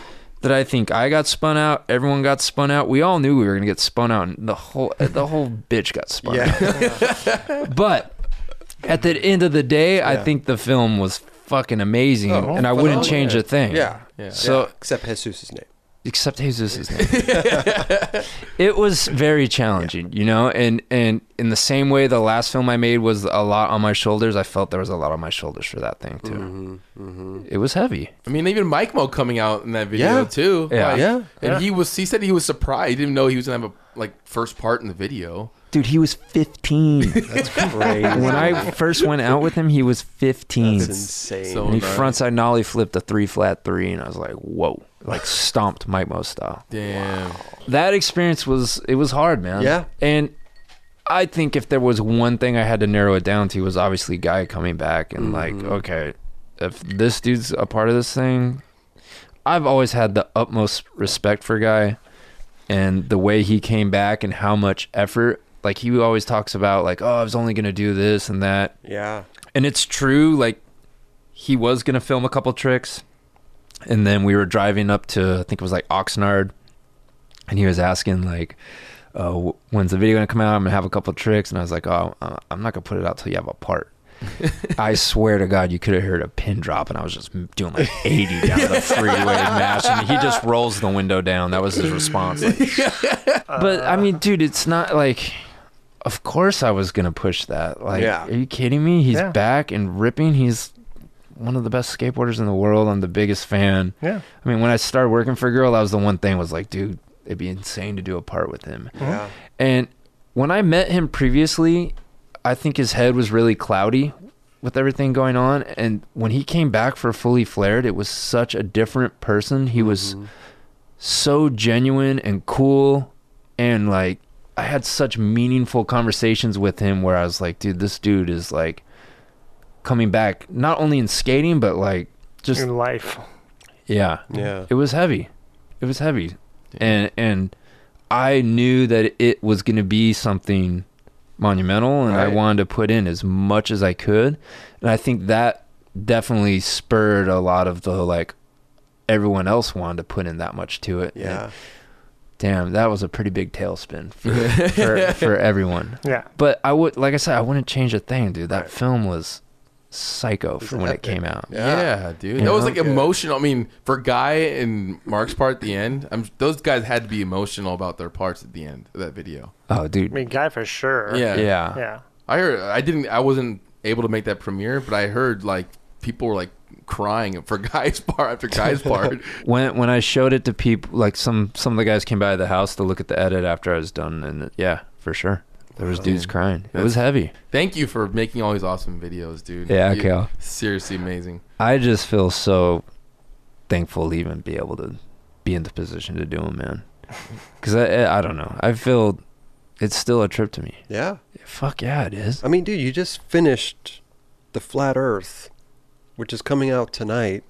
Speaker 2: that I think I got spun out. Everyone got spun out. We all knew we were gonna get spun out, and the whole the whole bitch got spun out.
Speaker 1: Yeah.
Speaker 2: But at the end of the day, I think the film was fucking amazing, and I wouldn't change a thing.
Speaker 1: Oh, Yeah.
Speaker 2: So
Speaker 1: Except Jesus' name.
Speaker 2: except Jesus' name, it was very challenging, you know. And and in the same way, the last film I made was a lot on my shoulders. I felt there was a lot on my shoulders for that thing too.
Speaker 1: Mm-hmm.
Speaker 2: It was heavy.
Speaker 4: I mean, even Mike Mo coming out in that video
Speaker 1: Yeah.
Speaker 4: too.
Speaker 2: Yeah.
Speaker 4: Like,
Speaker 1: Yeah.
Speaker 4: And he was he said he was surprised. He didn't know he was gonna have a like first part in the video.
Speaker 2: Dude, he was 15. That's crazy. When I first went out with him, he was 15.
Speaker 1: It's insane.
Speaker 4: So
Speaker 2: and he
Speaker 4: gnarly.
Speaker 2: frontside nollie flipped a three flat three, and I was like, whoa. Like stomped Mike Mo style.
Speaker 4: Damn.
Speaker 2: That experience was, it was hard, man.
Speaker 1: Yeah.
Speaker 2: And I think if there was one thing I had to narrow it down to was obviously Guy coming back and like, okay, if this dude's a part of this thing, I've always had the utmost respect for Guy and the way he came back and how much effort. Like he always talks about, like, oh, I was only gonna do this and that,
Speaker 1: Yeah.
Speaker 2: and it's true. Like he was gonna film a couple tricks, and then we were driving up to I think it was like Oxnard, and he was asking like, uh, wh- "When's the video gonna come out? I'm gonna have a couple tricks." And I was like, "Oh, uh, I'm not gonna put it out till you have a part." I swear to God, you could have heard a pin drop, and I was just m- doing like 80 down the freeway, mash, and he just rolls the window down. That was his response. like- but I mean, dude, it's not like. Of course, I was gonna push that. Like,
Speaker 1: Yeah.
Speaker 2: are you kidding me? He's
Speaker 3: Yeah.
Speaker 2: back and ripping. He's one of the best skateboarders in the world. I'm the biggest fan.
Speaker 3: Yeah.
Speaker 2: I mean, when I started working for Girl, that was the one thing was like, dude, it'd be insane to do a part with him.
Speaker 1: Yeah.
Speaker 2: And when I met him previously, I think his head was really cloudy with everything going on. And when he came back for Fully Flared, it was such a different person. He was so genuine and cool. And like, I had such meaningful conversations with him where I was like, dude, this dude is like coming back, not only in skating, but like just,
Speaker 3: in life.
Speaker 2: yeah
Speaker 1: Yeah.
Speaker 2: it was heavy it was heavy and and i knew that it was going to be something monumental and i
Speaker 1: Right.
Speaker 2: wanted to put in as much as i could and i think that definitely spurred a lot of the like everyone else wanted to put in that much to it
Speaker 1: Yeah.
Speaker 2: And damn that was a pretty big tailspin for, for, for everyone
Speaker 3: Yeah.
Speaker 2: but i would like i said i wouldn't change a thing dude that film was psycho for when it
Speaker 1: epic.
Speaker 2: came out
Speaker 4: Yeah, dude.
Speaker 2: You
Speaker 4: That was
Speaker 2: know?
Speaker 4: like emotional. I mean, for Guy and Mark's part at the end, I'm, those guys had to be emotional about their parts at the end of that video.
Speaker 2: oh dude
Speaker 3: I mean, guy for sure.
Speaker 4: Yeah.
Speaker 2: yeah
Speaker 3: Yeah.
Speaker 4: I heard I didn't I wasn't able to make that premiere, but I heard like people were like crying for Guy's part after Guy's part.
Speaker 2: when when I showed it to people, like some some of the guys came by the house to look at the edit after I was done, and yeah, for sure, there was dudes crying. It was heavy.
Speaker 4: Thank you for making all these awesome videos, dude.
Speaker 2: Yeah,
Speaker 4: You-
Speaker 2: Cal.
Speaker 4: Seriously amazing.
Speaker 2: I just feel so thankful to even be able to be in the position to do them, man. Because I I don't know, I feel it's still a trip to me.
Speaker 1: Yeah.
Speaker 2: Fuck yeah, it is.
Speaker 1: I mean, dude, you just finished The Flat Earth, which is coming out tonight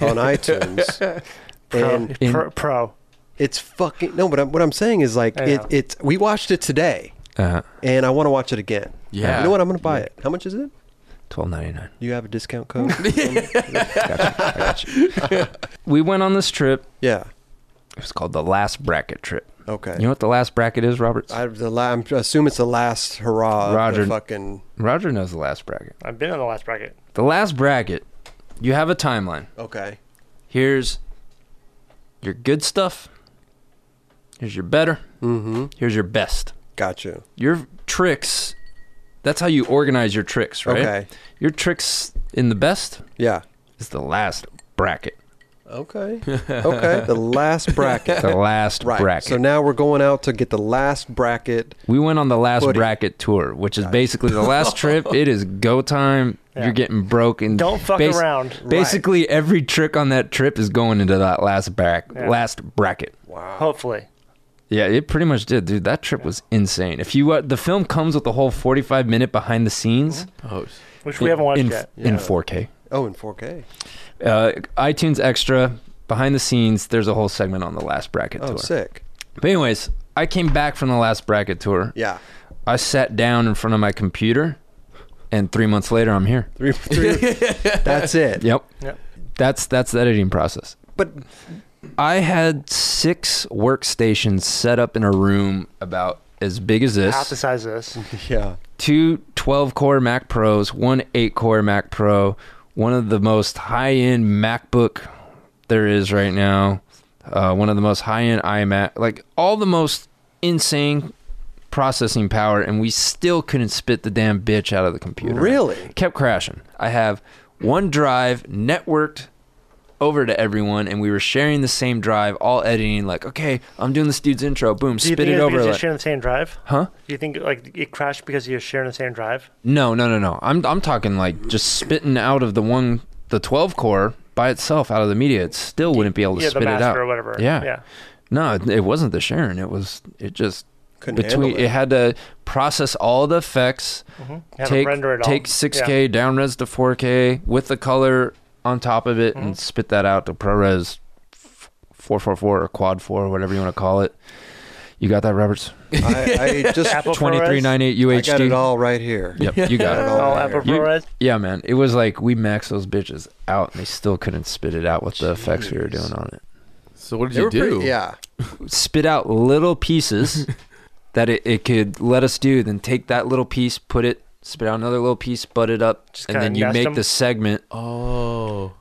Speaker 1: on iTunes.
Speaker 3: Pro.
Speaker 1: And
Speaker 2: in-
Speaker 3: pro, pro.
Speaker 1: it's fucking no, but I'm, what I'm saying is like
Speaker 3: I
Speaker 1: it,
Speaker 3: know.
Speaker 1: it's we watched it today
Speaker 2: Uh,
Speaker 1: and I want to watch it again.
Speaker 4: Yeah.
Speaker 1: You know what? I'm going to buy it. How much is it?
Speaker 2: Twelve ninety nine.
Speaker 1: You have a discount code?
Speaker 2: We went on this trip.
Speaker 1: yeah.
Speaker 2: It was called the last bracket trip.
Speaker 1: Okay.
Speaker 2: You know what the last bracket is, Roberts?
Speaker 1: I the la- I'm, assume it's the last hurrah. of
Speaker 2: Roger.
Speaker 1: The fucking
Speaker 2: Roger knows the last bracket.
Speaker 3: I've been on the last bracket.
Speaker 2: The last bracket. You have a timeline.
Speaker 1: okay.
Speaker 2: here's your good stuff. Here's your better.
Speaker 1: Mm-hmm.
Speaker 2: Here's your best.
Speaker 1: Got you.
Speaker 2: Your tricks. That's how you organize your tricks, right?
Speaker 1: Okay.
Speaker 2: Your tricks in the best
Speaker 1: Yeah.
Speaker 2: is the last bracket.
Speaker 1: Okay. Okay. the last bracket.
Speaker 2: The last
Speaker 1: Right.
Speaker 2: bracket.
Speaker 1: So now we're going out to get the last bracket.
Speaker 2: we went on the last
Speaker 1: Pudding.
Speaker 2: bracket tour, which is basically the last trip. It is go time.
Speaker 3: Yeah.
Speaker 2: You're getting broke and
Speaker 3: Don't fuck
Speaker 2: bas-
Speaker 3: around.
Speaker 2: Basically, every trick on that trip is going into that last back
Speaker 3: Yeah.
Speaker 2: last bracket.
Speaker 3: Hopefully.
Speaker 2: Yeah, it pretty much did, dude. That trip was insane. If you uh, the film comes with the whole forty-five minute behind the scenes,
Speaker 4: Oh,
Speaker 3: Mm-hmm. Which we haven't watched
Speaker 2: in,
Speaker 3: yet.
Speaker 2: in four K,
Speaker 1: Oh, in 4K.
Speaker 2: uh, iTunes Extra behind the scenes. There's a whole segment on the last bracket
Speaker 1: Oh,
Speaker 2: tour.
Speaker 1: sick.
Speaker 2: But anyways, I came back from the last bracket tour.
Speaker 1: Yeah.
Speaker 2: I sat down in front of my computer, and three months later, I'm here.
Speaker 1: Three, three. that's it.
Speaker 2: Yep.
Speaker 3: Yep.
Speaker 2: That's that's the editing process.
Speaker 1: But
Speaker 2: I had six workstations set up in a room about as big as this.
Speaker 3: Half the size of this.
Speaker 1: yeah.
Speaker 2: two 12 core Mac Pros, one 8 core Mac Pro, one of the most high end MacBook there is right now, uh, one of the most high end iMac, like all the most insane processing power, and we still couldn't spit the damn bitch out of the computer.
Speaker 1: Really?
Speaker 2: Kept crashing. I have one drive networked over to everyone and we were sharing the same drive all editing like okay i'm doing this dude's intro boom
Speaker 3: Do you
Speaker 2: spit
Speaker 3: think
Speaker 2: it
Speaker 3: it's
Speaker 2: over
Speaker 3: because you're
Speaker 2: like-
Speaker 3: sharing the same drive?
Speaker 2: huh
Speaker 3: Do you think like it crashed because you're sharing the same drive?
Speaker 2: No, no, no, no. I'm I'm talking like just spitting out of the one the 12 core by itself out of the media. It still wouldn't be able to
Speaker 3: yeah, the
Speaker 2: spit it
Speaker 3: master
Speaker 2: out
Speaker 3: or whatever.
Speaker 2: Yeah.
Speaker 3: Yeah.
Speaker 2: No, it, it wasn't the Sharon. It was it just
Speaker 1: Couldn't
Speaker 2: between
Speaker 1: handle
Speaker 2: it.
Speaker 1: it.
Speaker 2: had to process all the effects,
Speaker 3: Have it
Speaker 2: take
Speaker 3: Mm-hmm. render it all.
Speaker 2: take 6K downres to
Speaker 3: Mm-hmm.
Speaker 2: 4K with the color on top of it and spit that out to ProRes f- four four four or quad four, whatever you want to call it. You got that, Roberts?
Speaker 1: I, I just
Speaker 3: Apple
Speaker 2: Twenty three
Speaker 3: Flores?
Speaker 2: nine eight
Speaker 1: I
Speaker 2: UHD.
Speaker 1: got it all right here.
Speaker 2: Yep, you got it all.
Speaker 3: Oh,
Speaker 1: right
Speaker 3: Apple
Speaker 2: You-
Speaker 3: Flores.
Speaker 2: Yeah, man. It was like we maxed those bitches out, and they still couldn't spit it out with the effects we were doing on it.
Speaker 4: So what did
Speaker 1: They
Speaker 4: you
Speaker 1: were
Speaker 4: do?
Speaker 1: pretty- yeah.
Speaker 2: Spit out little pieces that it, it could let us do. Then take that little piece, put it, spit out another little piece, butt it up,
Speaker 3: Just
Speaker 2: and then
Speaker 3: kinda
Speaker 2: you
Speaker 3: nest
Speaker 2: make
Speaker 3: 'em.
Speaker 2: the segment.
Speaker 4: Oh.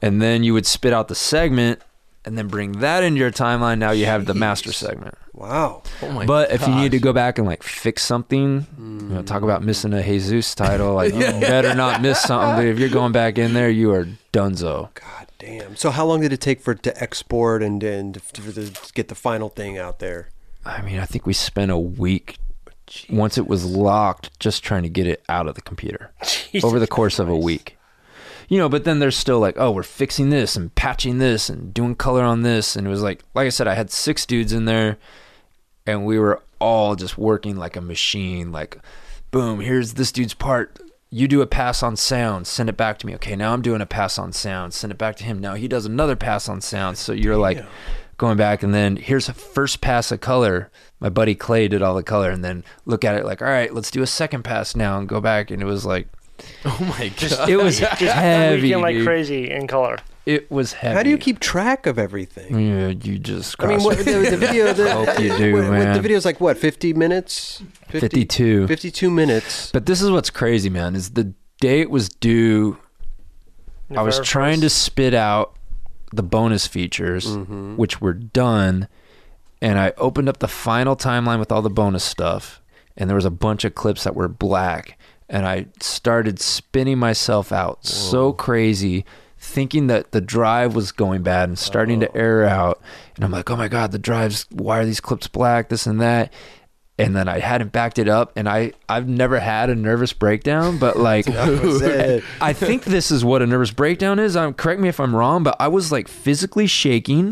Speaker 2: And then you would spit out the segment, and then bring that into your timeline. Now you have the master segment.
Speaker 1: Wow.
Speaker 4: Oh my
Speaker 2: but if you need to
Speaker 4: gosh.
Speaker 2: go back and like fix something, you know, talk about missing a Jesus title, like you better not miss something. Dude. If you're going back in there, you are dunzo.
Speaker 1: God damn. So how long did it take for it to export and then to, for the, to get the final thing out there?
Speaker 2: I mean, I think we spent a week once it was locked just trying to get it out of the computer over the course of a week. You know, but then there's still like, oh, we're fixing this and patching this and doing color on this. And it was like, like I said, I had six dudes in there and we were all just working like a machine. Like, boom, here's this dude's part. You do a pass on sound, send it back to me. Okay, now I'm doing a pass on sound, send it back to him. Now he does another pass on sound. So you're like going back, and then here's a first pass of color. My buddy Clay did all the color, and then look at it like, all right, let's do a second pass now and go back. And it was like,
Speaker 4: Oh my god.
Speaker 2: it was heavy.
Speaker 3: Weekend like
Speaker 2: dude.
Speaker 3: crazy in color.
Speaker 2: It was heavy.
Speaker 1: How do you keep track of everything?
Speaker 2: Yeah, you just.
Speaker 1: I mean,
Speaker 2: cross
Speaker 1: what, the,
Speaker 2: your-
Speaker 1: the video. The,
Speaker 2: Hope you do,
Speaker 1: what- what-
Speaker 2: man.
Speaker 1: The video's like what, 50 minutes? 50,
Speaker 2: 52.
Speaker 1: 52 minutes.
Speaker 2: But this is what's crazy, man. Is the day it was due, I was
Speaker 3: November
Speaker 2: trying to
Speaker 3: 1st.
Speaker 2: spit out the bonus features, which were done, and I opened up the final timeline with all the bonus stuff, and there was a bunch of clips that were black, and I started spinning myself out so crazy. Thinking that the drive was going bad and starting to air out, and I'm like, "Oh my god, the drives! Why are these clips black? This and that." And then I hadn't backed it up, and I I've never had a nervous breakdown, but like
Speaker 1: That's it.
Speaker 2: I think this is what a nervous breakdown is. I'm correct me if I'm wrong, but I was like physically shaking.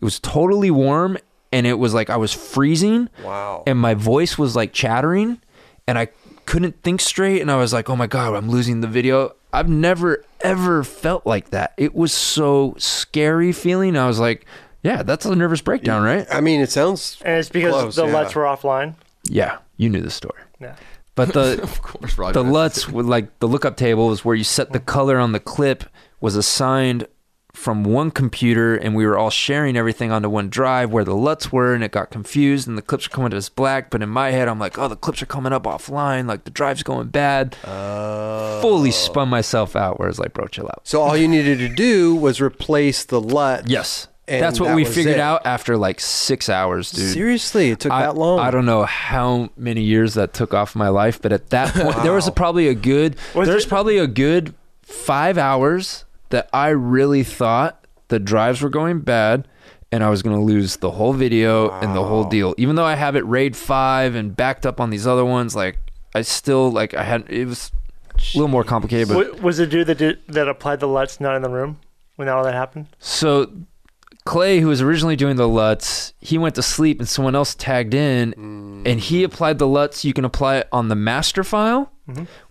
Speaker 2: It was totally warm and it was like I was freezing.
Speaker 1: Wow.
Speaker 2: And my voice was like chattering and I couldn't think straight and I was like, "Oh my god, I'm losing the video." I've never ever felt like that. It was so scary feeling. I was like, "Yeah, that's a nervous breakdown, right?"
Speaker 1: I mean, it sounds.
Speaker 3: And it's because
Speaker 1: close,
Speaker 3: the
Speaker 1: yeah.
Speaker 3: LUTs were offline.
Speaker 2: Yeah, you knew the story.
Speaker 3: Yeah.
Speaker 2: But the
Speaker 4: Of course, Roger.
Speaker 1: Oh,
Speaker 2: the LUTs with like the lookup table was where you set the color on the clip was assigned from one computer and we were all sharing everything onto one drive where the LUTs were and it got confused and the clips are coming to us black but in my head I'm like oh the clips are coming up offline like the drive's going bad
Speaker 1: Oh.
Speaker 2: fully spun myself out where it's like bro chill out
Speaker 1: So all you needed to do was replace the LUT.
Speaker 2: yes
Speaker 1: And
Speaker 2: that's what
Speaker 1: that
Speaker 2: we
Speaker 1: was
Speaker 2: figured
Speaker 1: it.
Speaker 2: out after like six hours dude
Speaker 1: Seriously, it took
Speaker 2: I,
Speaker 1: that long.
Speaker 2: I don't know how many years that took off my life, but at that point, there was a, probably a good.
Speaker 3: Was
Speaker 2: there's
Speaker 3: it-
Speaker 2: probably a good five hours that I really thought the drives were going bad, and I was going to lose the whole video and the whole deal. Even though I have it RAID five and backed up on these other ones, like I still like I had it was a little more complicated. But
Speaker 3: W- was the dude that did, that applied the LUTs not in the room when all that happened?
Speaker 2: So Clay, who was originally doing the LUTs, he went to sleep and someone else tagged in and he applied the LUTs. You can apply it on the master file,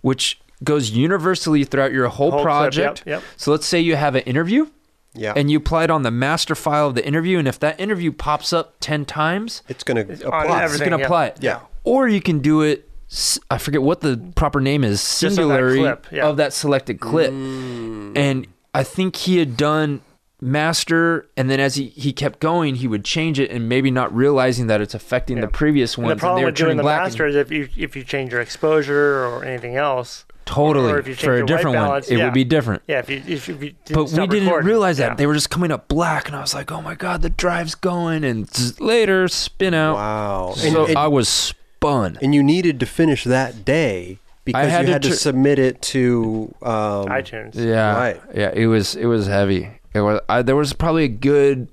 Speaker 2: which goes universally throughout your whole,
Speaker 3: Mm-hmm. Whole clip,
Speaker 2: project.
Speaker 3: yep, yep.
Speaker 2: So let's say you have an interview
Speaker 1: yeah.
Speaker 2: and you apply it on the master file of the interview. And if that interview pops up 10 times,
Speaker 1: it's going to apply.
Speaker 3: on
Speaker 2: it's
Speaker 3: everything.
Speaker 2: going to
Speaker 3: yeah.
Speaker 2: apply it.
Speaker 1: Yeah.
Speaker 2: Or you can do it. s- I forget what the proper name is.
Speaker 3: on that
Speaker 2: Singularity
Speaker 3: clip, yeah.
Speaker 2: of that selected clip,
Speaker 1: Mm.
Speaker 2: and I think he had done master, and then as he, he kept going, he would change it, and maybe not realizing that it's affecting the previous
Speaker 3: And
Speaker 2: one.
Speaker 3: the problem with doing the
Speaker 2: black
Speaker 3: master
Speaker 2: and-
Speaker 3: is if you if you change your exposure or anything else.
Speaker 2: totally
Speaker 3: or if you change
Speaker 2: for
Speaker 3: your
Speaker 2: a
Speaker 3: white
Speaker 2: different one,
Speaker 3: balance,
Speaker 2: it
Speaker 3: yeah.
Speaker 2: would be different.
Speaker 3: Yeah, if you if you, if you didn't
Speaker 2: But we
Speaker 3: stop
Speaker 2: didn't
Speaker 3: recording,
Speaker 2: realize that
Speaker 3: yeah.
Speaker 2: they were just coming up black, and I was like, "Oh my god, the drive's going!" And zzz, later, spin out.
Speaker 1: Wow. And,
Speaker 2: So
Speaker 1: and-
Speaker 2: I was spun.
Speaker 1: and you needed to finish that day because
Speaker 2: had
Speaker 1: you
Speaker 2: to
Speaker 1: had to,
Speaker 2: tr-
Speaker 1: submit it to. Um,
Speaker 3: iTunes.
Speaker 2: Yeah,
Speaker 1: Right.
Speaker 2: yeah. It was it was heavy. It was I, there was probably a good,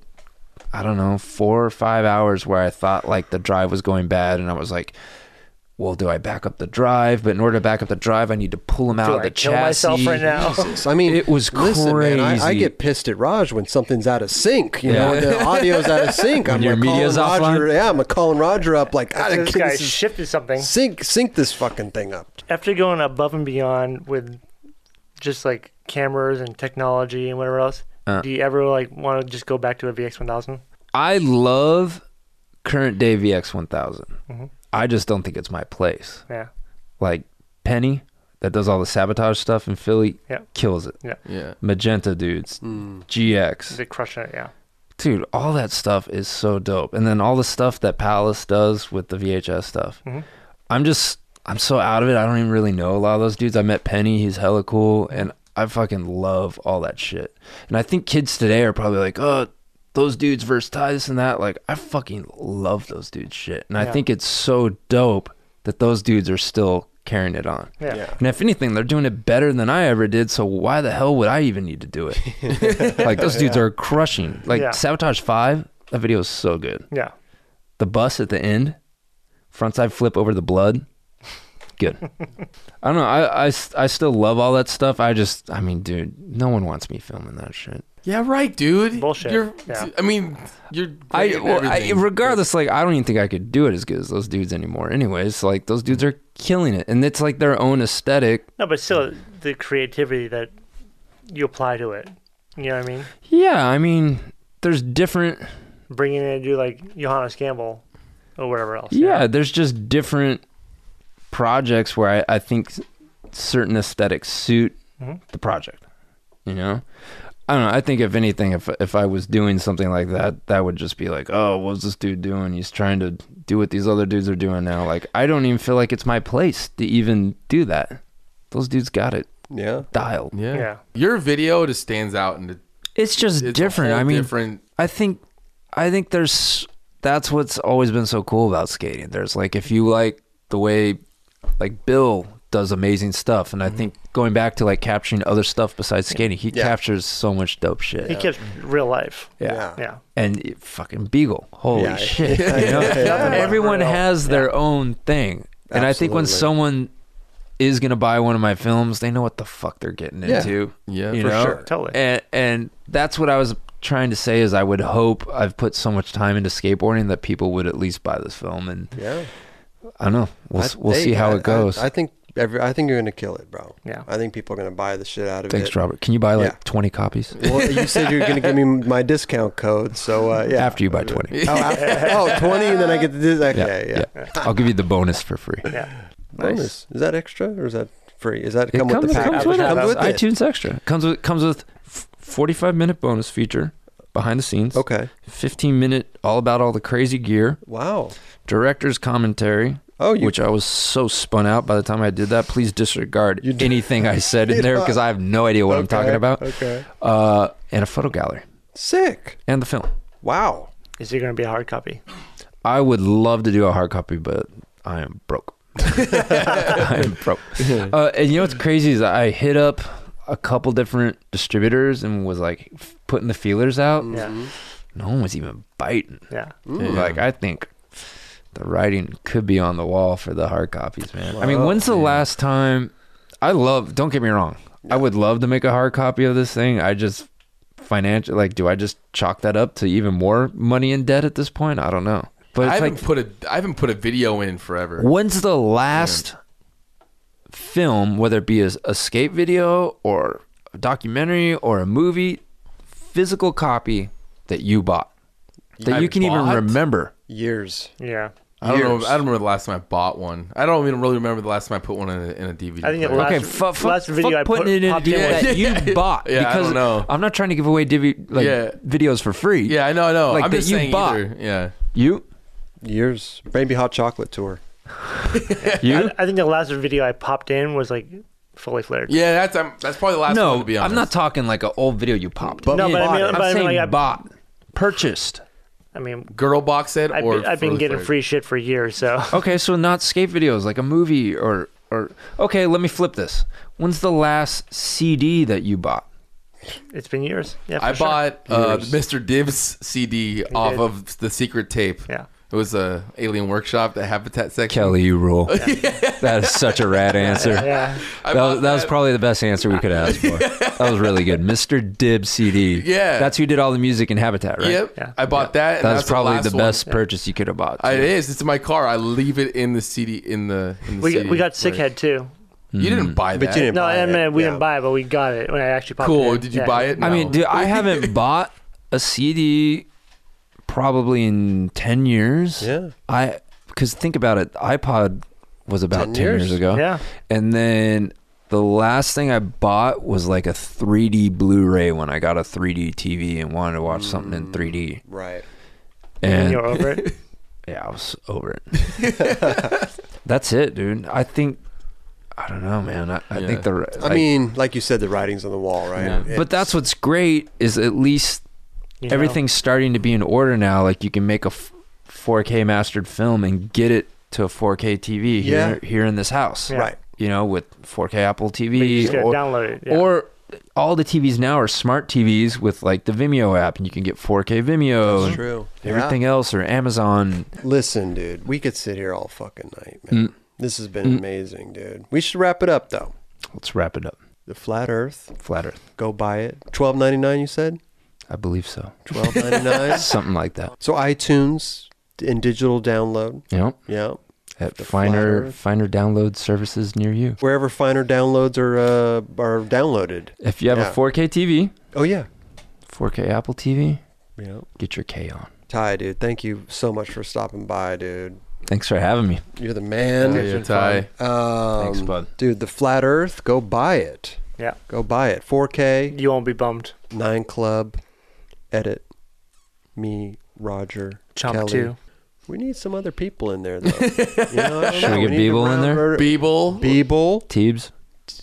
Speaker 2: I don't know, four or five hours where I thought like the drive was going bad, and I was like, "Well, do I back up the drive?" But in order to back up the drive, I need to pull them out
Speaker 3: Do
Speaker 2: of the
Speaker 3: I kill
Speaker 2: chassis.
Speaker 3: myself right now?
Speaker 1: So, I mean,
Speaker 2: It was
Speaker 1: listen, Man, I, I
Speaker 2: crazy.
Speaker 1: get pissed at Raj when something's out of sync. You know,
Speaker 2: Yeah.
Speaker 1: when the audio's out of sync.
Speaker 2: When
Speaker 1: I'm
Speaker 2: your
Speaker 1: like calling
Speaker 2: media's
Speaker 1: Roger.
Speaker 2: offline?
Speaker 1: Yeah, I'm calling Roger up like, I
Speaker 3: this
Speaker 1: can
Speaker 3: guy
Speaker 1: this is-
Speaker 3: shifted something.
Speaker 1: sync sync this fucking thing up.
Speaker 3: after going above and beyond with just like
Speaker 2: Uh.
Speaker 3: cameras and technology and whatever else, do you ever like want to just go back to a VX1000?
Speaker 2: I love current day VX1000.
Speaker 3: Mm-hmm.
Speaker 2: I just don't think it's my place.
Speaker 3: Yeah.
Speaker 2: Like Penny, that does all the sabotage stuff in Philly,
Speaker 3: Yeah.
Speaker 2: kills it.
Speaker 3: Yeah.
Speaker 4: Yeah.
Speaker 2: Magenta dudes, GX,
Speaker 3: They crushing it. Yeah.
Speaker 2: dude, all that stuff is so dope. And then all the stuff that Palace does with the VHS stuff. I'm just, I'm so out of it. I don't even really know a lot of those dudes. I met Penny, he's hella cool, and I fucking love all that shit. And I think kids today are probably like, oh, those dudes versus Ty, this and that. Like, I fucking love those dudes' shit. And I think it's so dope that those dudes are still carrying it on.
Speaker 3: Yeah. Yeah.
Speaker 2: And if anything, they're doing it better than I ever did. So why the hell would I even need to do it? like those dudes are crushing. Like
Speaker 3: Yeah.
Speaker 2: Sabotage Five, that video is so good.
Speaker 3: Yeah.
Speaker 2: The bus at the end, frontside flip over the blood, good. I don't know. I, I s- I still love all that stuff. I just, I mean, dude, no one wants me filming that shit.
Speaker 4: Yeah, right, dude.
Speaker 3: Bullshit.
Speaker 4: You're,
Speaker 3: Yeah.
Speaker 4: I mean, you're.
Speaker 2: I,
Speaker 4: great at
Speaker 2: well, I
Speaker 4: everything.
Speaker 2: regardless, like I don't even think I could do it as good as those dudes anymore. Anyways, like those dudes are killing it, and it's like their own aesthetic.
Speaker 3: No, but still, the creativity that you apply to it. You know what I mean?
Speaker 2: Yeah, I mean, there's different.
Speaker 3: Bringing in do like Johannes Campbell or whatever else.
Speaker 2: Yeah, there's just different projects where I, I think s- certain aesthetics suit
Speaker 4: Mm-hmm.
Speaker 2: the project. You know, I don't know. I think if anything, if if I was doing something like that, that would just be like, oh, what's this dude doing? He's trying to do what these other dudes are doing now. Like, I don't even feel like it's my place to even do that. Those dudes got it
Speaker 1: Yeah.
Speaker 2: dialed.
Speaker 4: Yeah.
Speaker 3: Yeah.
Speaker 4: Your video just stands out and it-
Speaker 2: It's just
Speaker 4: it's
Speaker 2: different.
Speaker 4: a whole
Speaker 2: I mean,
Speaker 4: different.
Speaker 2: I think I think there's that's what's always been so cool about skating. There's like if you like the way like Bill does amazing stuff and I think going back to like capturing other stuff besides skating, he captures so much dope shit.
Speaker 3: He kept real life.
Speaker 1: Yeah.
Speaker 3: Yeah.
Speaker 2: And it- fucking Beagle. Holy
Speaker 1: Yeah.
Speaker 2: shit. you know? Everyone has their own thing. And I think when
Speaker 1: Absolutely.
Speaker 2: someone is gonna buy one of my films, they know what the fuck they're getting
Speaker 1: Yeah.
Speaker 2: into.
Speaker 4: Yeah,
Speaker 2: you
Speaker 4: for
Speaker 2: know?
Speaker 4: sure.
Speaker 3: Totally.
Speaker 2: And and that's what I was trying to say is I would hope I've put so much time into skateboarding that people would at least buy this film. And
Speaker 1: Yeah.
Speaker 2: I don't know. We'll
Speaker 1: I-
Speaker 2: s we'll
Speaker 1: hey,
Speaker 2: see how
Speaker 1: I-
Speaker 2: it goes.
Speaker 1: I, I think every. I think you're gonna kill it, bro.
Speaker 3: Yeah.
Speaker 1: I think people are gonna buy the shit out of
Speaker 2: Thanks,
Speaker 1: it.
Speaker 2: Robert. Can you buy like
Speaker 1: Yeah.
Speaker 2: 20 copies
Speaker 1: Well, you said you're gonna give me my discount code, so uh, yeah.
Speaker 2: after you buy 20?
Speaker 1: Oh, after, oh, 20 and then I get the dis- okay, yeah.
Speaker 2: I'll give you the bonus for free.
Speaker 1: Bonus. Is that extra or is that free? Is that
Speaker 2: It
Speaker 1: come
Speaker 2: comes,
Speaker 1: with the package?
Speaker 2: comes with,
Speaker 1: Comes
Speaker 2: it.
Speaker 1: with it.
Speaker 2: iTunes Extra. Comes with comes with f- 45 minute bonus feature behind the scenes.
Speaker 1: Okay.
Speaker 2: 15 minute all about all the crazy gear,
Speaker 1: Wow.
Speaker 2: director's commentary.
Speaker 1: Oh, you-
Speaker 2: which I was so spun out by the time I did that. Please disregard
Speaker 1: You did-
Speaker 2: anything I said in there because I have no idea what I'm
Speaker 1: Okay,
Speaker 2: talking about.
Speaker 1: okay.
Speaker 2: Uh, and a photo gallery
Speaker 1: Sick.
Speaker 2: and the film.
Speaker 1: Wow.
Speaker 3: Is it going to be a hard copy?
Speaker 2: I would love to do a hard copy, but I am broke. I am broke. Uh, and you know what's crazy is I hit up a couple different distributors and was like f- putting the feelers out.
Speaker 4: Mm.
Speaker 3: Yeah.
Speaker 2: No one was even biting.
Speaker 3: Yeah.
Speaker 2: Like I think the writing could be on the wall for the hard copies, man. I mean, when's the last time? I love. Don't get me wrong. I would love to make a hard copy of this thing. I just financial like, do I just chalk that up to even more money in debt at this point? I don't know. But
Speaker 4: I
Speaker 2: it's
Speaker 4: haven't
Speaker 2: like,
Speaker 4: put a I haven't put a video in forever.
Speaker 2: when's the last film, whether it be a a skate video or a documentary or a movie, physical copy that you bought that you
Speaker 4: I've
Speaker 2: can even
Speaker 4: bought?
Speaker 2: remember?
Speaker 1: Years.
Speaker 3: Yeah.
Speaker 4: I don't know. I don't remember the last time I bought one. I don't even really remember the last time I put one in a, in a DVD.
Speaker 3: I think it
Speaker 4: player.
Speaker 3: last-
Speaker 2: Okay, fuck, fuck,
Speaker 3: last video
Speaker 2: fuck
Speaker 3: I
Speaker 2: putting
Speaker 3: put-
Speaker 2: it in a
Speaker 3: popped in
Speaker 2: deal
Speaker 4: was-
Speaker 2: that you
Speaker 4: Yeah.
Speaker 2: bought
Speaker 4: Yeah, I
Speaker 2: because
Speaker 4: don't know.
Speaker 2: I'm not trying to give away divi- like
Speaker 4: Yeah.
Speaker 2: videos for free.
Speaker 4: Yeah, I know. I know.
Speaker 2: Like
Speaker 4: I'm
Speaker 2: that
Speaker 4: just
Speaker 2: you
Speaker 4: saying.
Speaker 2: bought.
Speaker 4: Either. Yeah.
Speaker 2: You,
Speaker 1: Years. Baby Hot Chocolate Tour.
Speaker 2: you.
Speaker 3: I think the last video I popped in was like fully flared.
Speaker 4: Yeah. That's I'm, that's probably the last one
Speaker 2: no,
Speaker 4: to be honest.
Speaker 2: I'm not talking like an old video you popped.
Speaker 1: But
Speaker 3: No, but I mean-
Speaker 2: am
Speaker 3: but I mean,
Speaker 2: saying
Speaker 3: like, I-
Speaker 2: bought, purchased.
Speaker 3: I mean,
Speaker 4: Girl box set
Speaker 3: I've
Speaker 4: or
Speaker 3: been, I've been
Speaker 4: Frozen
Speaker 3: getting
Speaker 4: Fairy?
Speaker 3: free shit for years, so
Speaker 2: Okay, so not skate videos, like a movie or or. Okay, let me flip this. When's the last CD that you bought?
Speaker 3: it's been years. Yeah, for
Speaker 4: I
Speaker 3: sure.
Speaker 4: bought uh, Mr. Div's CD off
Speaker 3: did.
Speaker 4: of the secret tape.
Speaker 3: Yeah.
Speaker 4: It was a Alien Workshop, the Habitat section.
Speaker 2: Kelly, you rule. That is such a rad answer.
Speaker 3: Yeah,
Speaker 4: I
Speaker 2: that,
Speaker 4: bought
Speaker 2: was, that was probably the best answer we could ask for. that was really good. Mr. Dib CD.
Speaker 4: Yeah.
Speaker 2: That's who did all the music in Habitat, right?
Speaker 4: Yep.
Speaker 3: Yeah.
Speaker 4: I bought that. And
Speaker 2: That's,
Speaker 4: that's
Speaker 2: probably the,
Speaker 4: last one.
Speaker 2: best purchase you could have bought.
Speaker 4: I, it
Speaker 2: too.
Speaker 4: is. It's in my car. I leave it in the CD in the. In the
Speaker 3: we
Speaker 4: CD
Speaker 3: we got
Speaker 4: player.
Speaker 3: Sickhead too.
Speaker 4: You didn't buy that.
Speaker 1: But you didn't
Speaker 3: No,
Speaker 1: buy
Speaker 3: I
Speaker 1: it.
Speaker 3: mean we
Speaker 1: Yeah.
Speaker 3: didn't buy it, but we got it when I actually popped.
Speaker 4: Cool.
Speaker 3: in.
Speaker 4: Did you
Speaker 3: Yeah.
Speaker 4: buy it?
Speaker 2: I mean,
Speaker 4: No.
Speaker 2: dude, I haven't bought a CD probably in 10 years.
Speaker 1: Yeah.
Speaker 2: I cuz think about it, iPod was about 10,
Speaker 1: 10
Speaker 2: years.
Speaker 1: years.
Speaker 2: ago.
Speaker 3: Yeah.
Speaker 2: And then the last thing I bought was like a 3D Blu-ray when I got a 3D TV and wanted to watch something in 3D.
Speaker 1: Right.
Speaker 2: And
Speaker 3: you're over it.
Speaker 2: yeah, I was over it. That's it, dude. I think I don't know, man. I, I
Speaker 4: Yeah.
Speaker 2: think the
Speaker 1: I
Speaker 2: like-
Speaker 1: mean, like you said, the writing's on the wall, right?
Speaker 4: Yeah.
Speaker 2: but that's what's great is at least
Speaker 3: You know?
Speaker 2: everything's starting to be in order now. Like you can make a f- 4K mastered film and get it to a 4K TV here here in this house.
Speaker 3: Yeah.
Speaker 1: right.
Speaker 2: You know, with 4K Apple
Speaker 3: But you
Speaker 2: TV
Speaker 3: just gotta
Speaker 2: or,
Speaker 3: download it. Yeah.
Speaker 2: or all the TVs now are smart TVs with like the Vimeo app and you can get 4K Vimeo and
Speaker 1: True.
Speaker 2: everything else or Amazon.
Speaker 1: Listen, dude, we could sit here all fucking night,
Speaker 2: Mm.
Speaker 1: man. This has been amazing, dude. We should wrap it up though.
Speaker 2: Let's wrap it up.
Speaker 1: The flat Earth,
Speaker 2: Flat Earth.
Speaker 1: go buy it. Twelve ninety nine, you said.
Speaker 2: I believe so.
Speaker 1: Twelve ninety nine.
Speaker 2: Something like that.
Speaker 1: So iTunes and digital download.
Speaker 2: You know,
Speaker 1: Yeah.
Speaker 2: at
Speaker 1: The Flat
Speaker 2: finer
Speaker 1: Earth.
Speaker 2: finer download services near you.
Speaker 1: Wherever finer downloads are uh, are downloaded.
Speaker 2: If you have
Speaker 1: Yeah.
Speaker 2: a 4K TV,
Speaker 1: Oh yeah.
Speaker 2: 4K Apple TV,
Speaker 1: Yeah.
Speaker 2: get your K on.
Speaker 1: Ty, dude, thank you so much for stopping by, dude.
Speaker 2: Thanks for having me.
Speaker 1: You're the man.
Speaker 4: Yeah, yeah, Ty.
Speaker 1: Um,
Speaker 2: Thanks, bud.
Speaker 1: Dude, the flat Earth, go buy it.
Speaker 3: yeah,
Speaker 1: Go buy it. 4K.
Speaker 3: you won't be bummed.
Speaker 1: Nine Club, Edit, me, Roger,
Speaker 3: Chomp
Speaker 1: Kelly.
Speaker 3: two.
Speaker 1: We need some other people in there, though. you know, I don't
Speaker 2: Should
Speaker 1: know.
Speaker 2: we get
Speaker 1: need to
Speaker 2: Beeble in
Speaker 1: round-
Speaker 2: there?
Speaker 4: Beeble,
Speaker 1: Beeble.
Speaker 2: Teebs.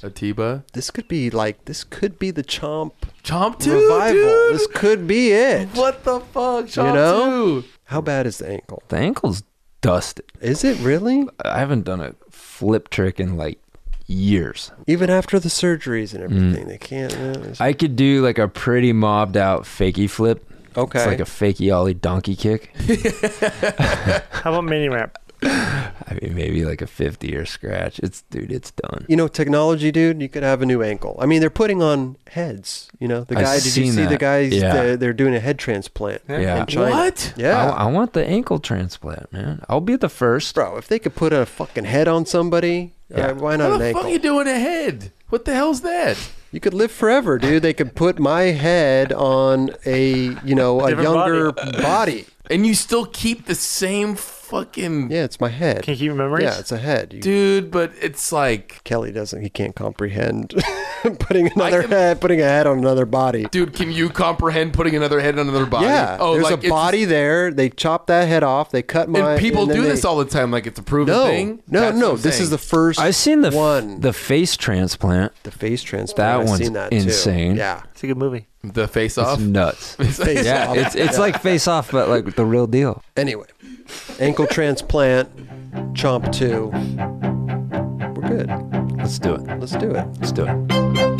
Speaker 4: Atiba,
Speaker 1: This could be like this could be the Chomp
Speaker 4: Chomp Two,
Speaker 1: revival.
Speaker 4: dude.
Speaker 1: This could be it.
Speaker 4: What the fuck, Chomp
Speaker 1: know?
Speaker 4: Two?
Speaker 1: How bad is the ankle?
Speaker 2: The ankle's dusted.
Speaker 1: Is it really?
Speaker 2: I haven't done a flip trick in like years.
Speaker 1: Even after the surgeries
Speaker 2: Mm.
Speaker 1: and everything, they can't. uh, it's-
Speaker 2: I could do like a pretty mobbed out fakey flip.
Speaker 1: okay.
Speaker 2: It's like a fakey ollie donkey kick.
Speaker 3: How about mini ramp?
Speaker 2: I mean, maybe like a 50 or scratch. It's, dude, it's done.
Speaker 1: you know, technology, dude. You could have a new ankle. I mean, they're putting on heads. You know, the
Speaker 2: I've
Speaker 1: guy. Did you
Speaker 2: seen
Speaker 1: see the
Speaker 2: that.
Speaker 1: guys?
Speaker 2: Yeah.
Speaker 1: They're, they're doing a head transplant.
Speaker 2: Yeah.
Speaker 1: In China.
Speaker 4: What?
Speaker 1: Yeah.
Speaker 2: I, I want the ankle transplant, man. I'll be the first.
Speaker 1: Bro, if they could put a fucking head on somebody, uh, why not
Speaker 4: What
Speaker 1: an
Speaker 4: the
Speaker 1: ankle?
Speaker 4: fuck are you doing ahead? What the hell's that?
Speaker 1: You could live forever, dude. They could put my head on a you know a
Speaker 3: Different
Speaker 1: younger body.
Speaker 4: And you still keep the same fucking
Speaker 1: Yeah, it's my head.
Speaker 3: Can you keep memories?
Speaker 1: yeah, it's a head. You-
Speaker 4: dude, but it's like,
Speaker 1: Kelly doesn't. He can't comprehend putting another
Speaker 4: can-
Speaker 1: head, putting a head on another body.
Speaker 4: dude, can you comprehend putting another head on another body?
Speaker 1: Yeah,
Speaker 4: oh,
Speaker 1: there's
Speaker 4: like
Speaker 1: a
Speaker 4: it's-
Speaker 1: body there. They chop that head off. They cut my.
Speaker 4: And people
Speaker 1: then
Speaker 4: do
Speaker 1: they-
Speaker 4: this all the time, like it's a proven
Speaker 1: No,
Speaker 4: thing.
Speaker 1: no,
Speaker 4: That's
Speaker 1: no.
Speaker 4: what I'm
Speaker 1: This is
Speaker 4: saying.
Speaker 1: the first.
Speaker 2: I've seen the f-
Speaker 1: one.
Speaker 2: the face transplant.
Speaker 1: the face transplant.
Speaker 2: That
Speaker 1: I've
Speaker 2: one's
Speaker 1: seen that
Speaker 2: insane.
Speaker 1: Too. Yeah,
Speaker 3: It's a good movie.
Speaker 4: the face off.
Speaker 2: It's nuts.
Speaker 1: face
Speaker 2: yeah,
Speaker 1: off.
Speaker 2: it's it's like face off, but like the real deal.
Speaker 1: Anyway, ankle transplant, chomp two. We're good.
Speaker 2: Let's do it.
Speaker 1: Let's do it.
Speaker 2: Let's do it.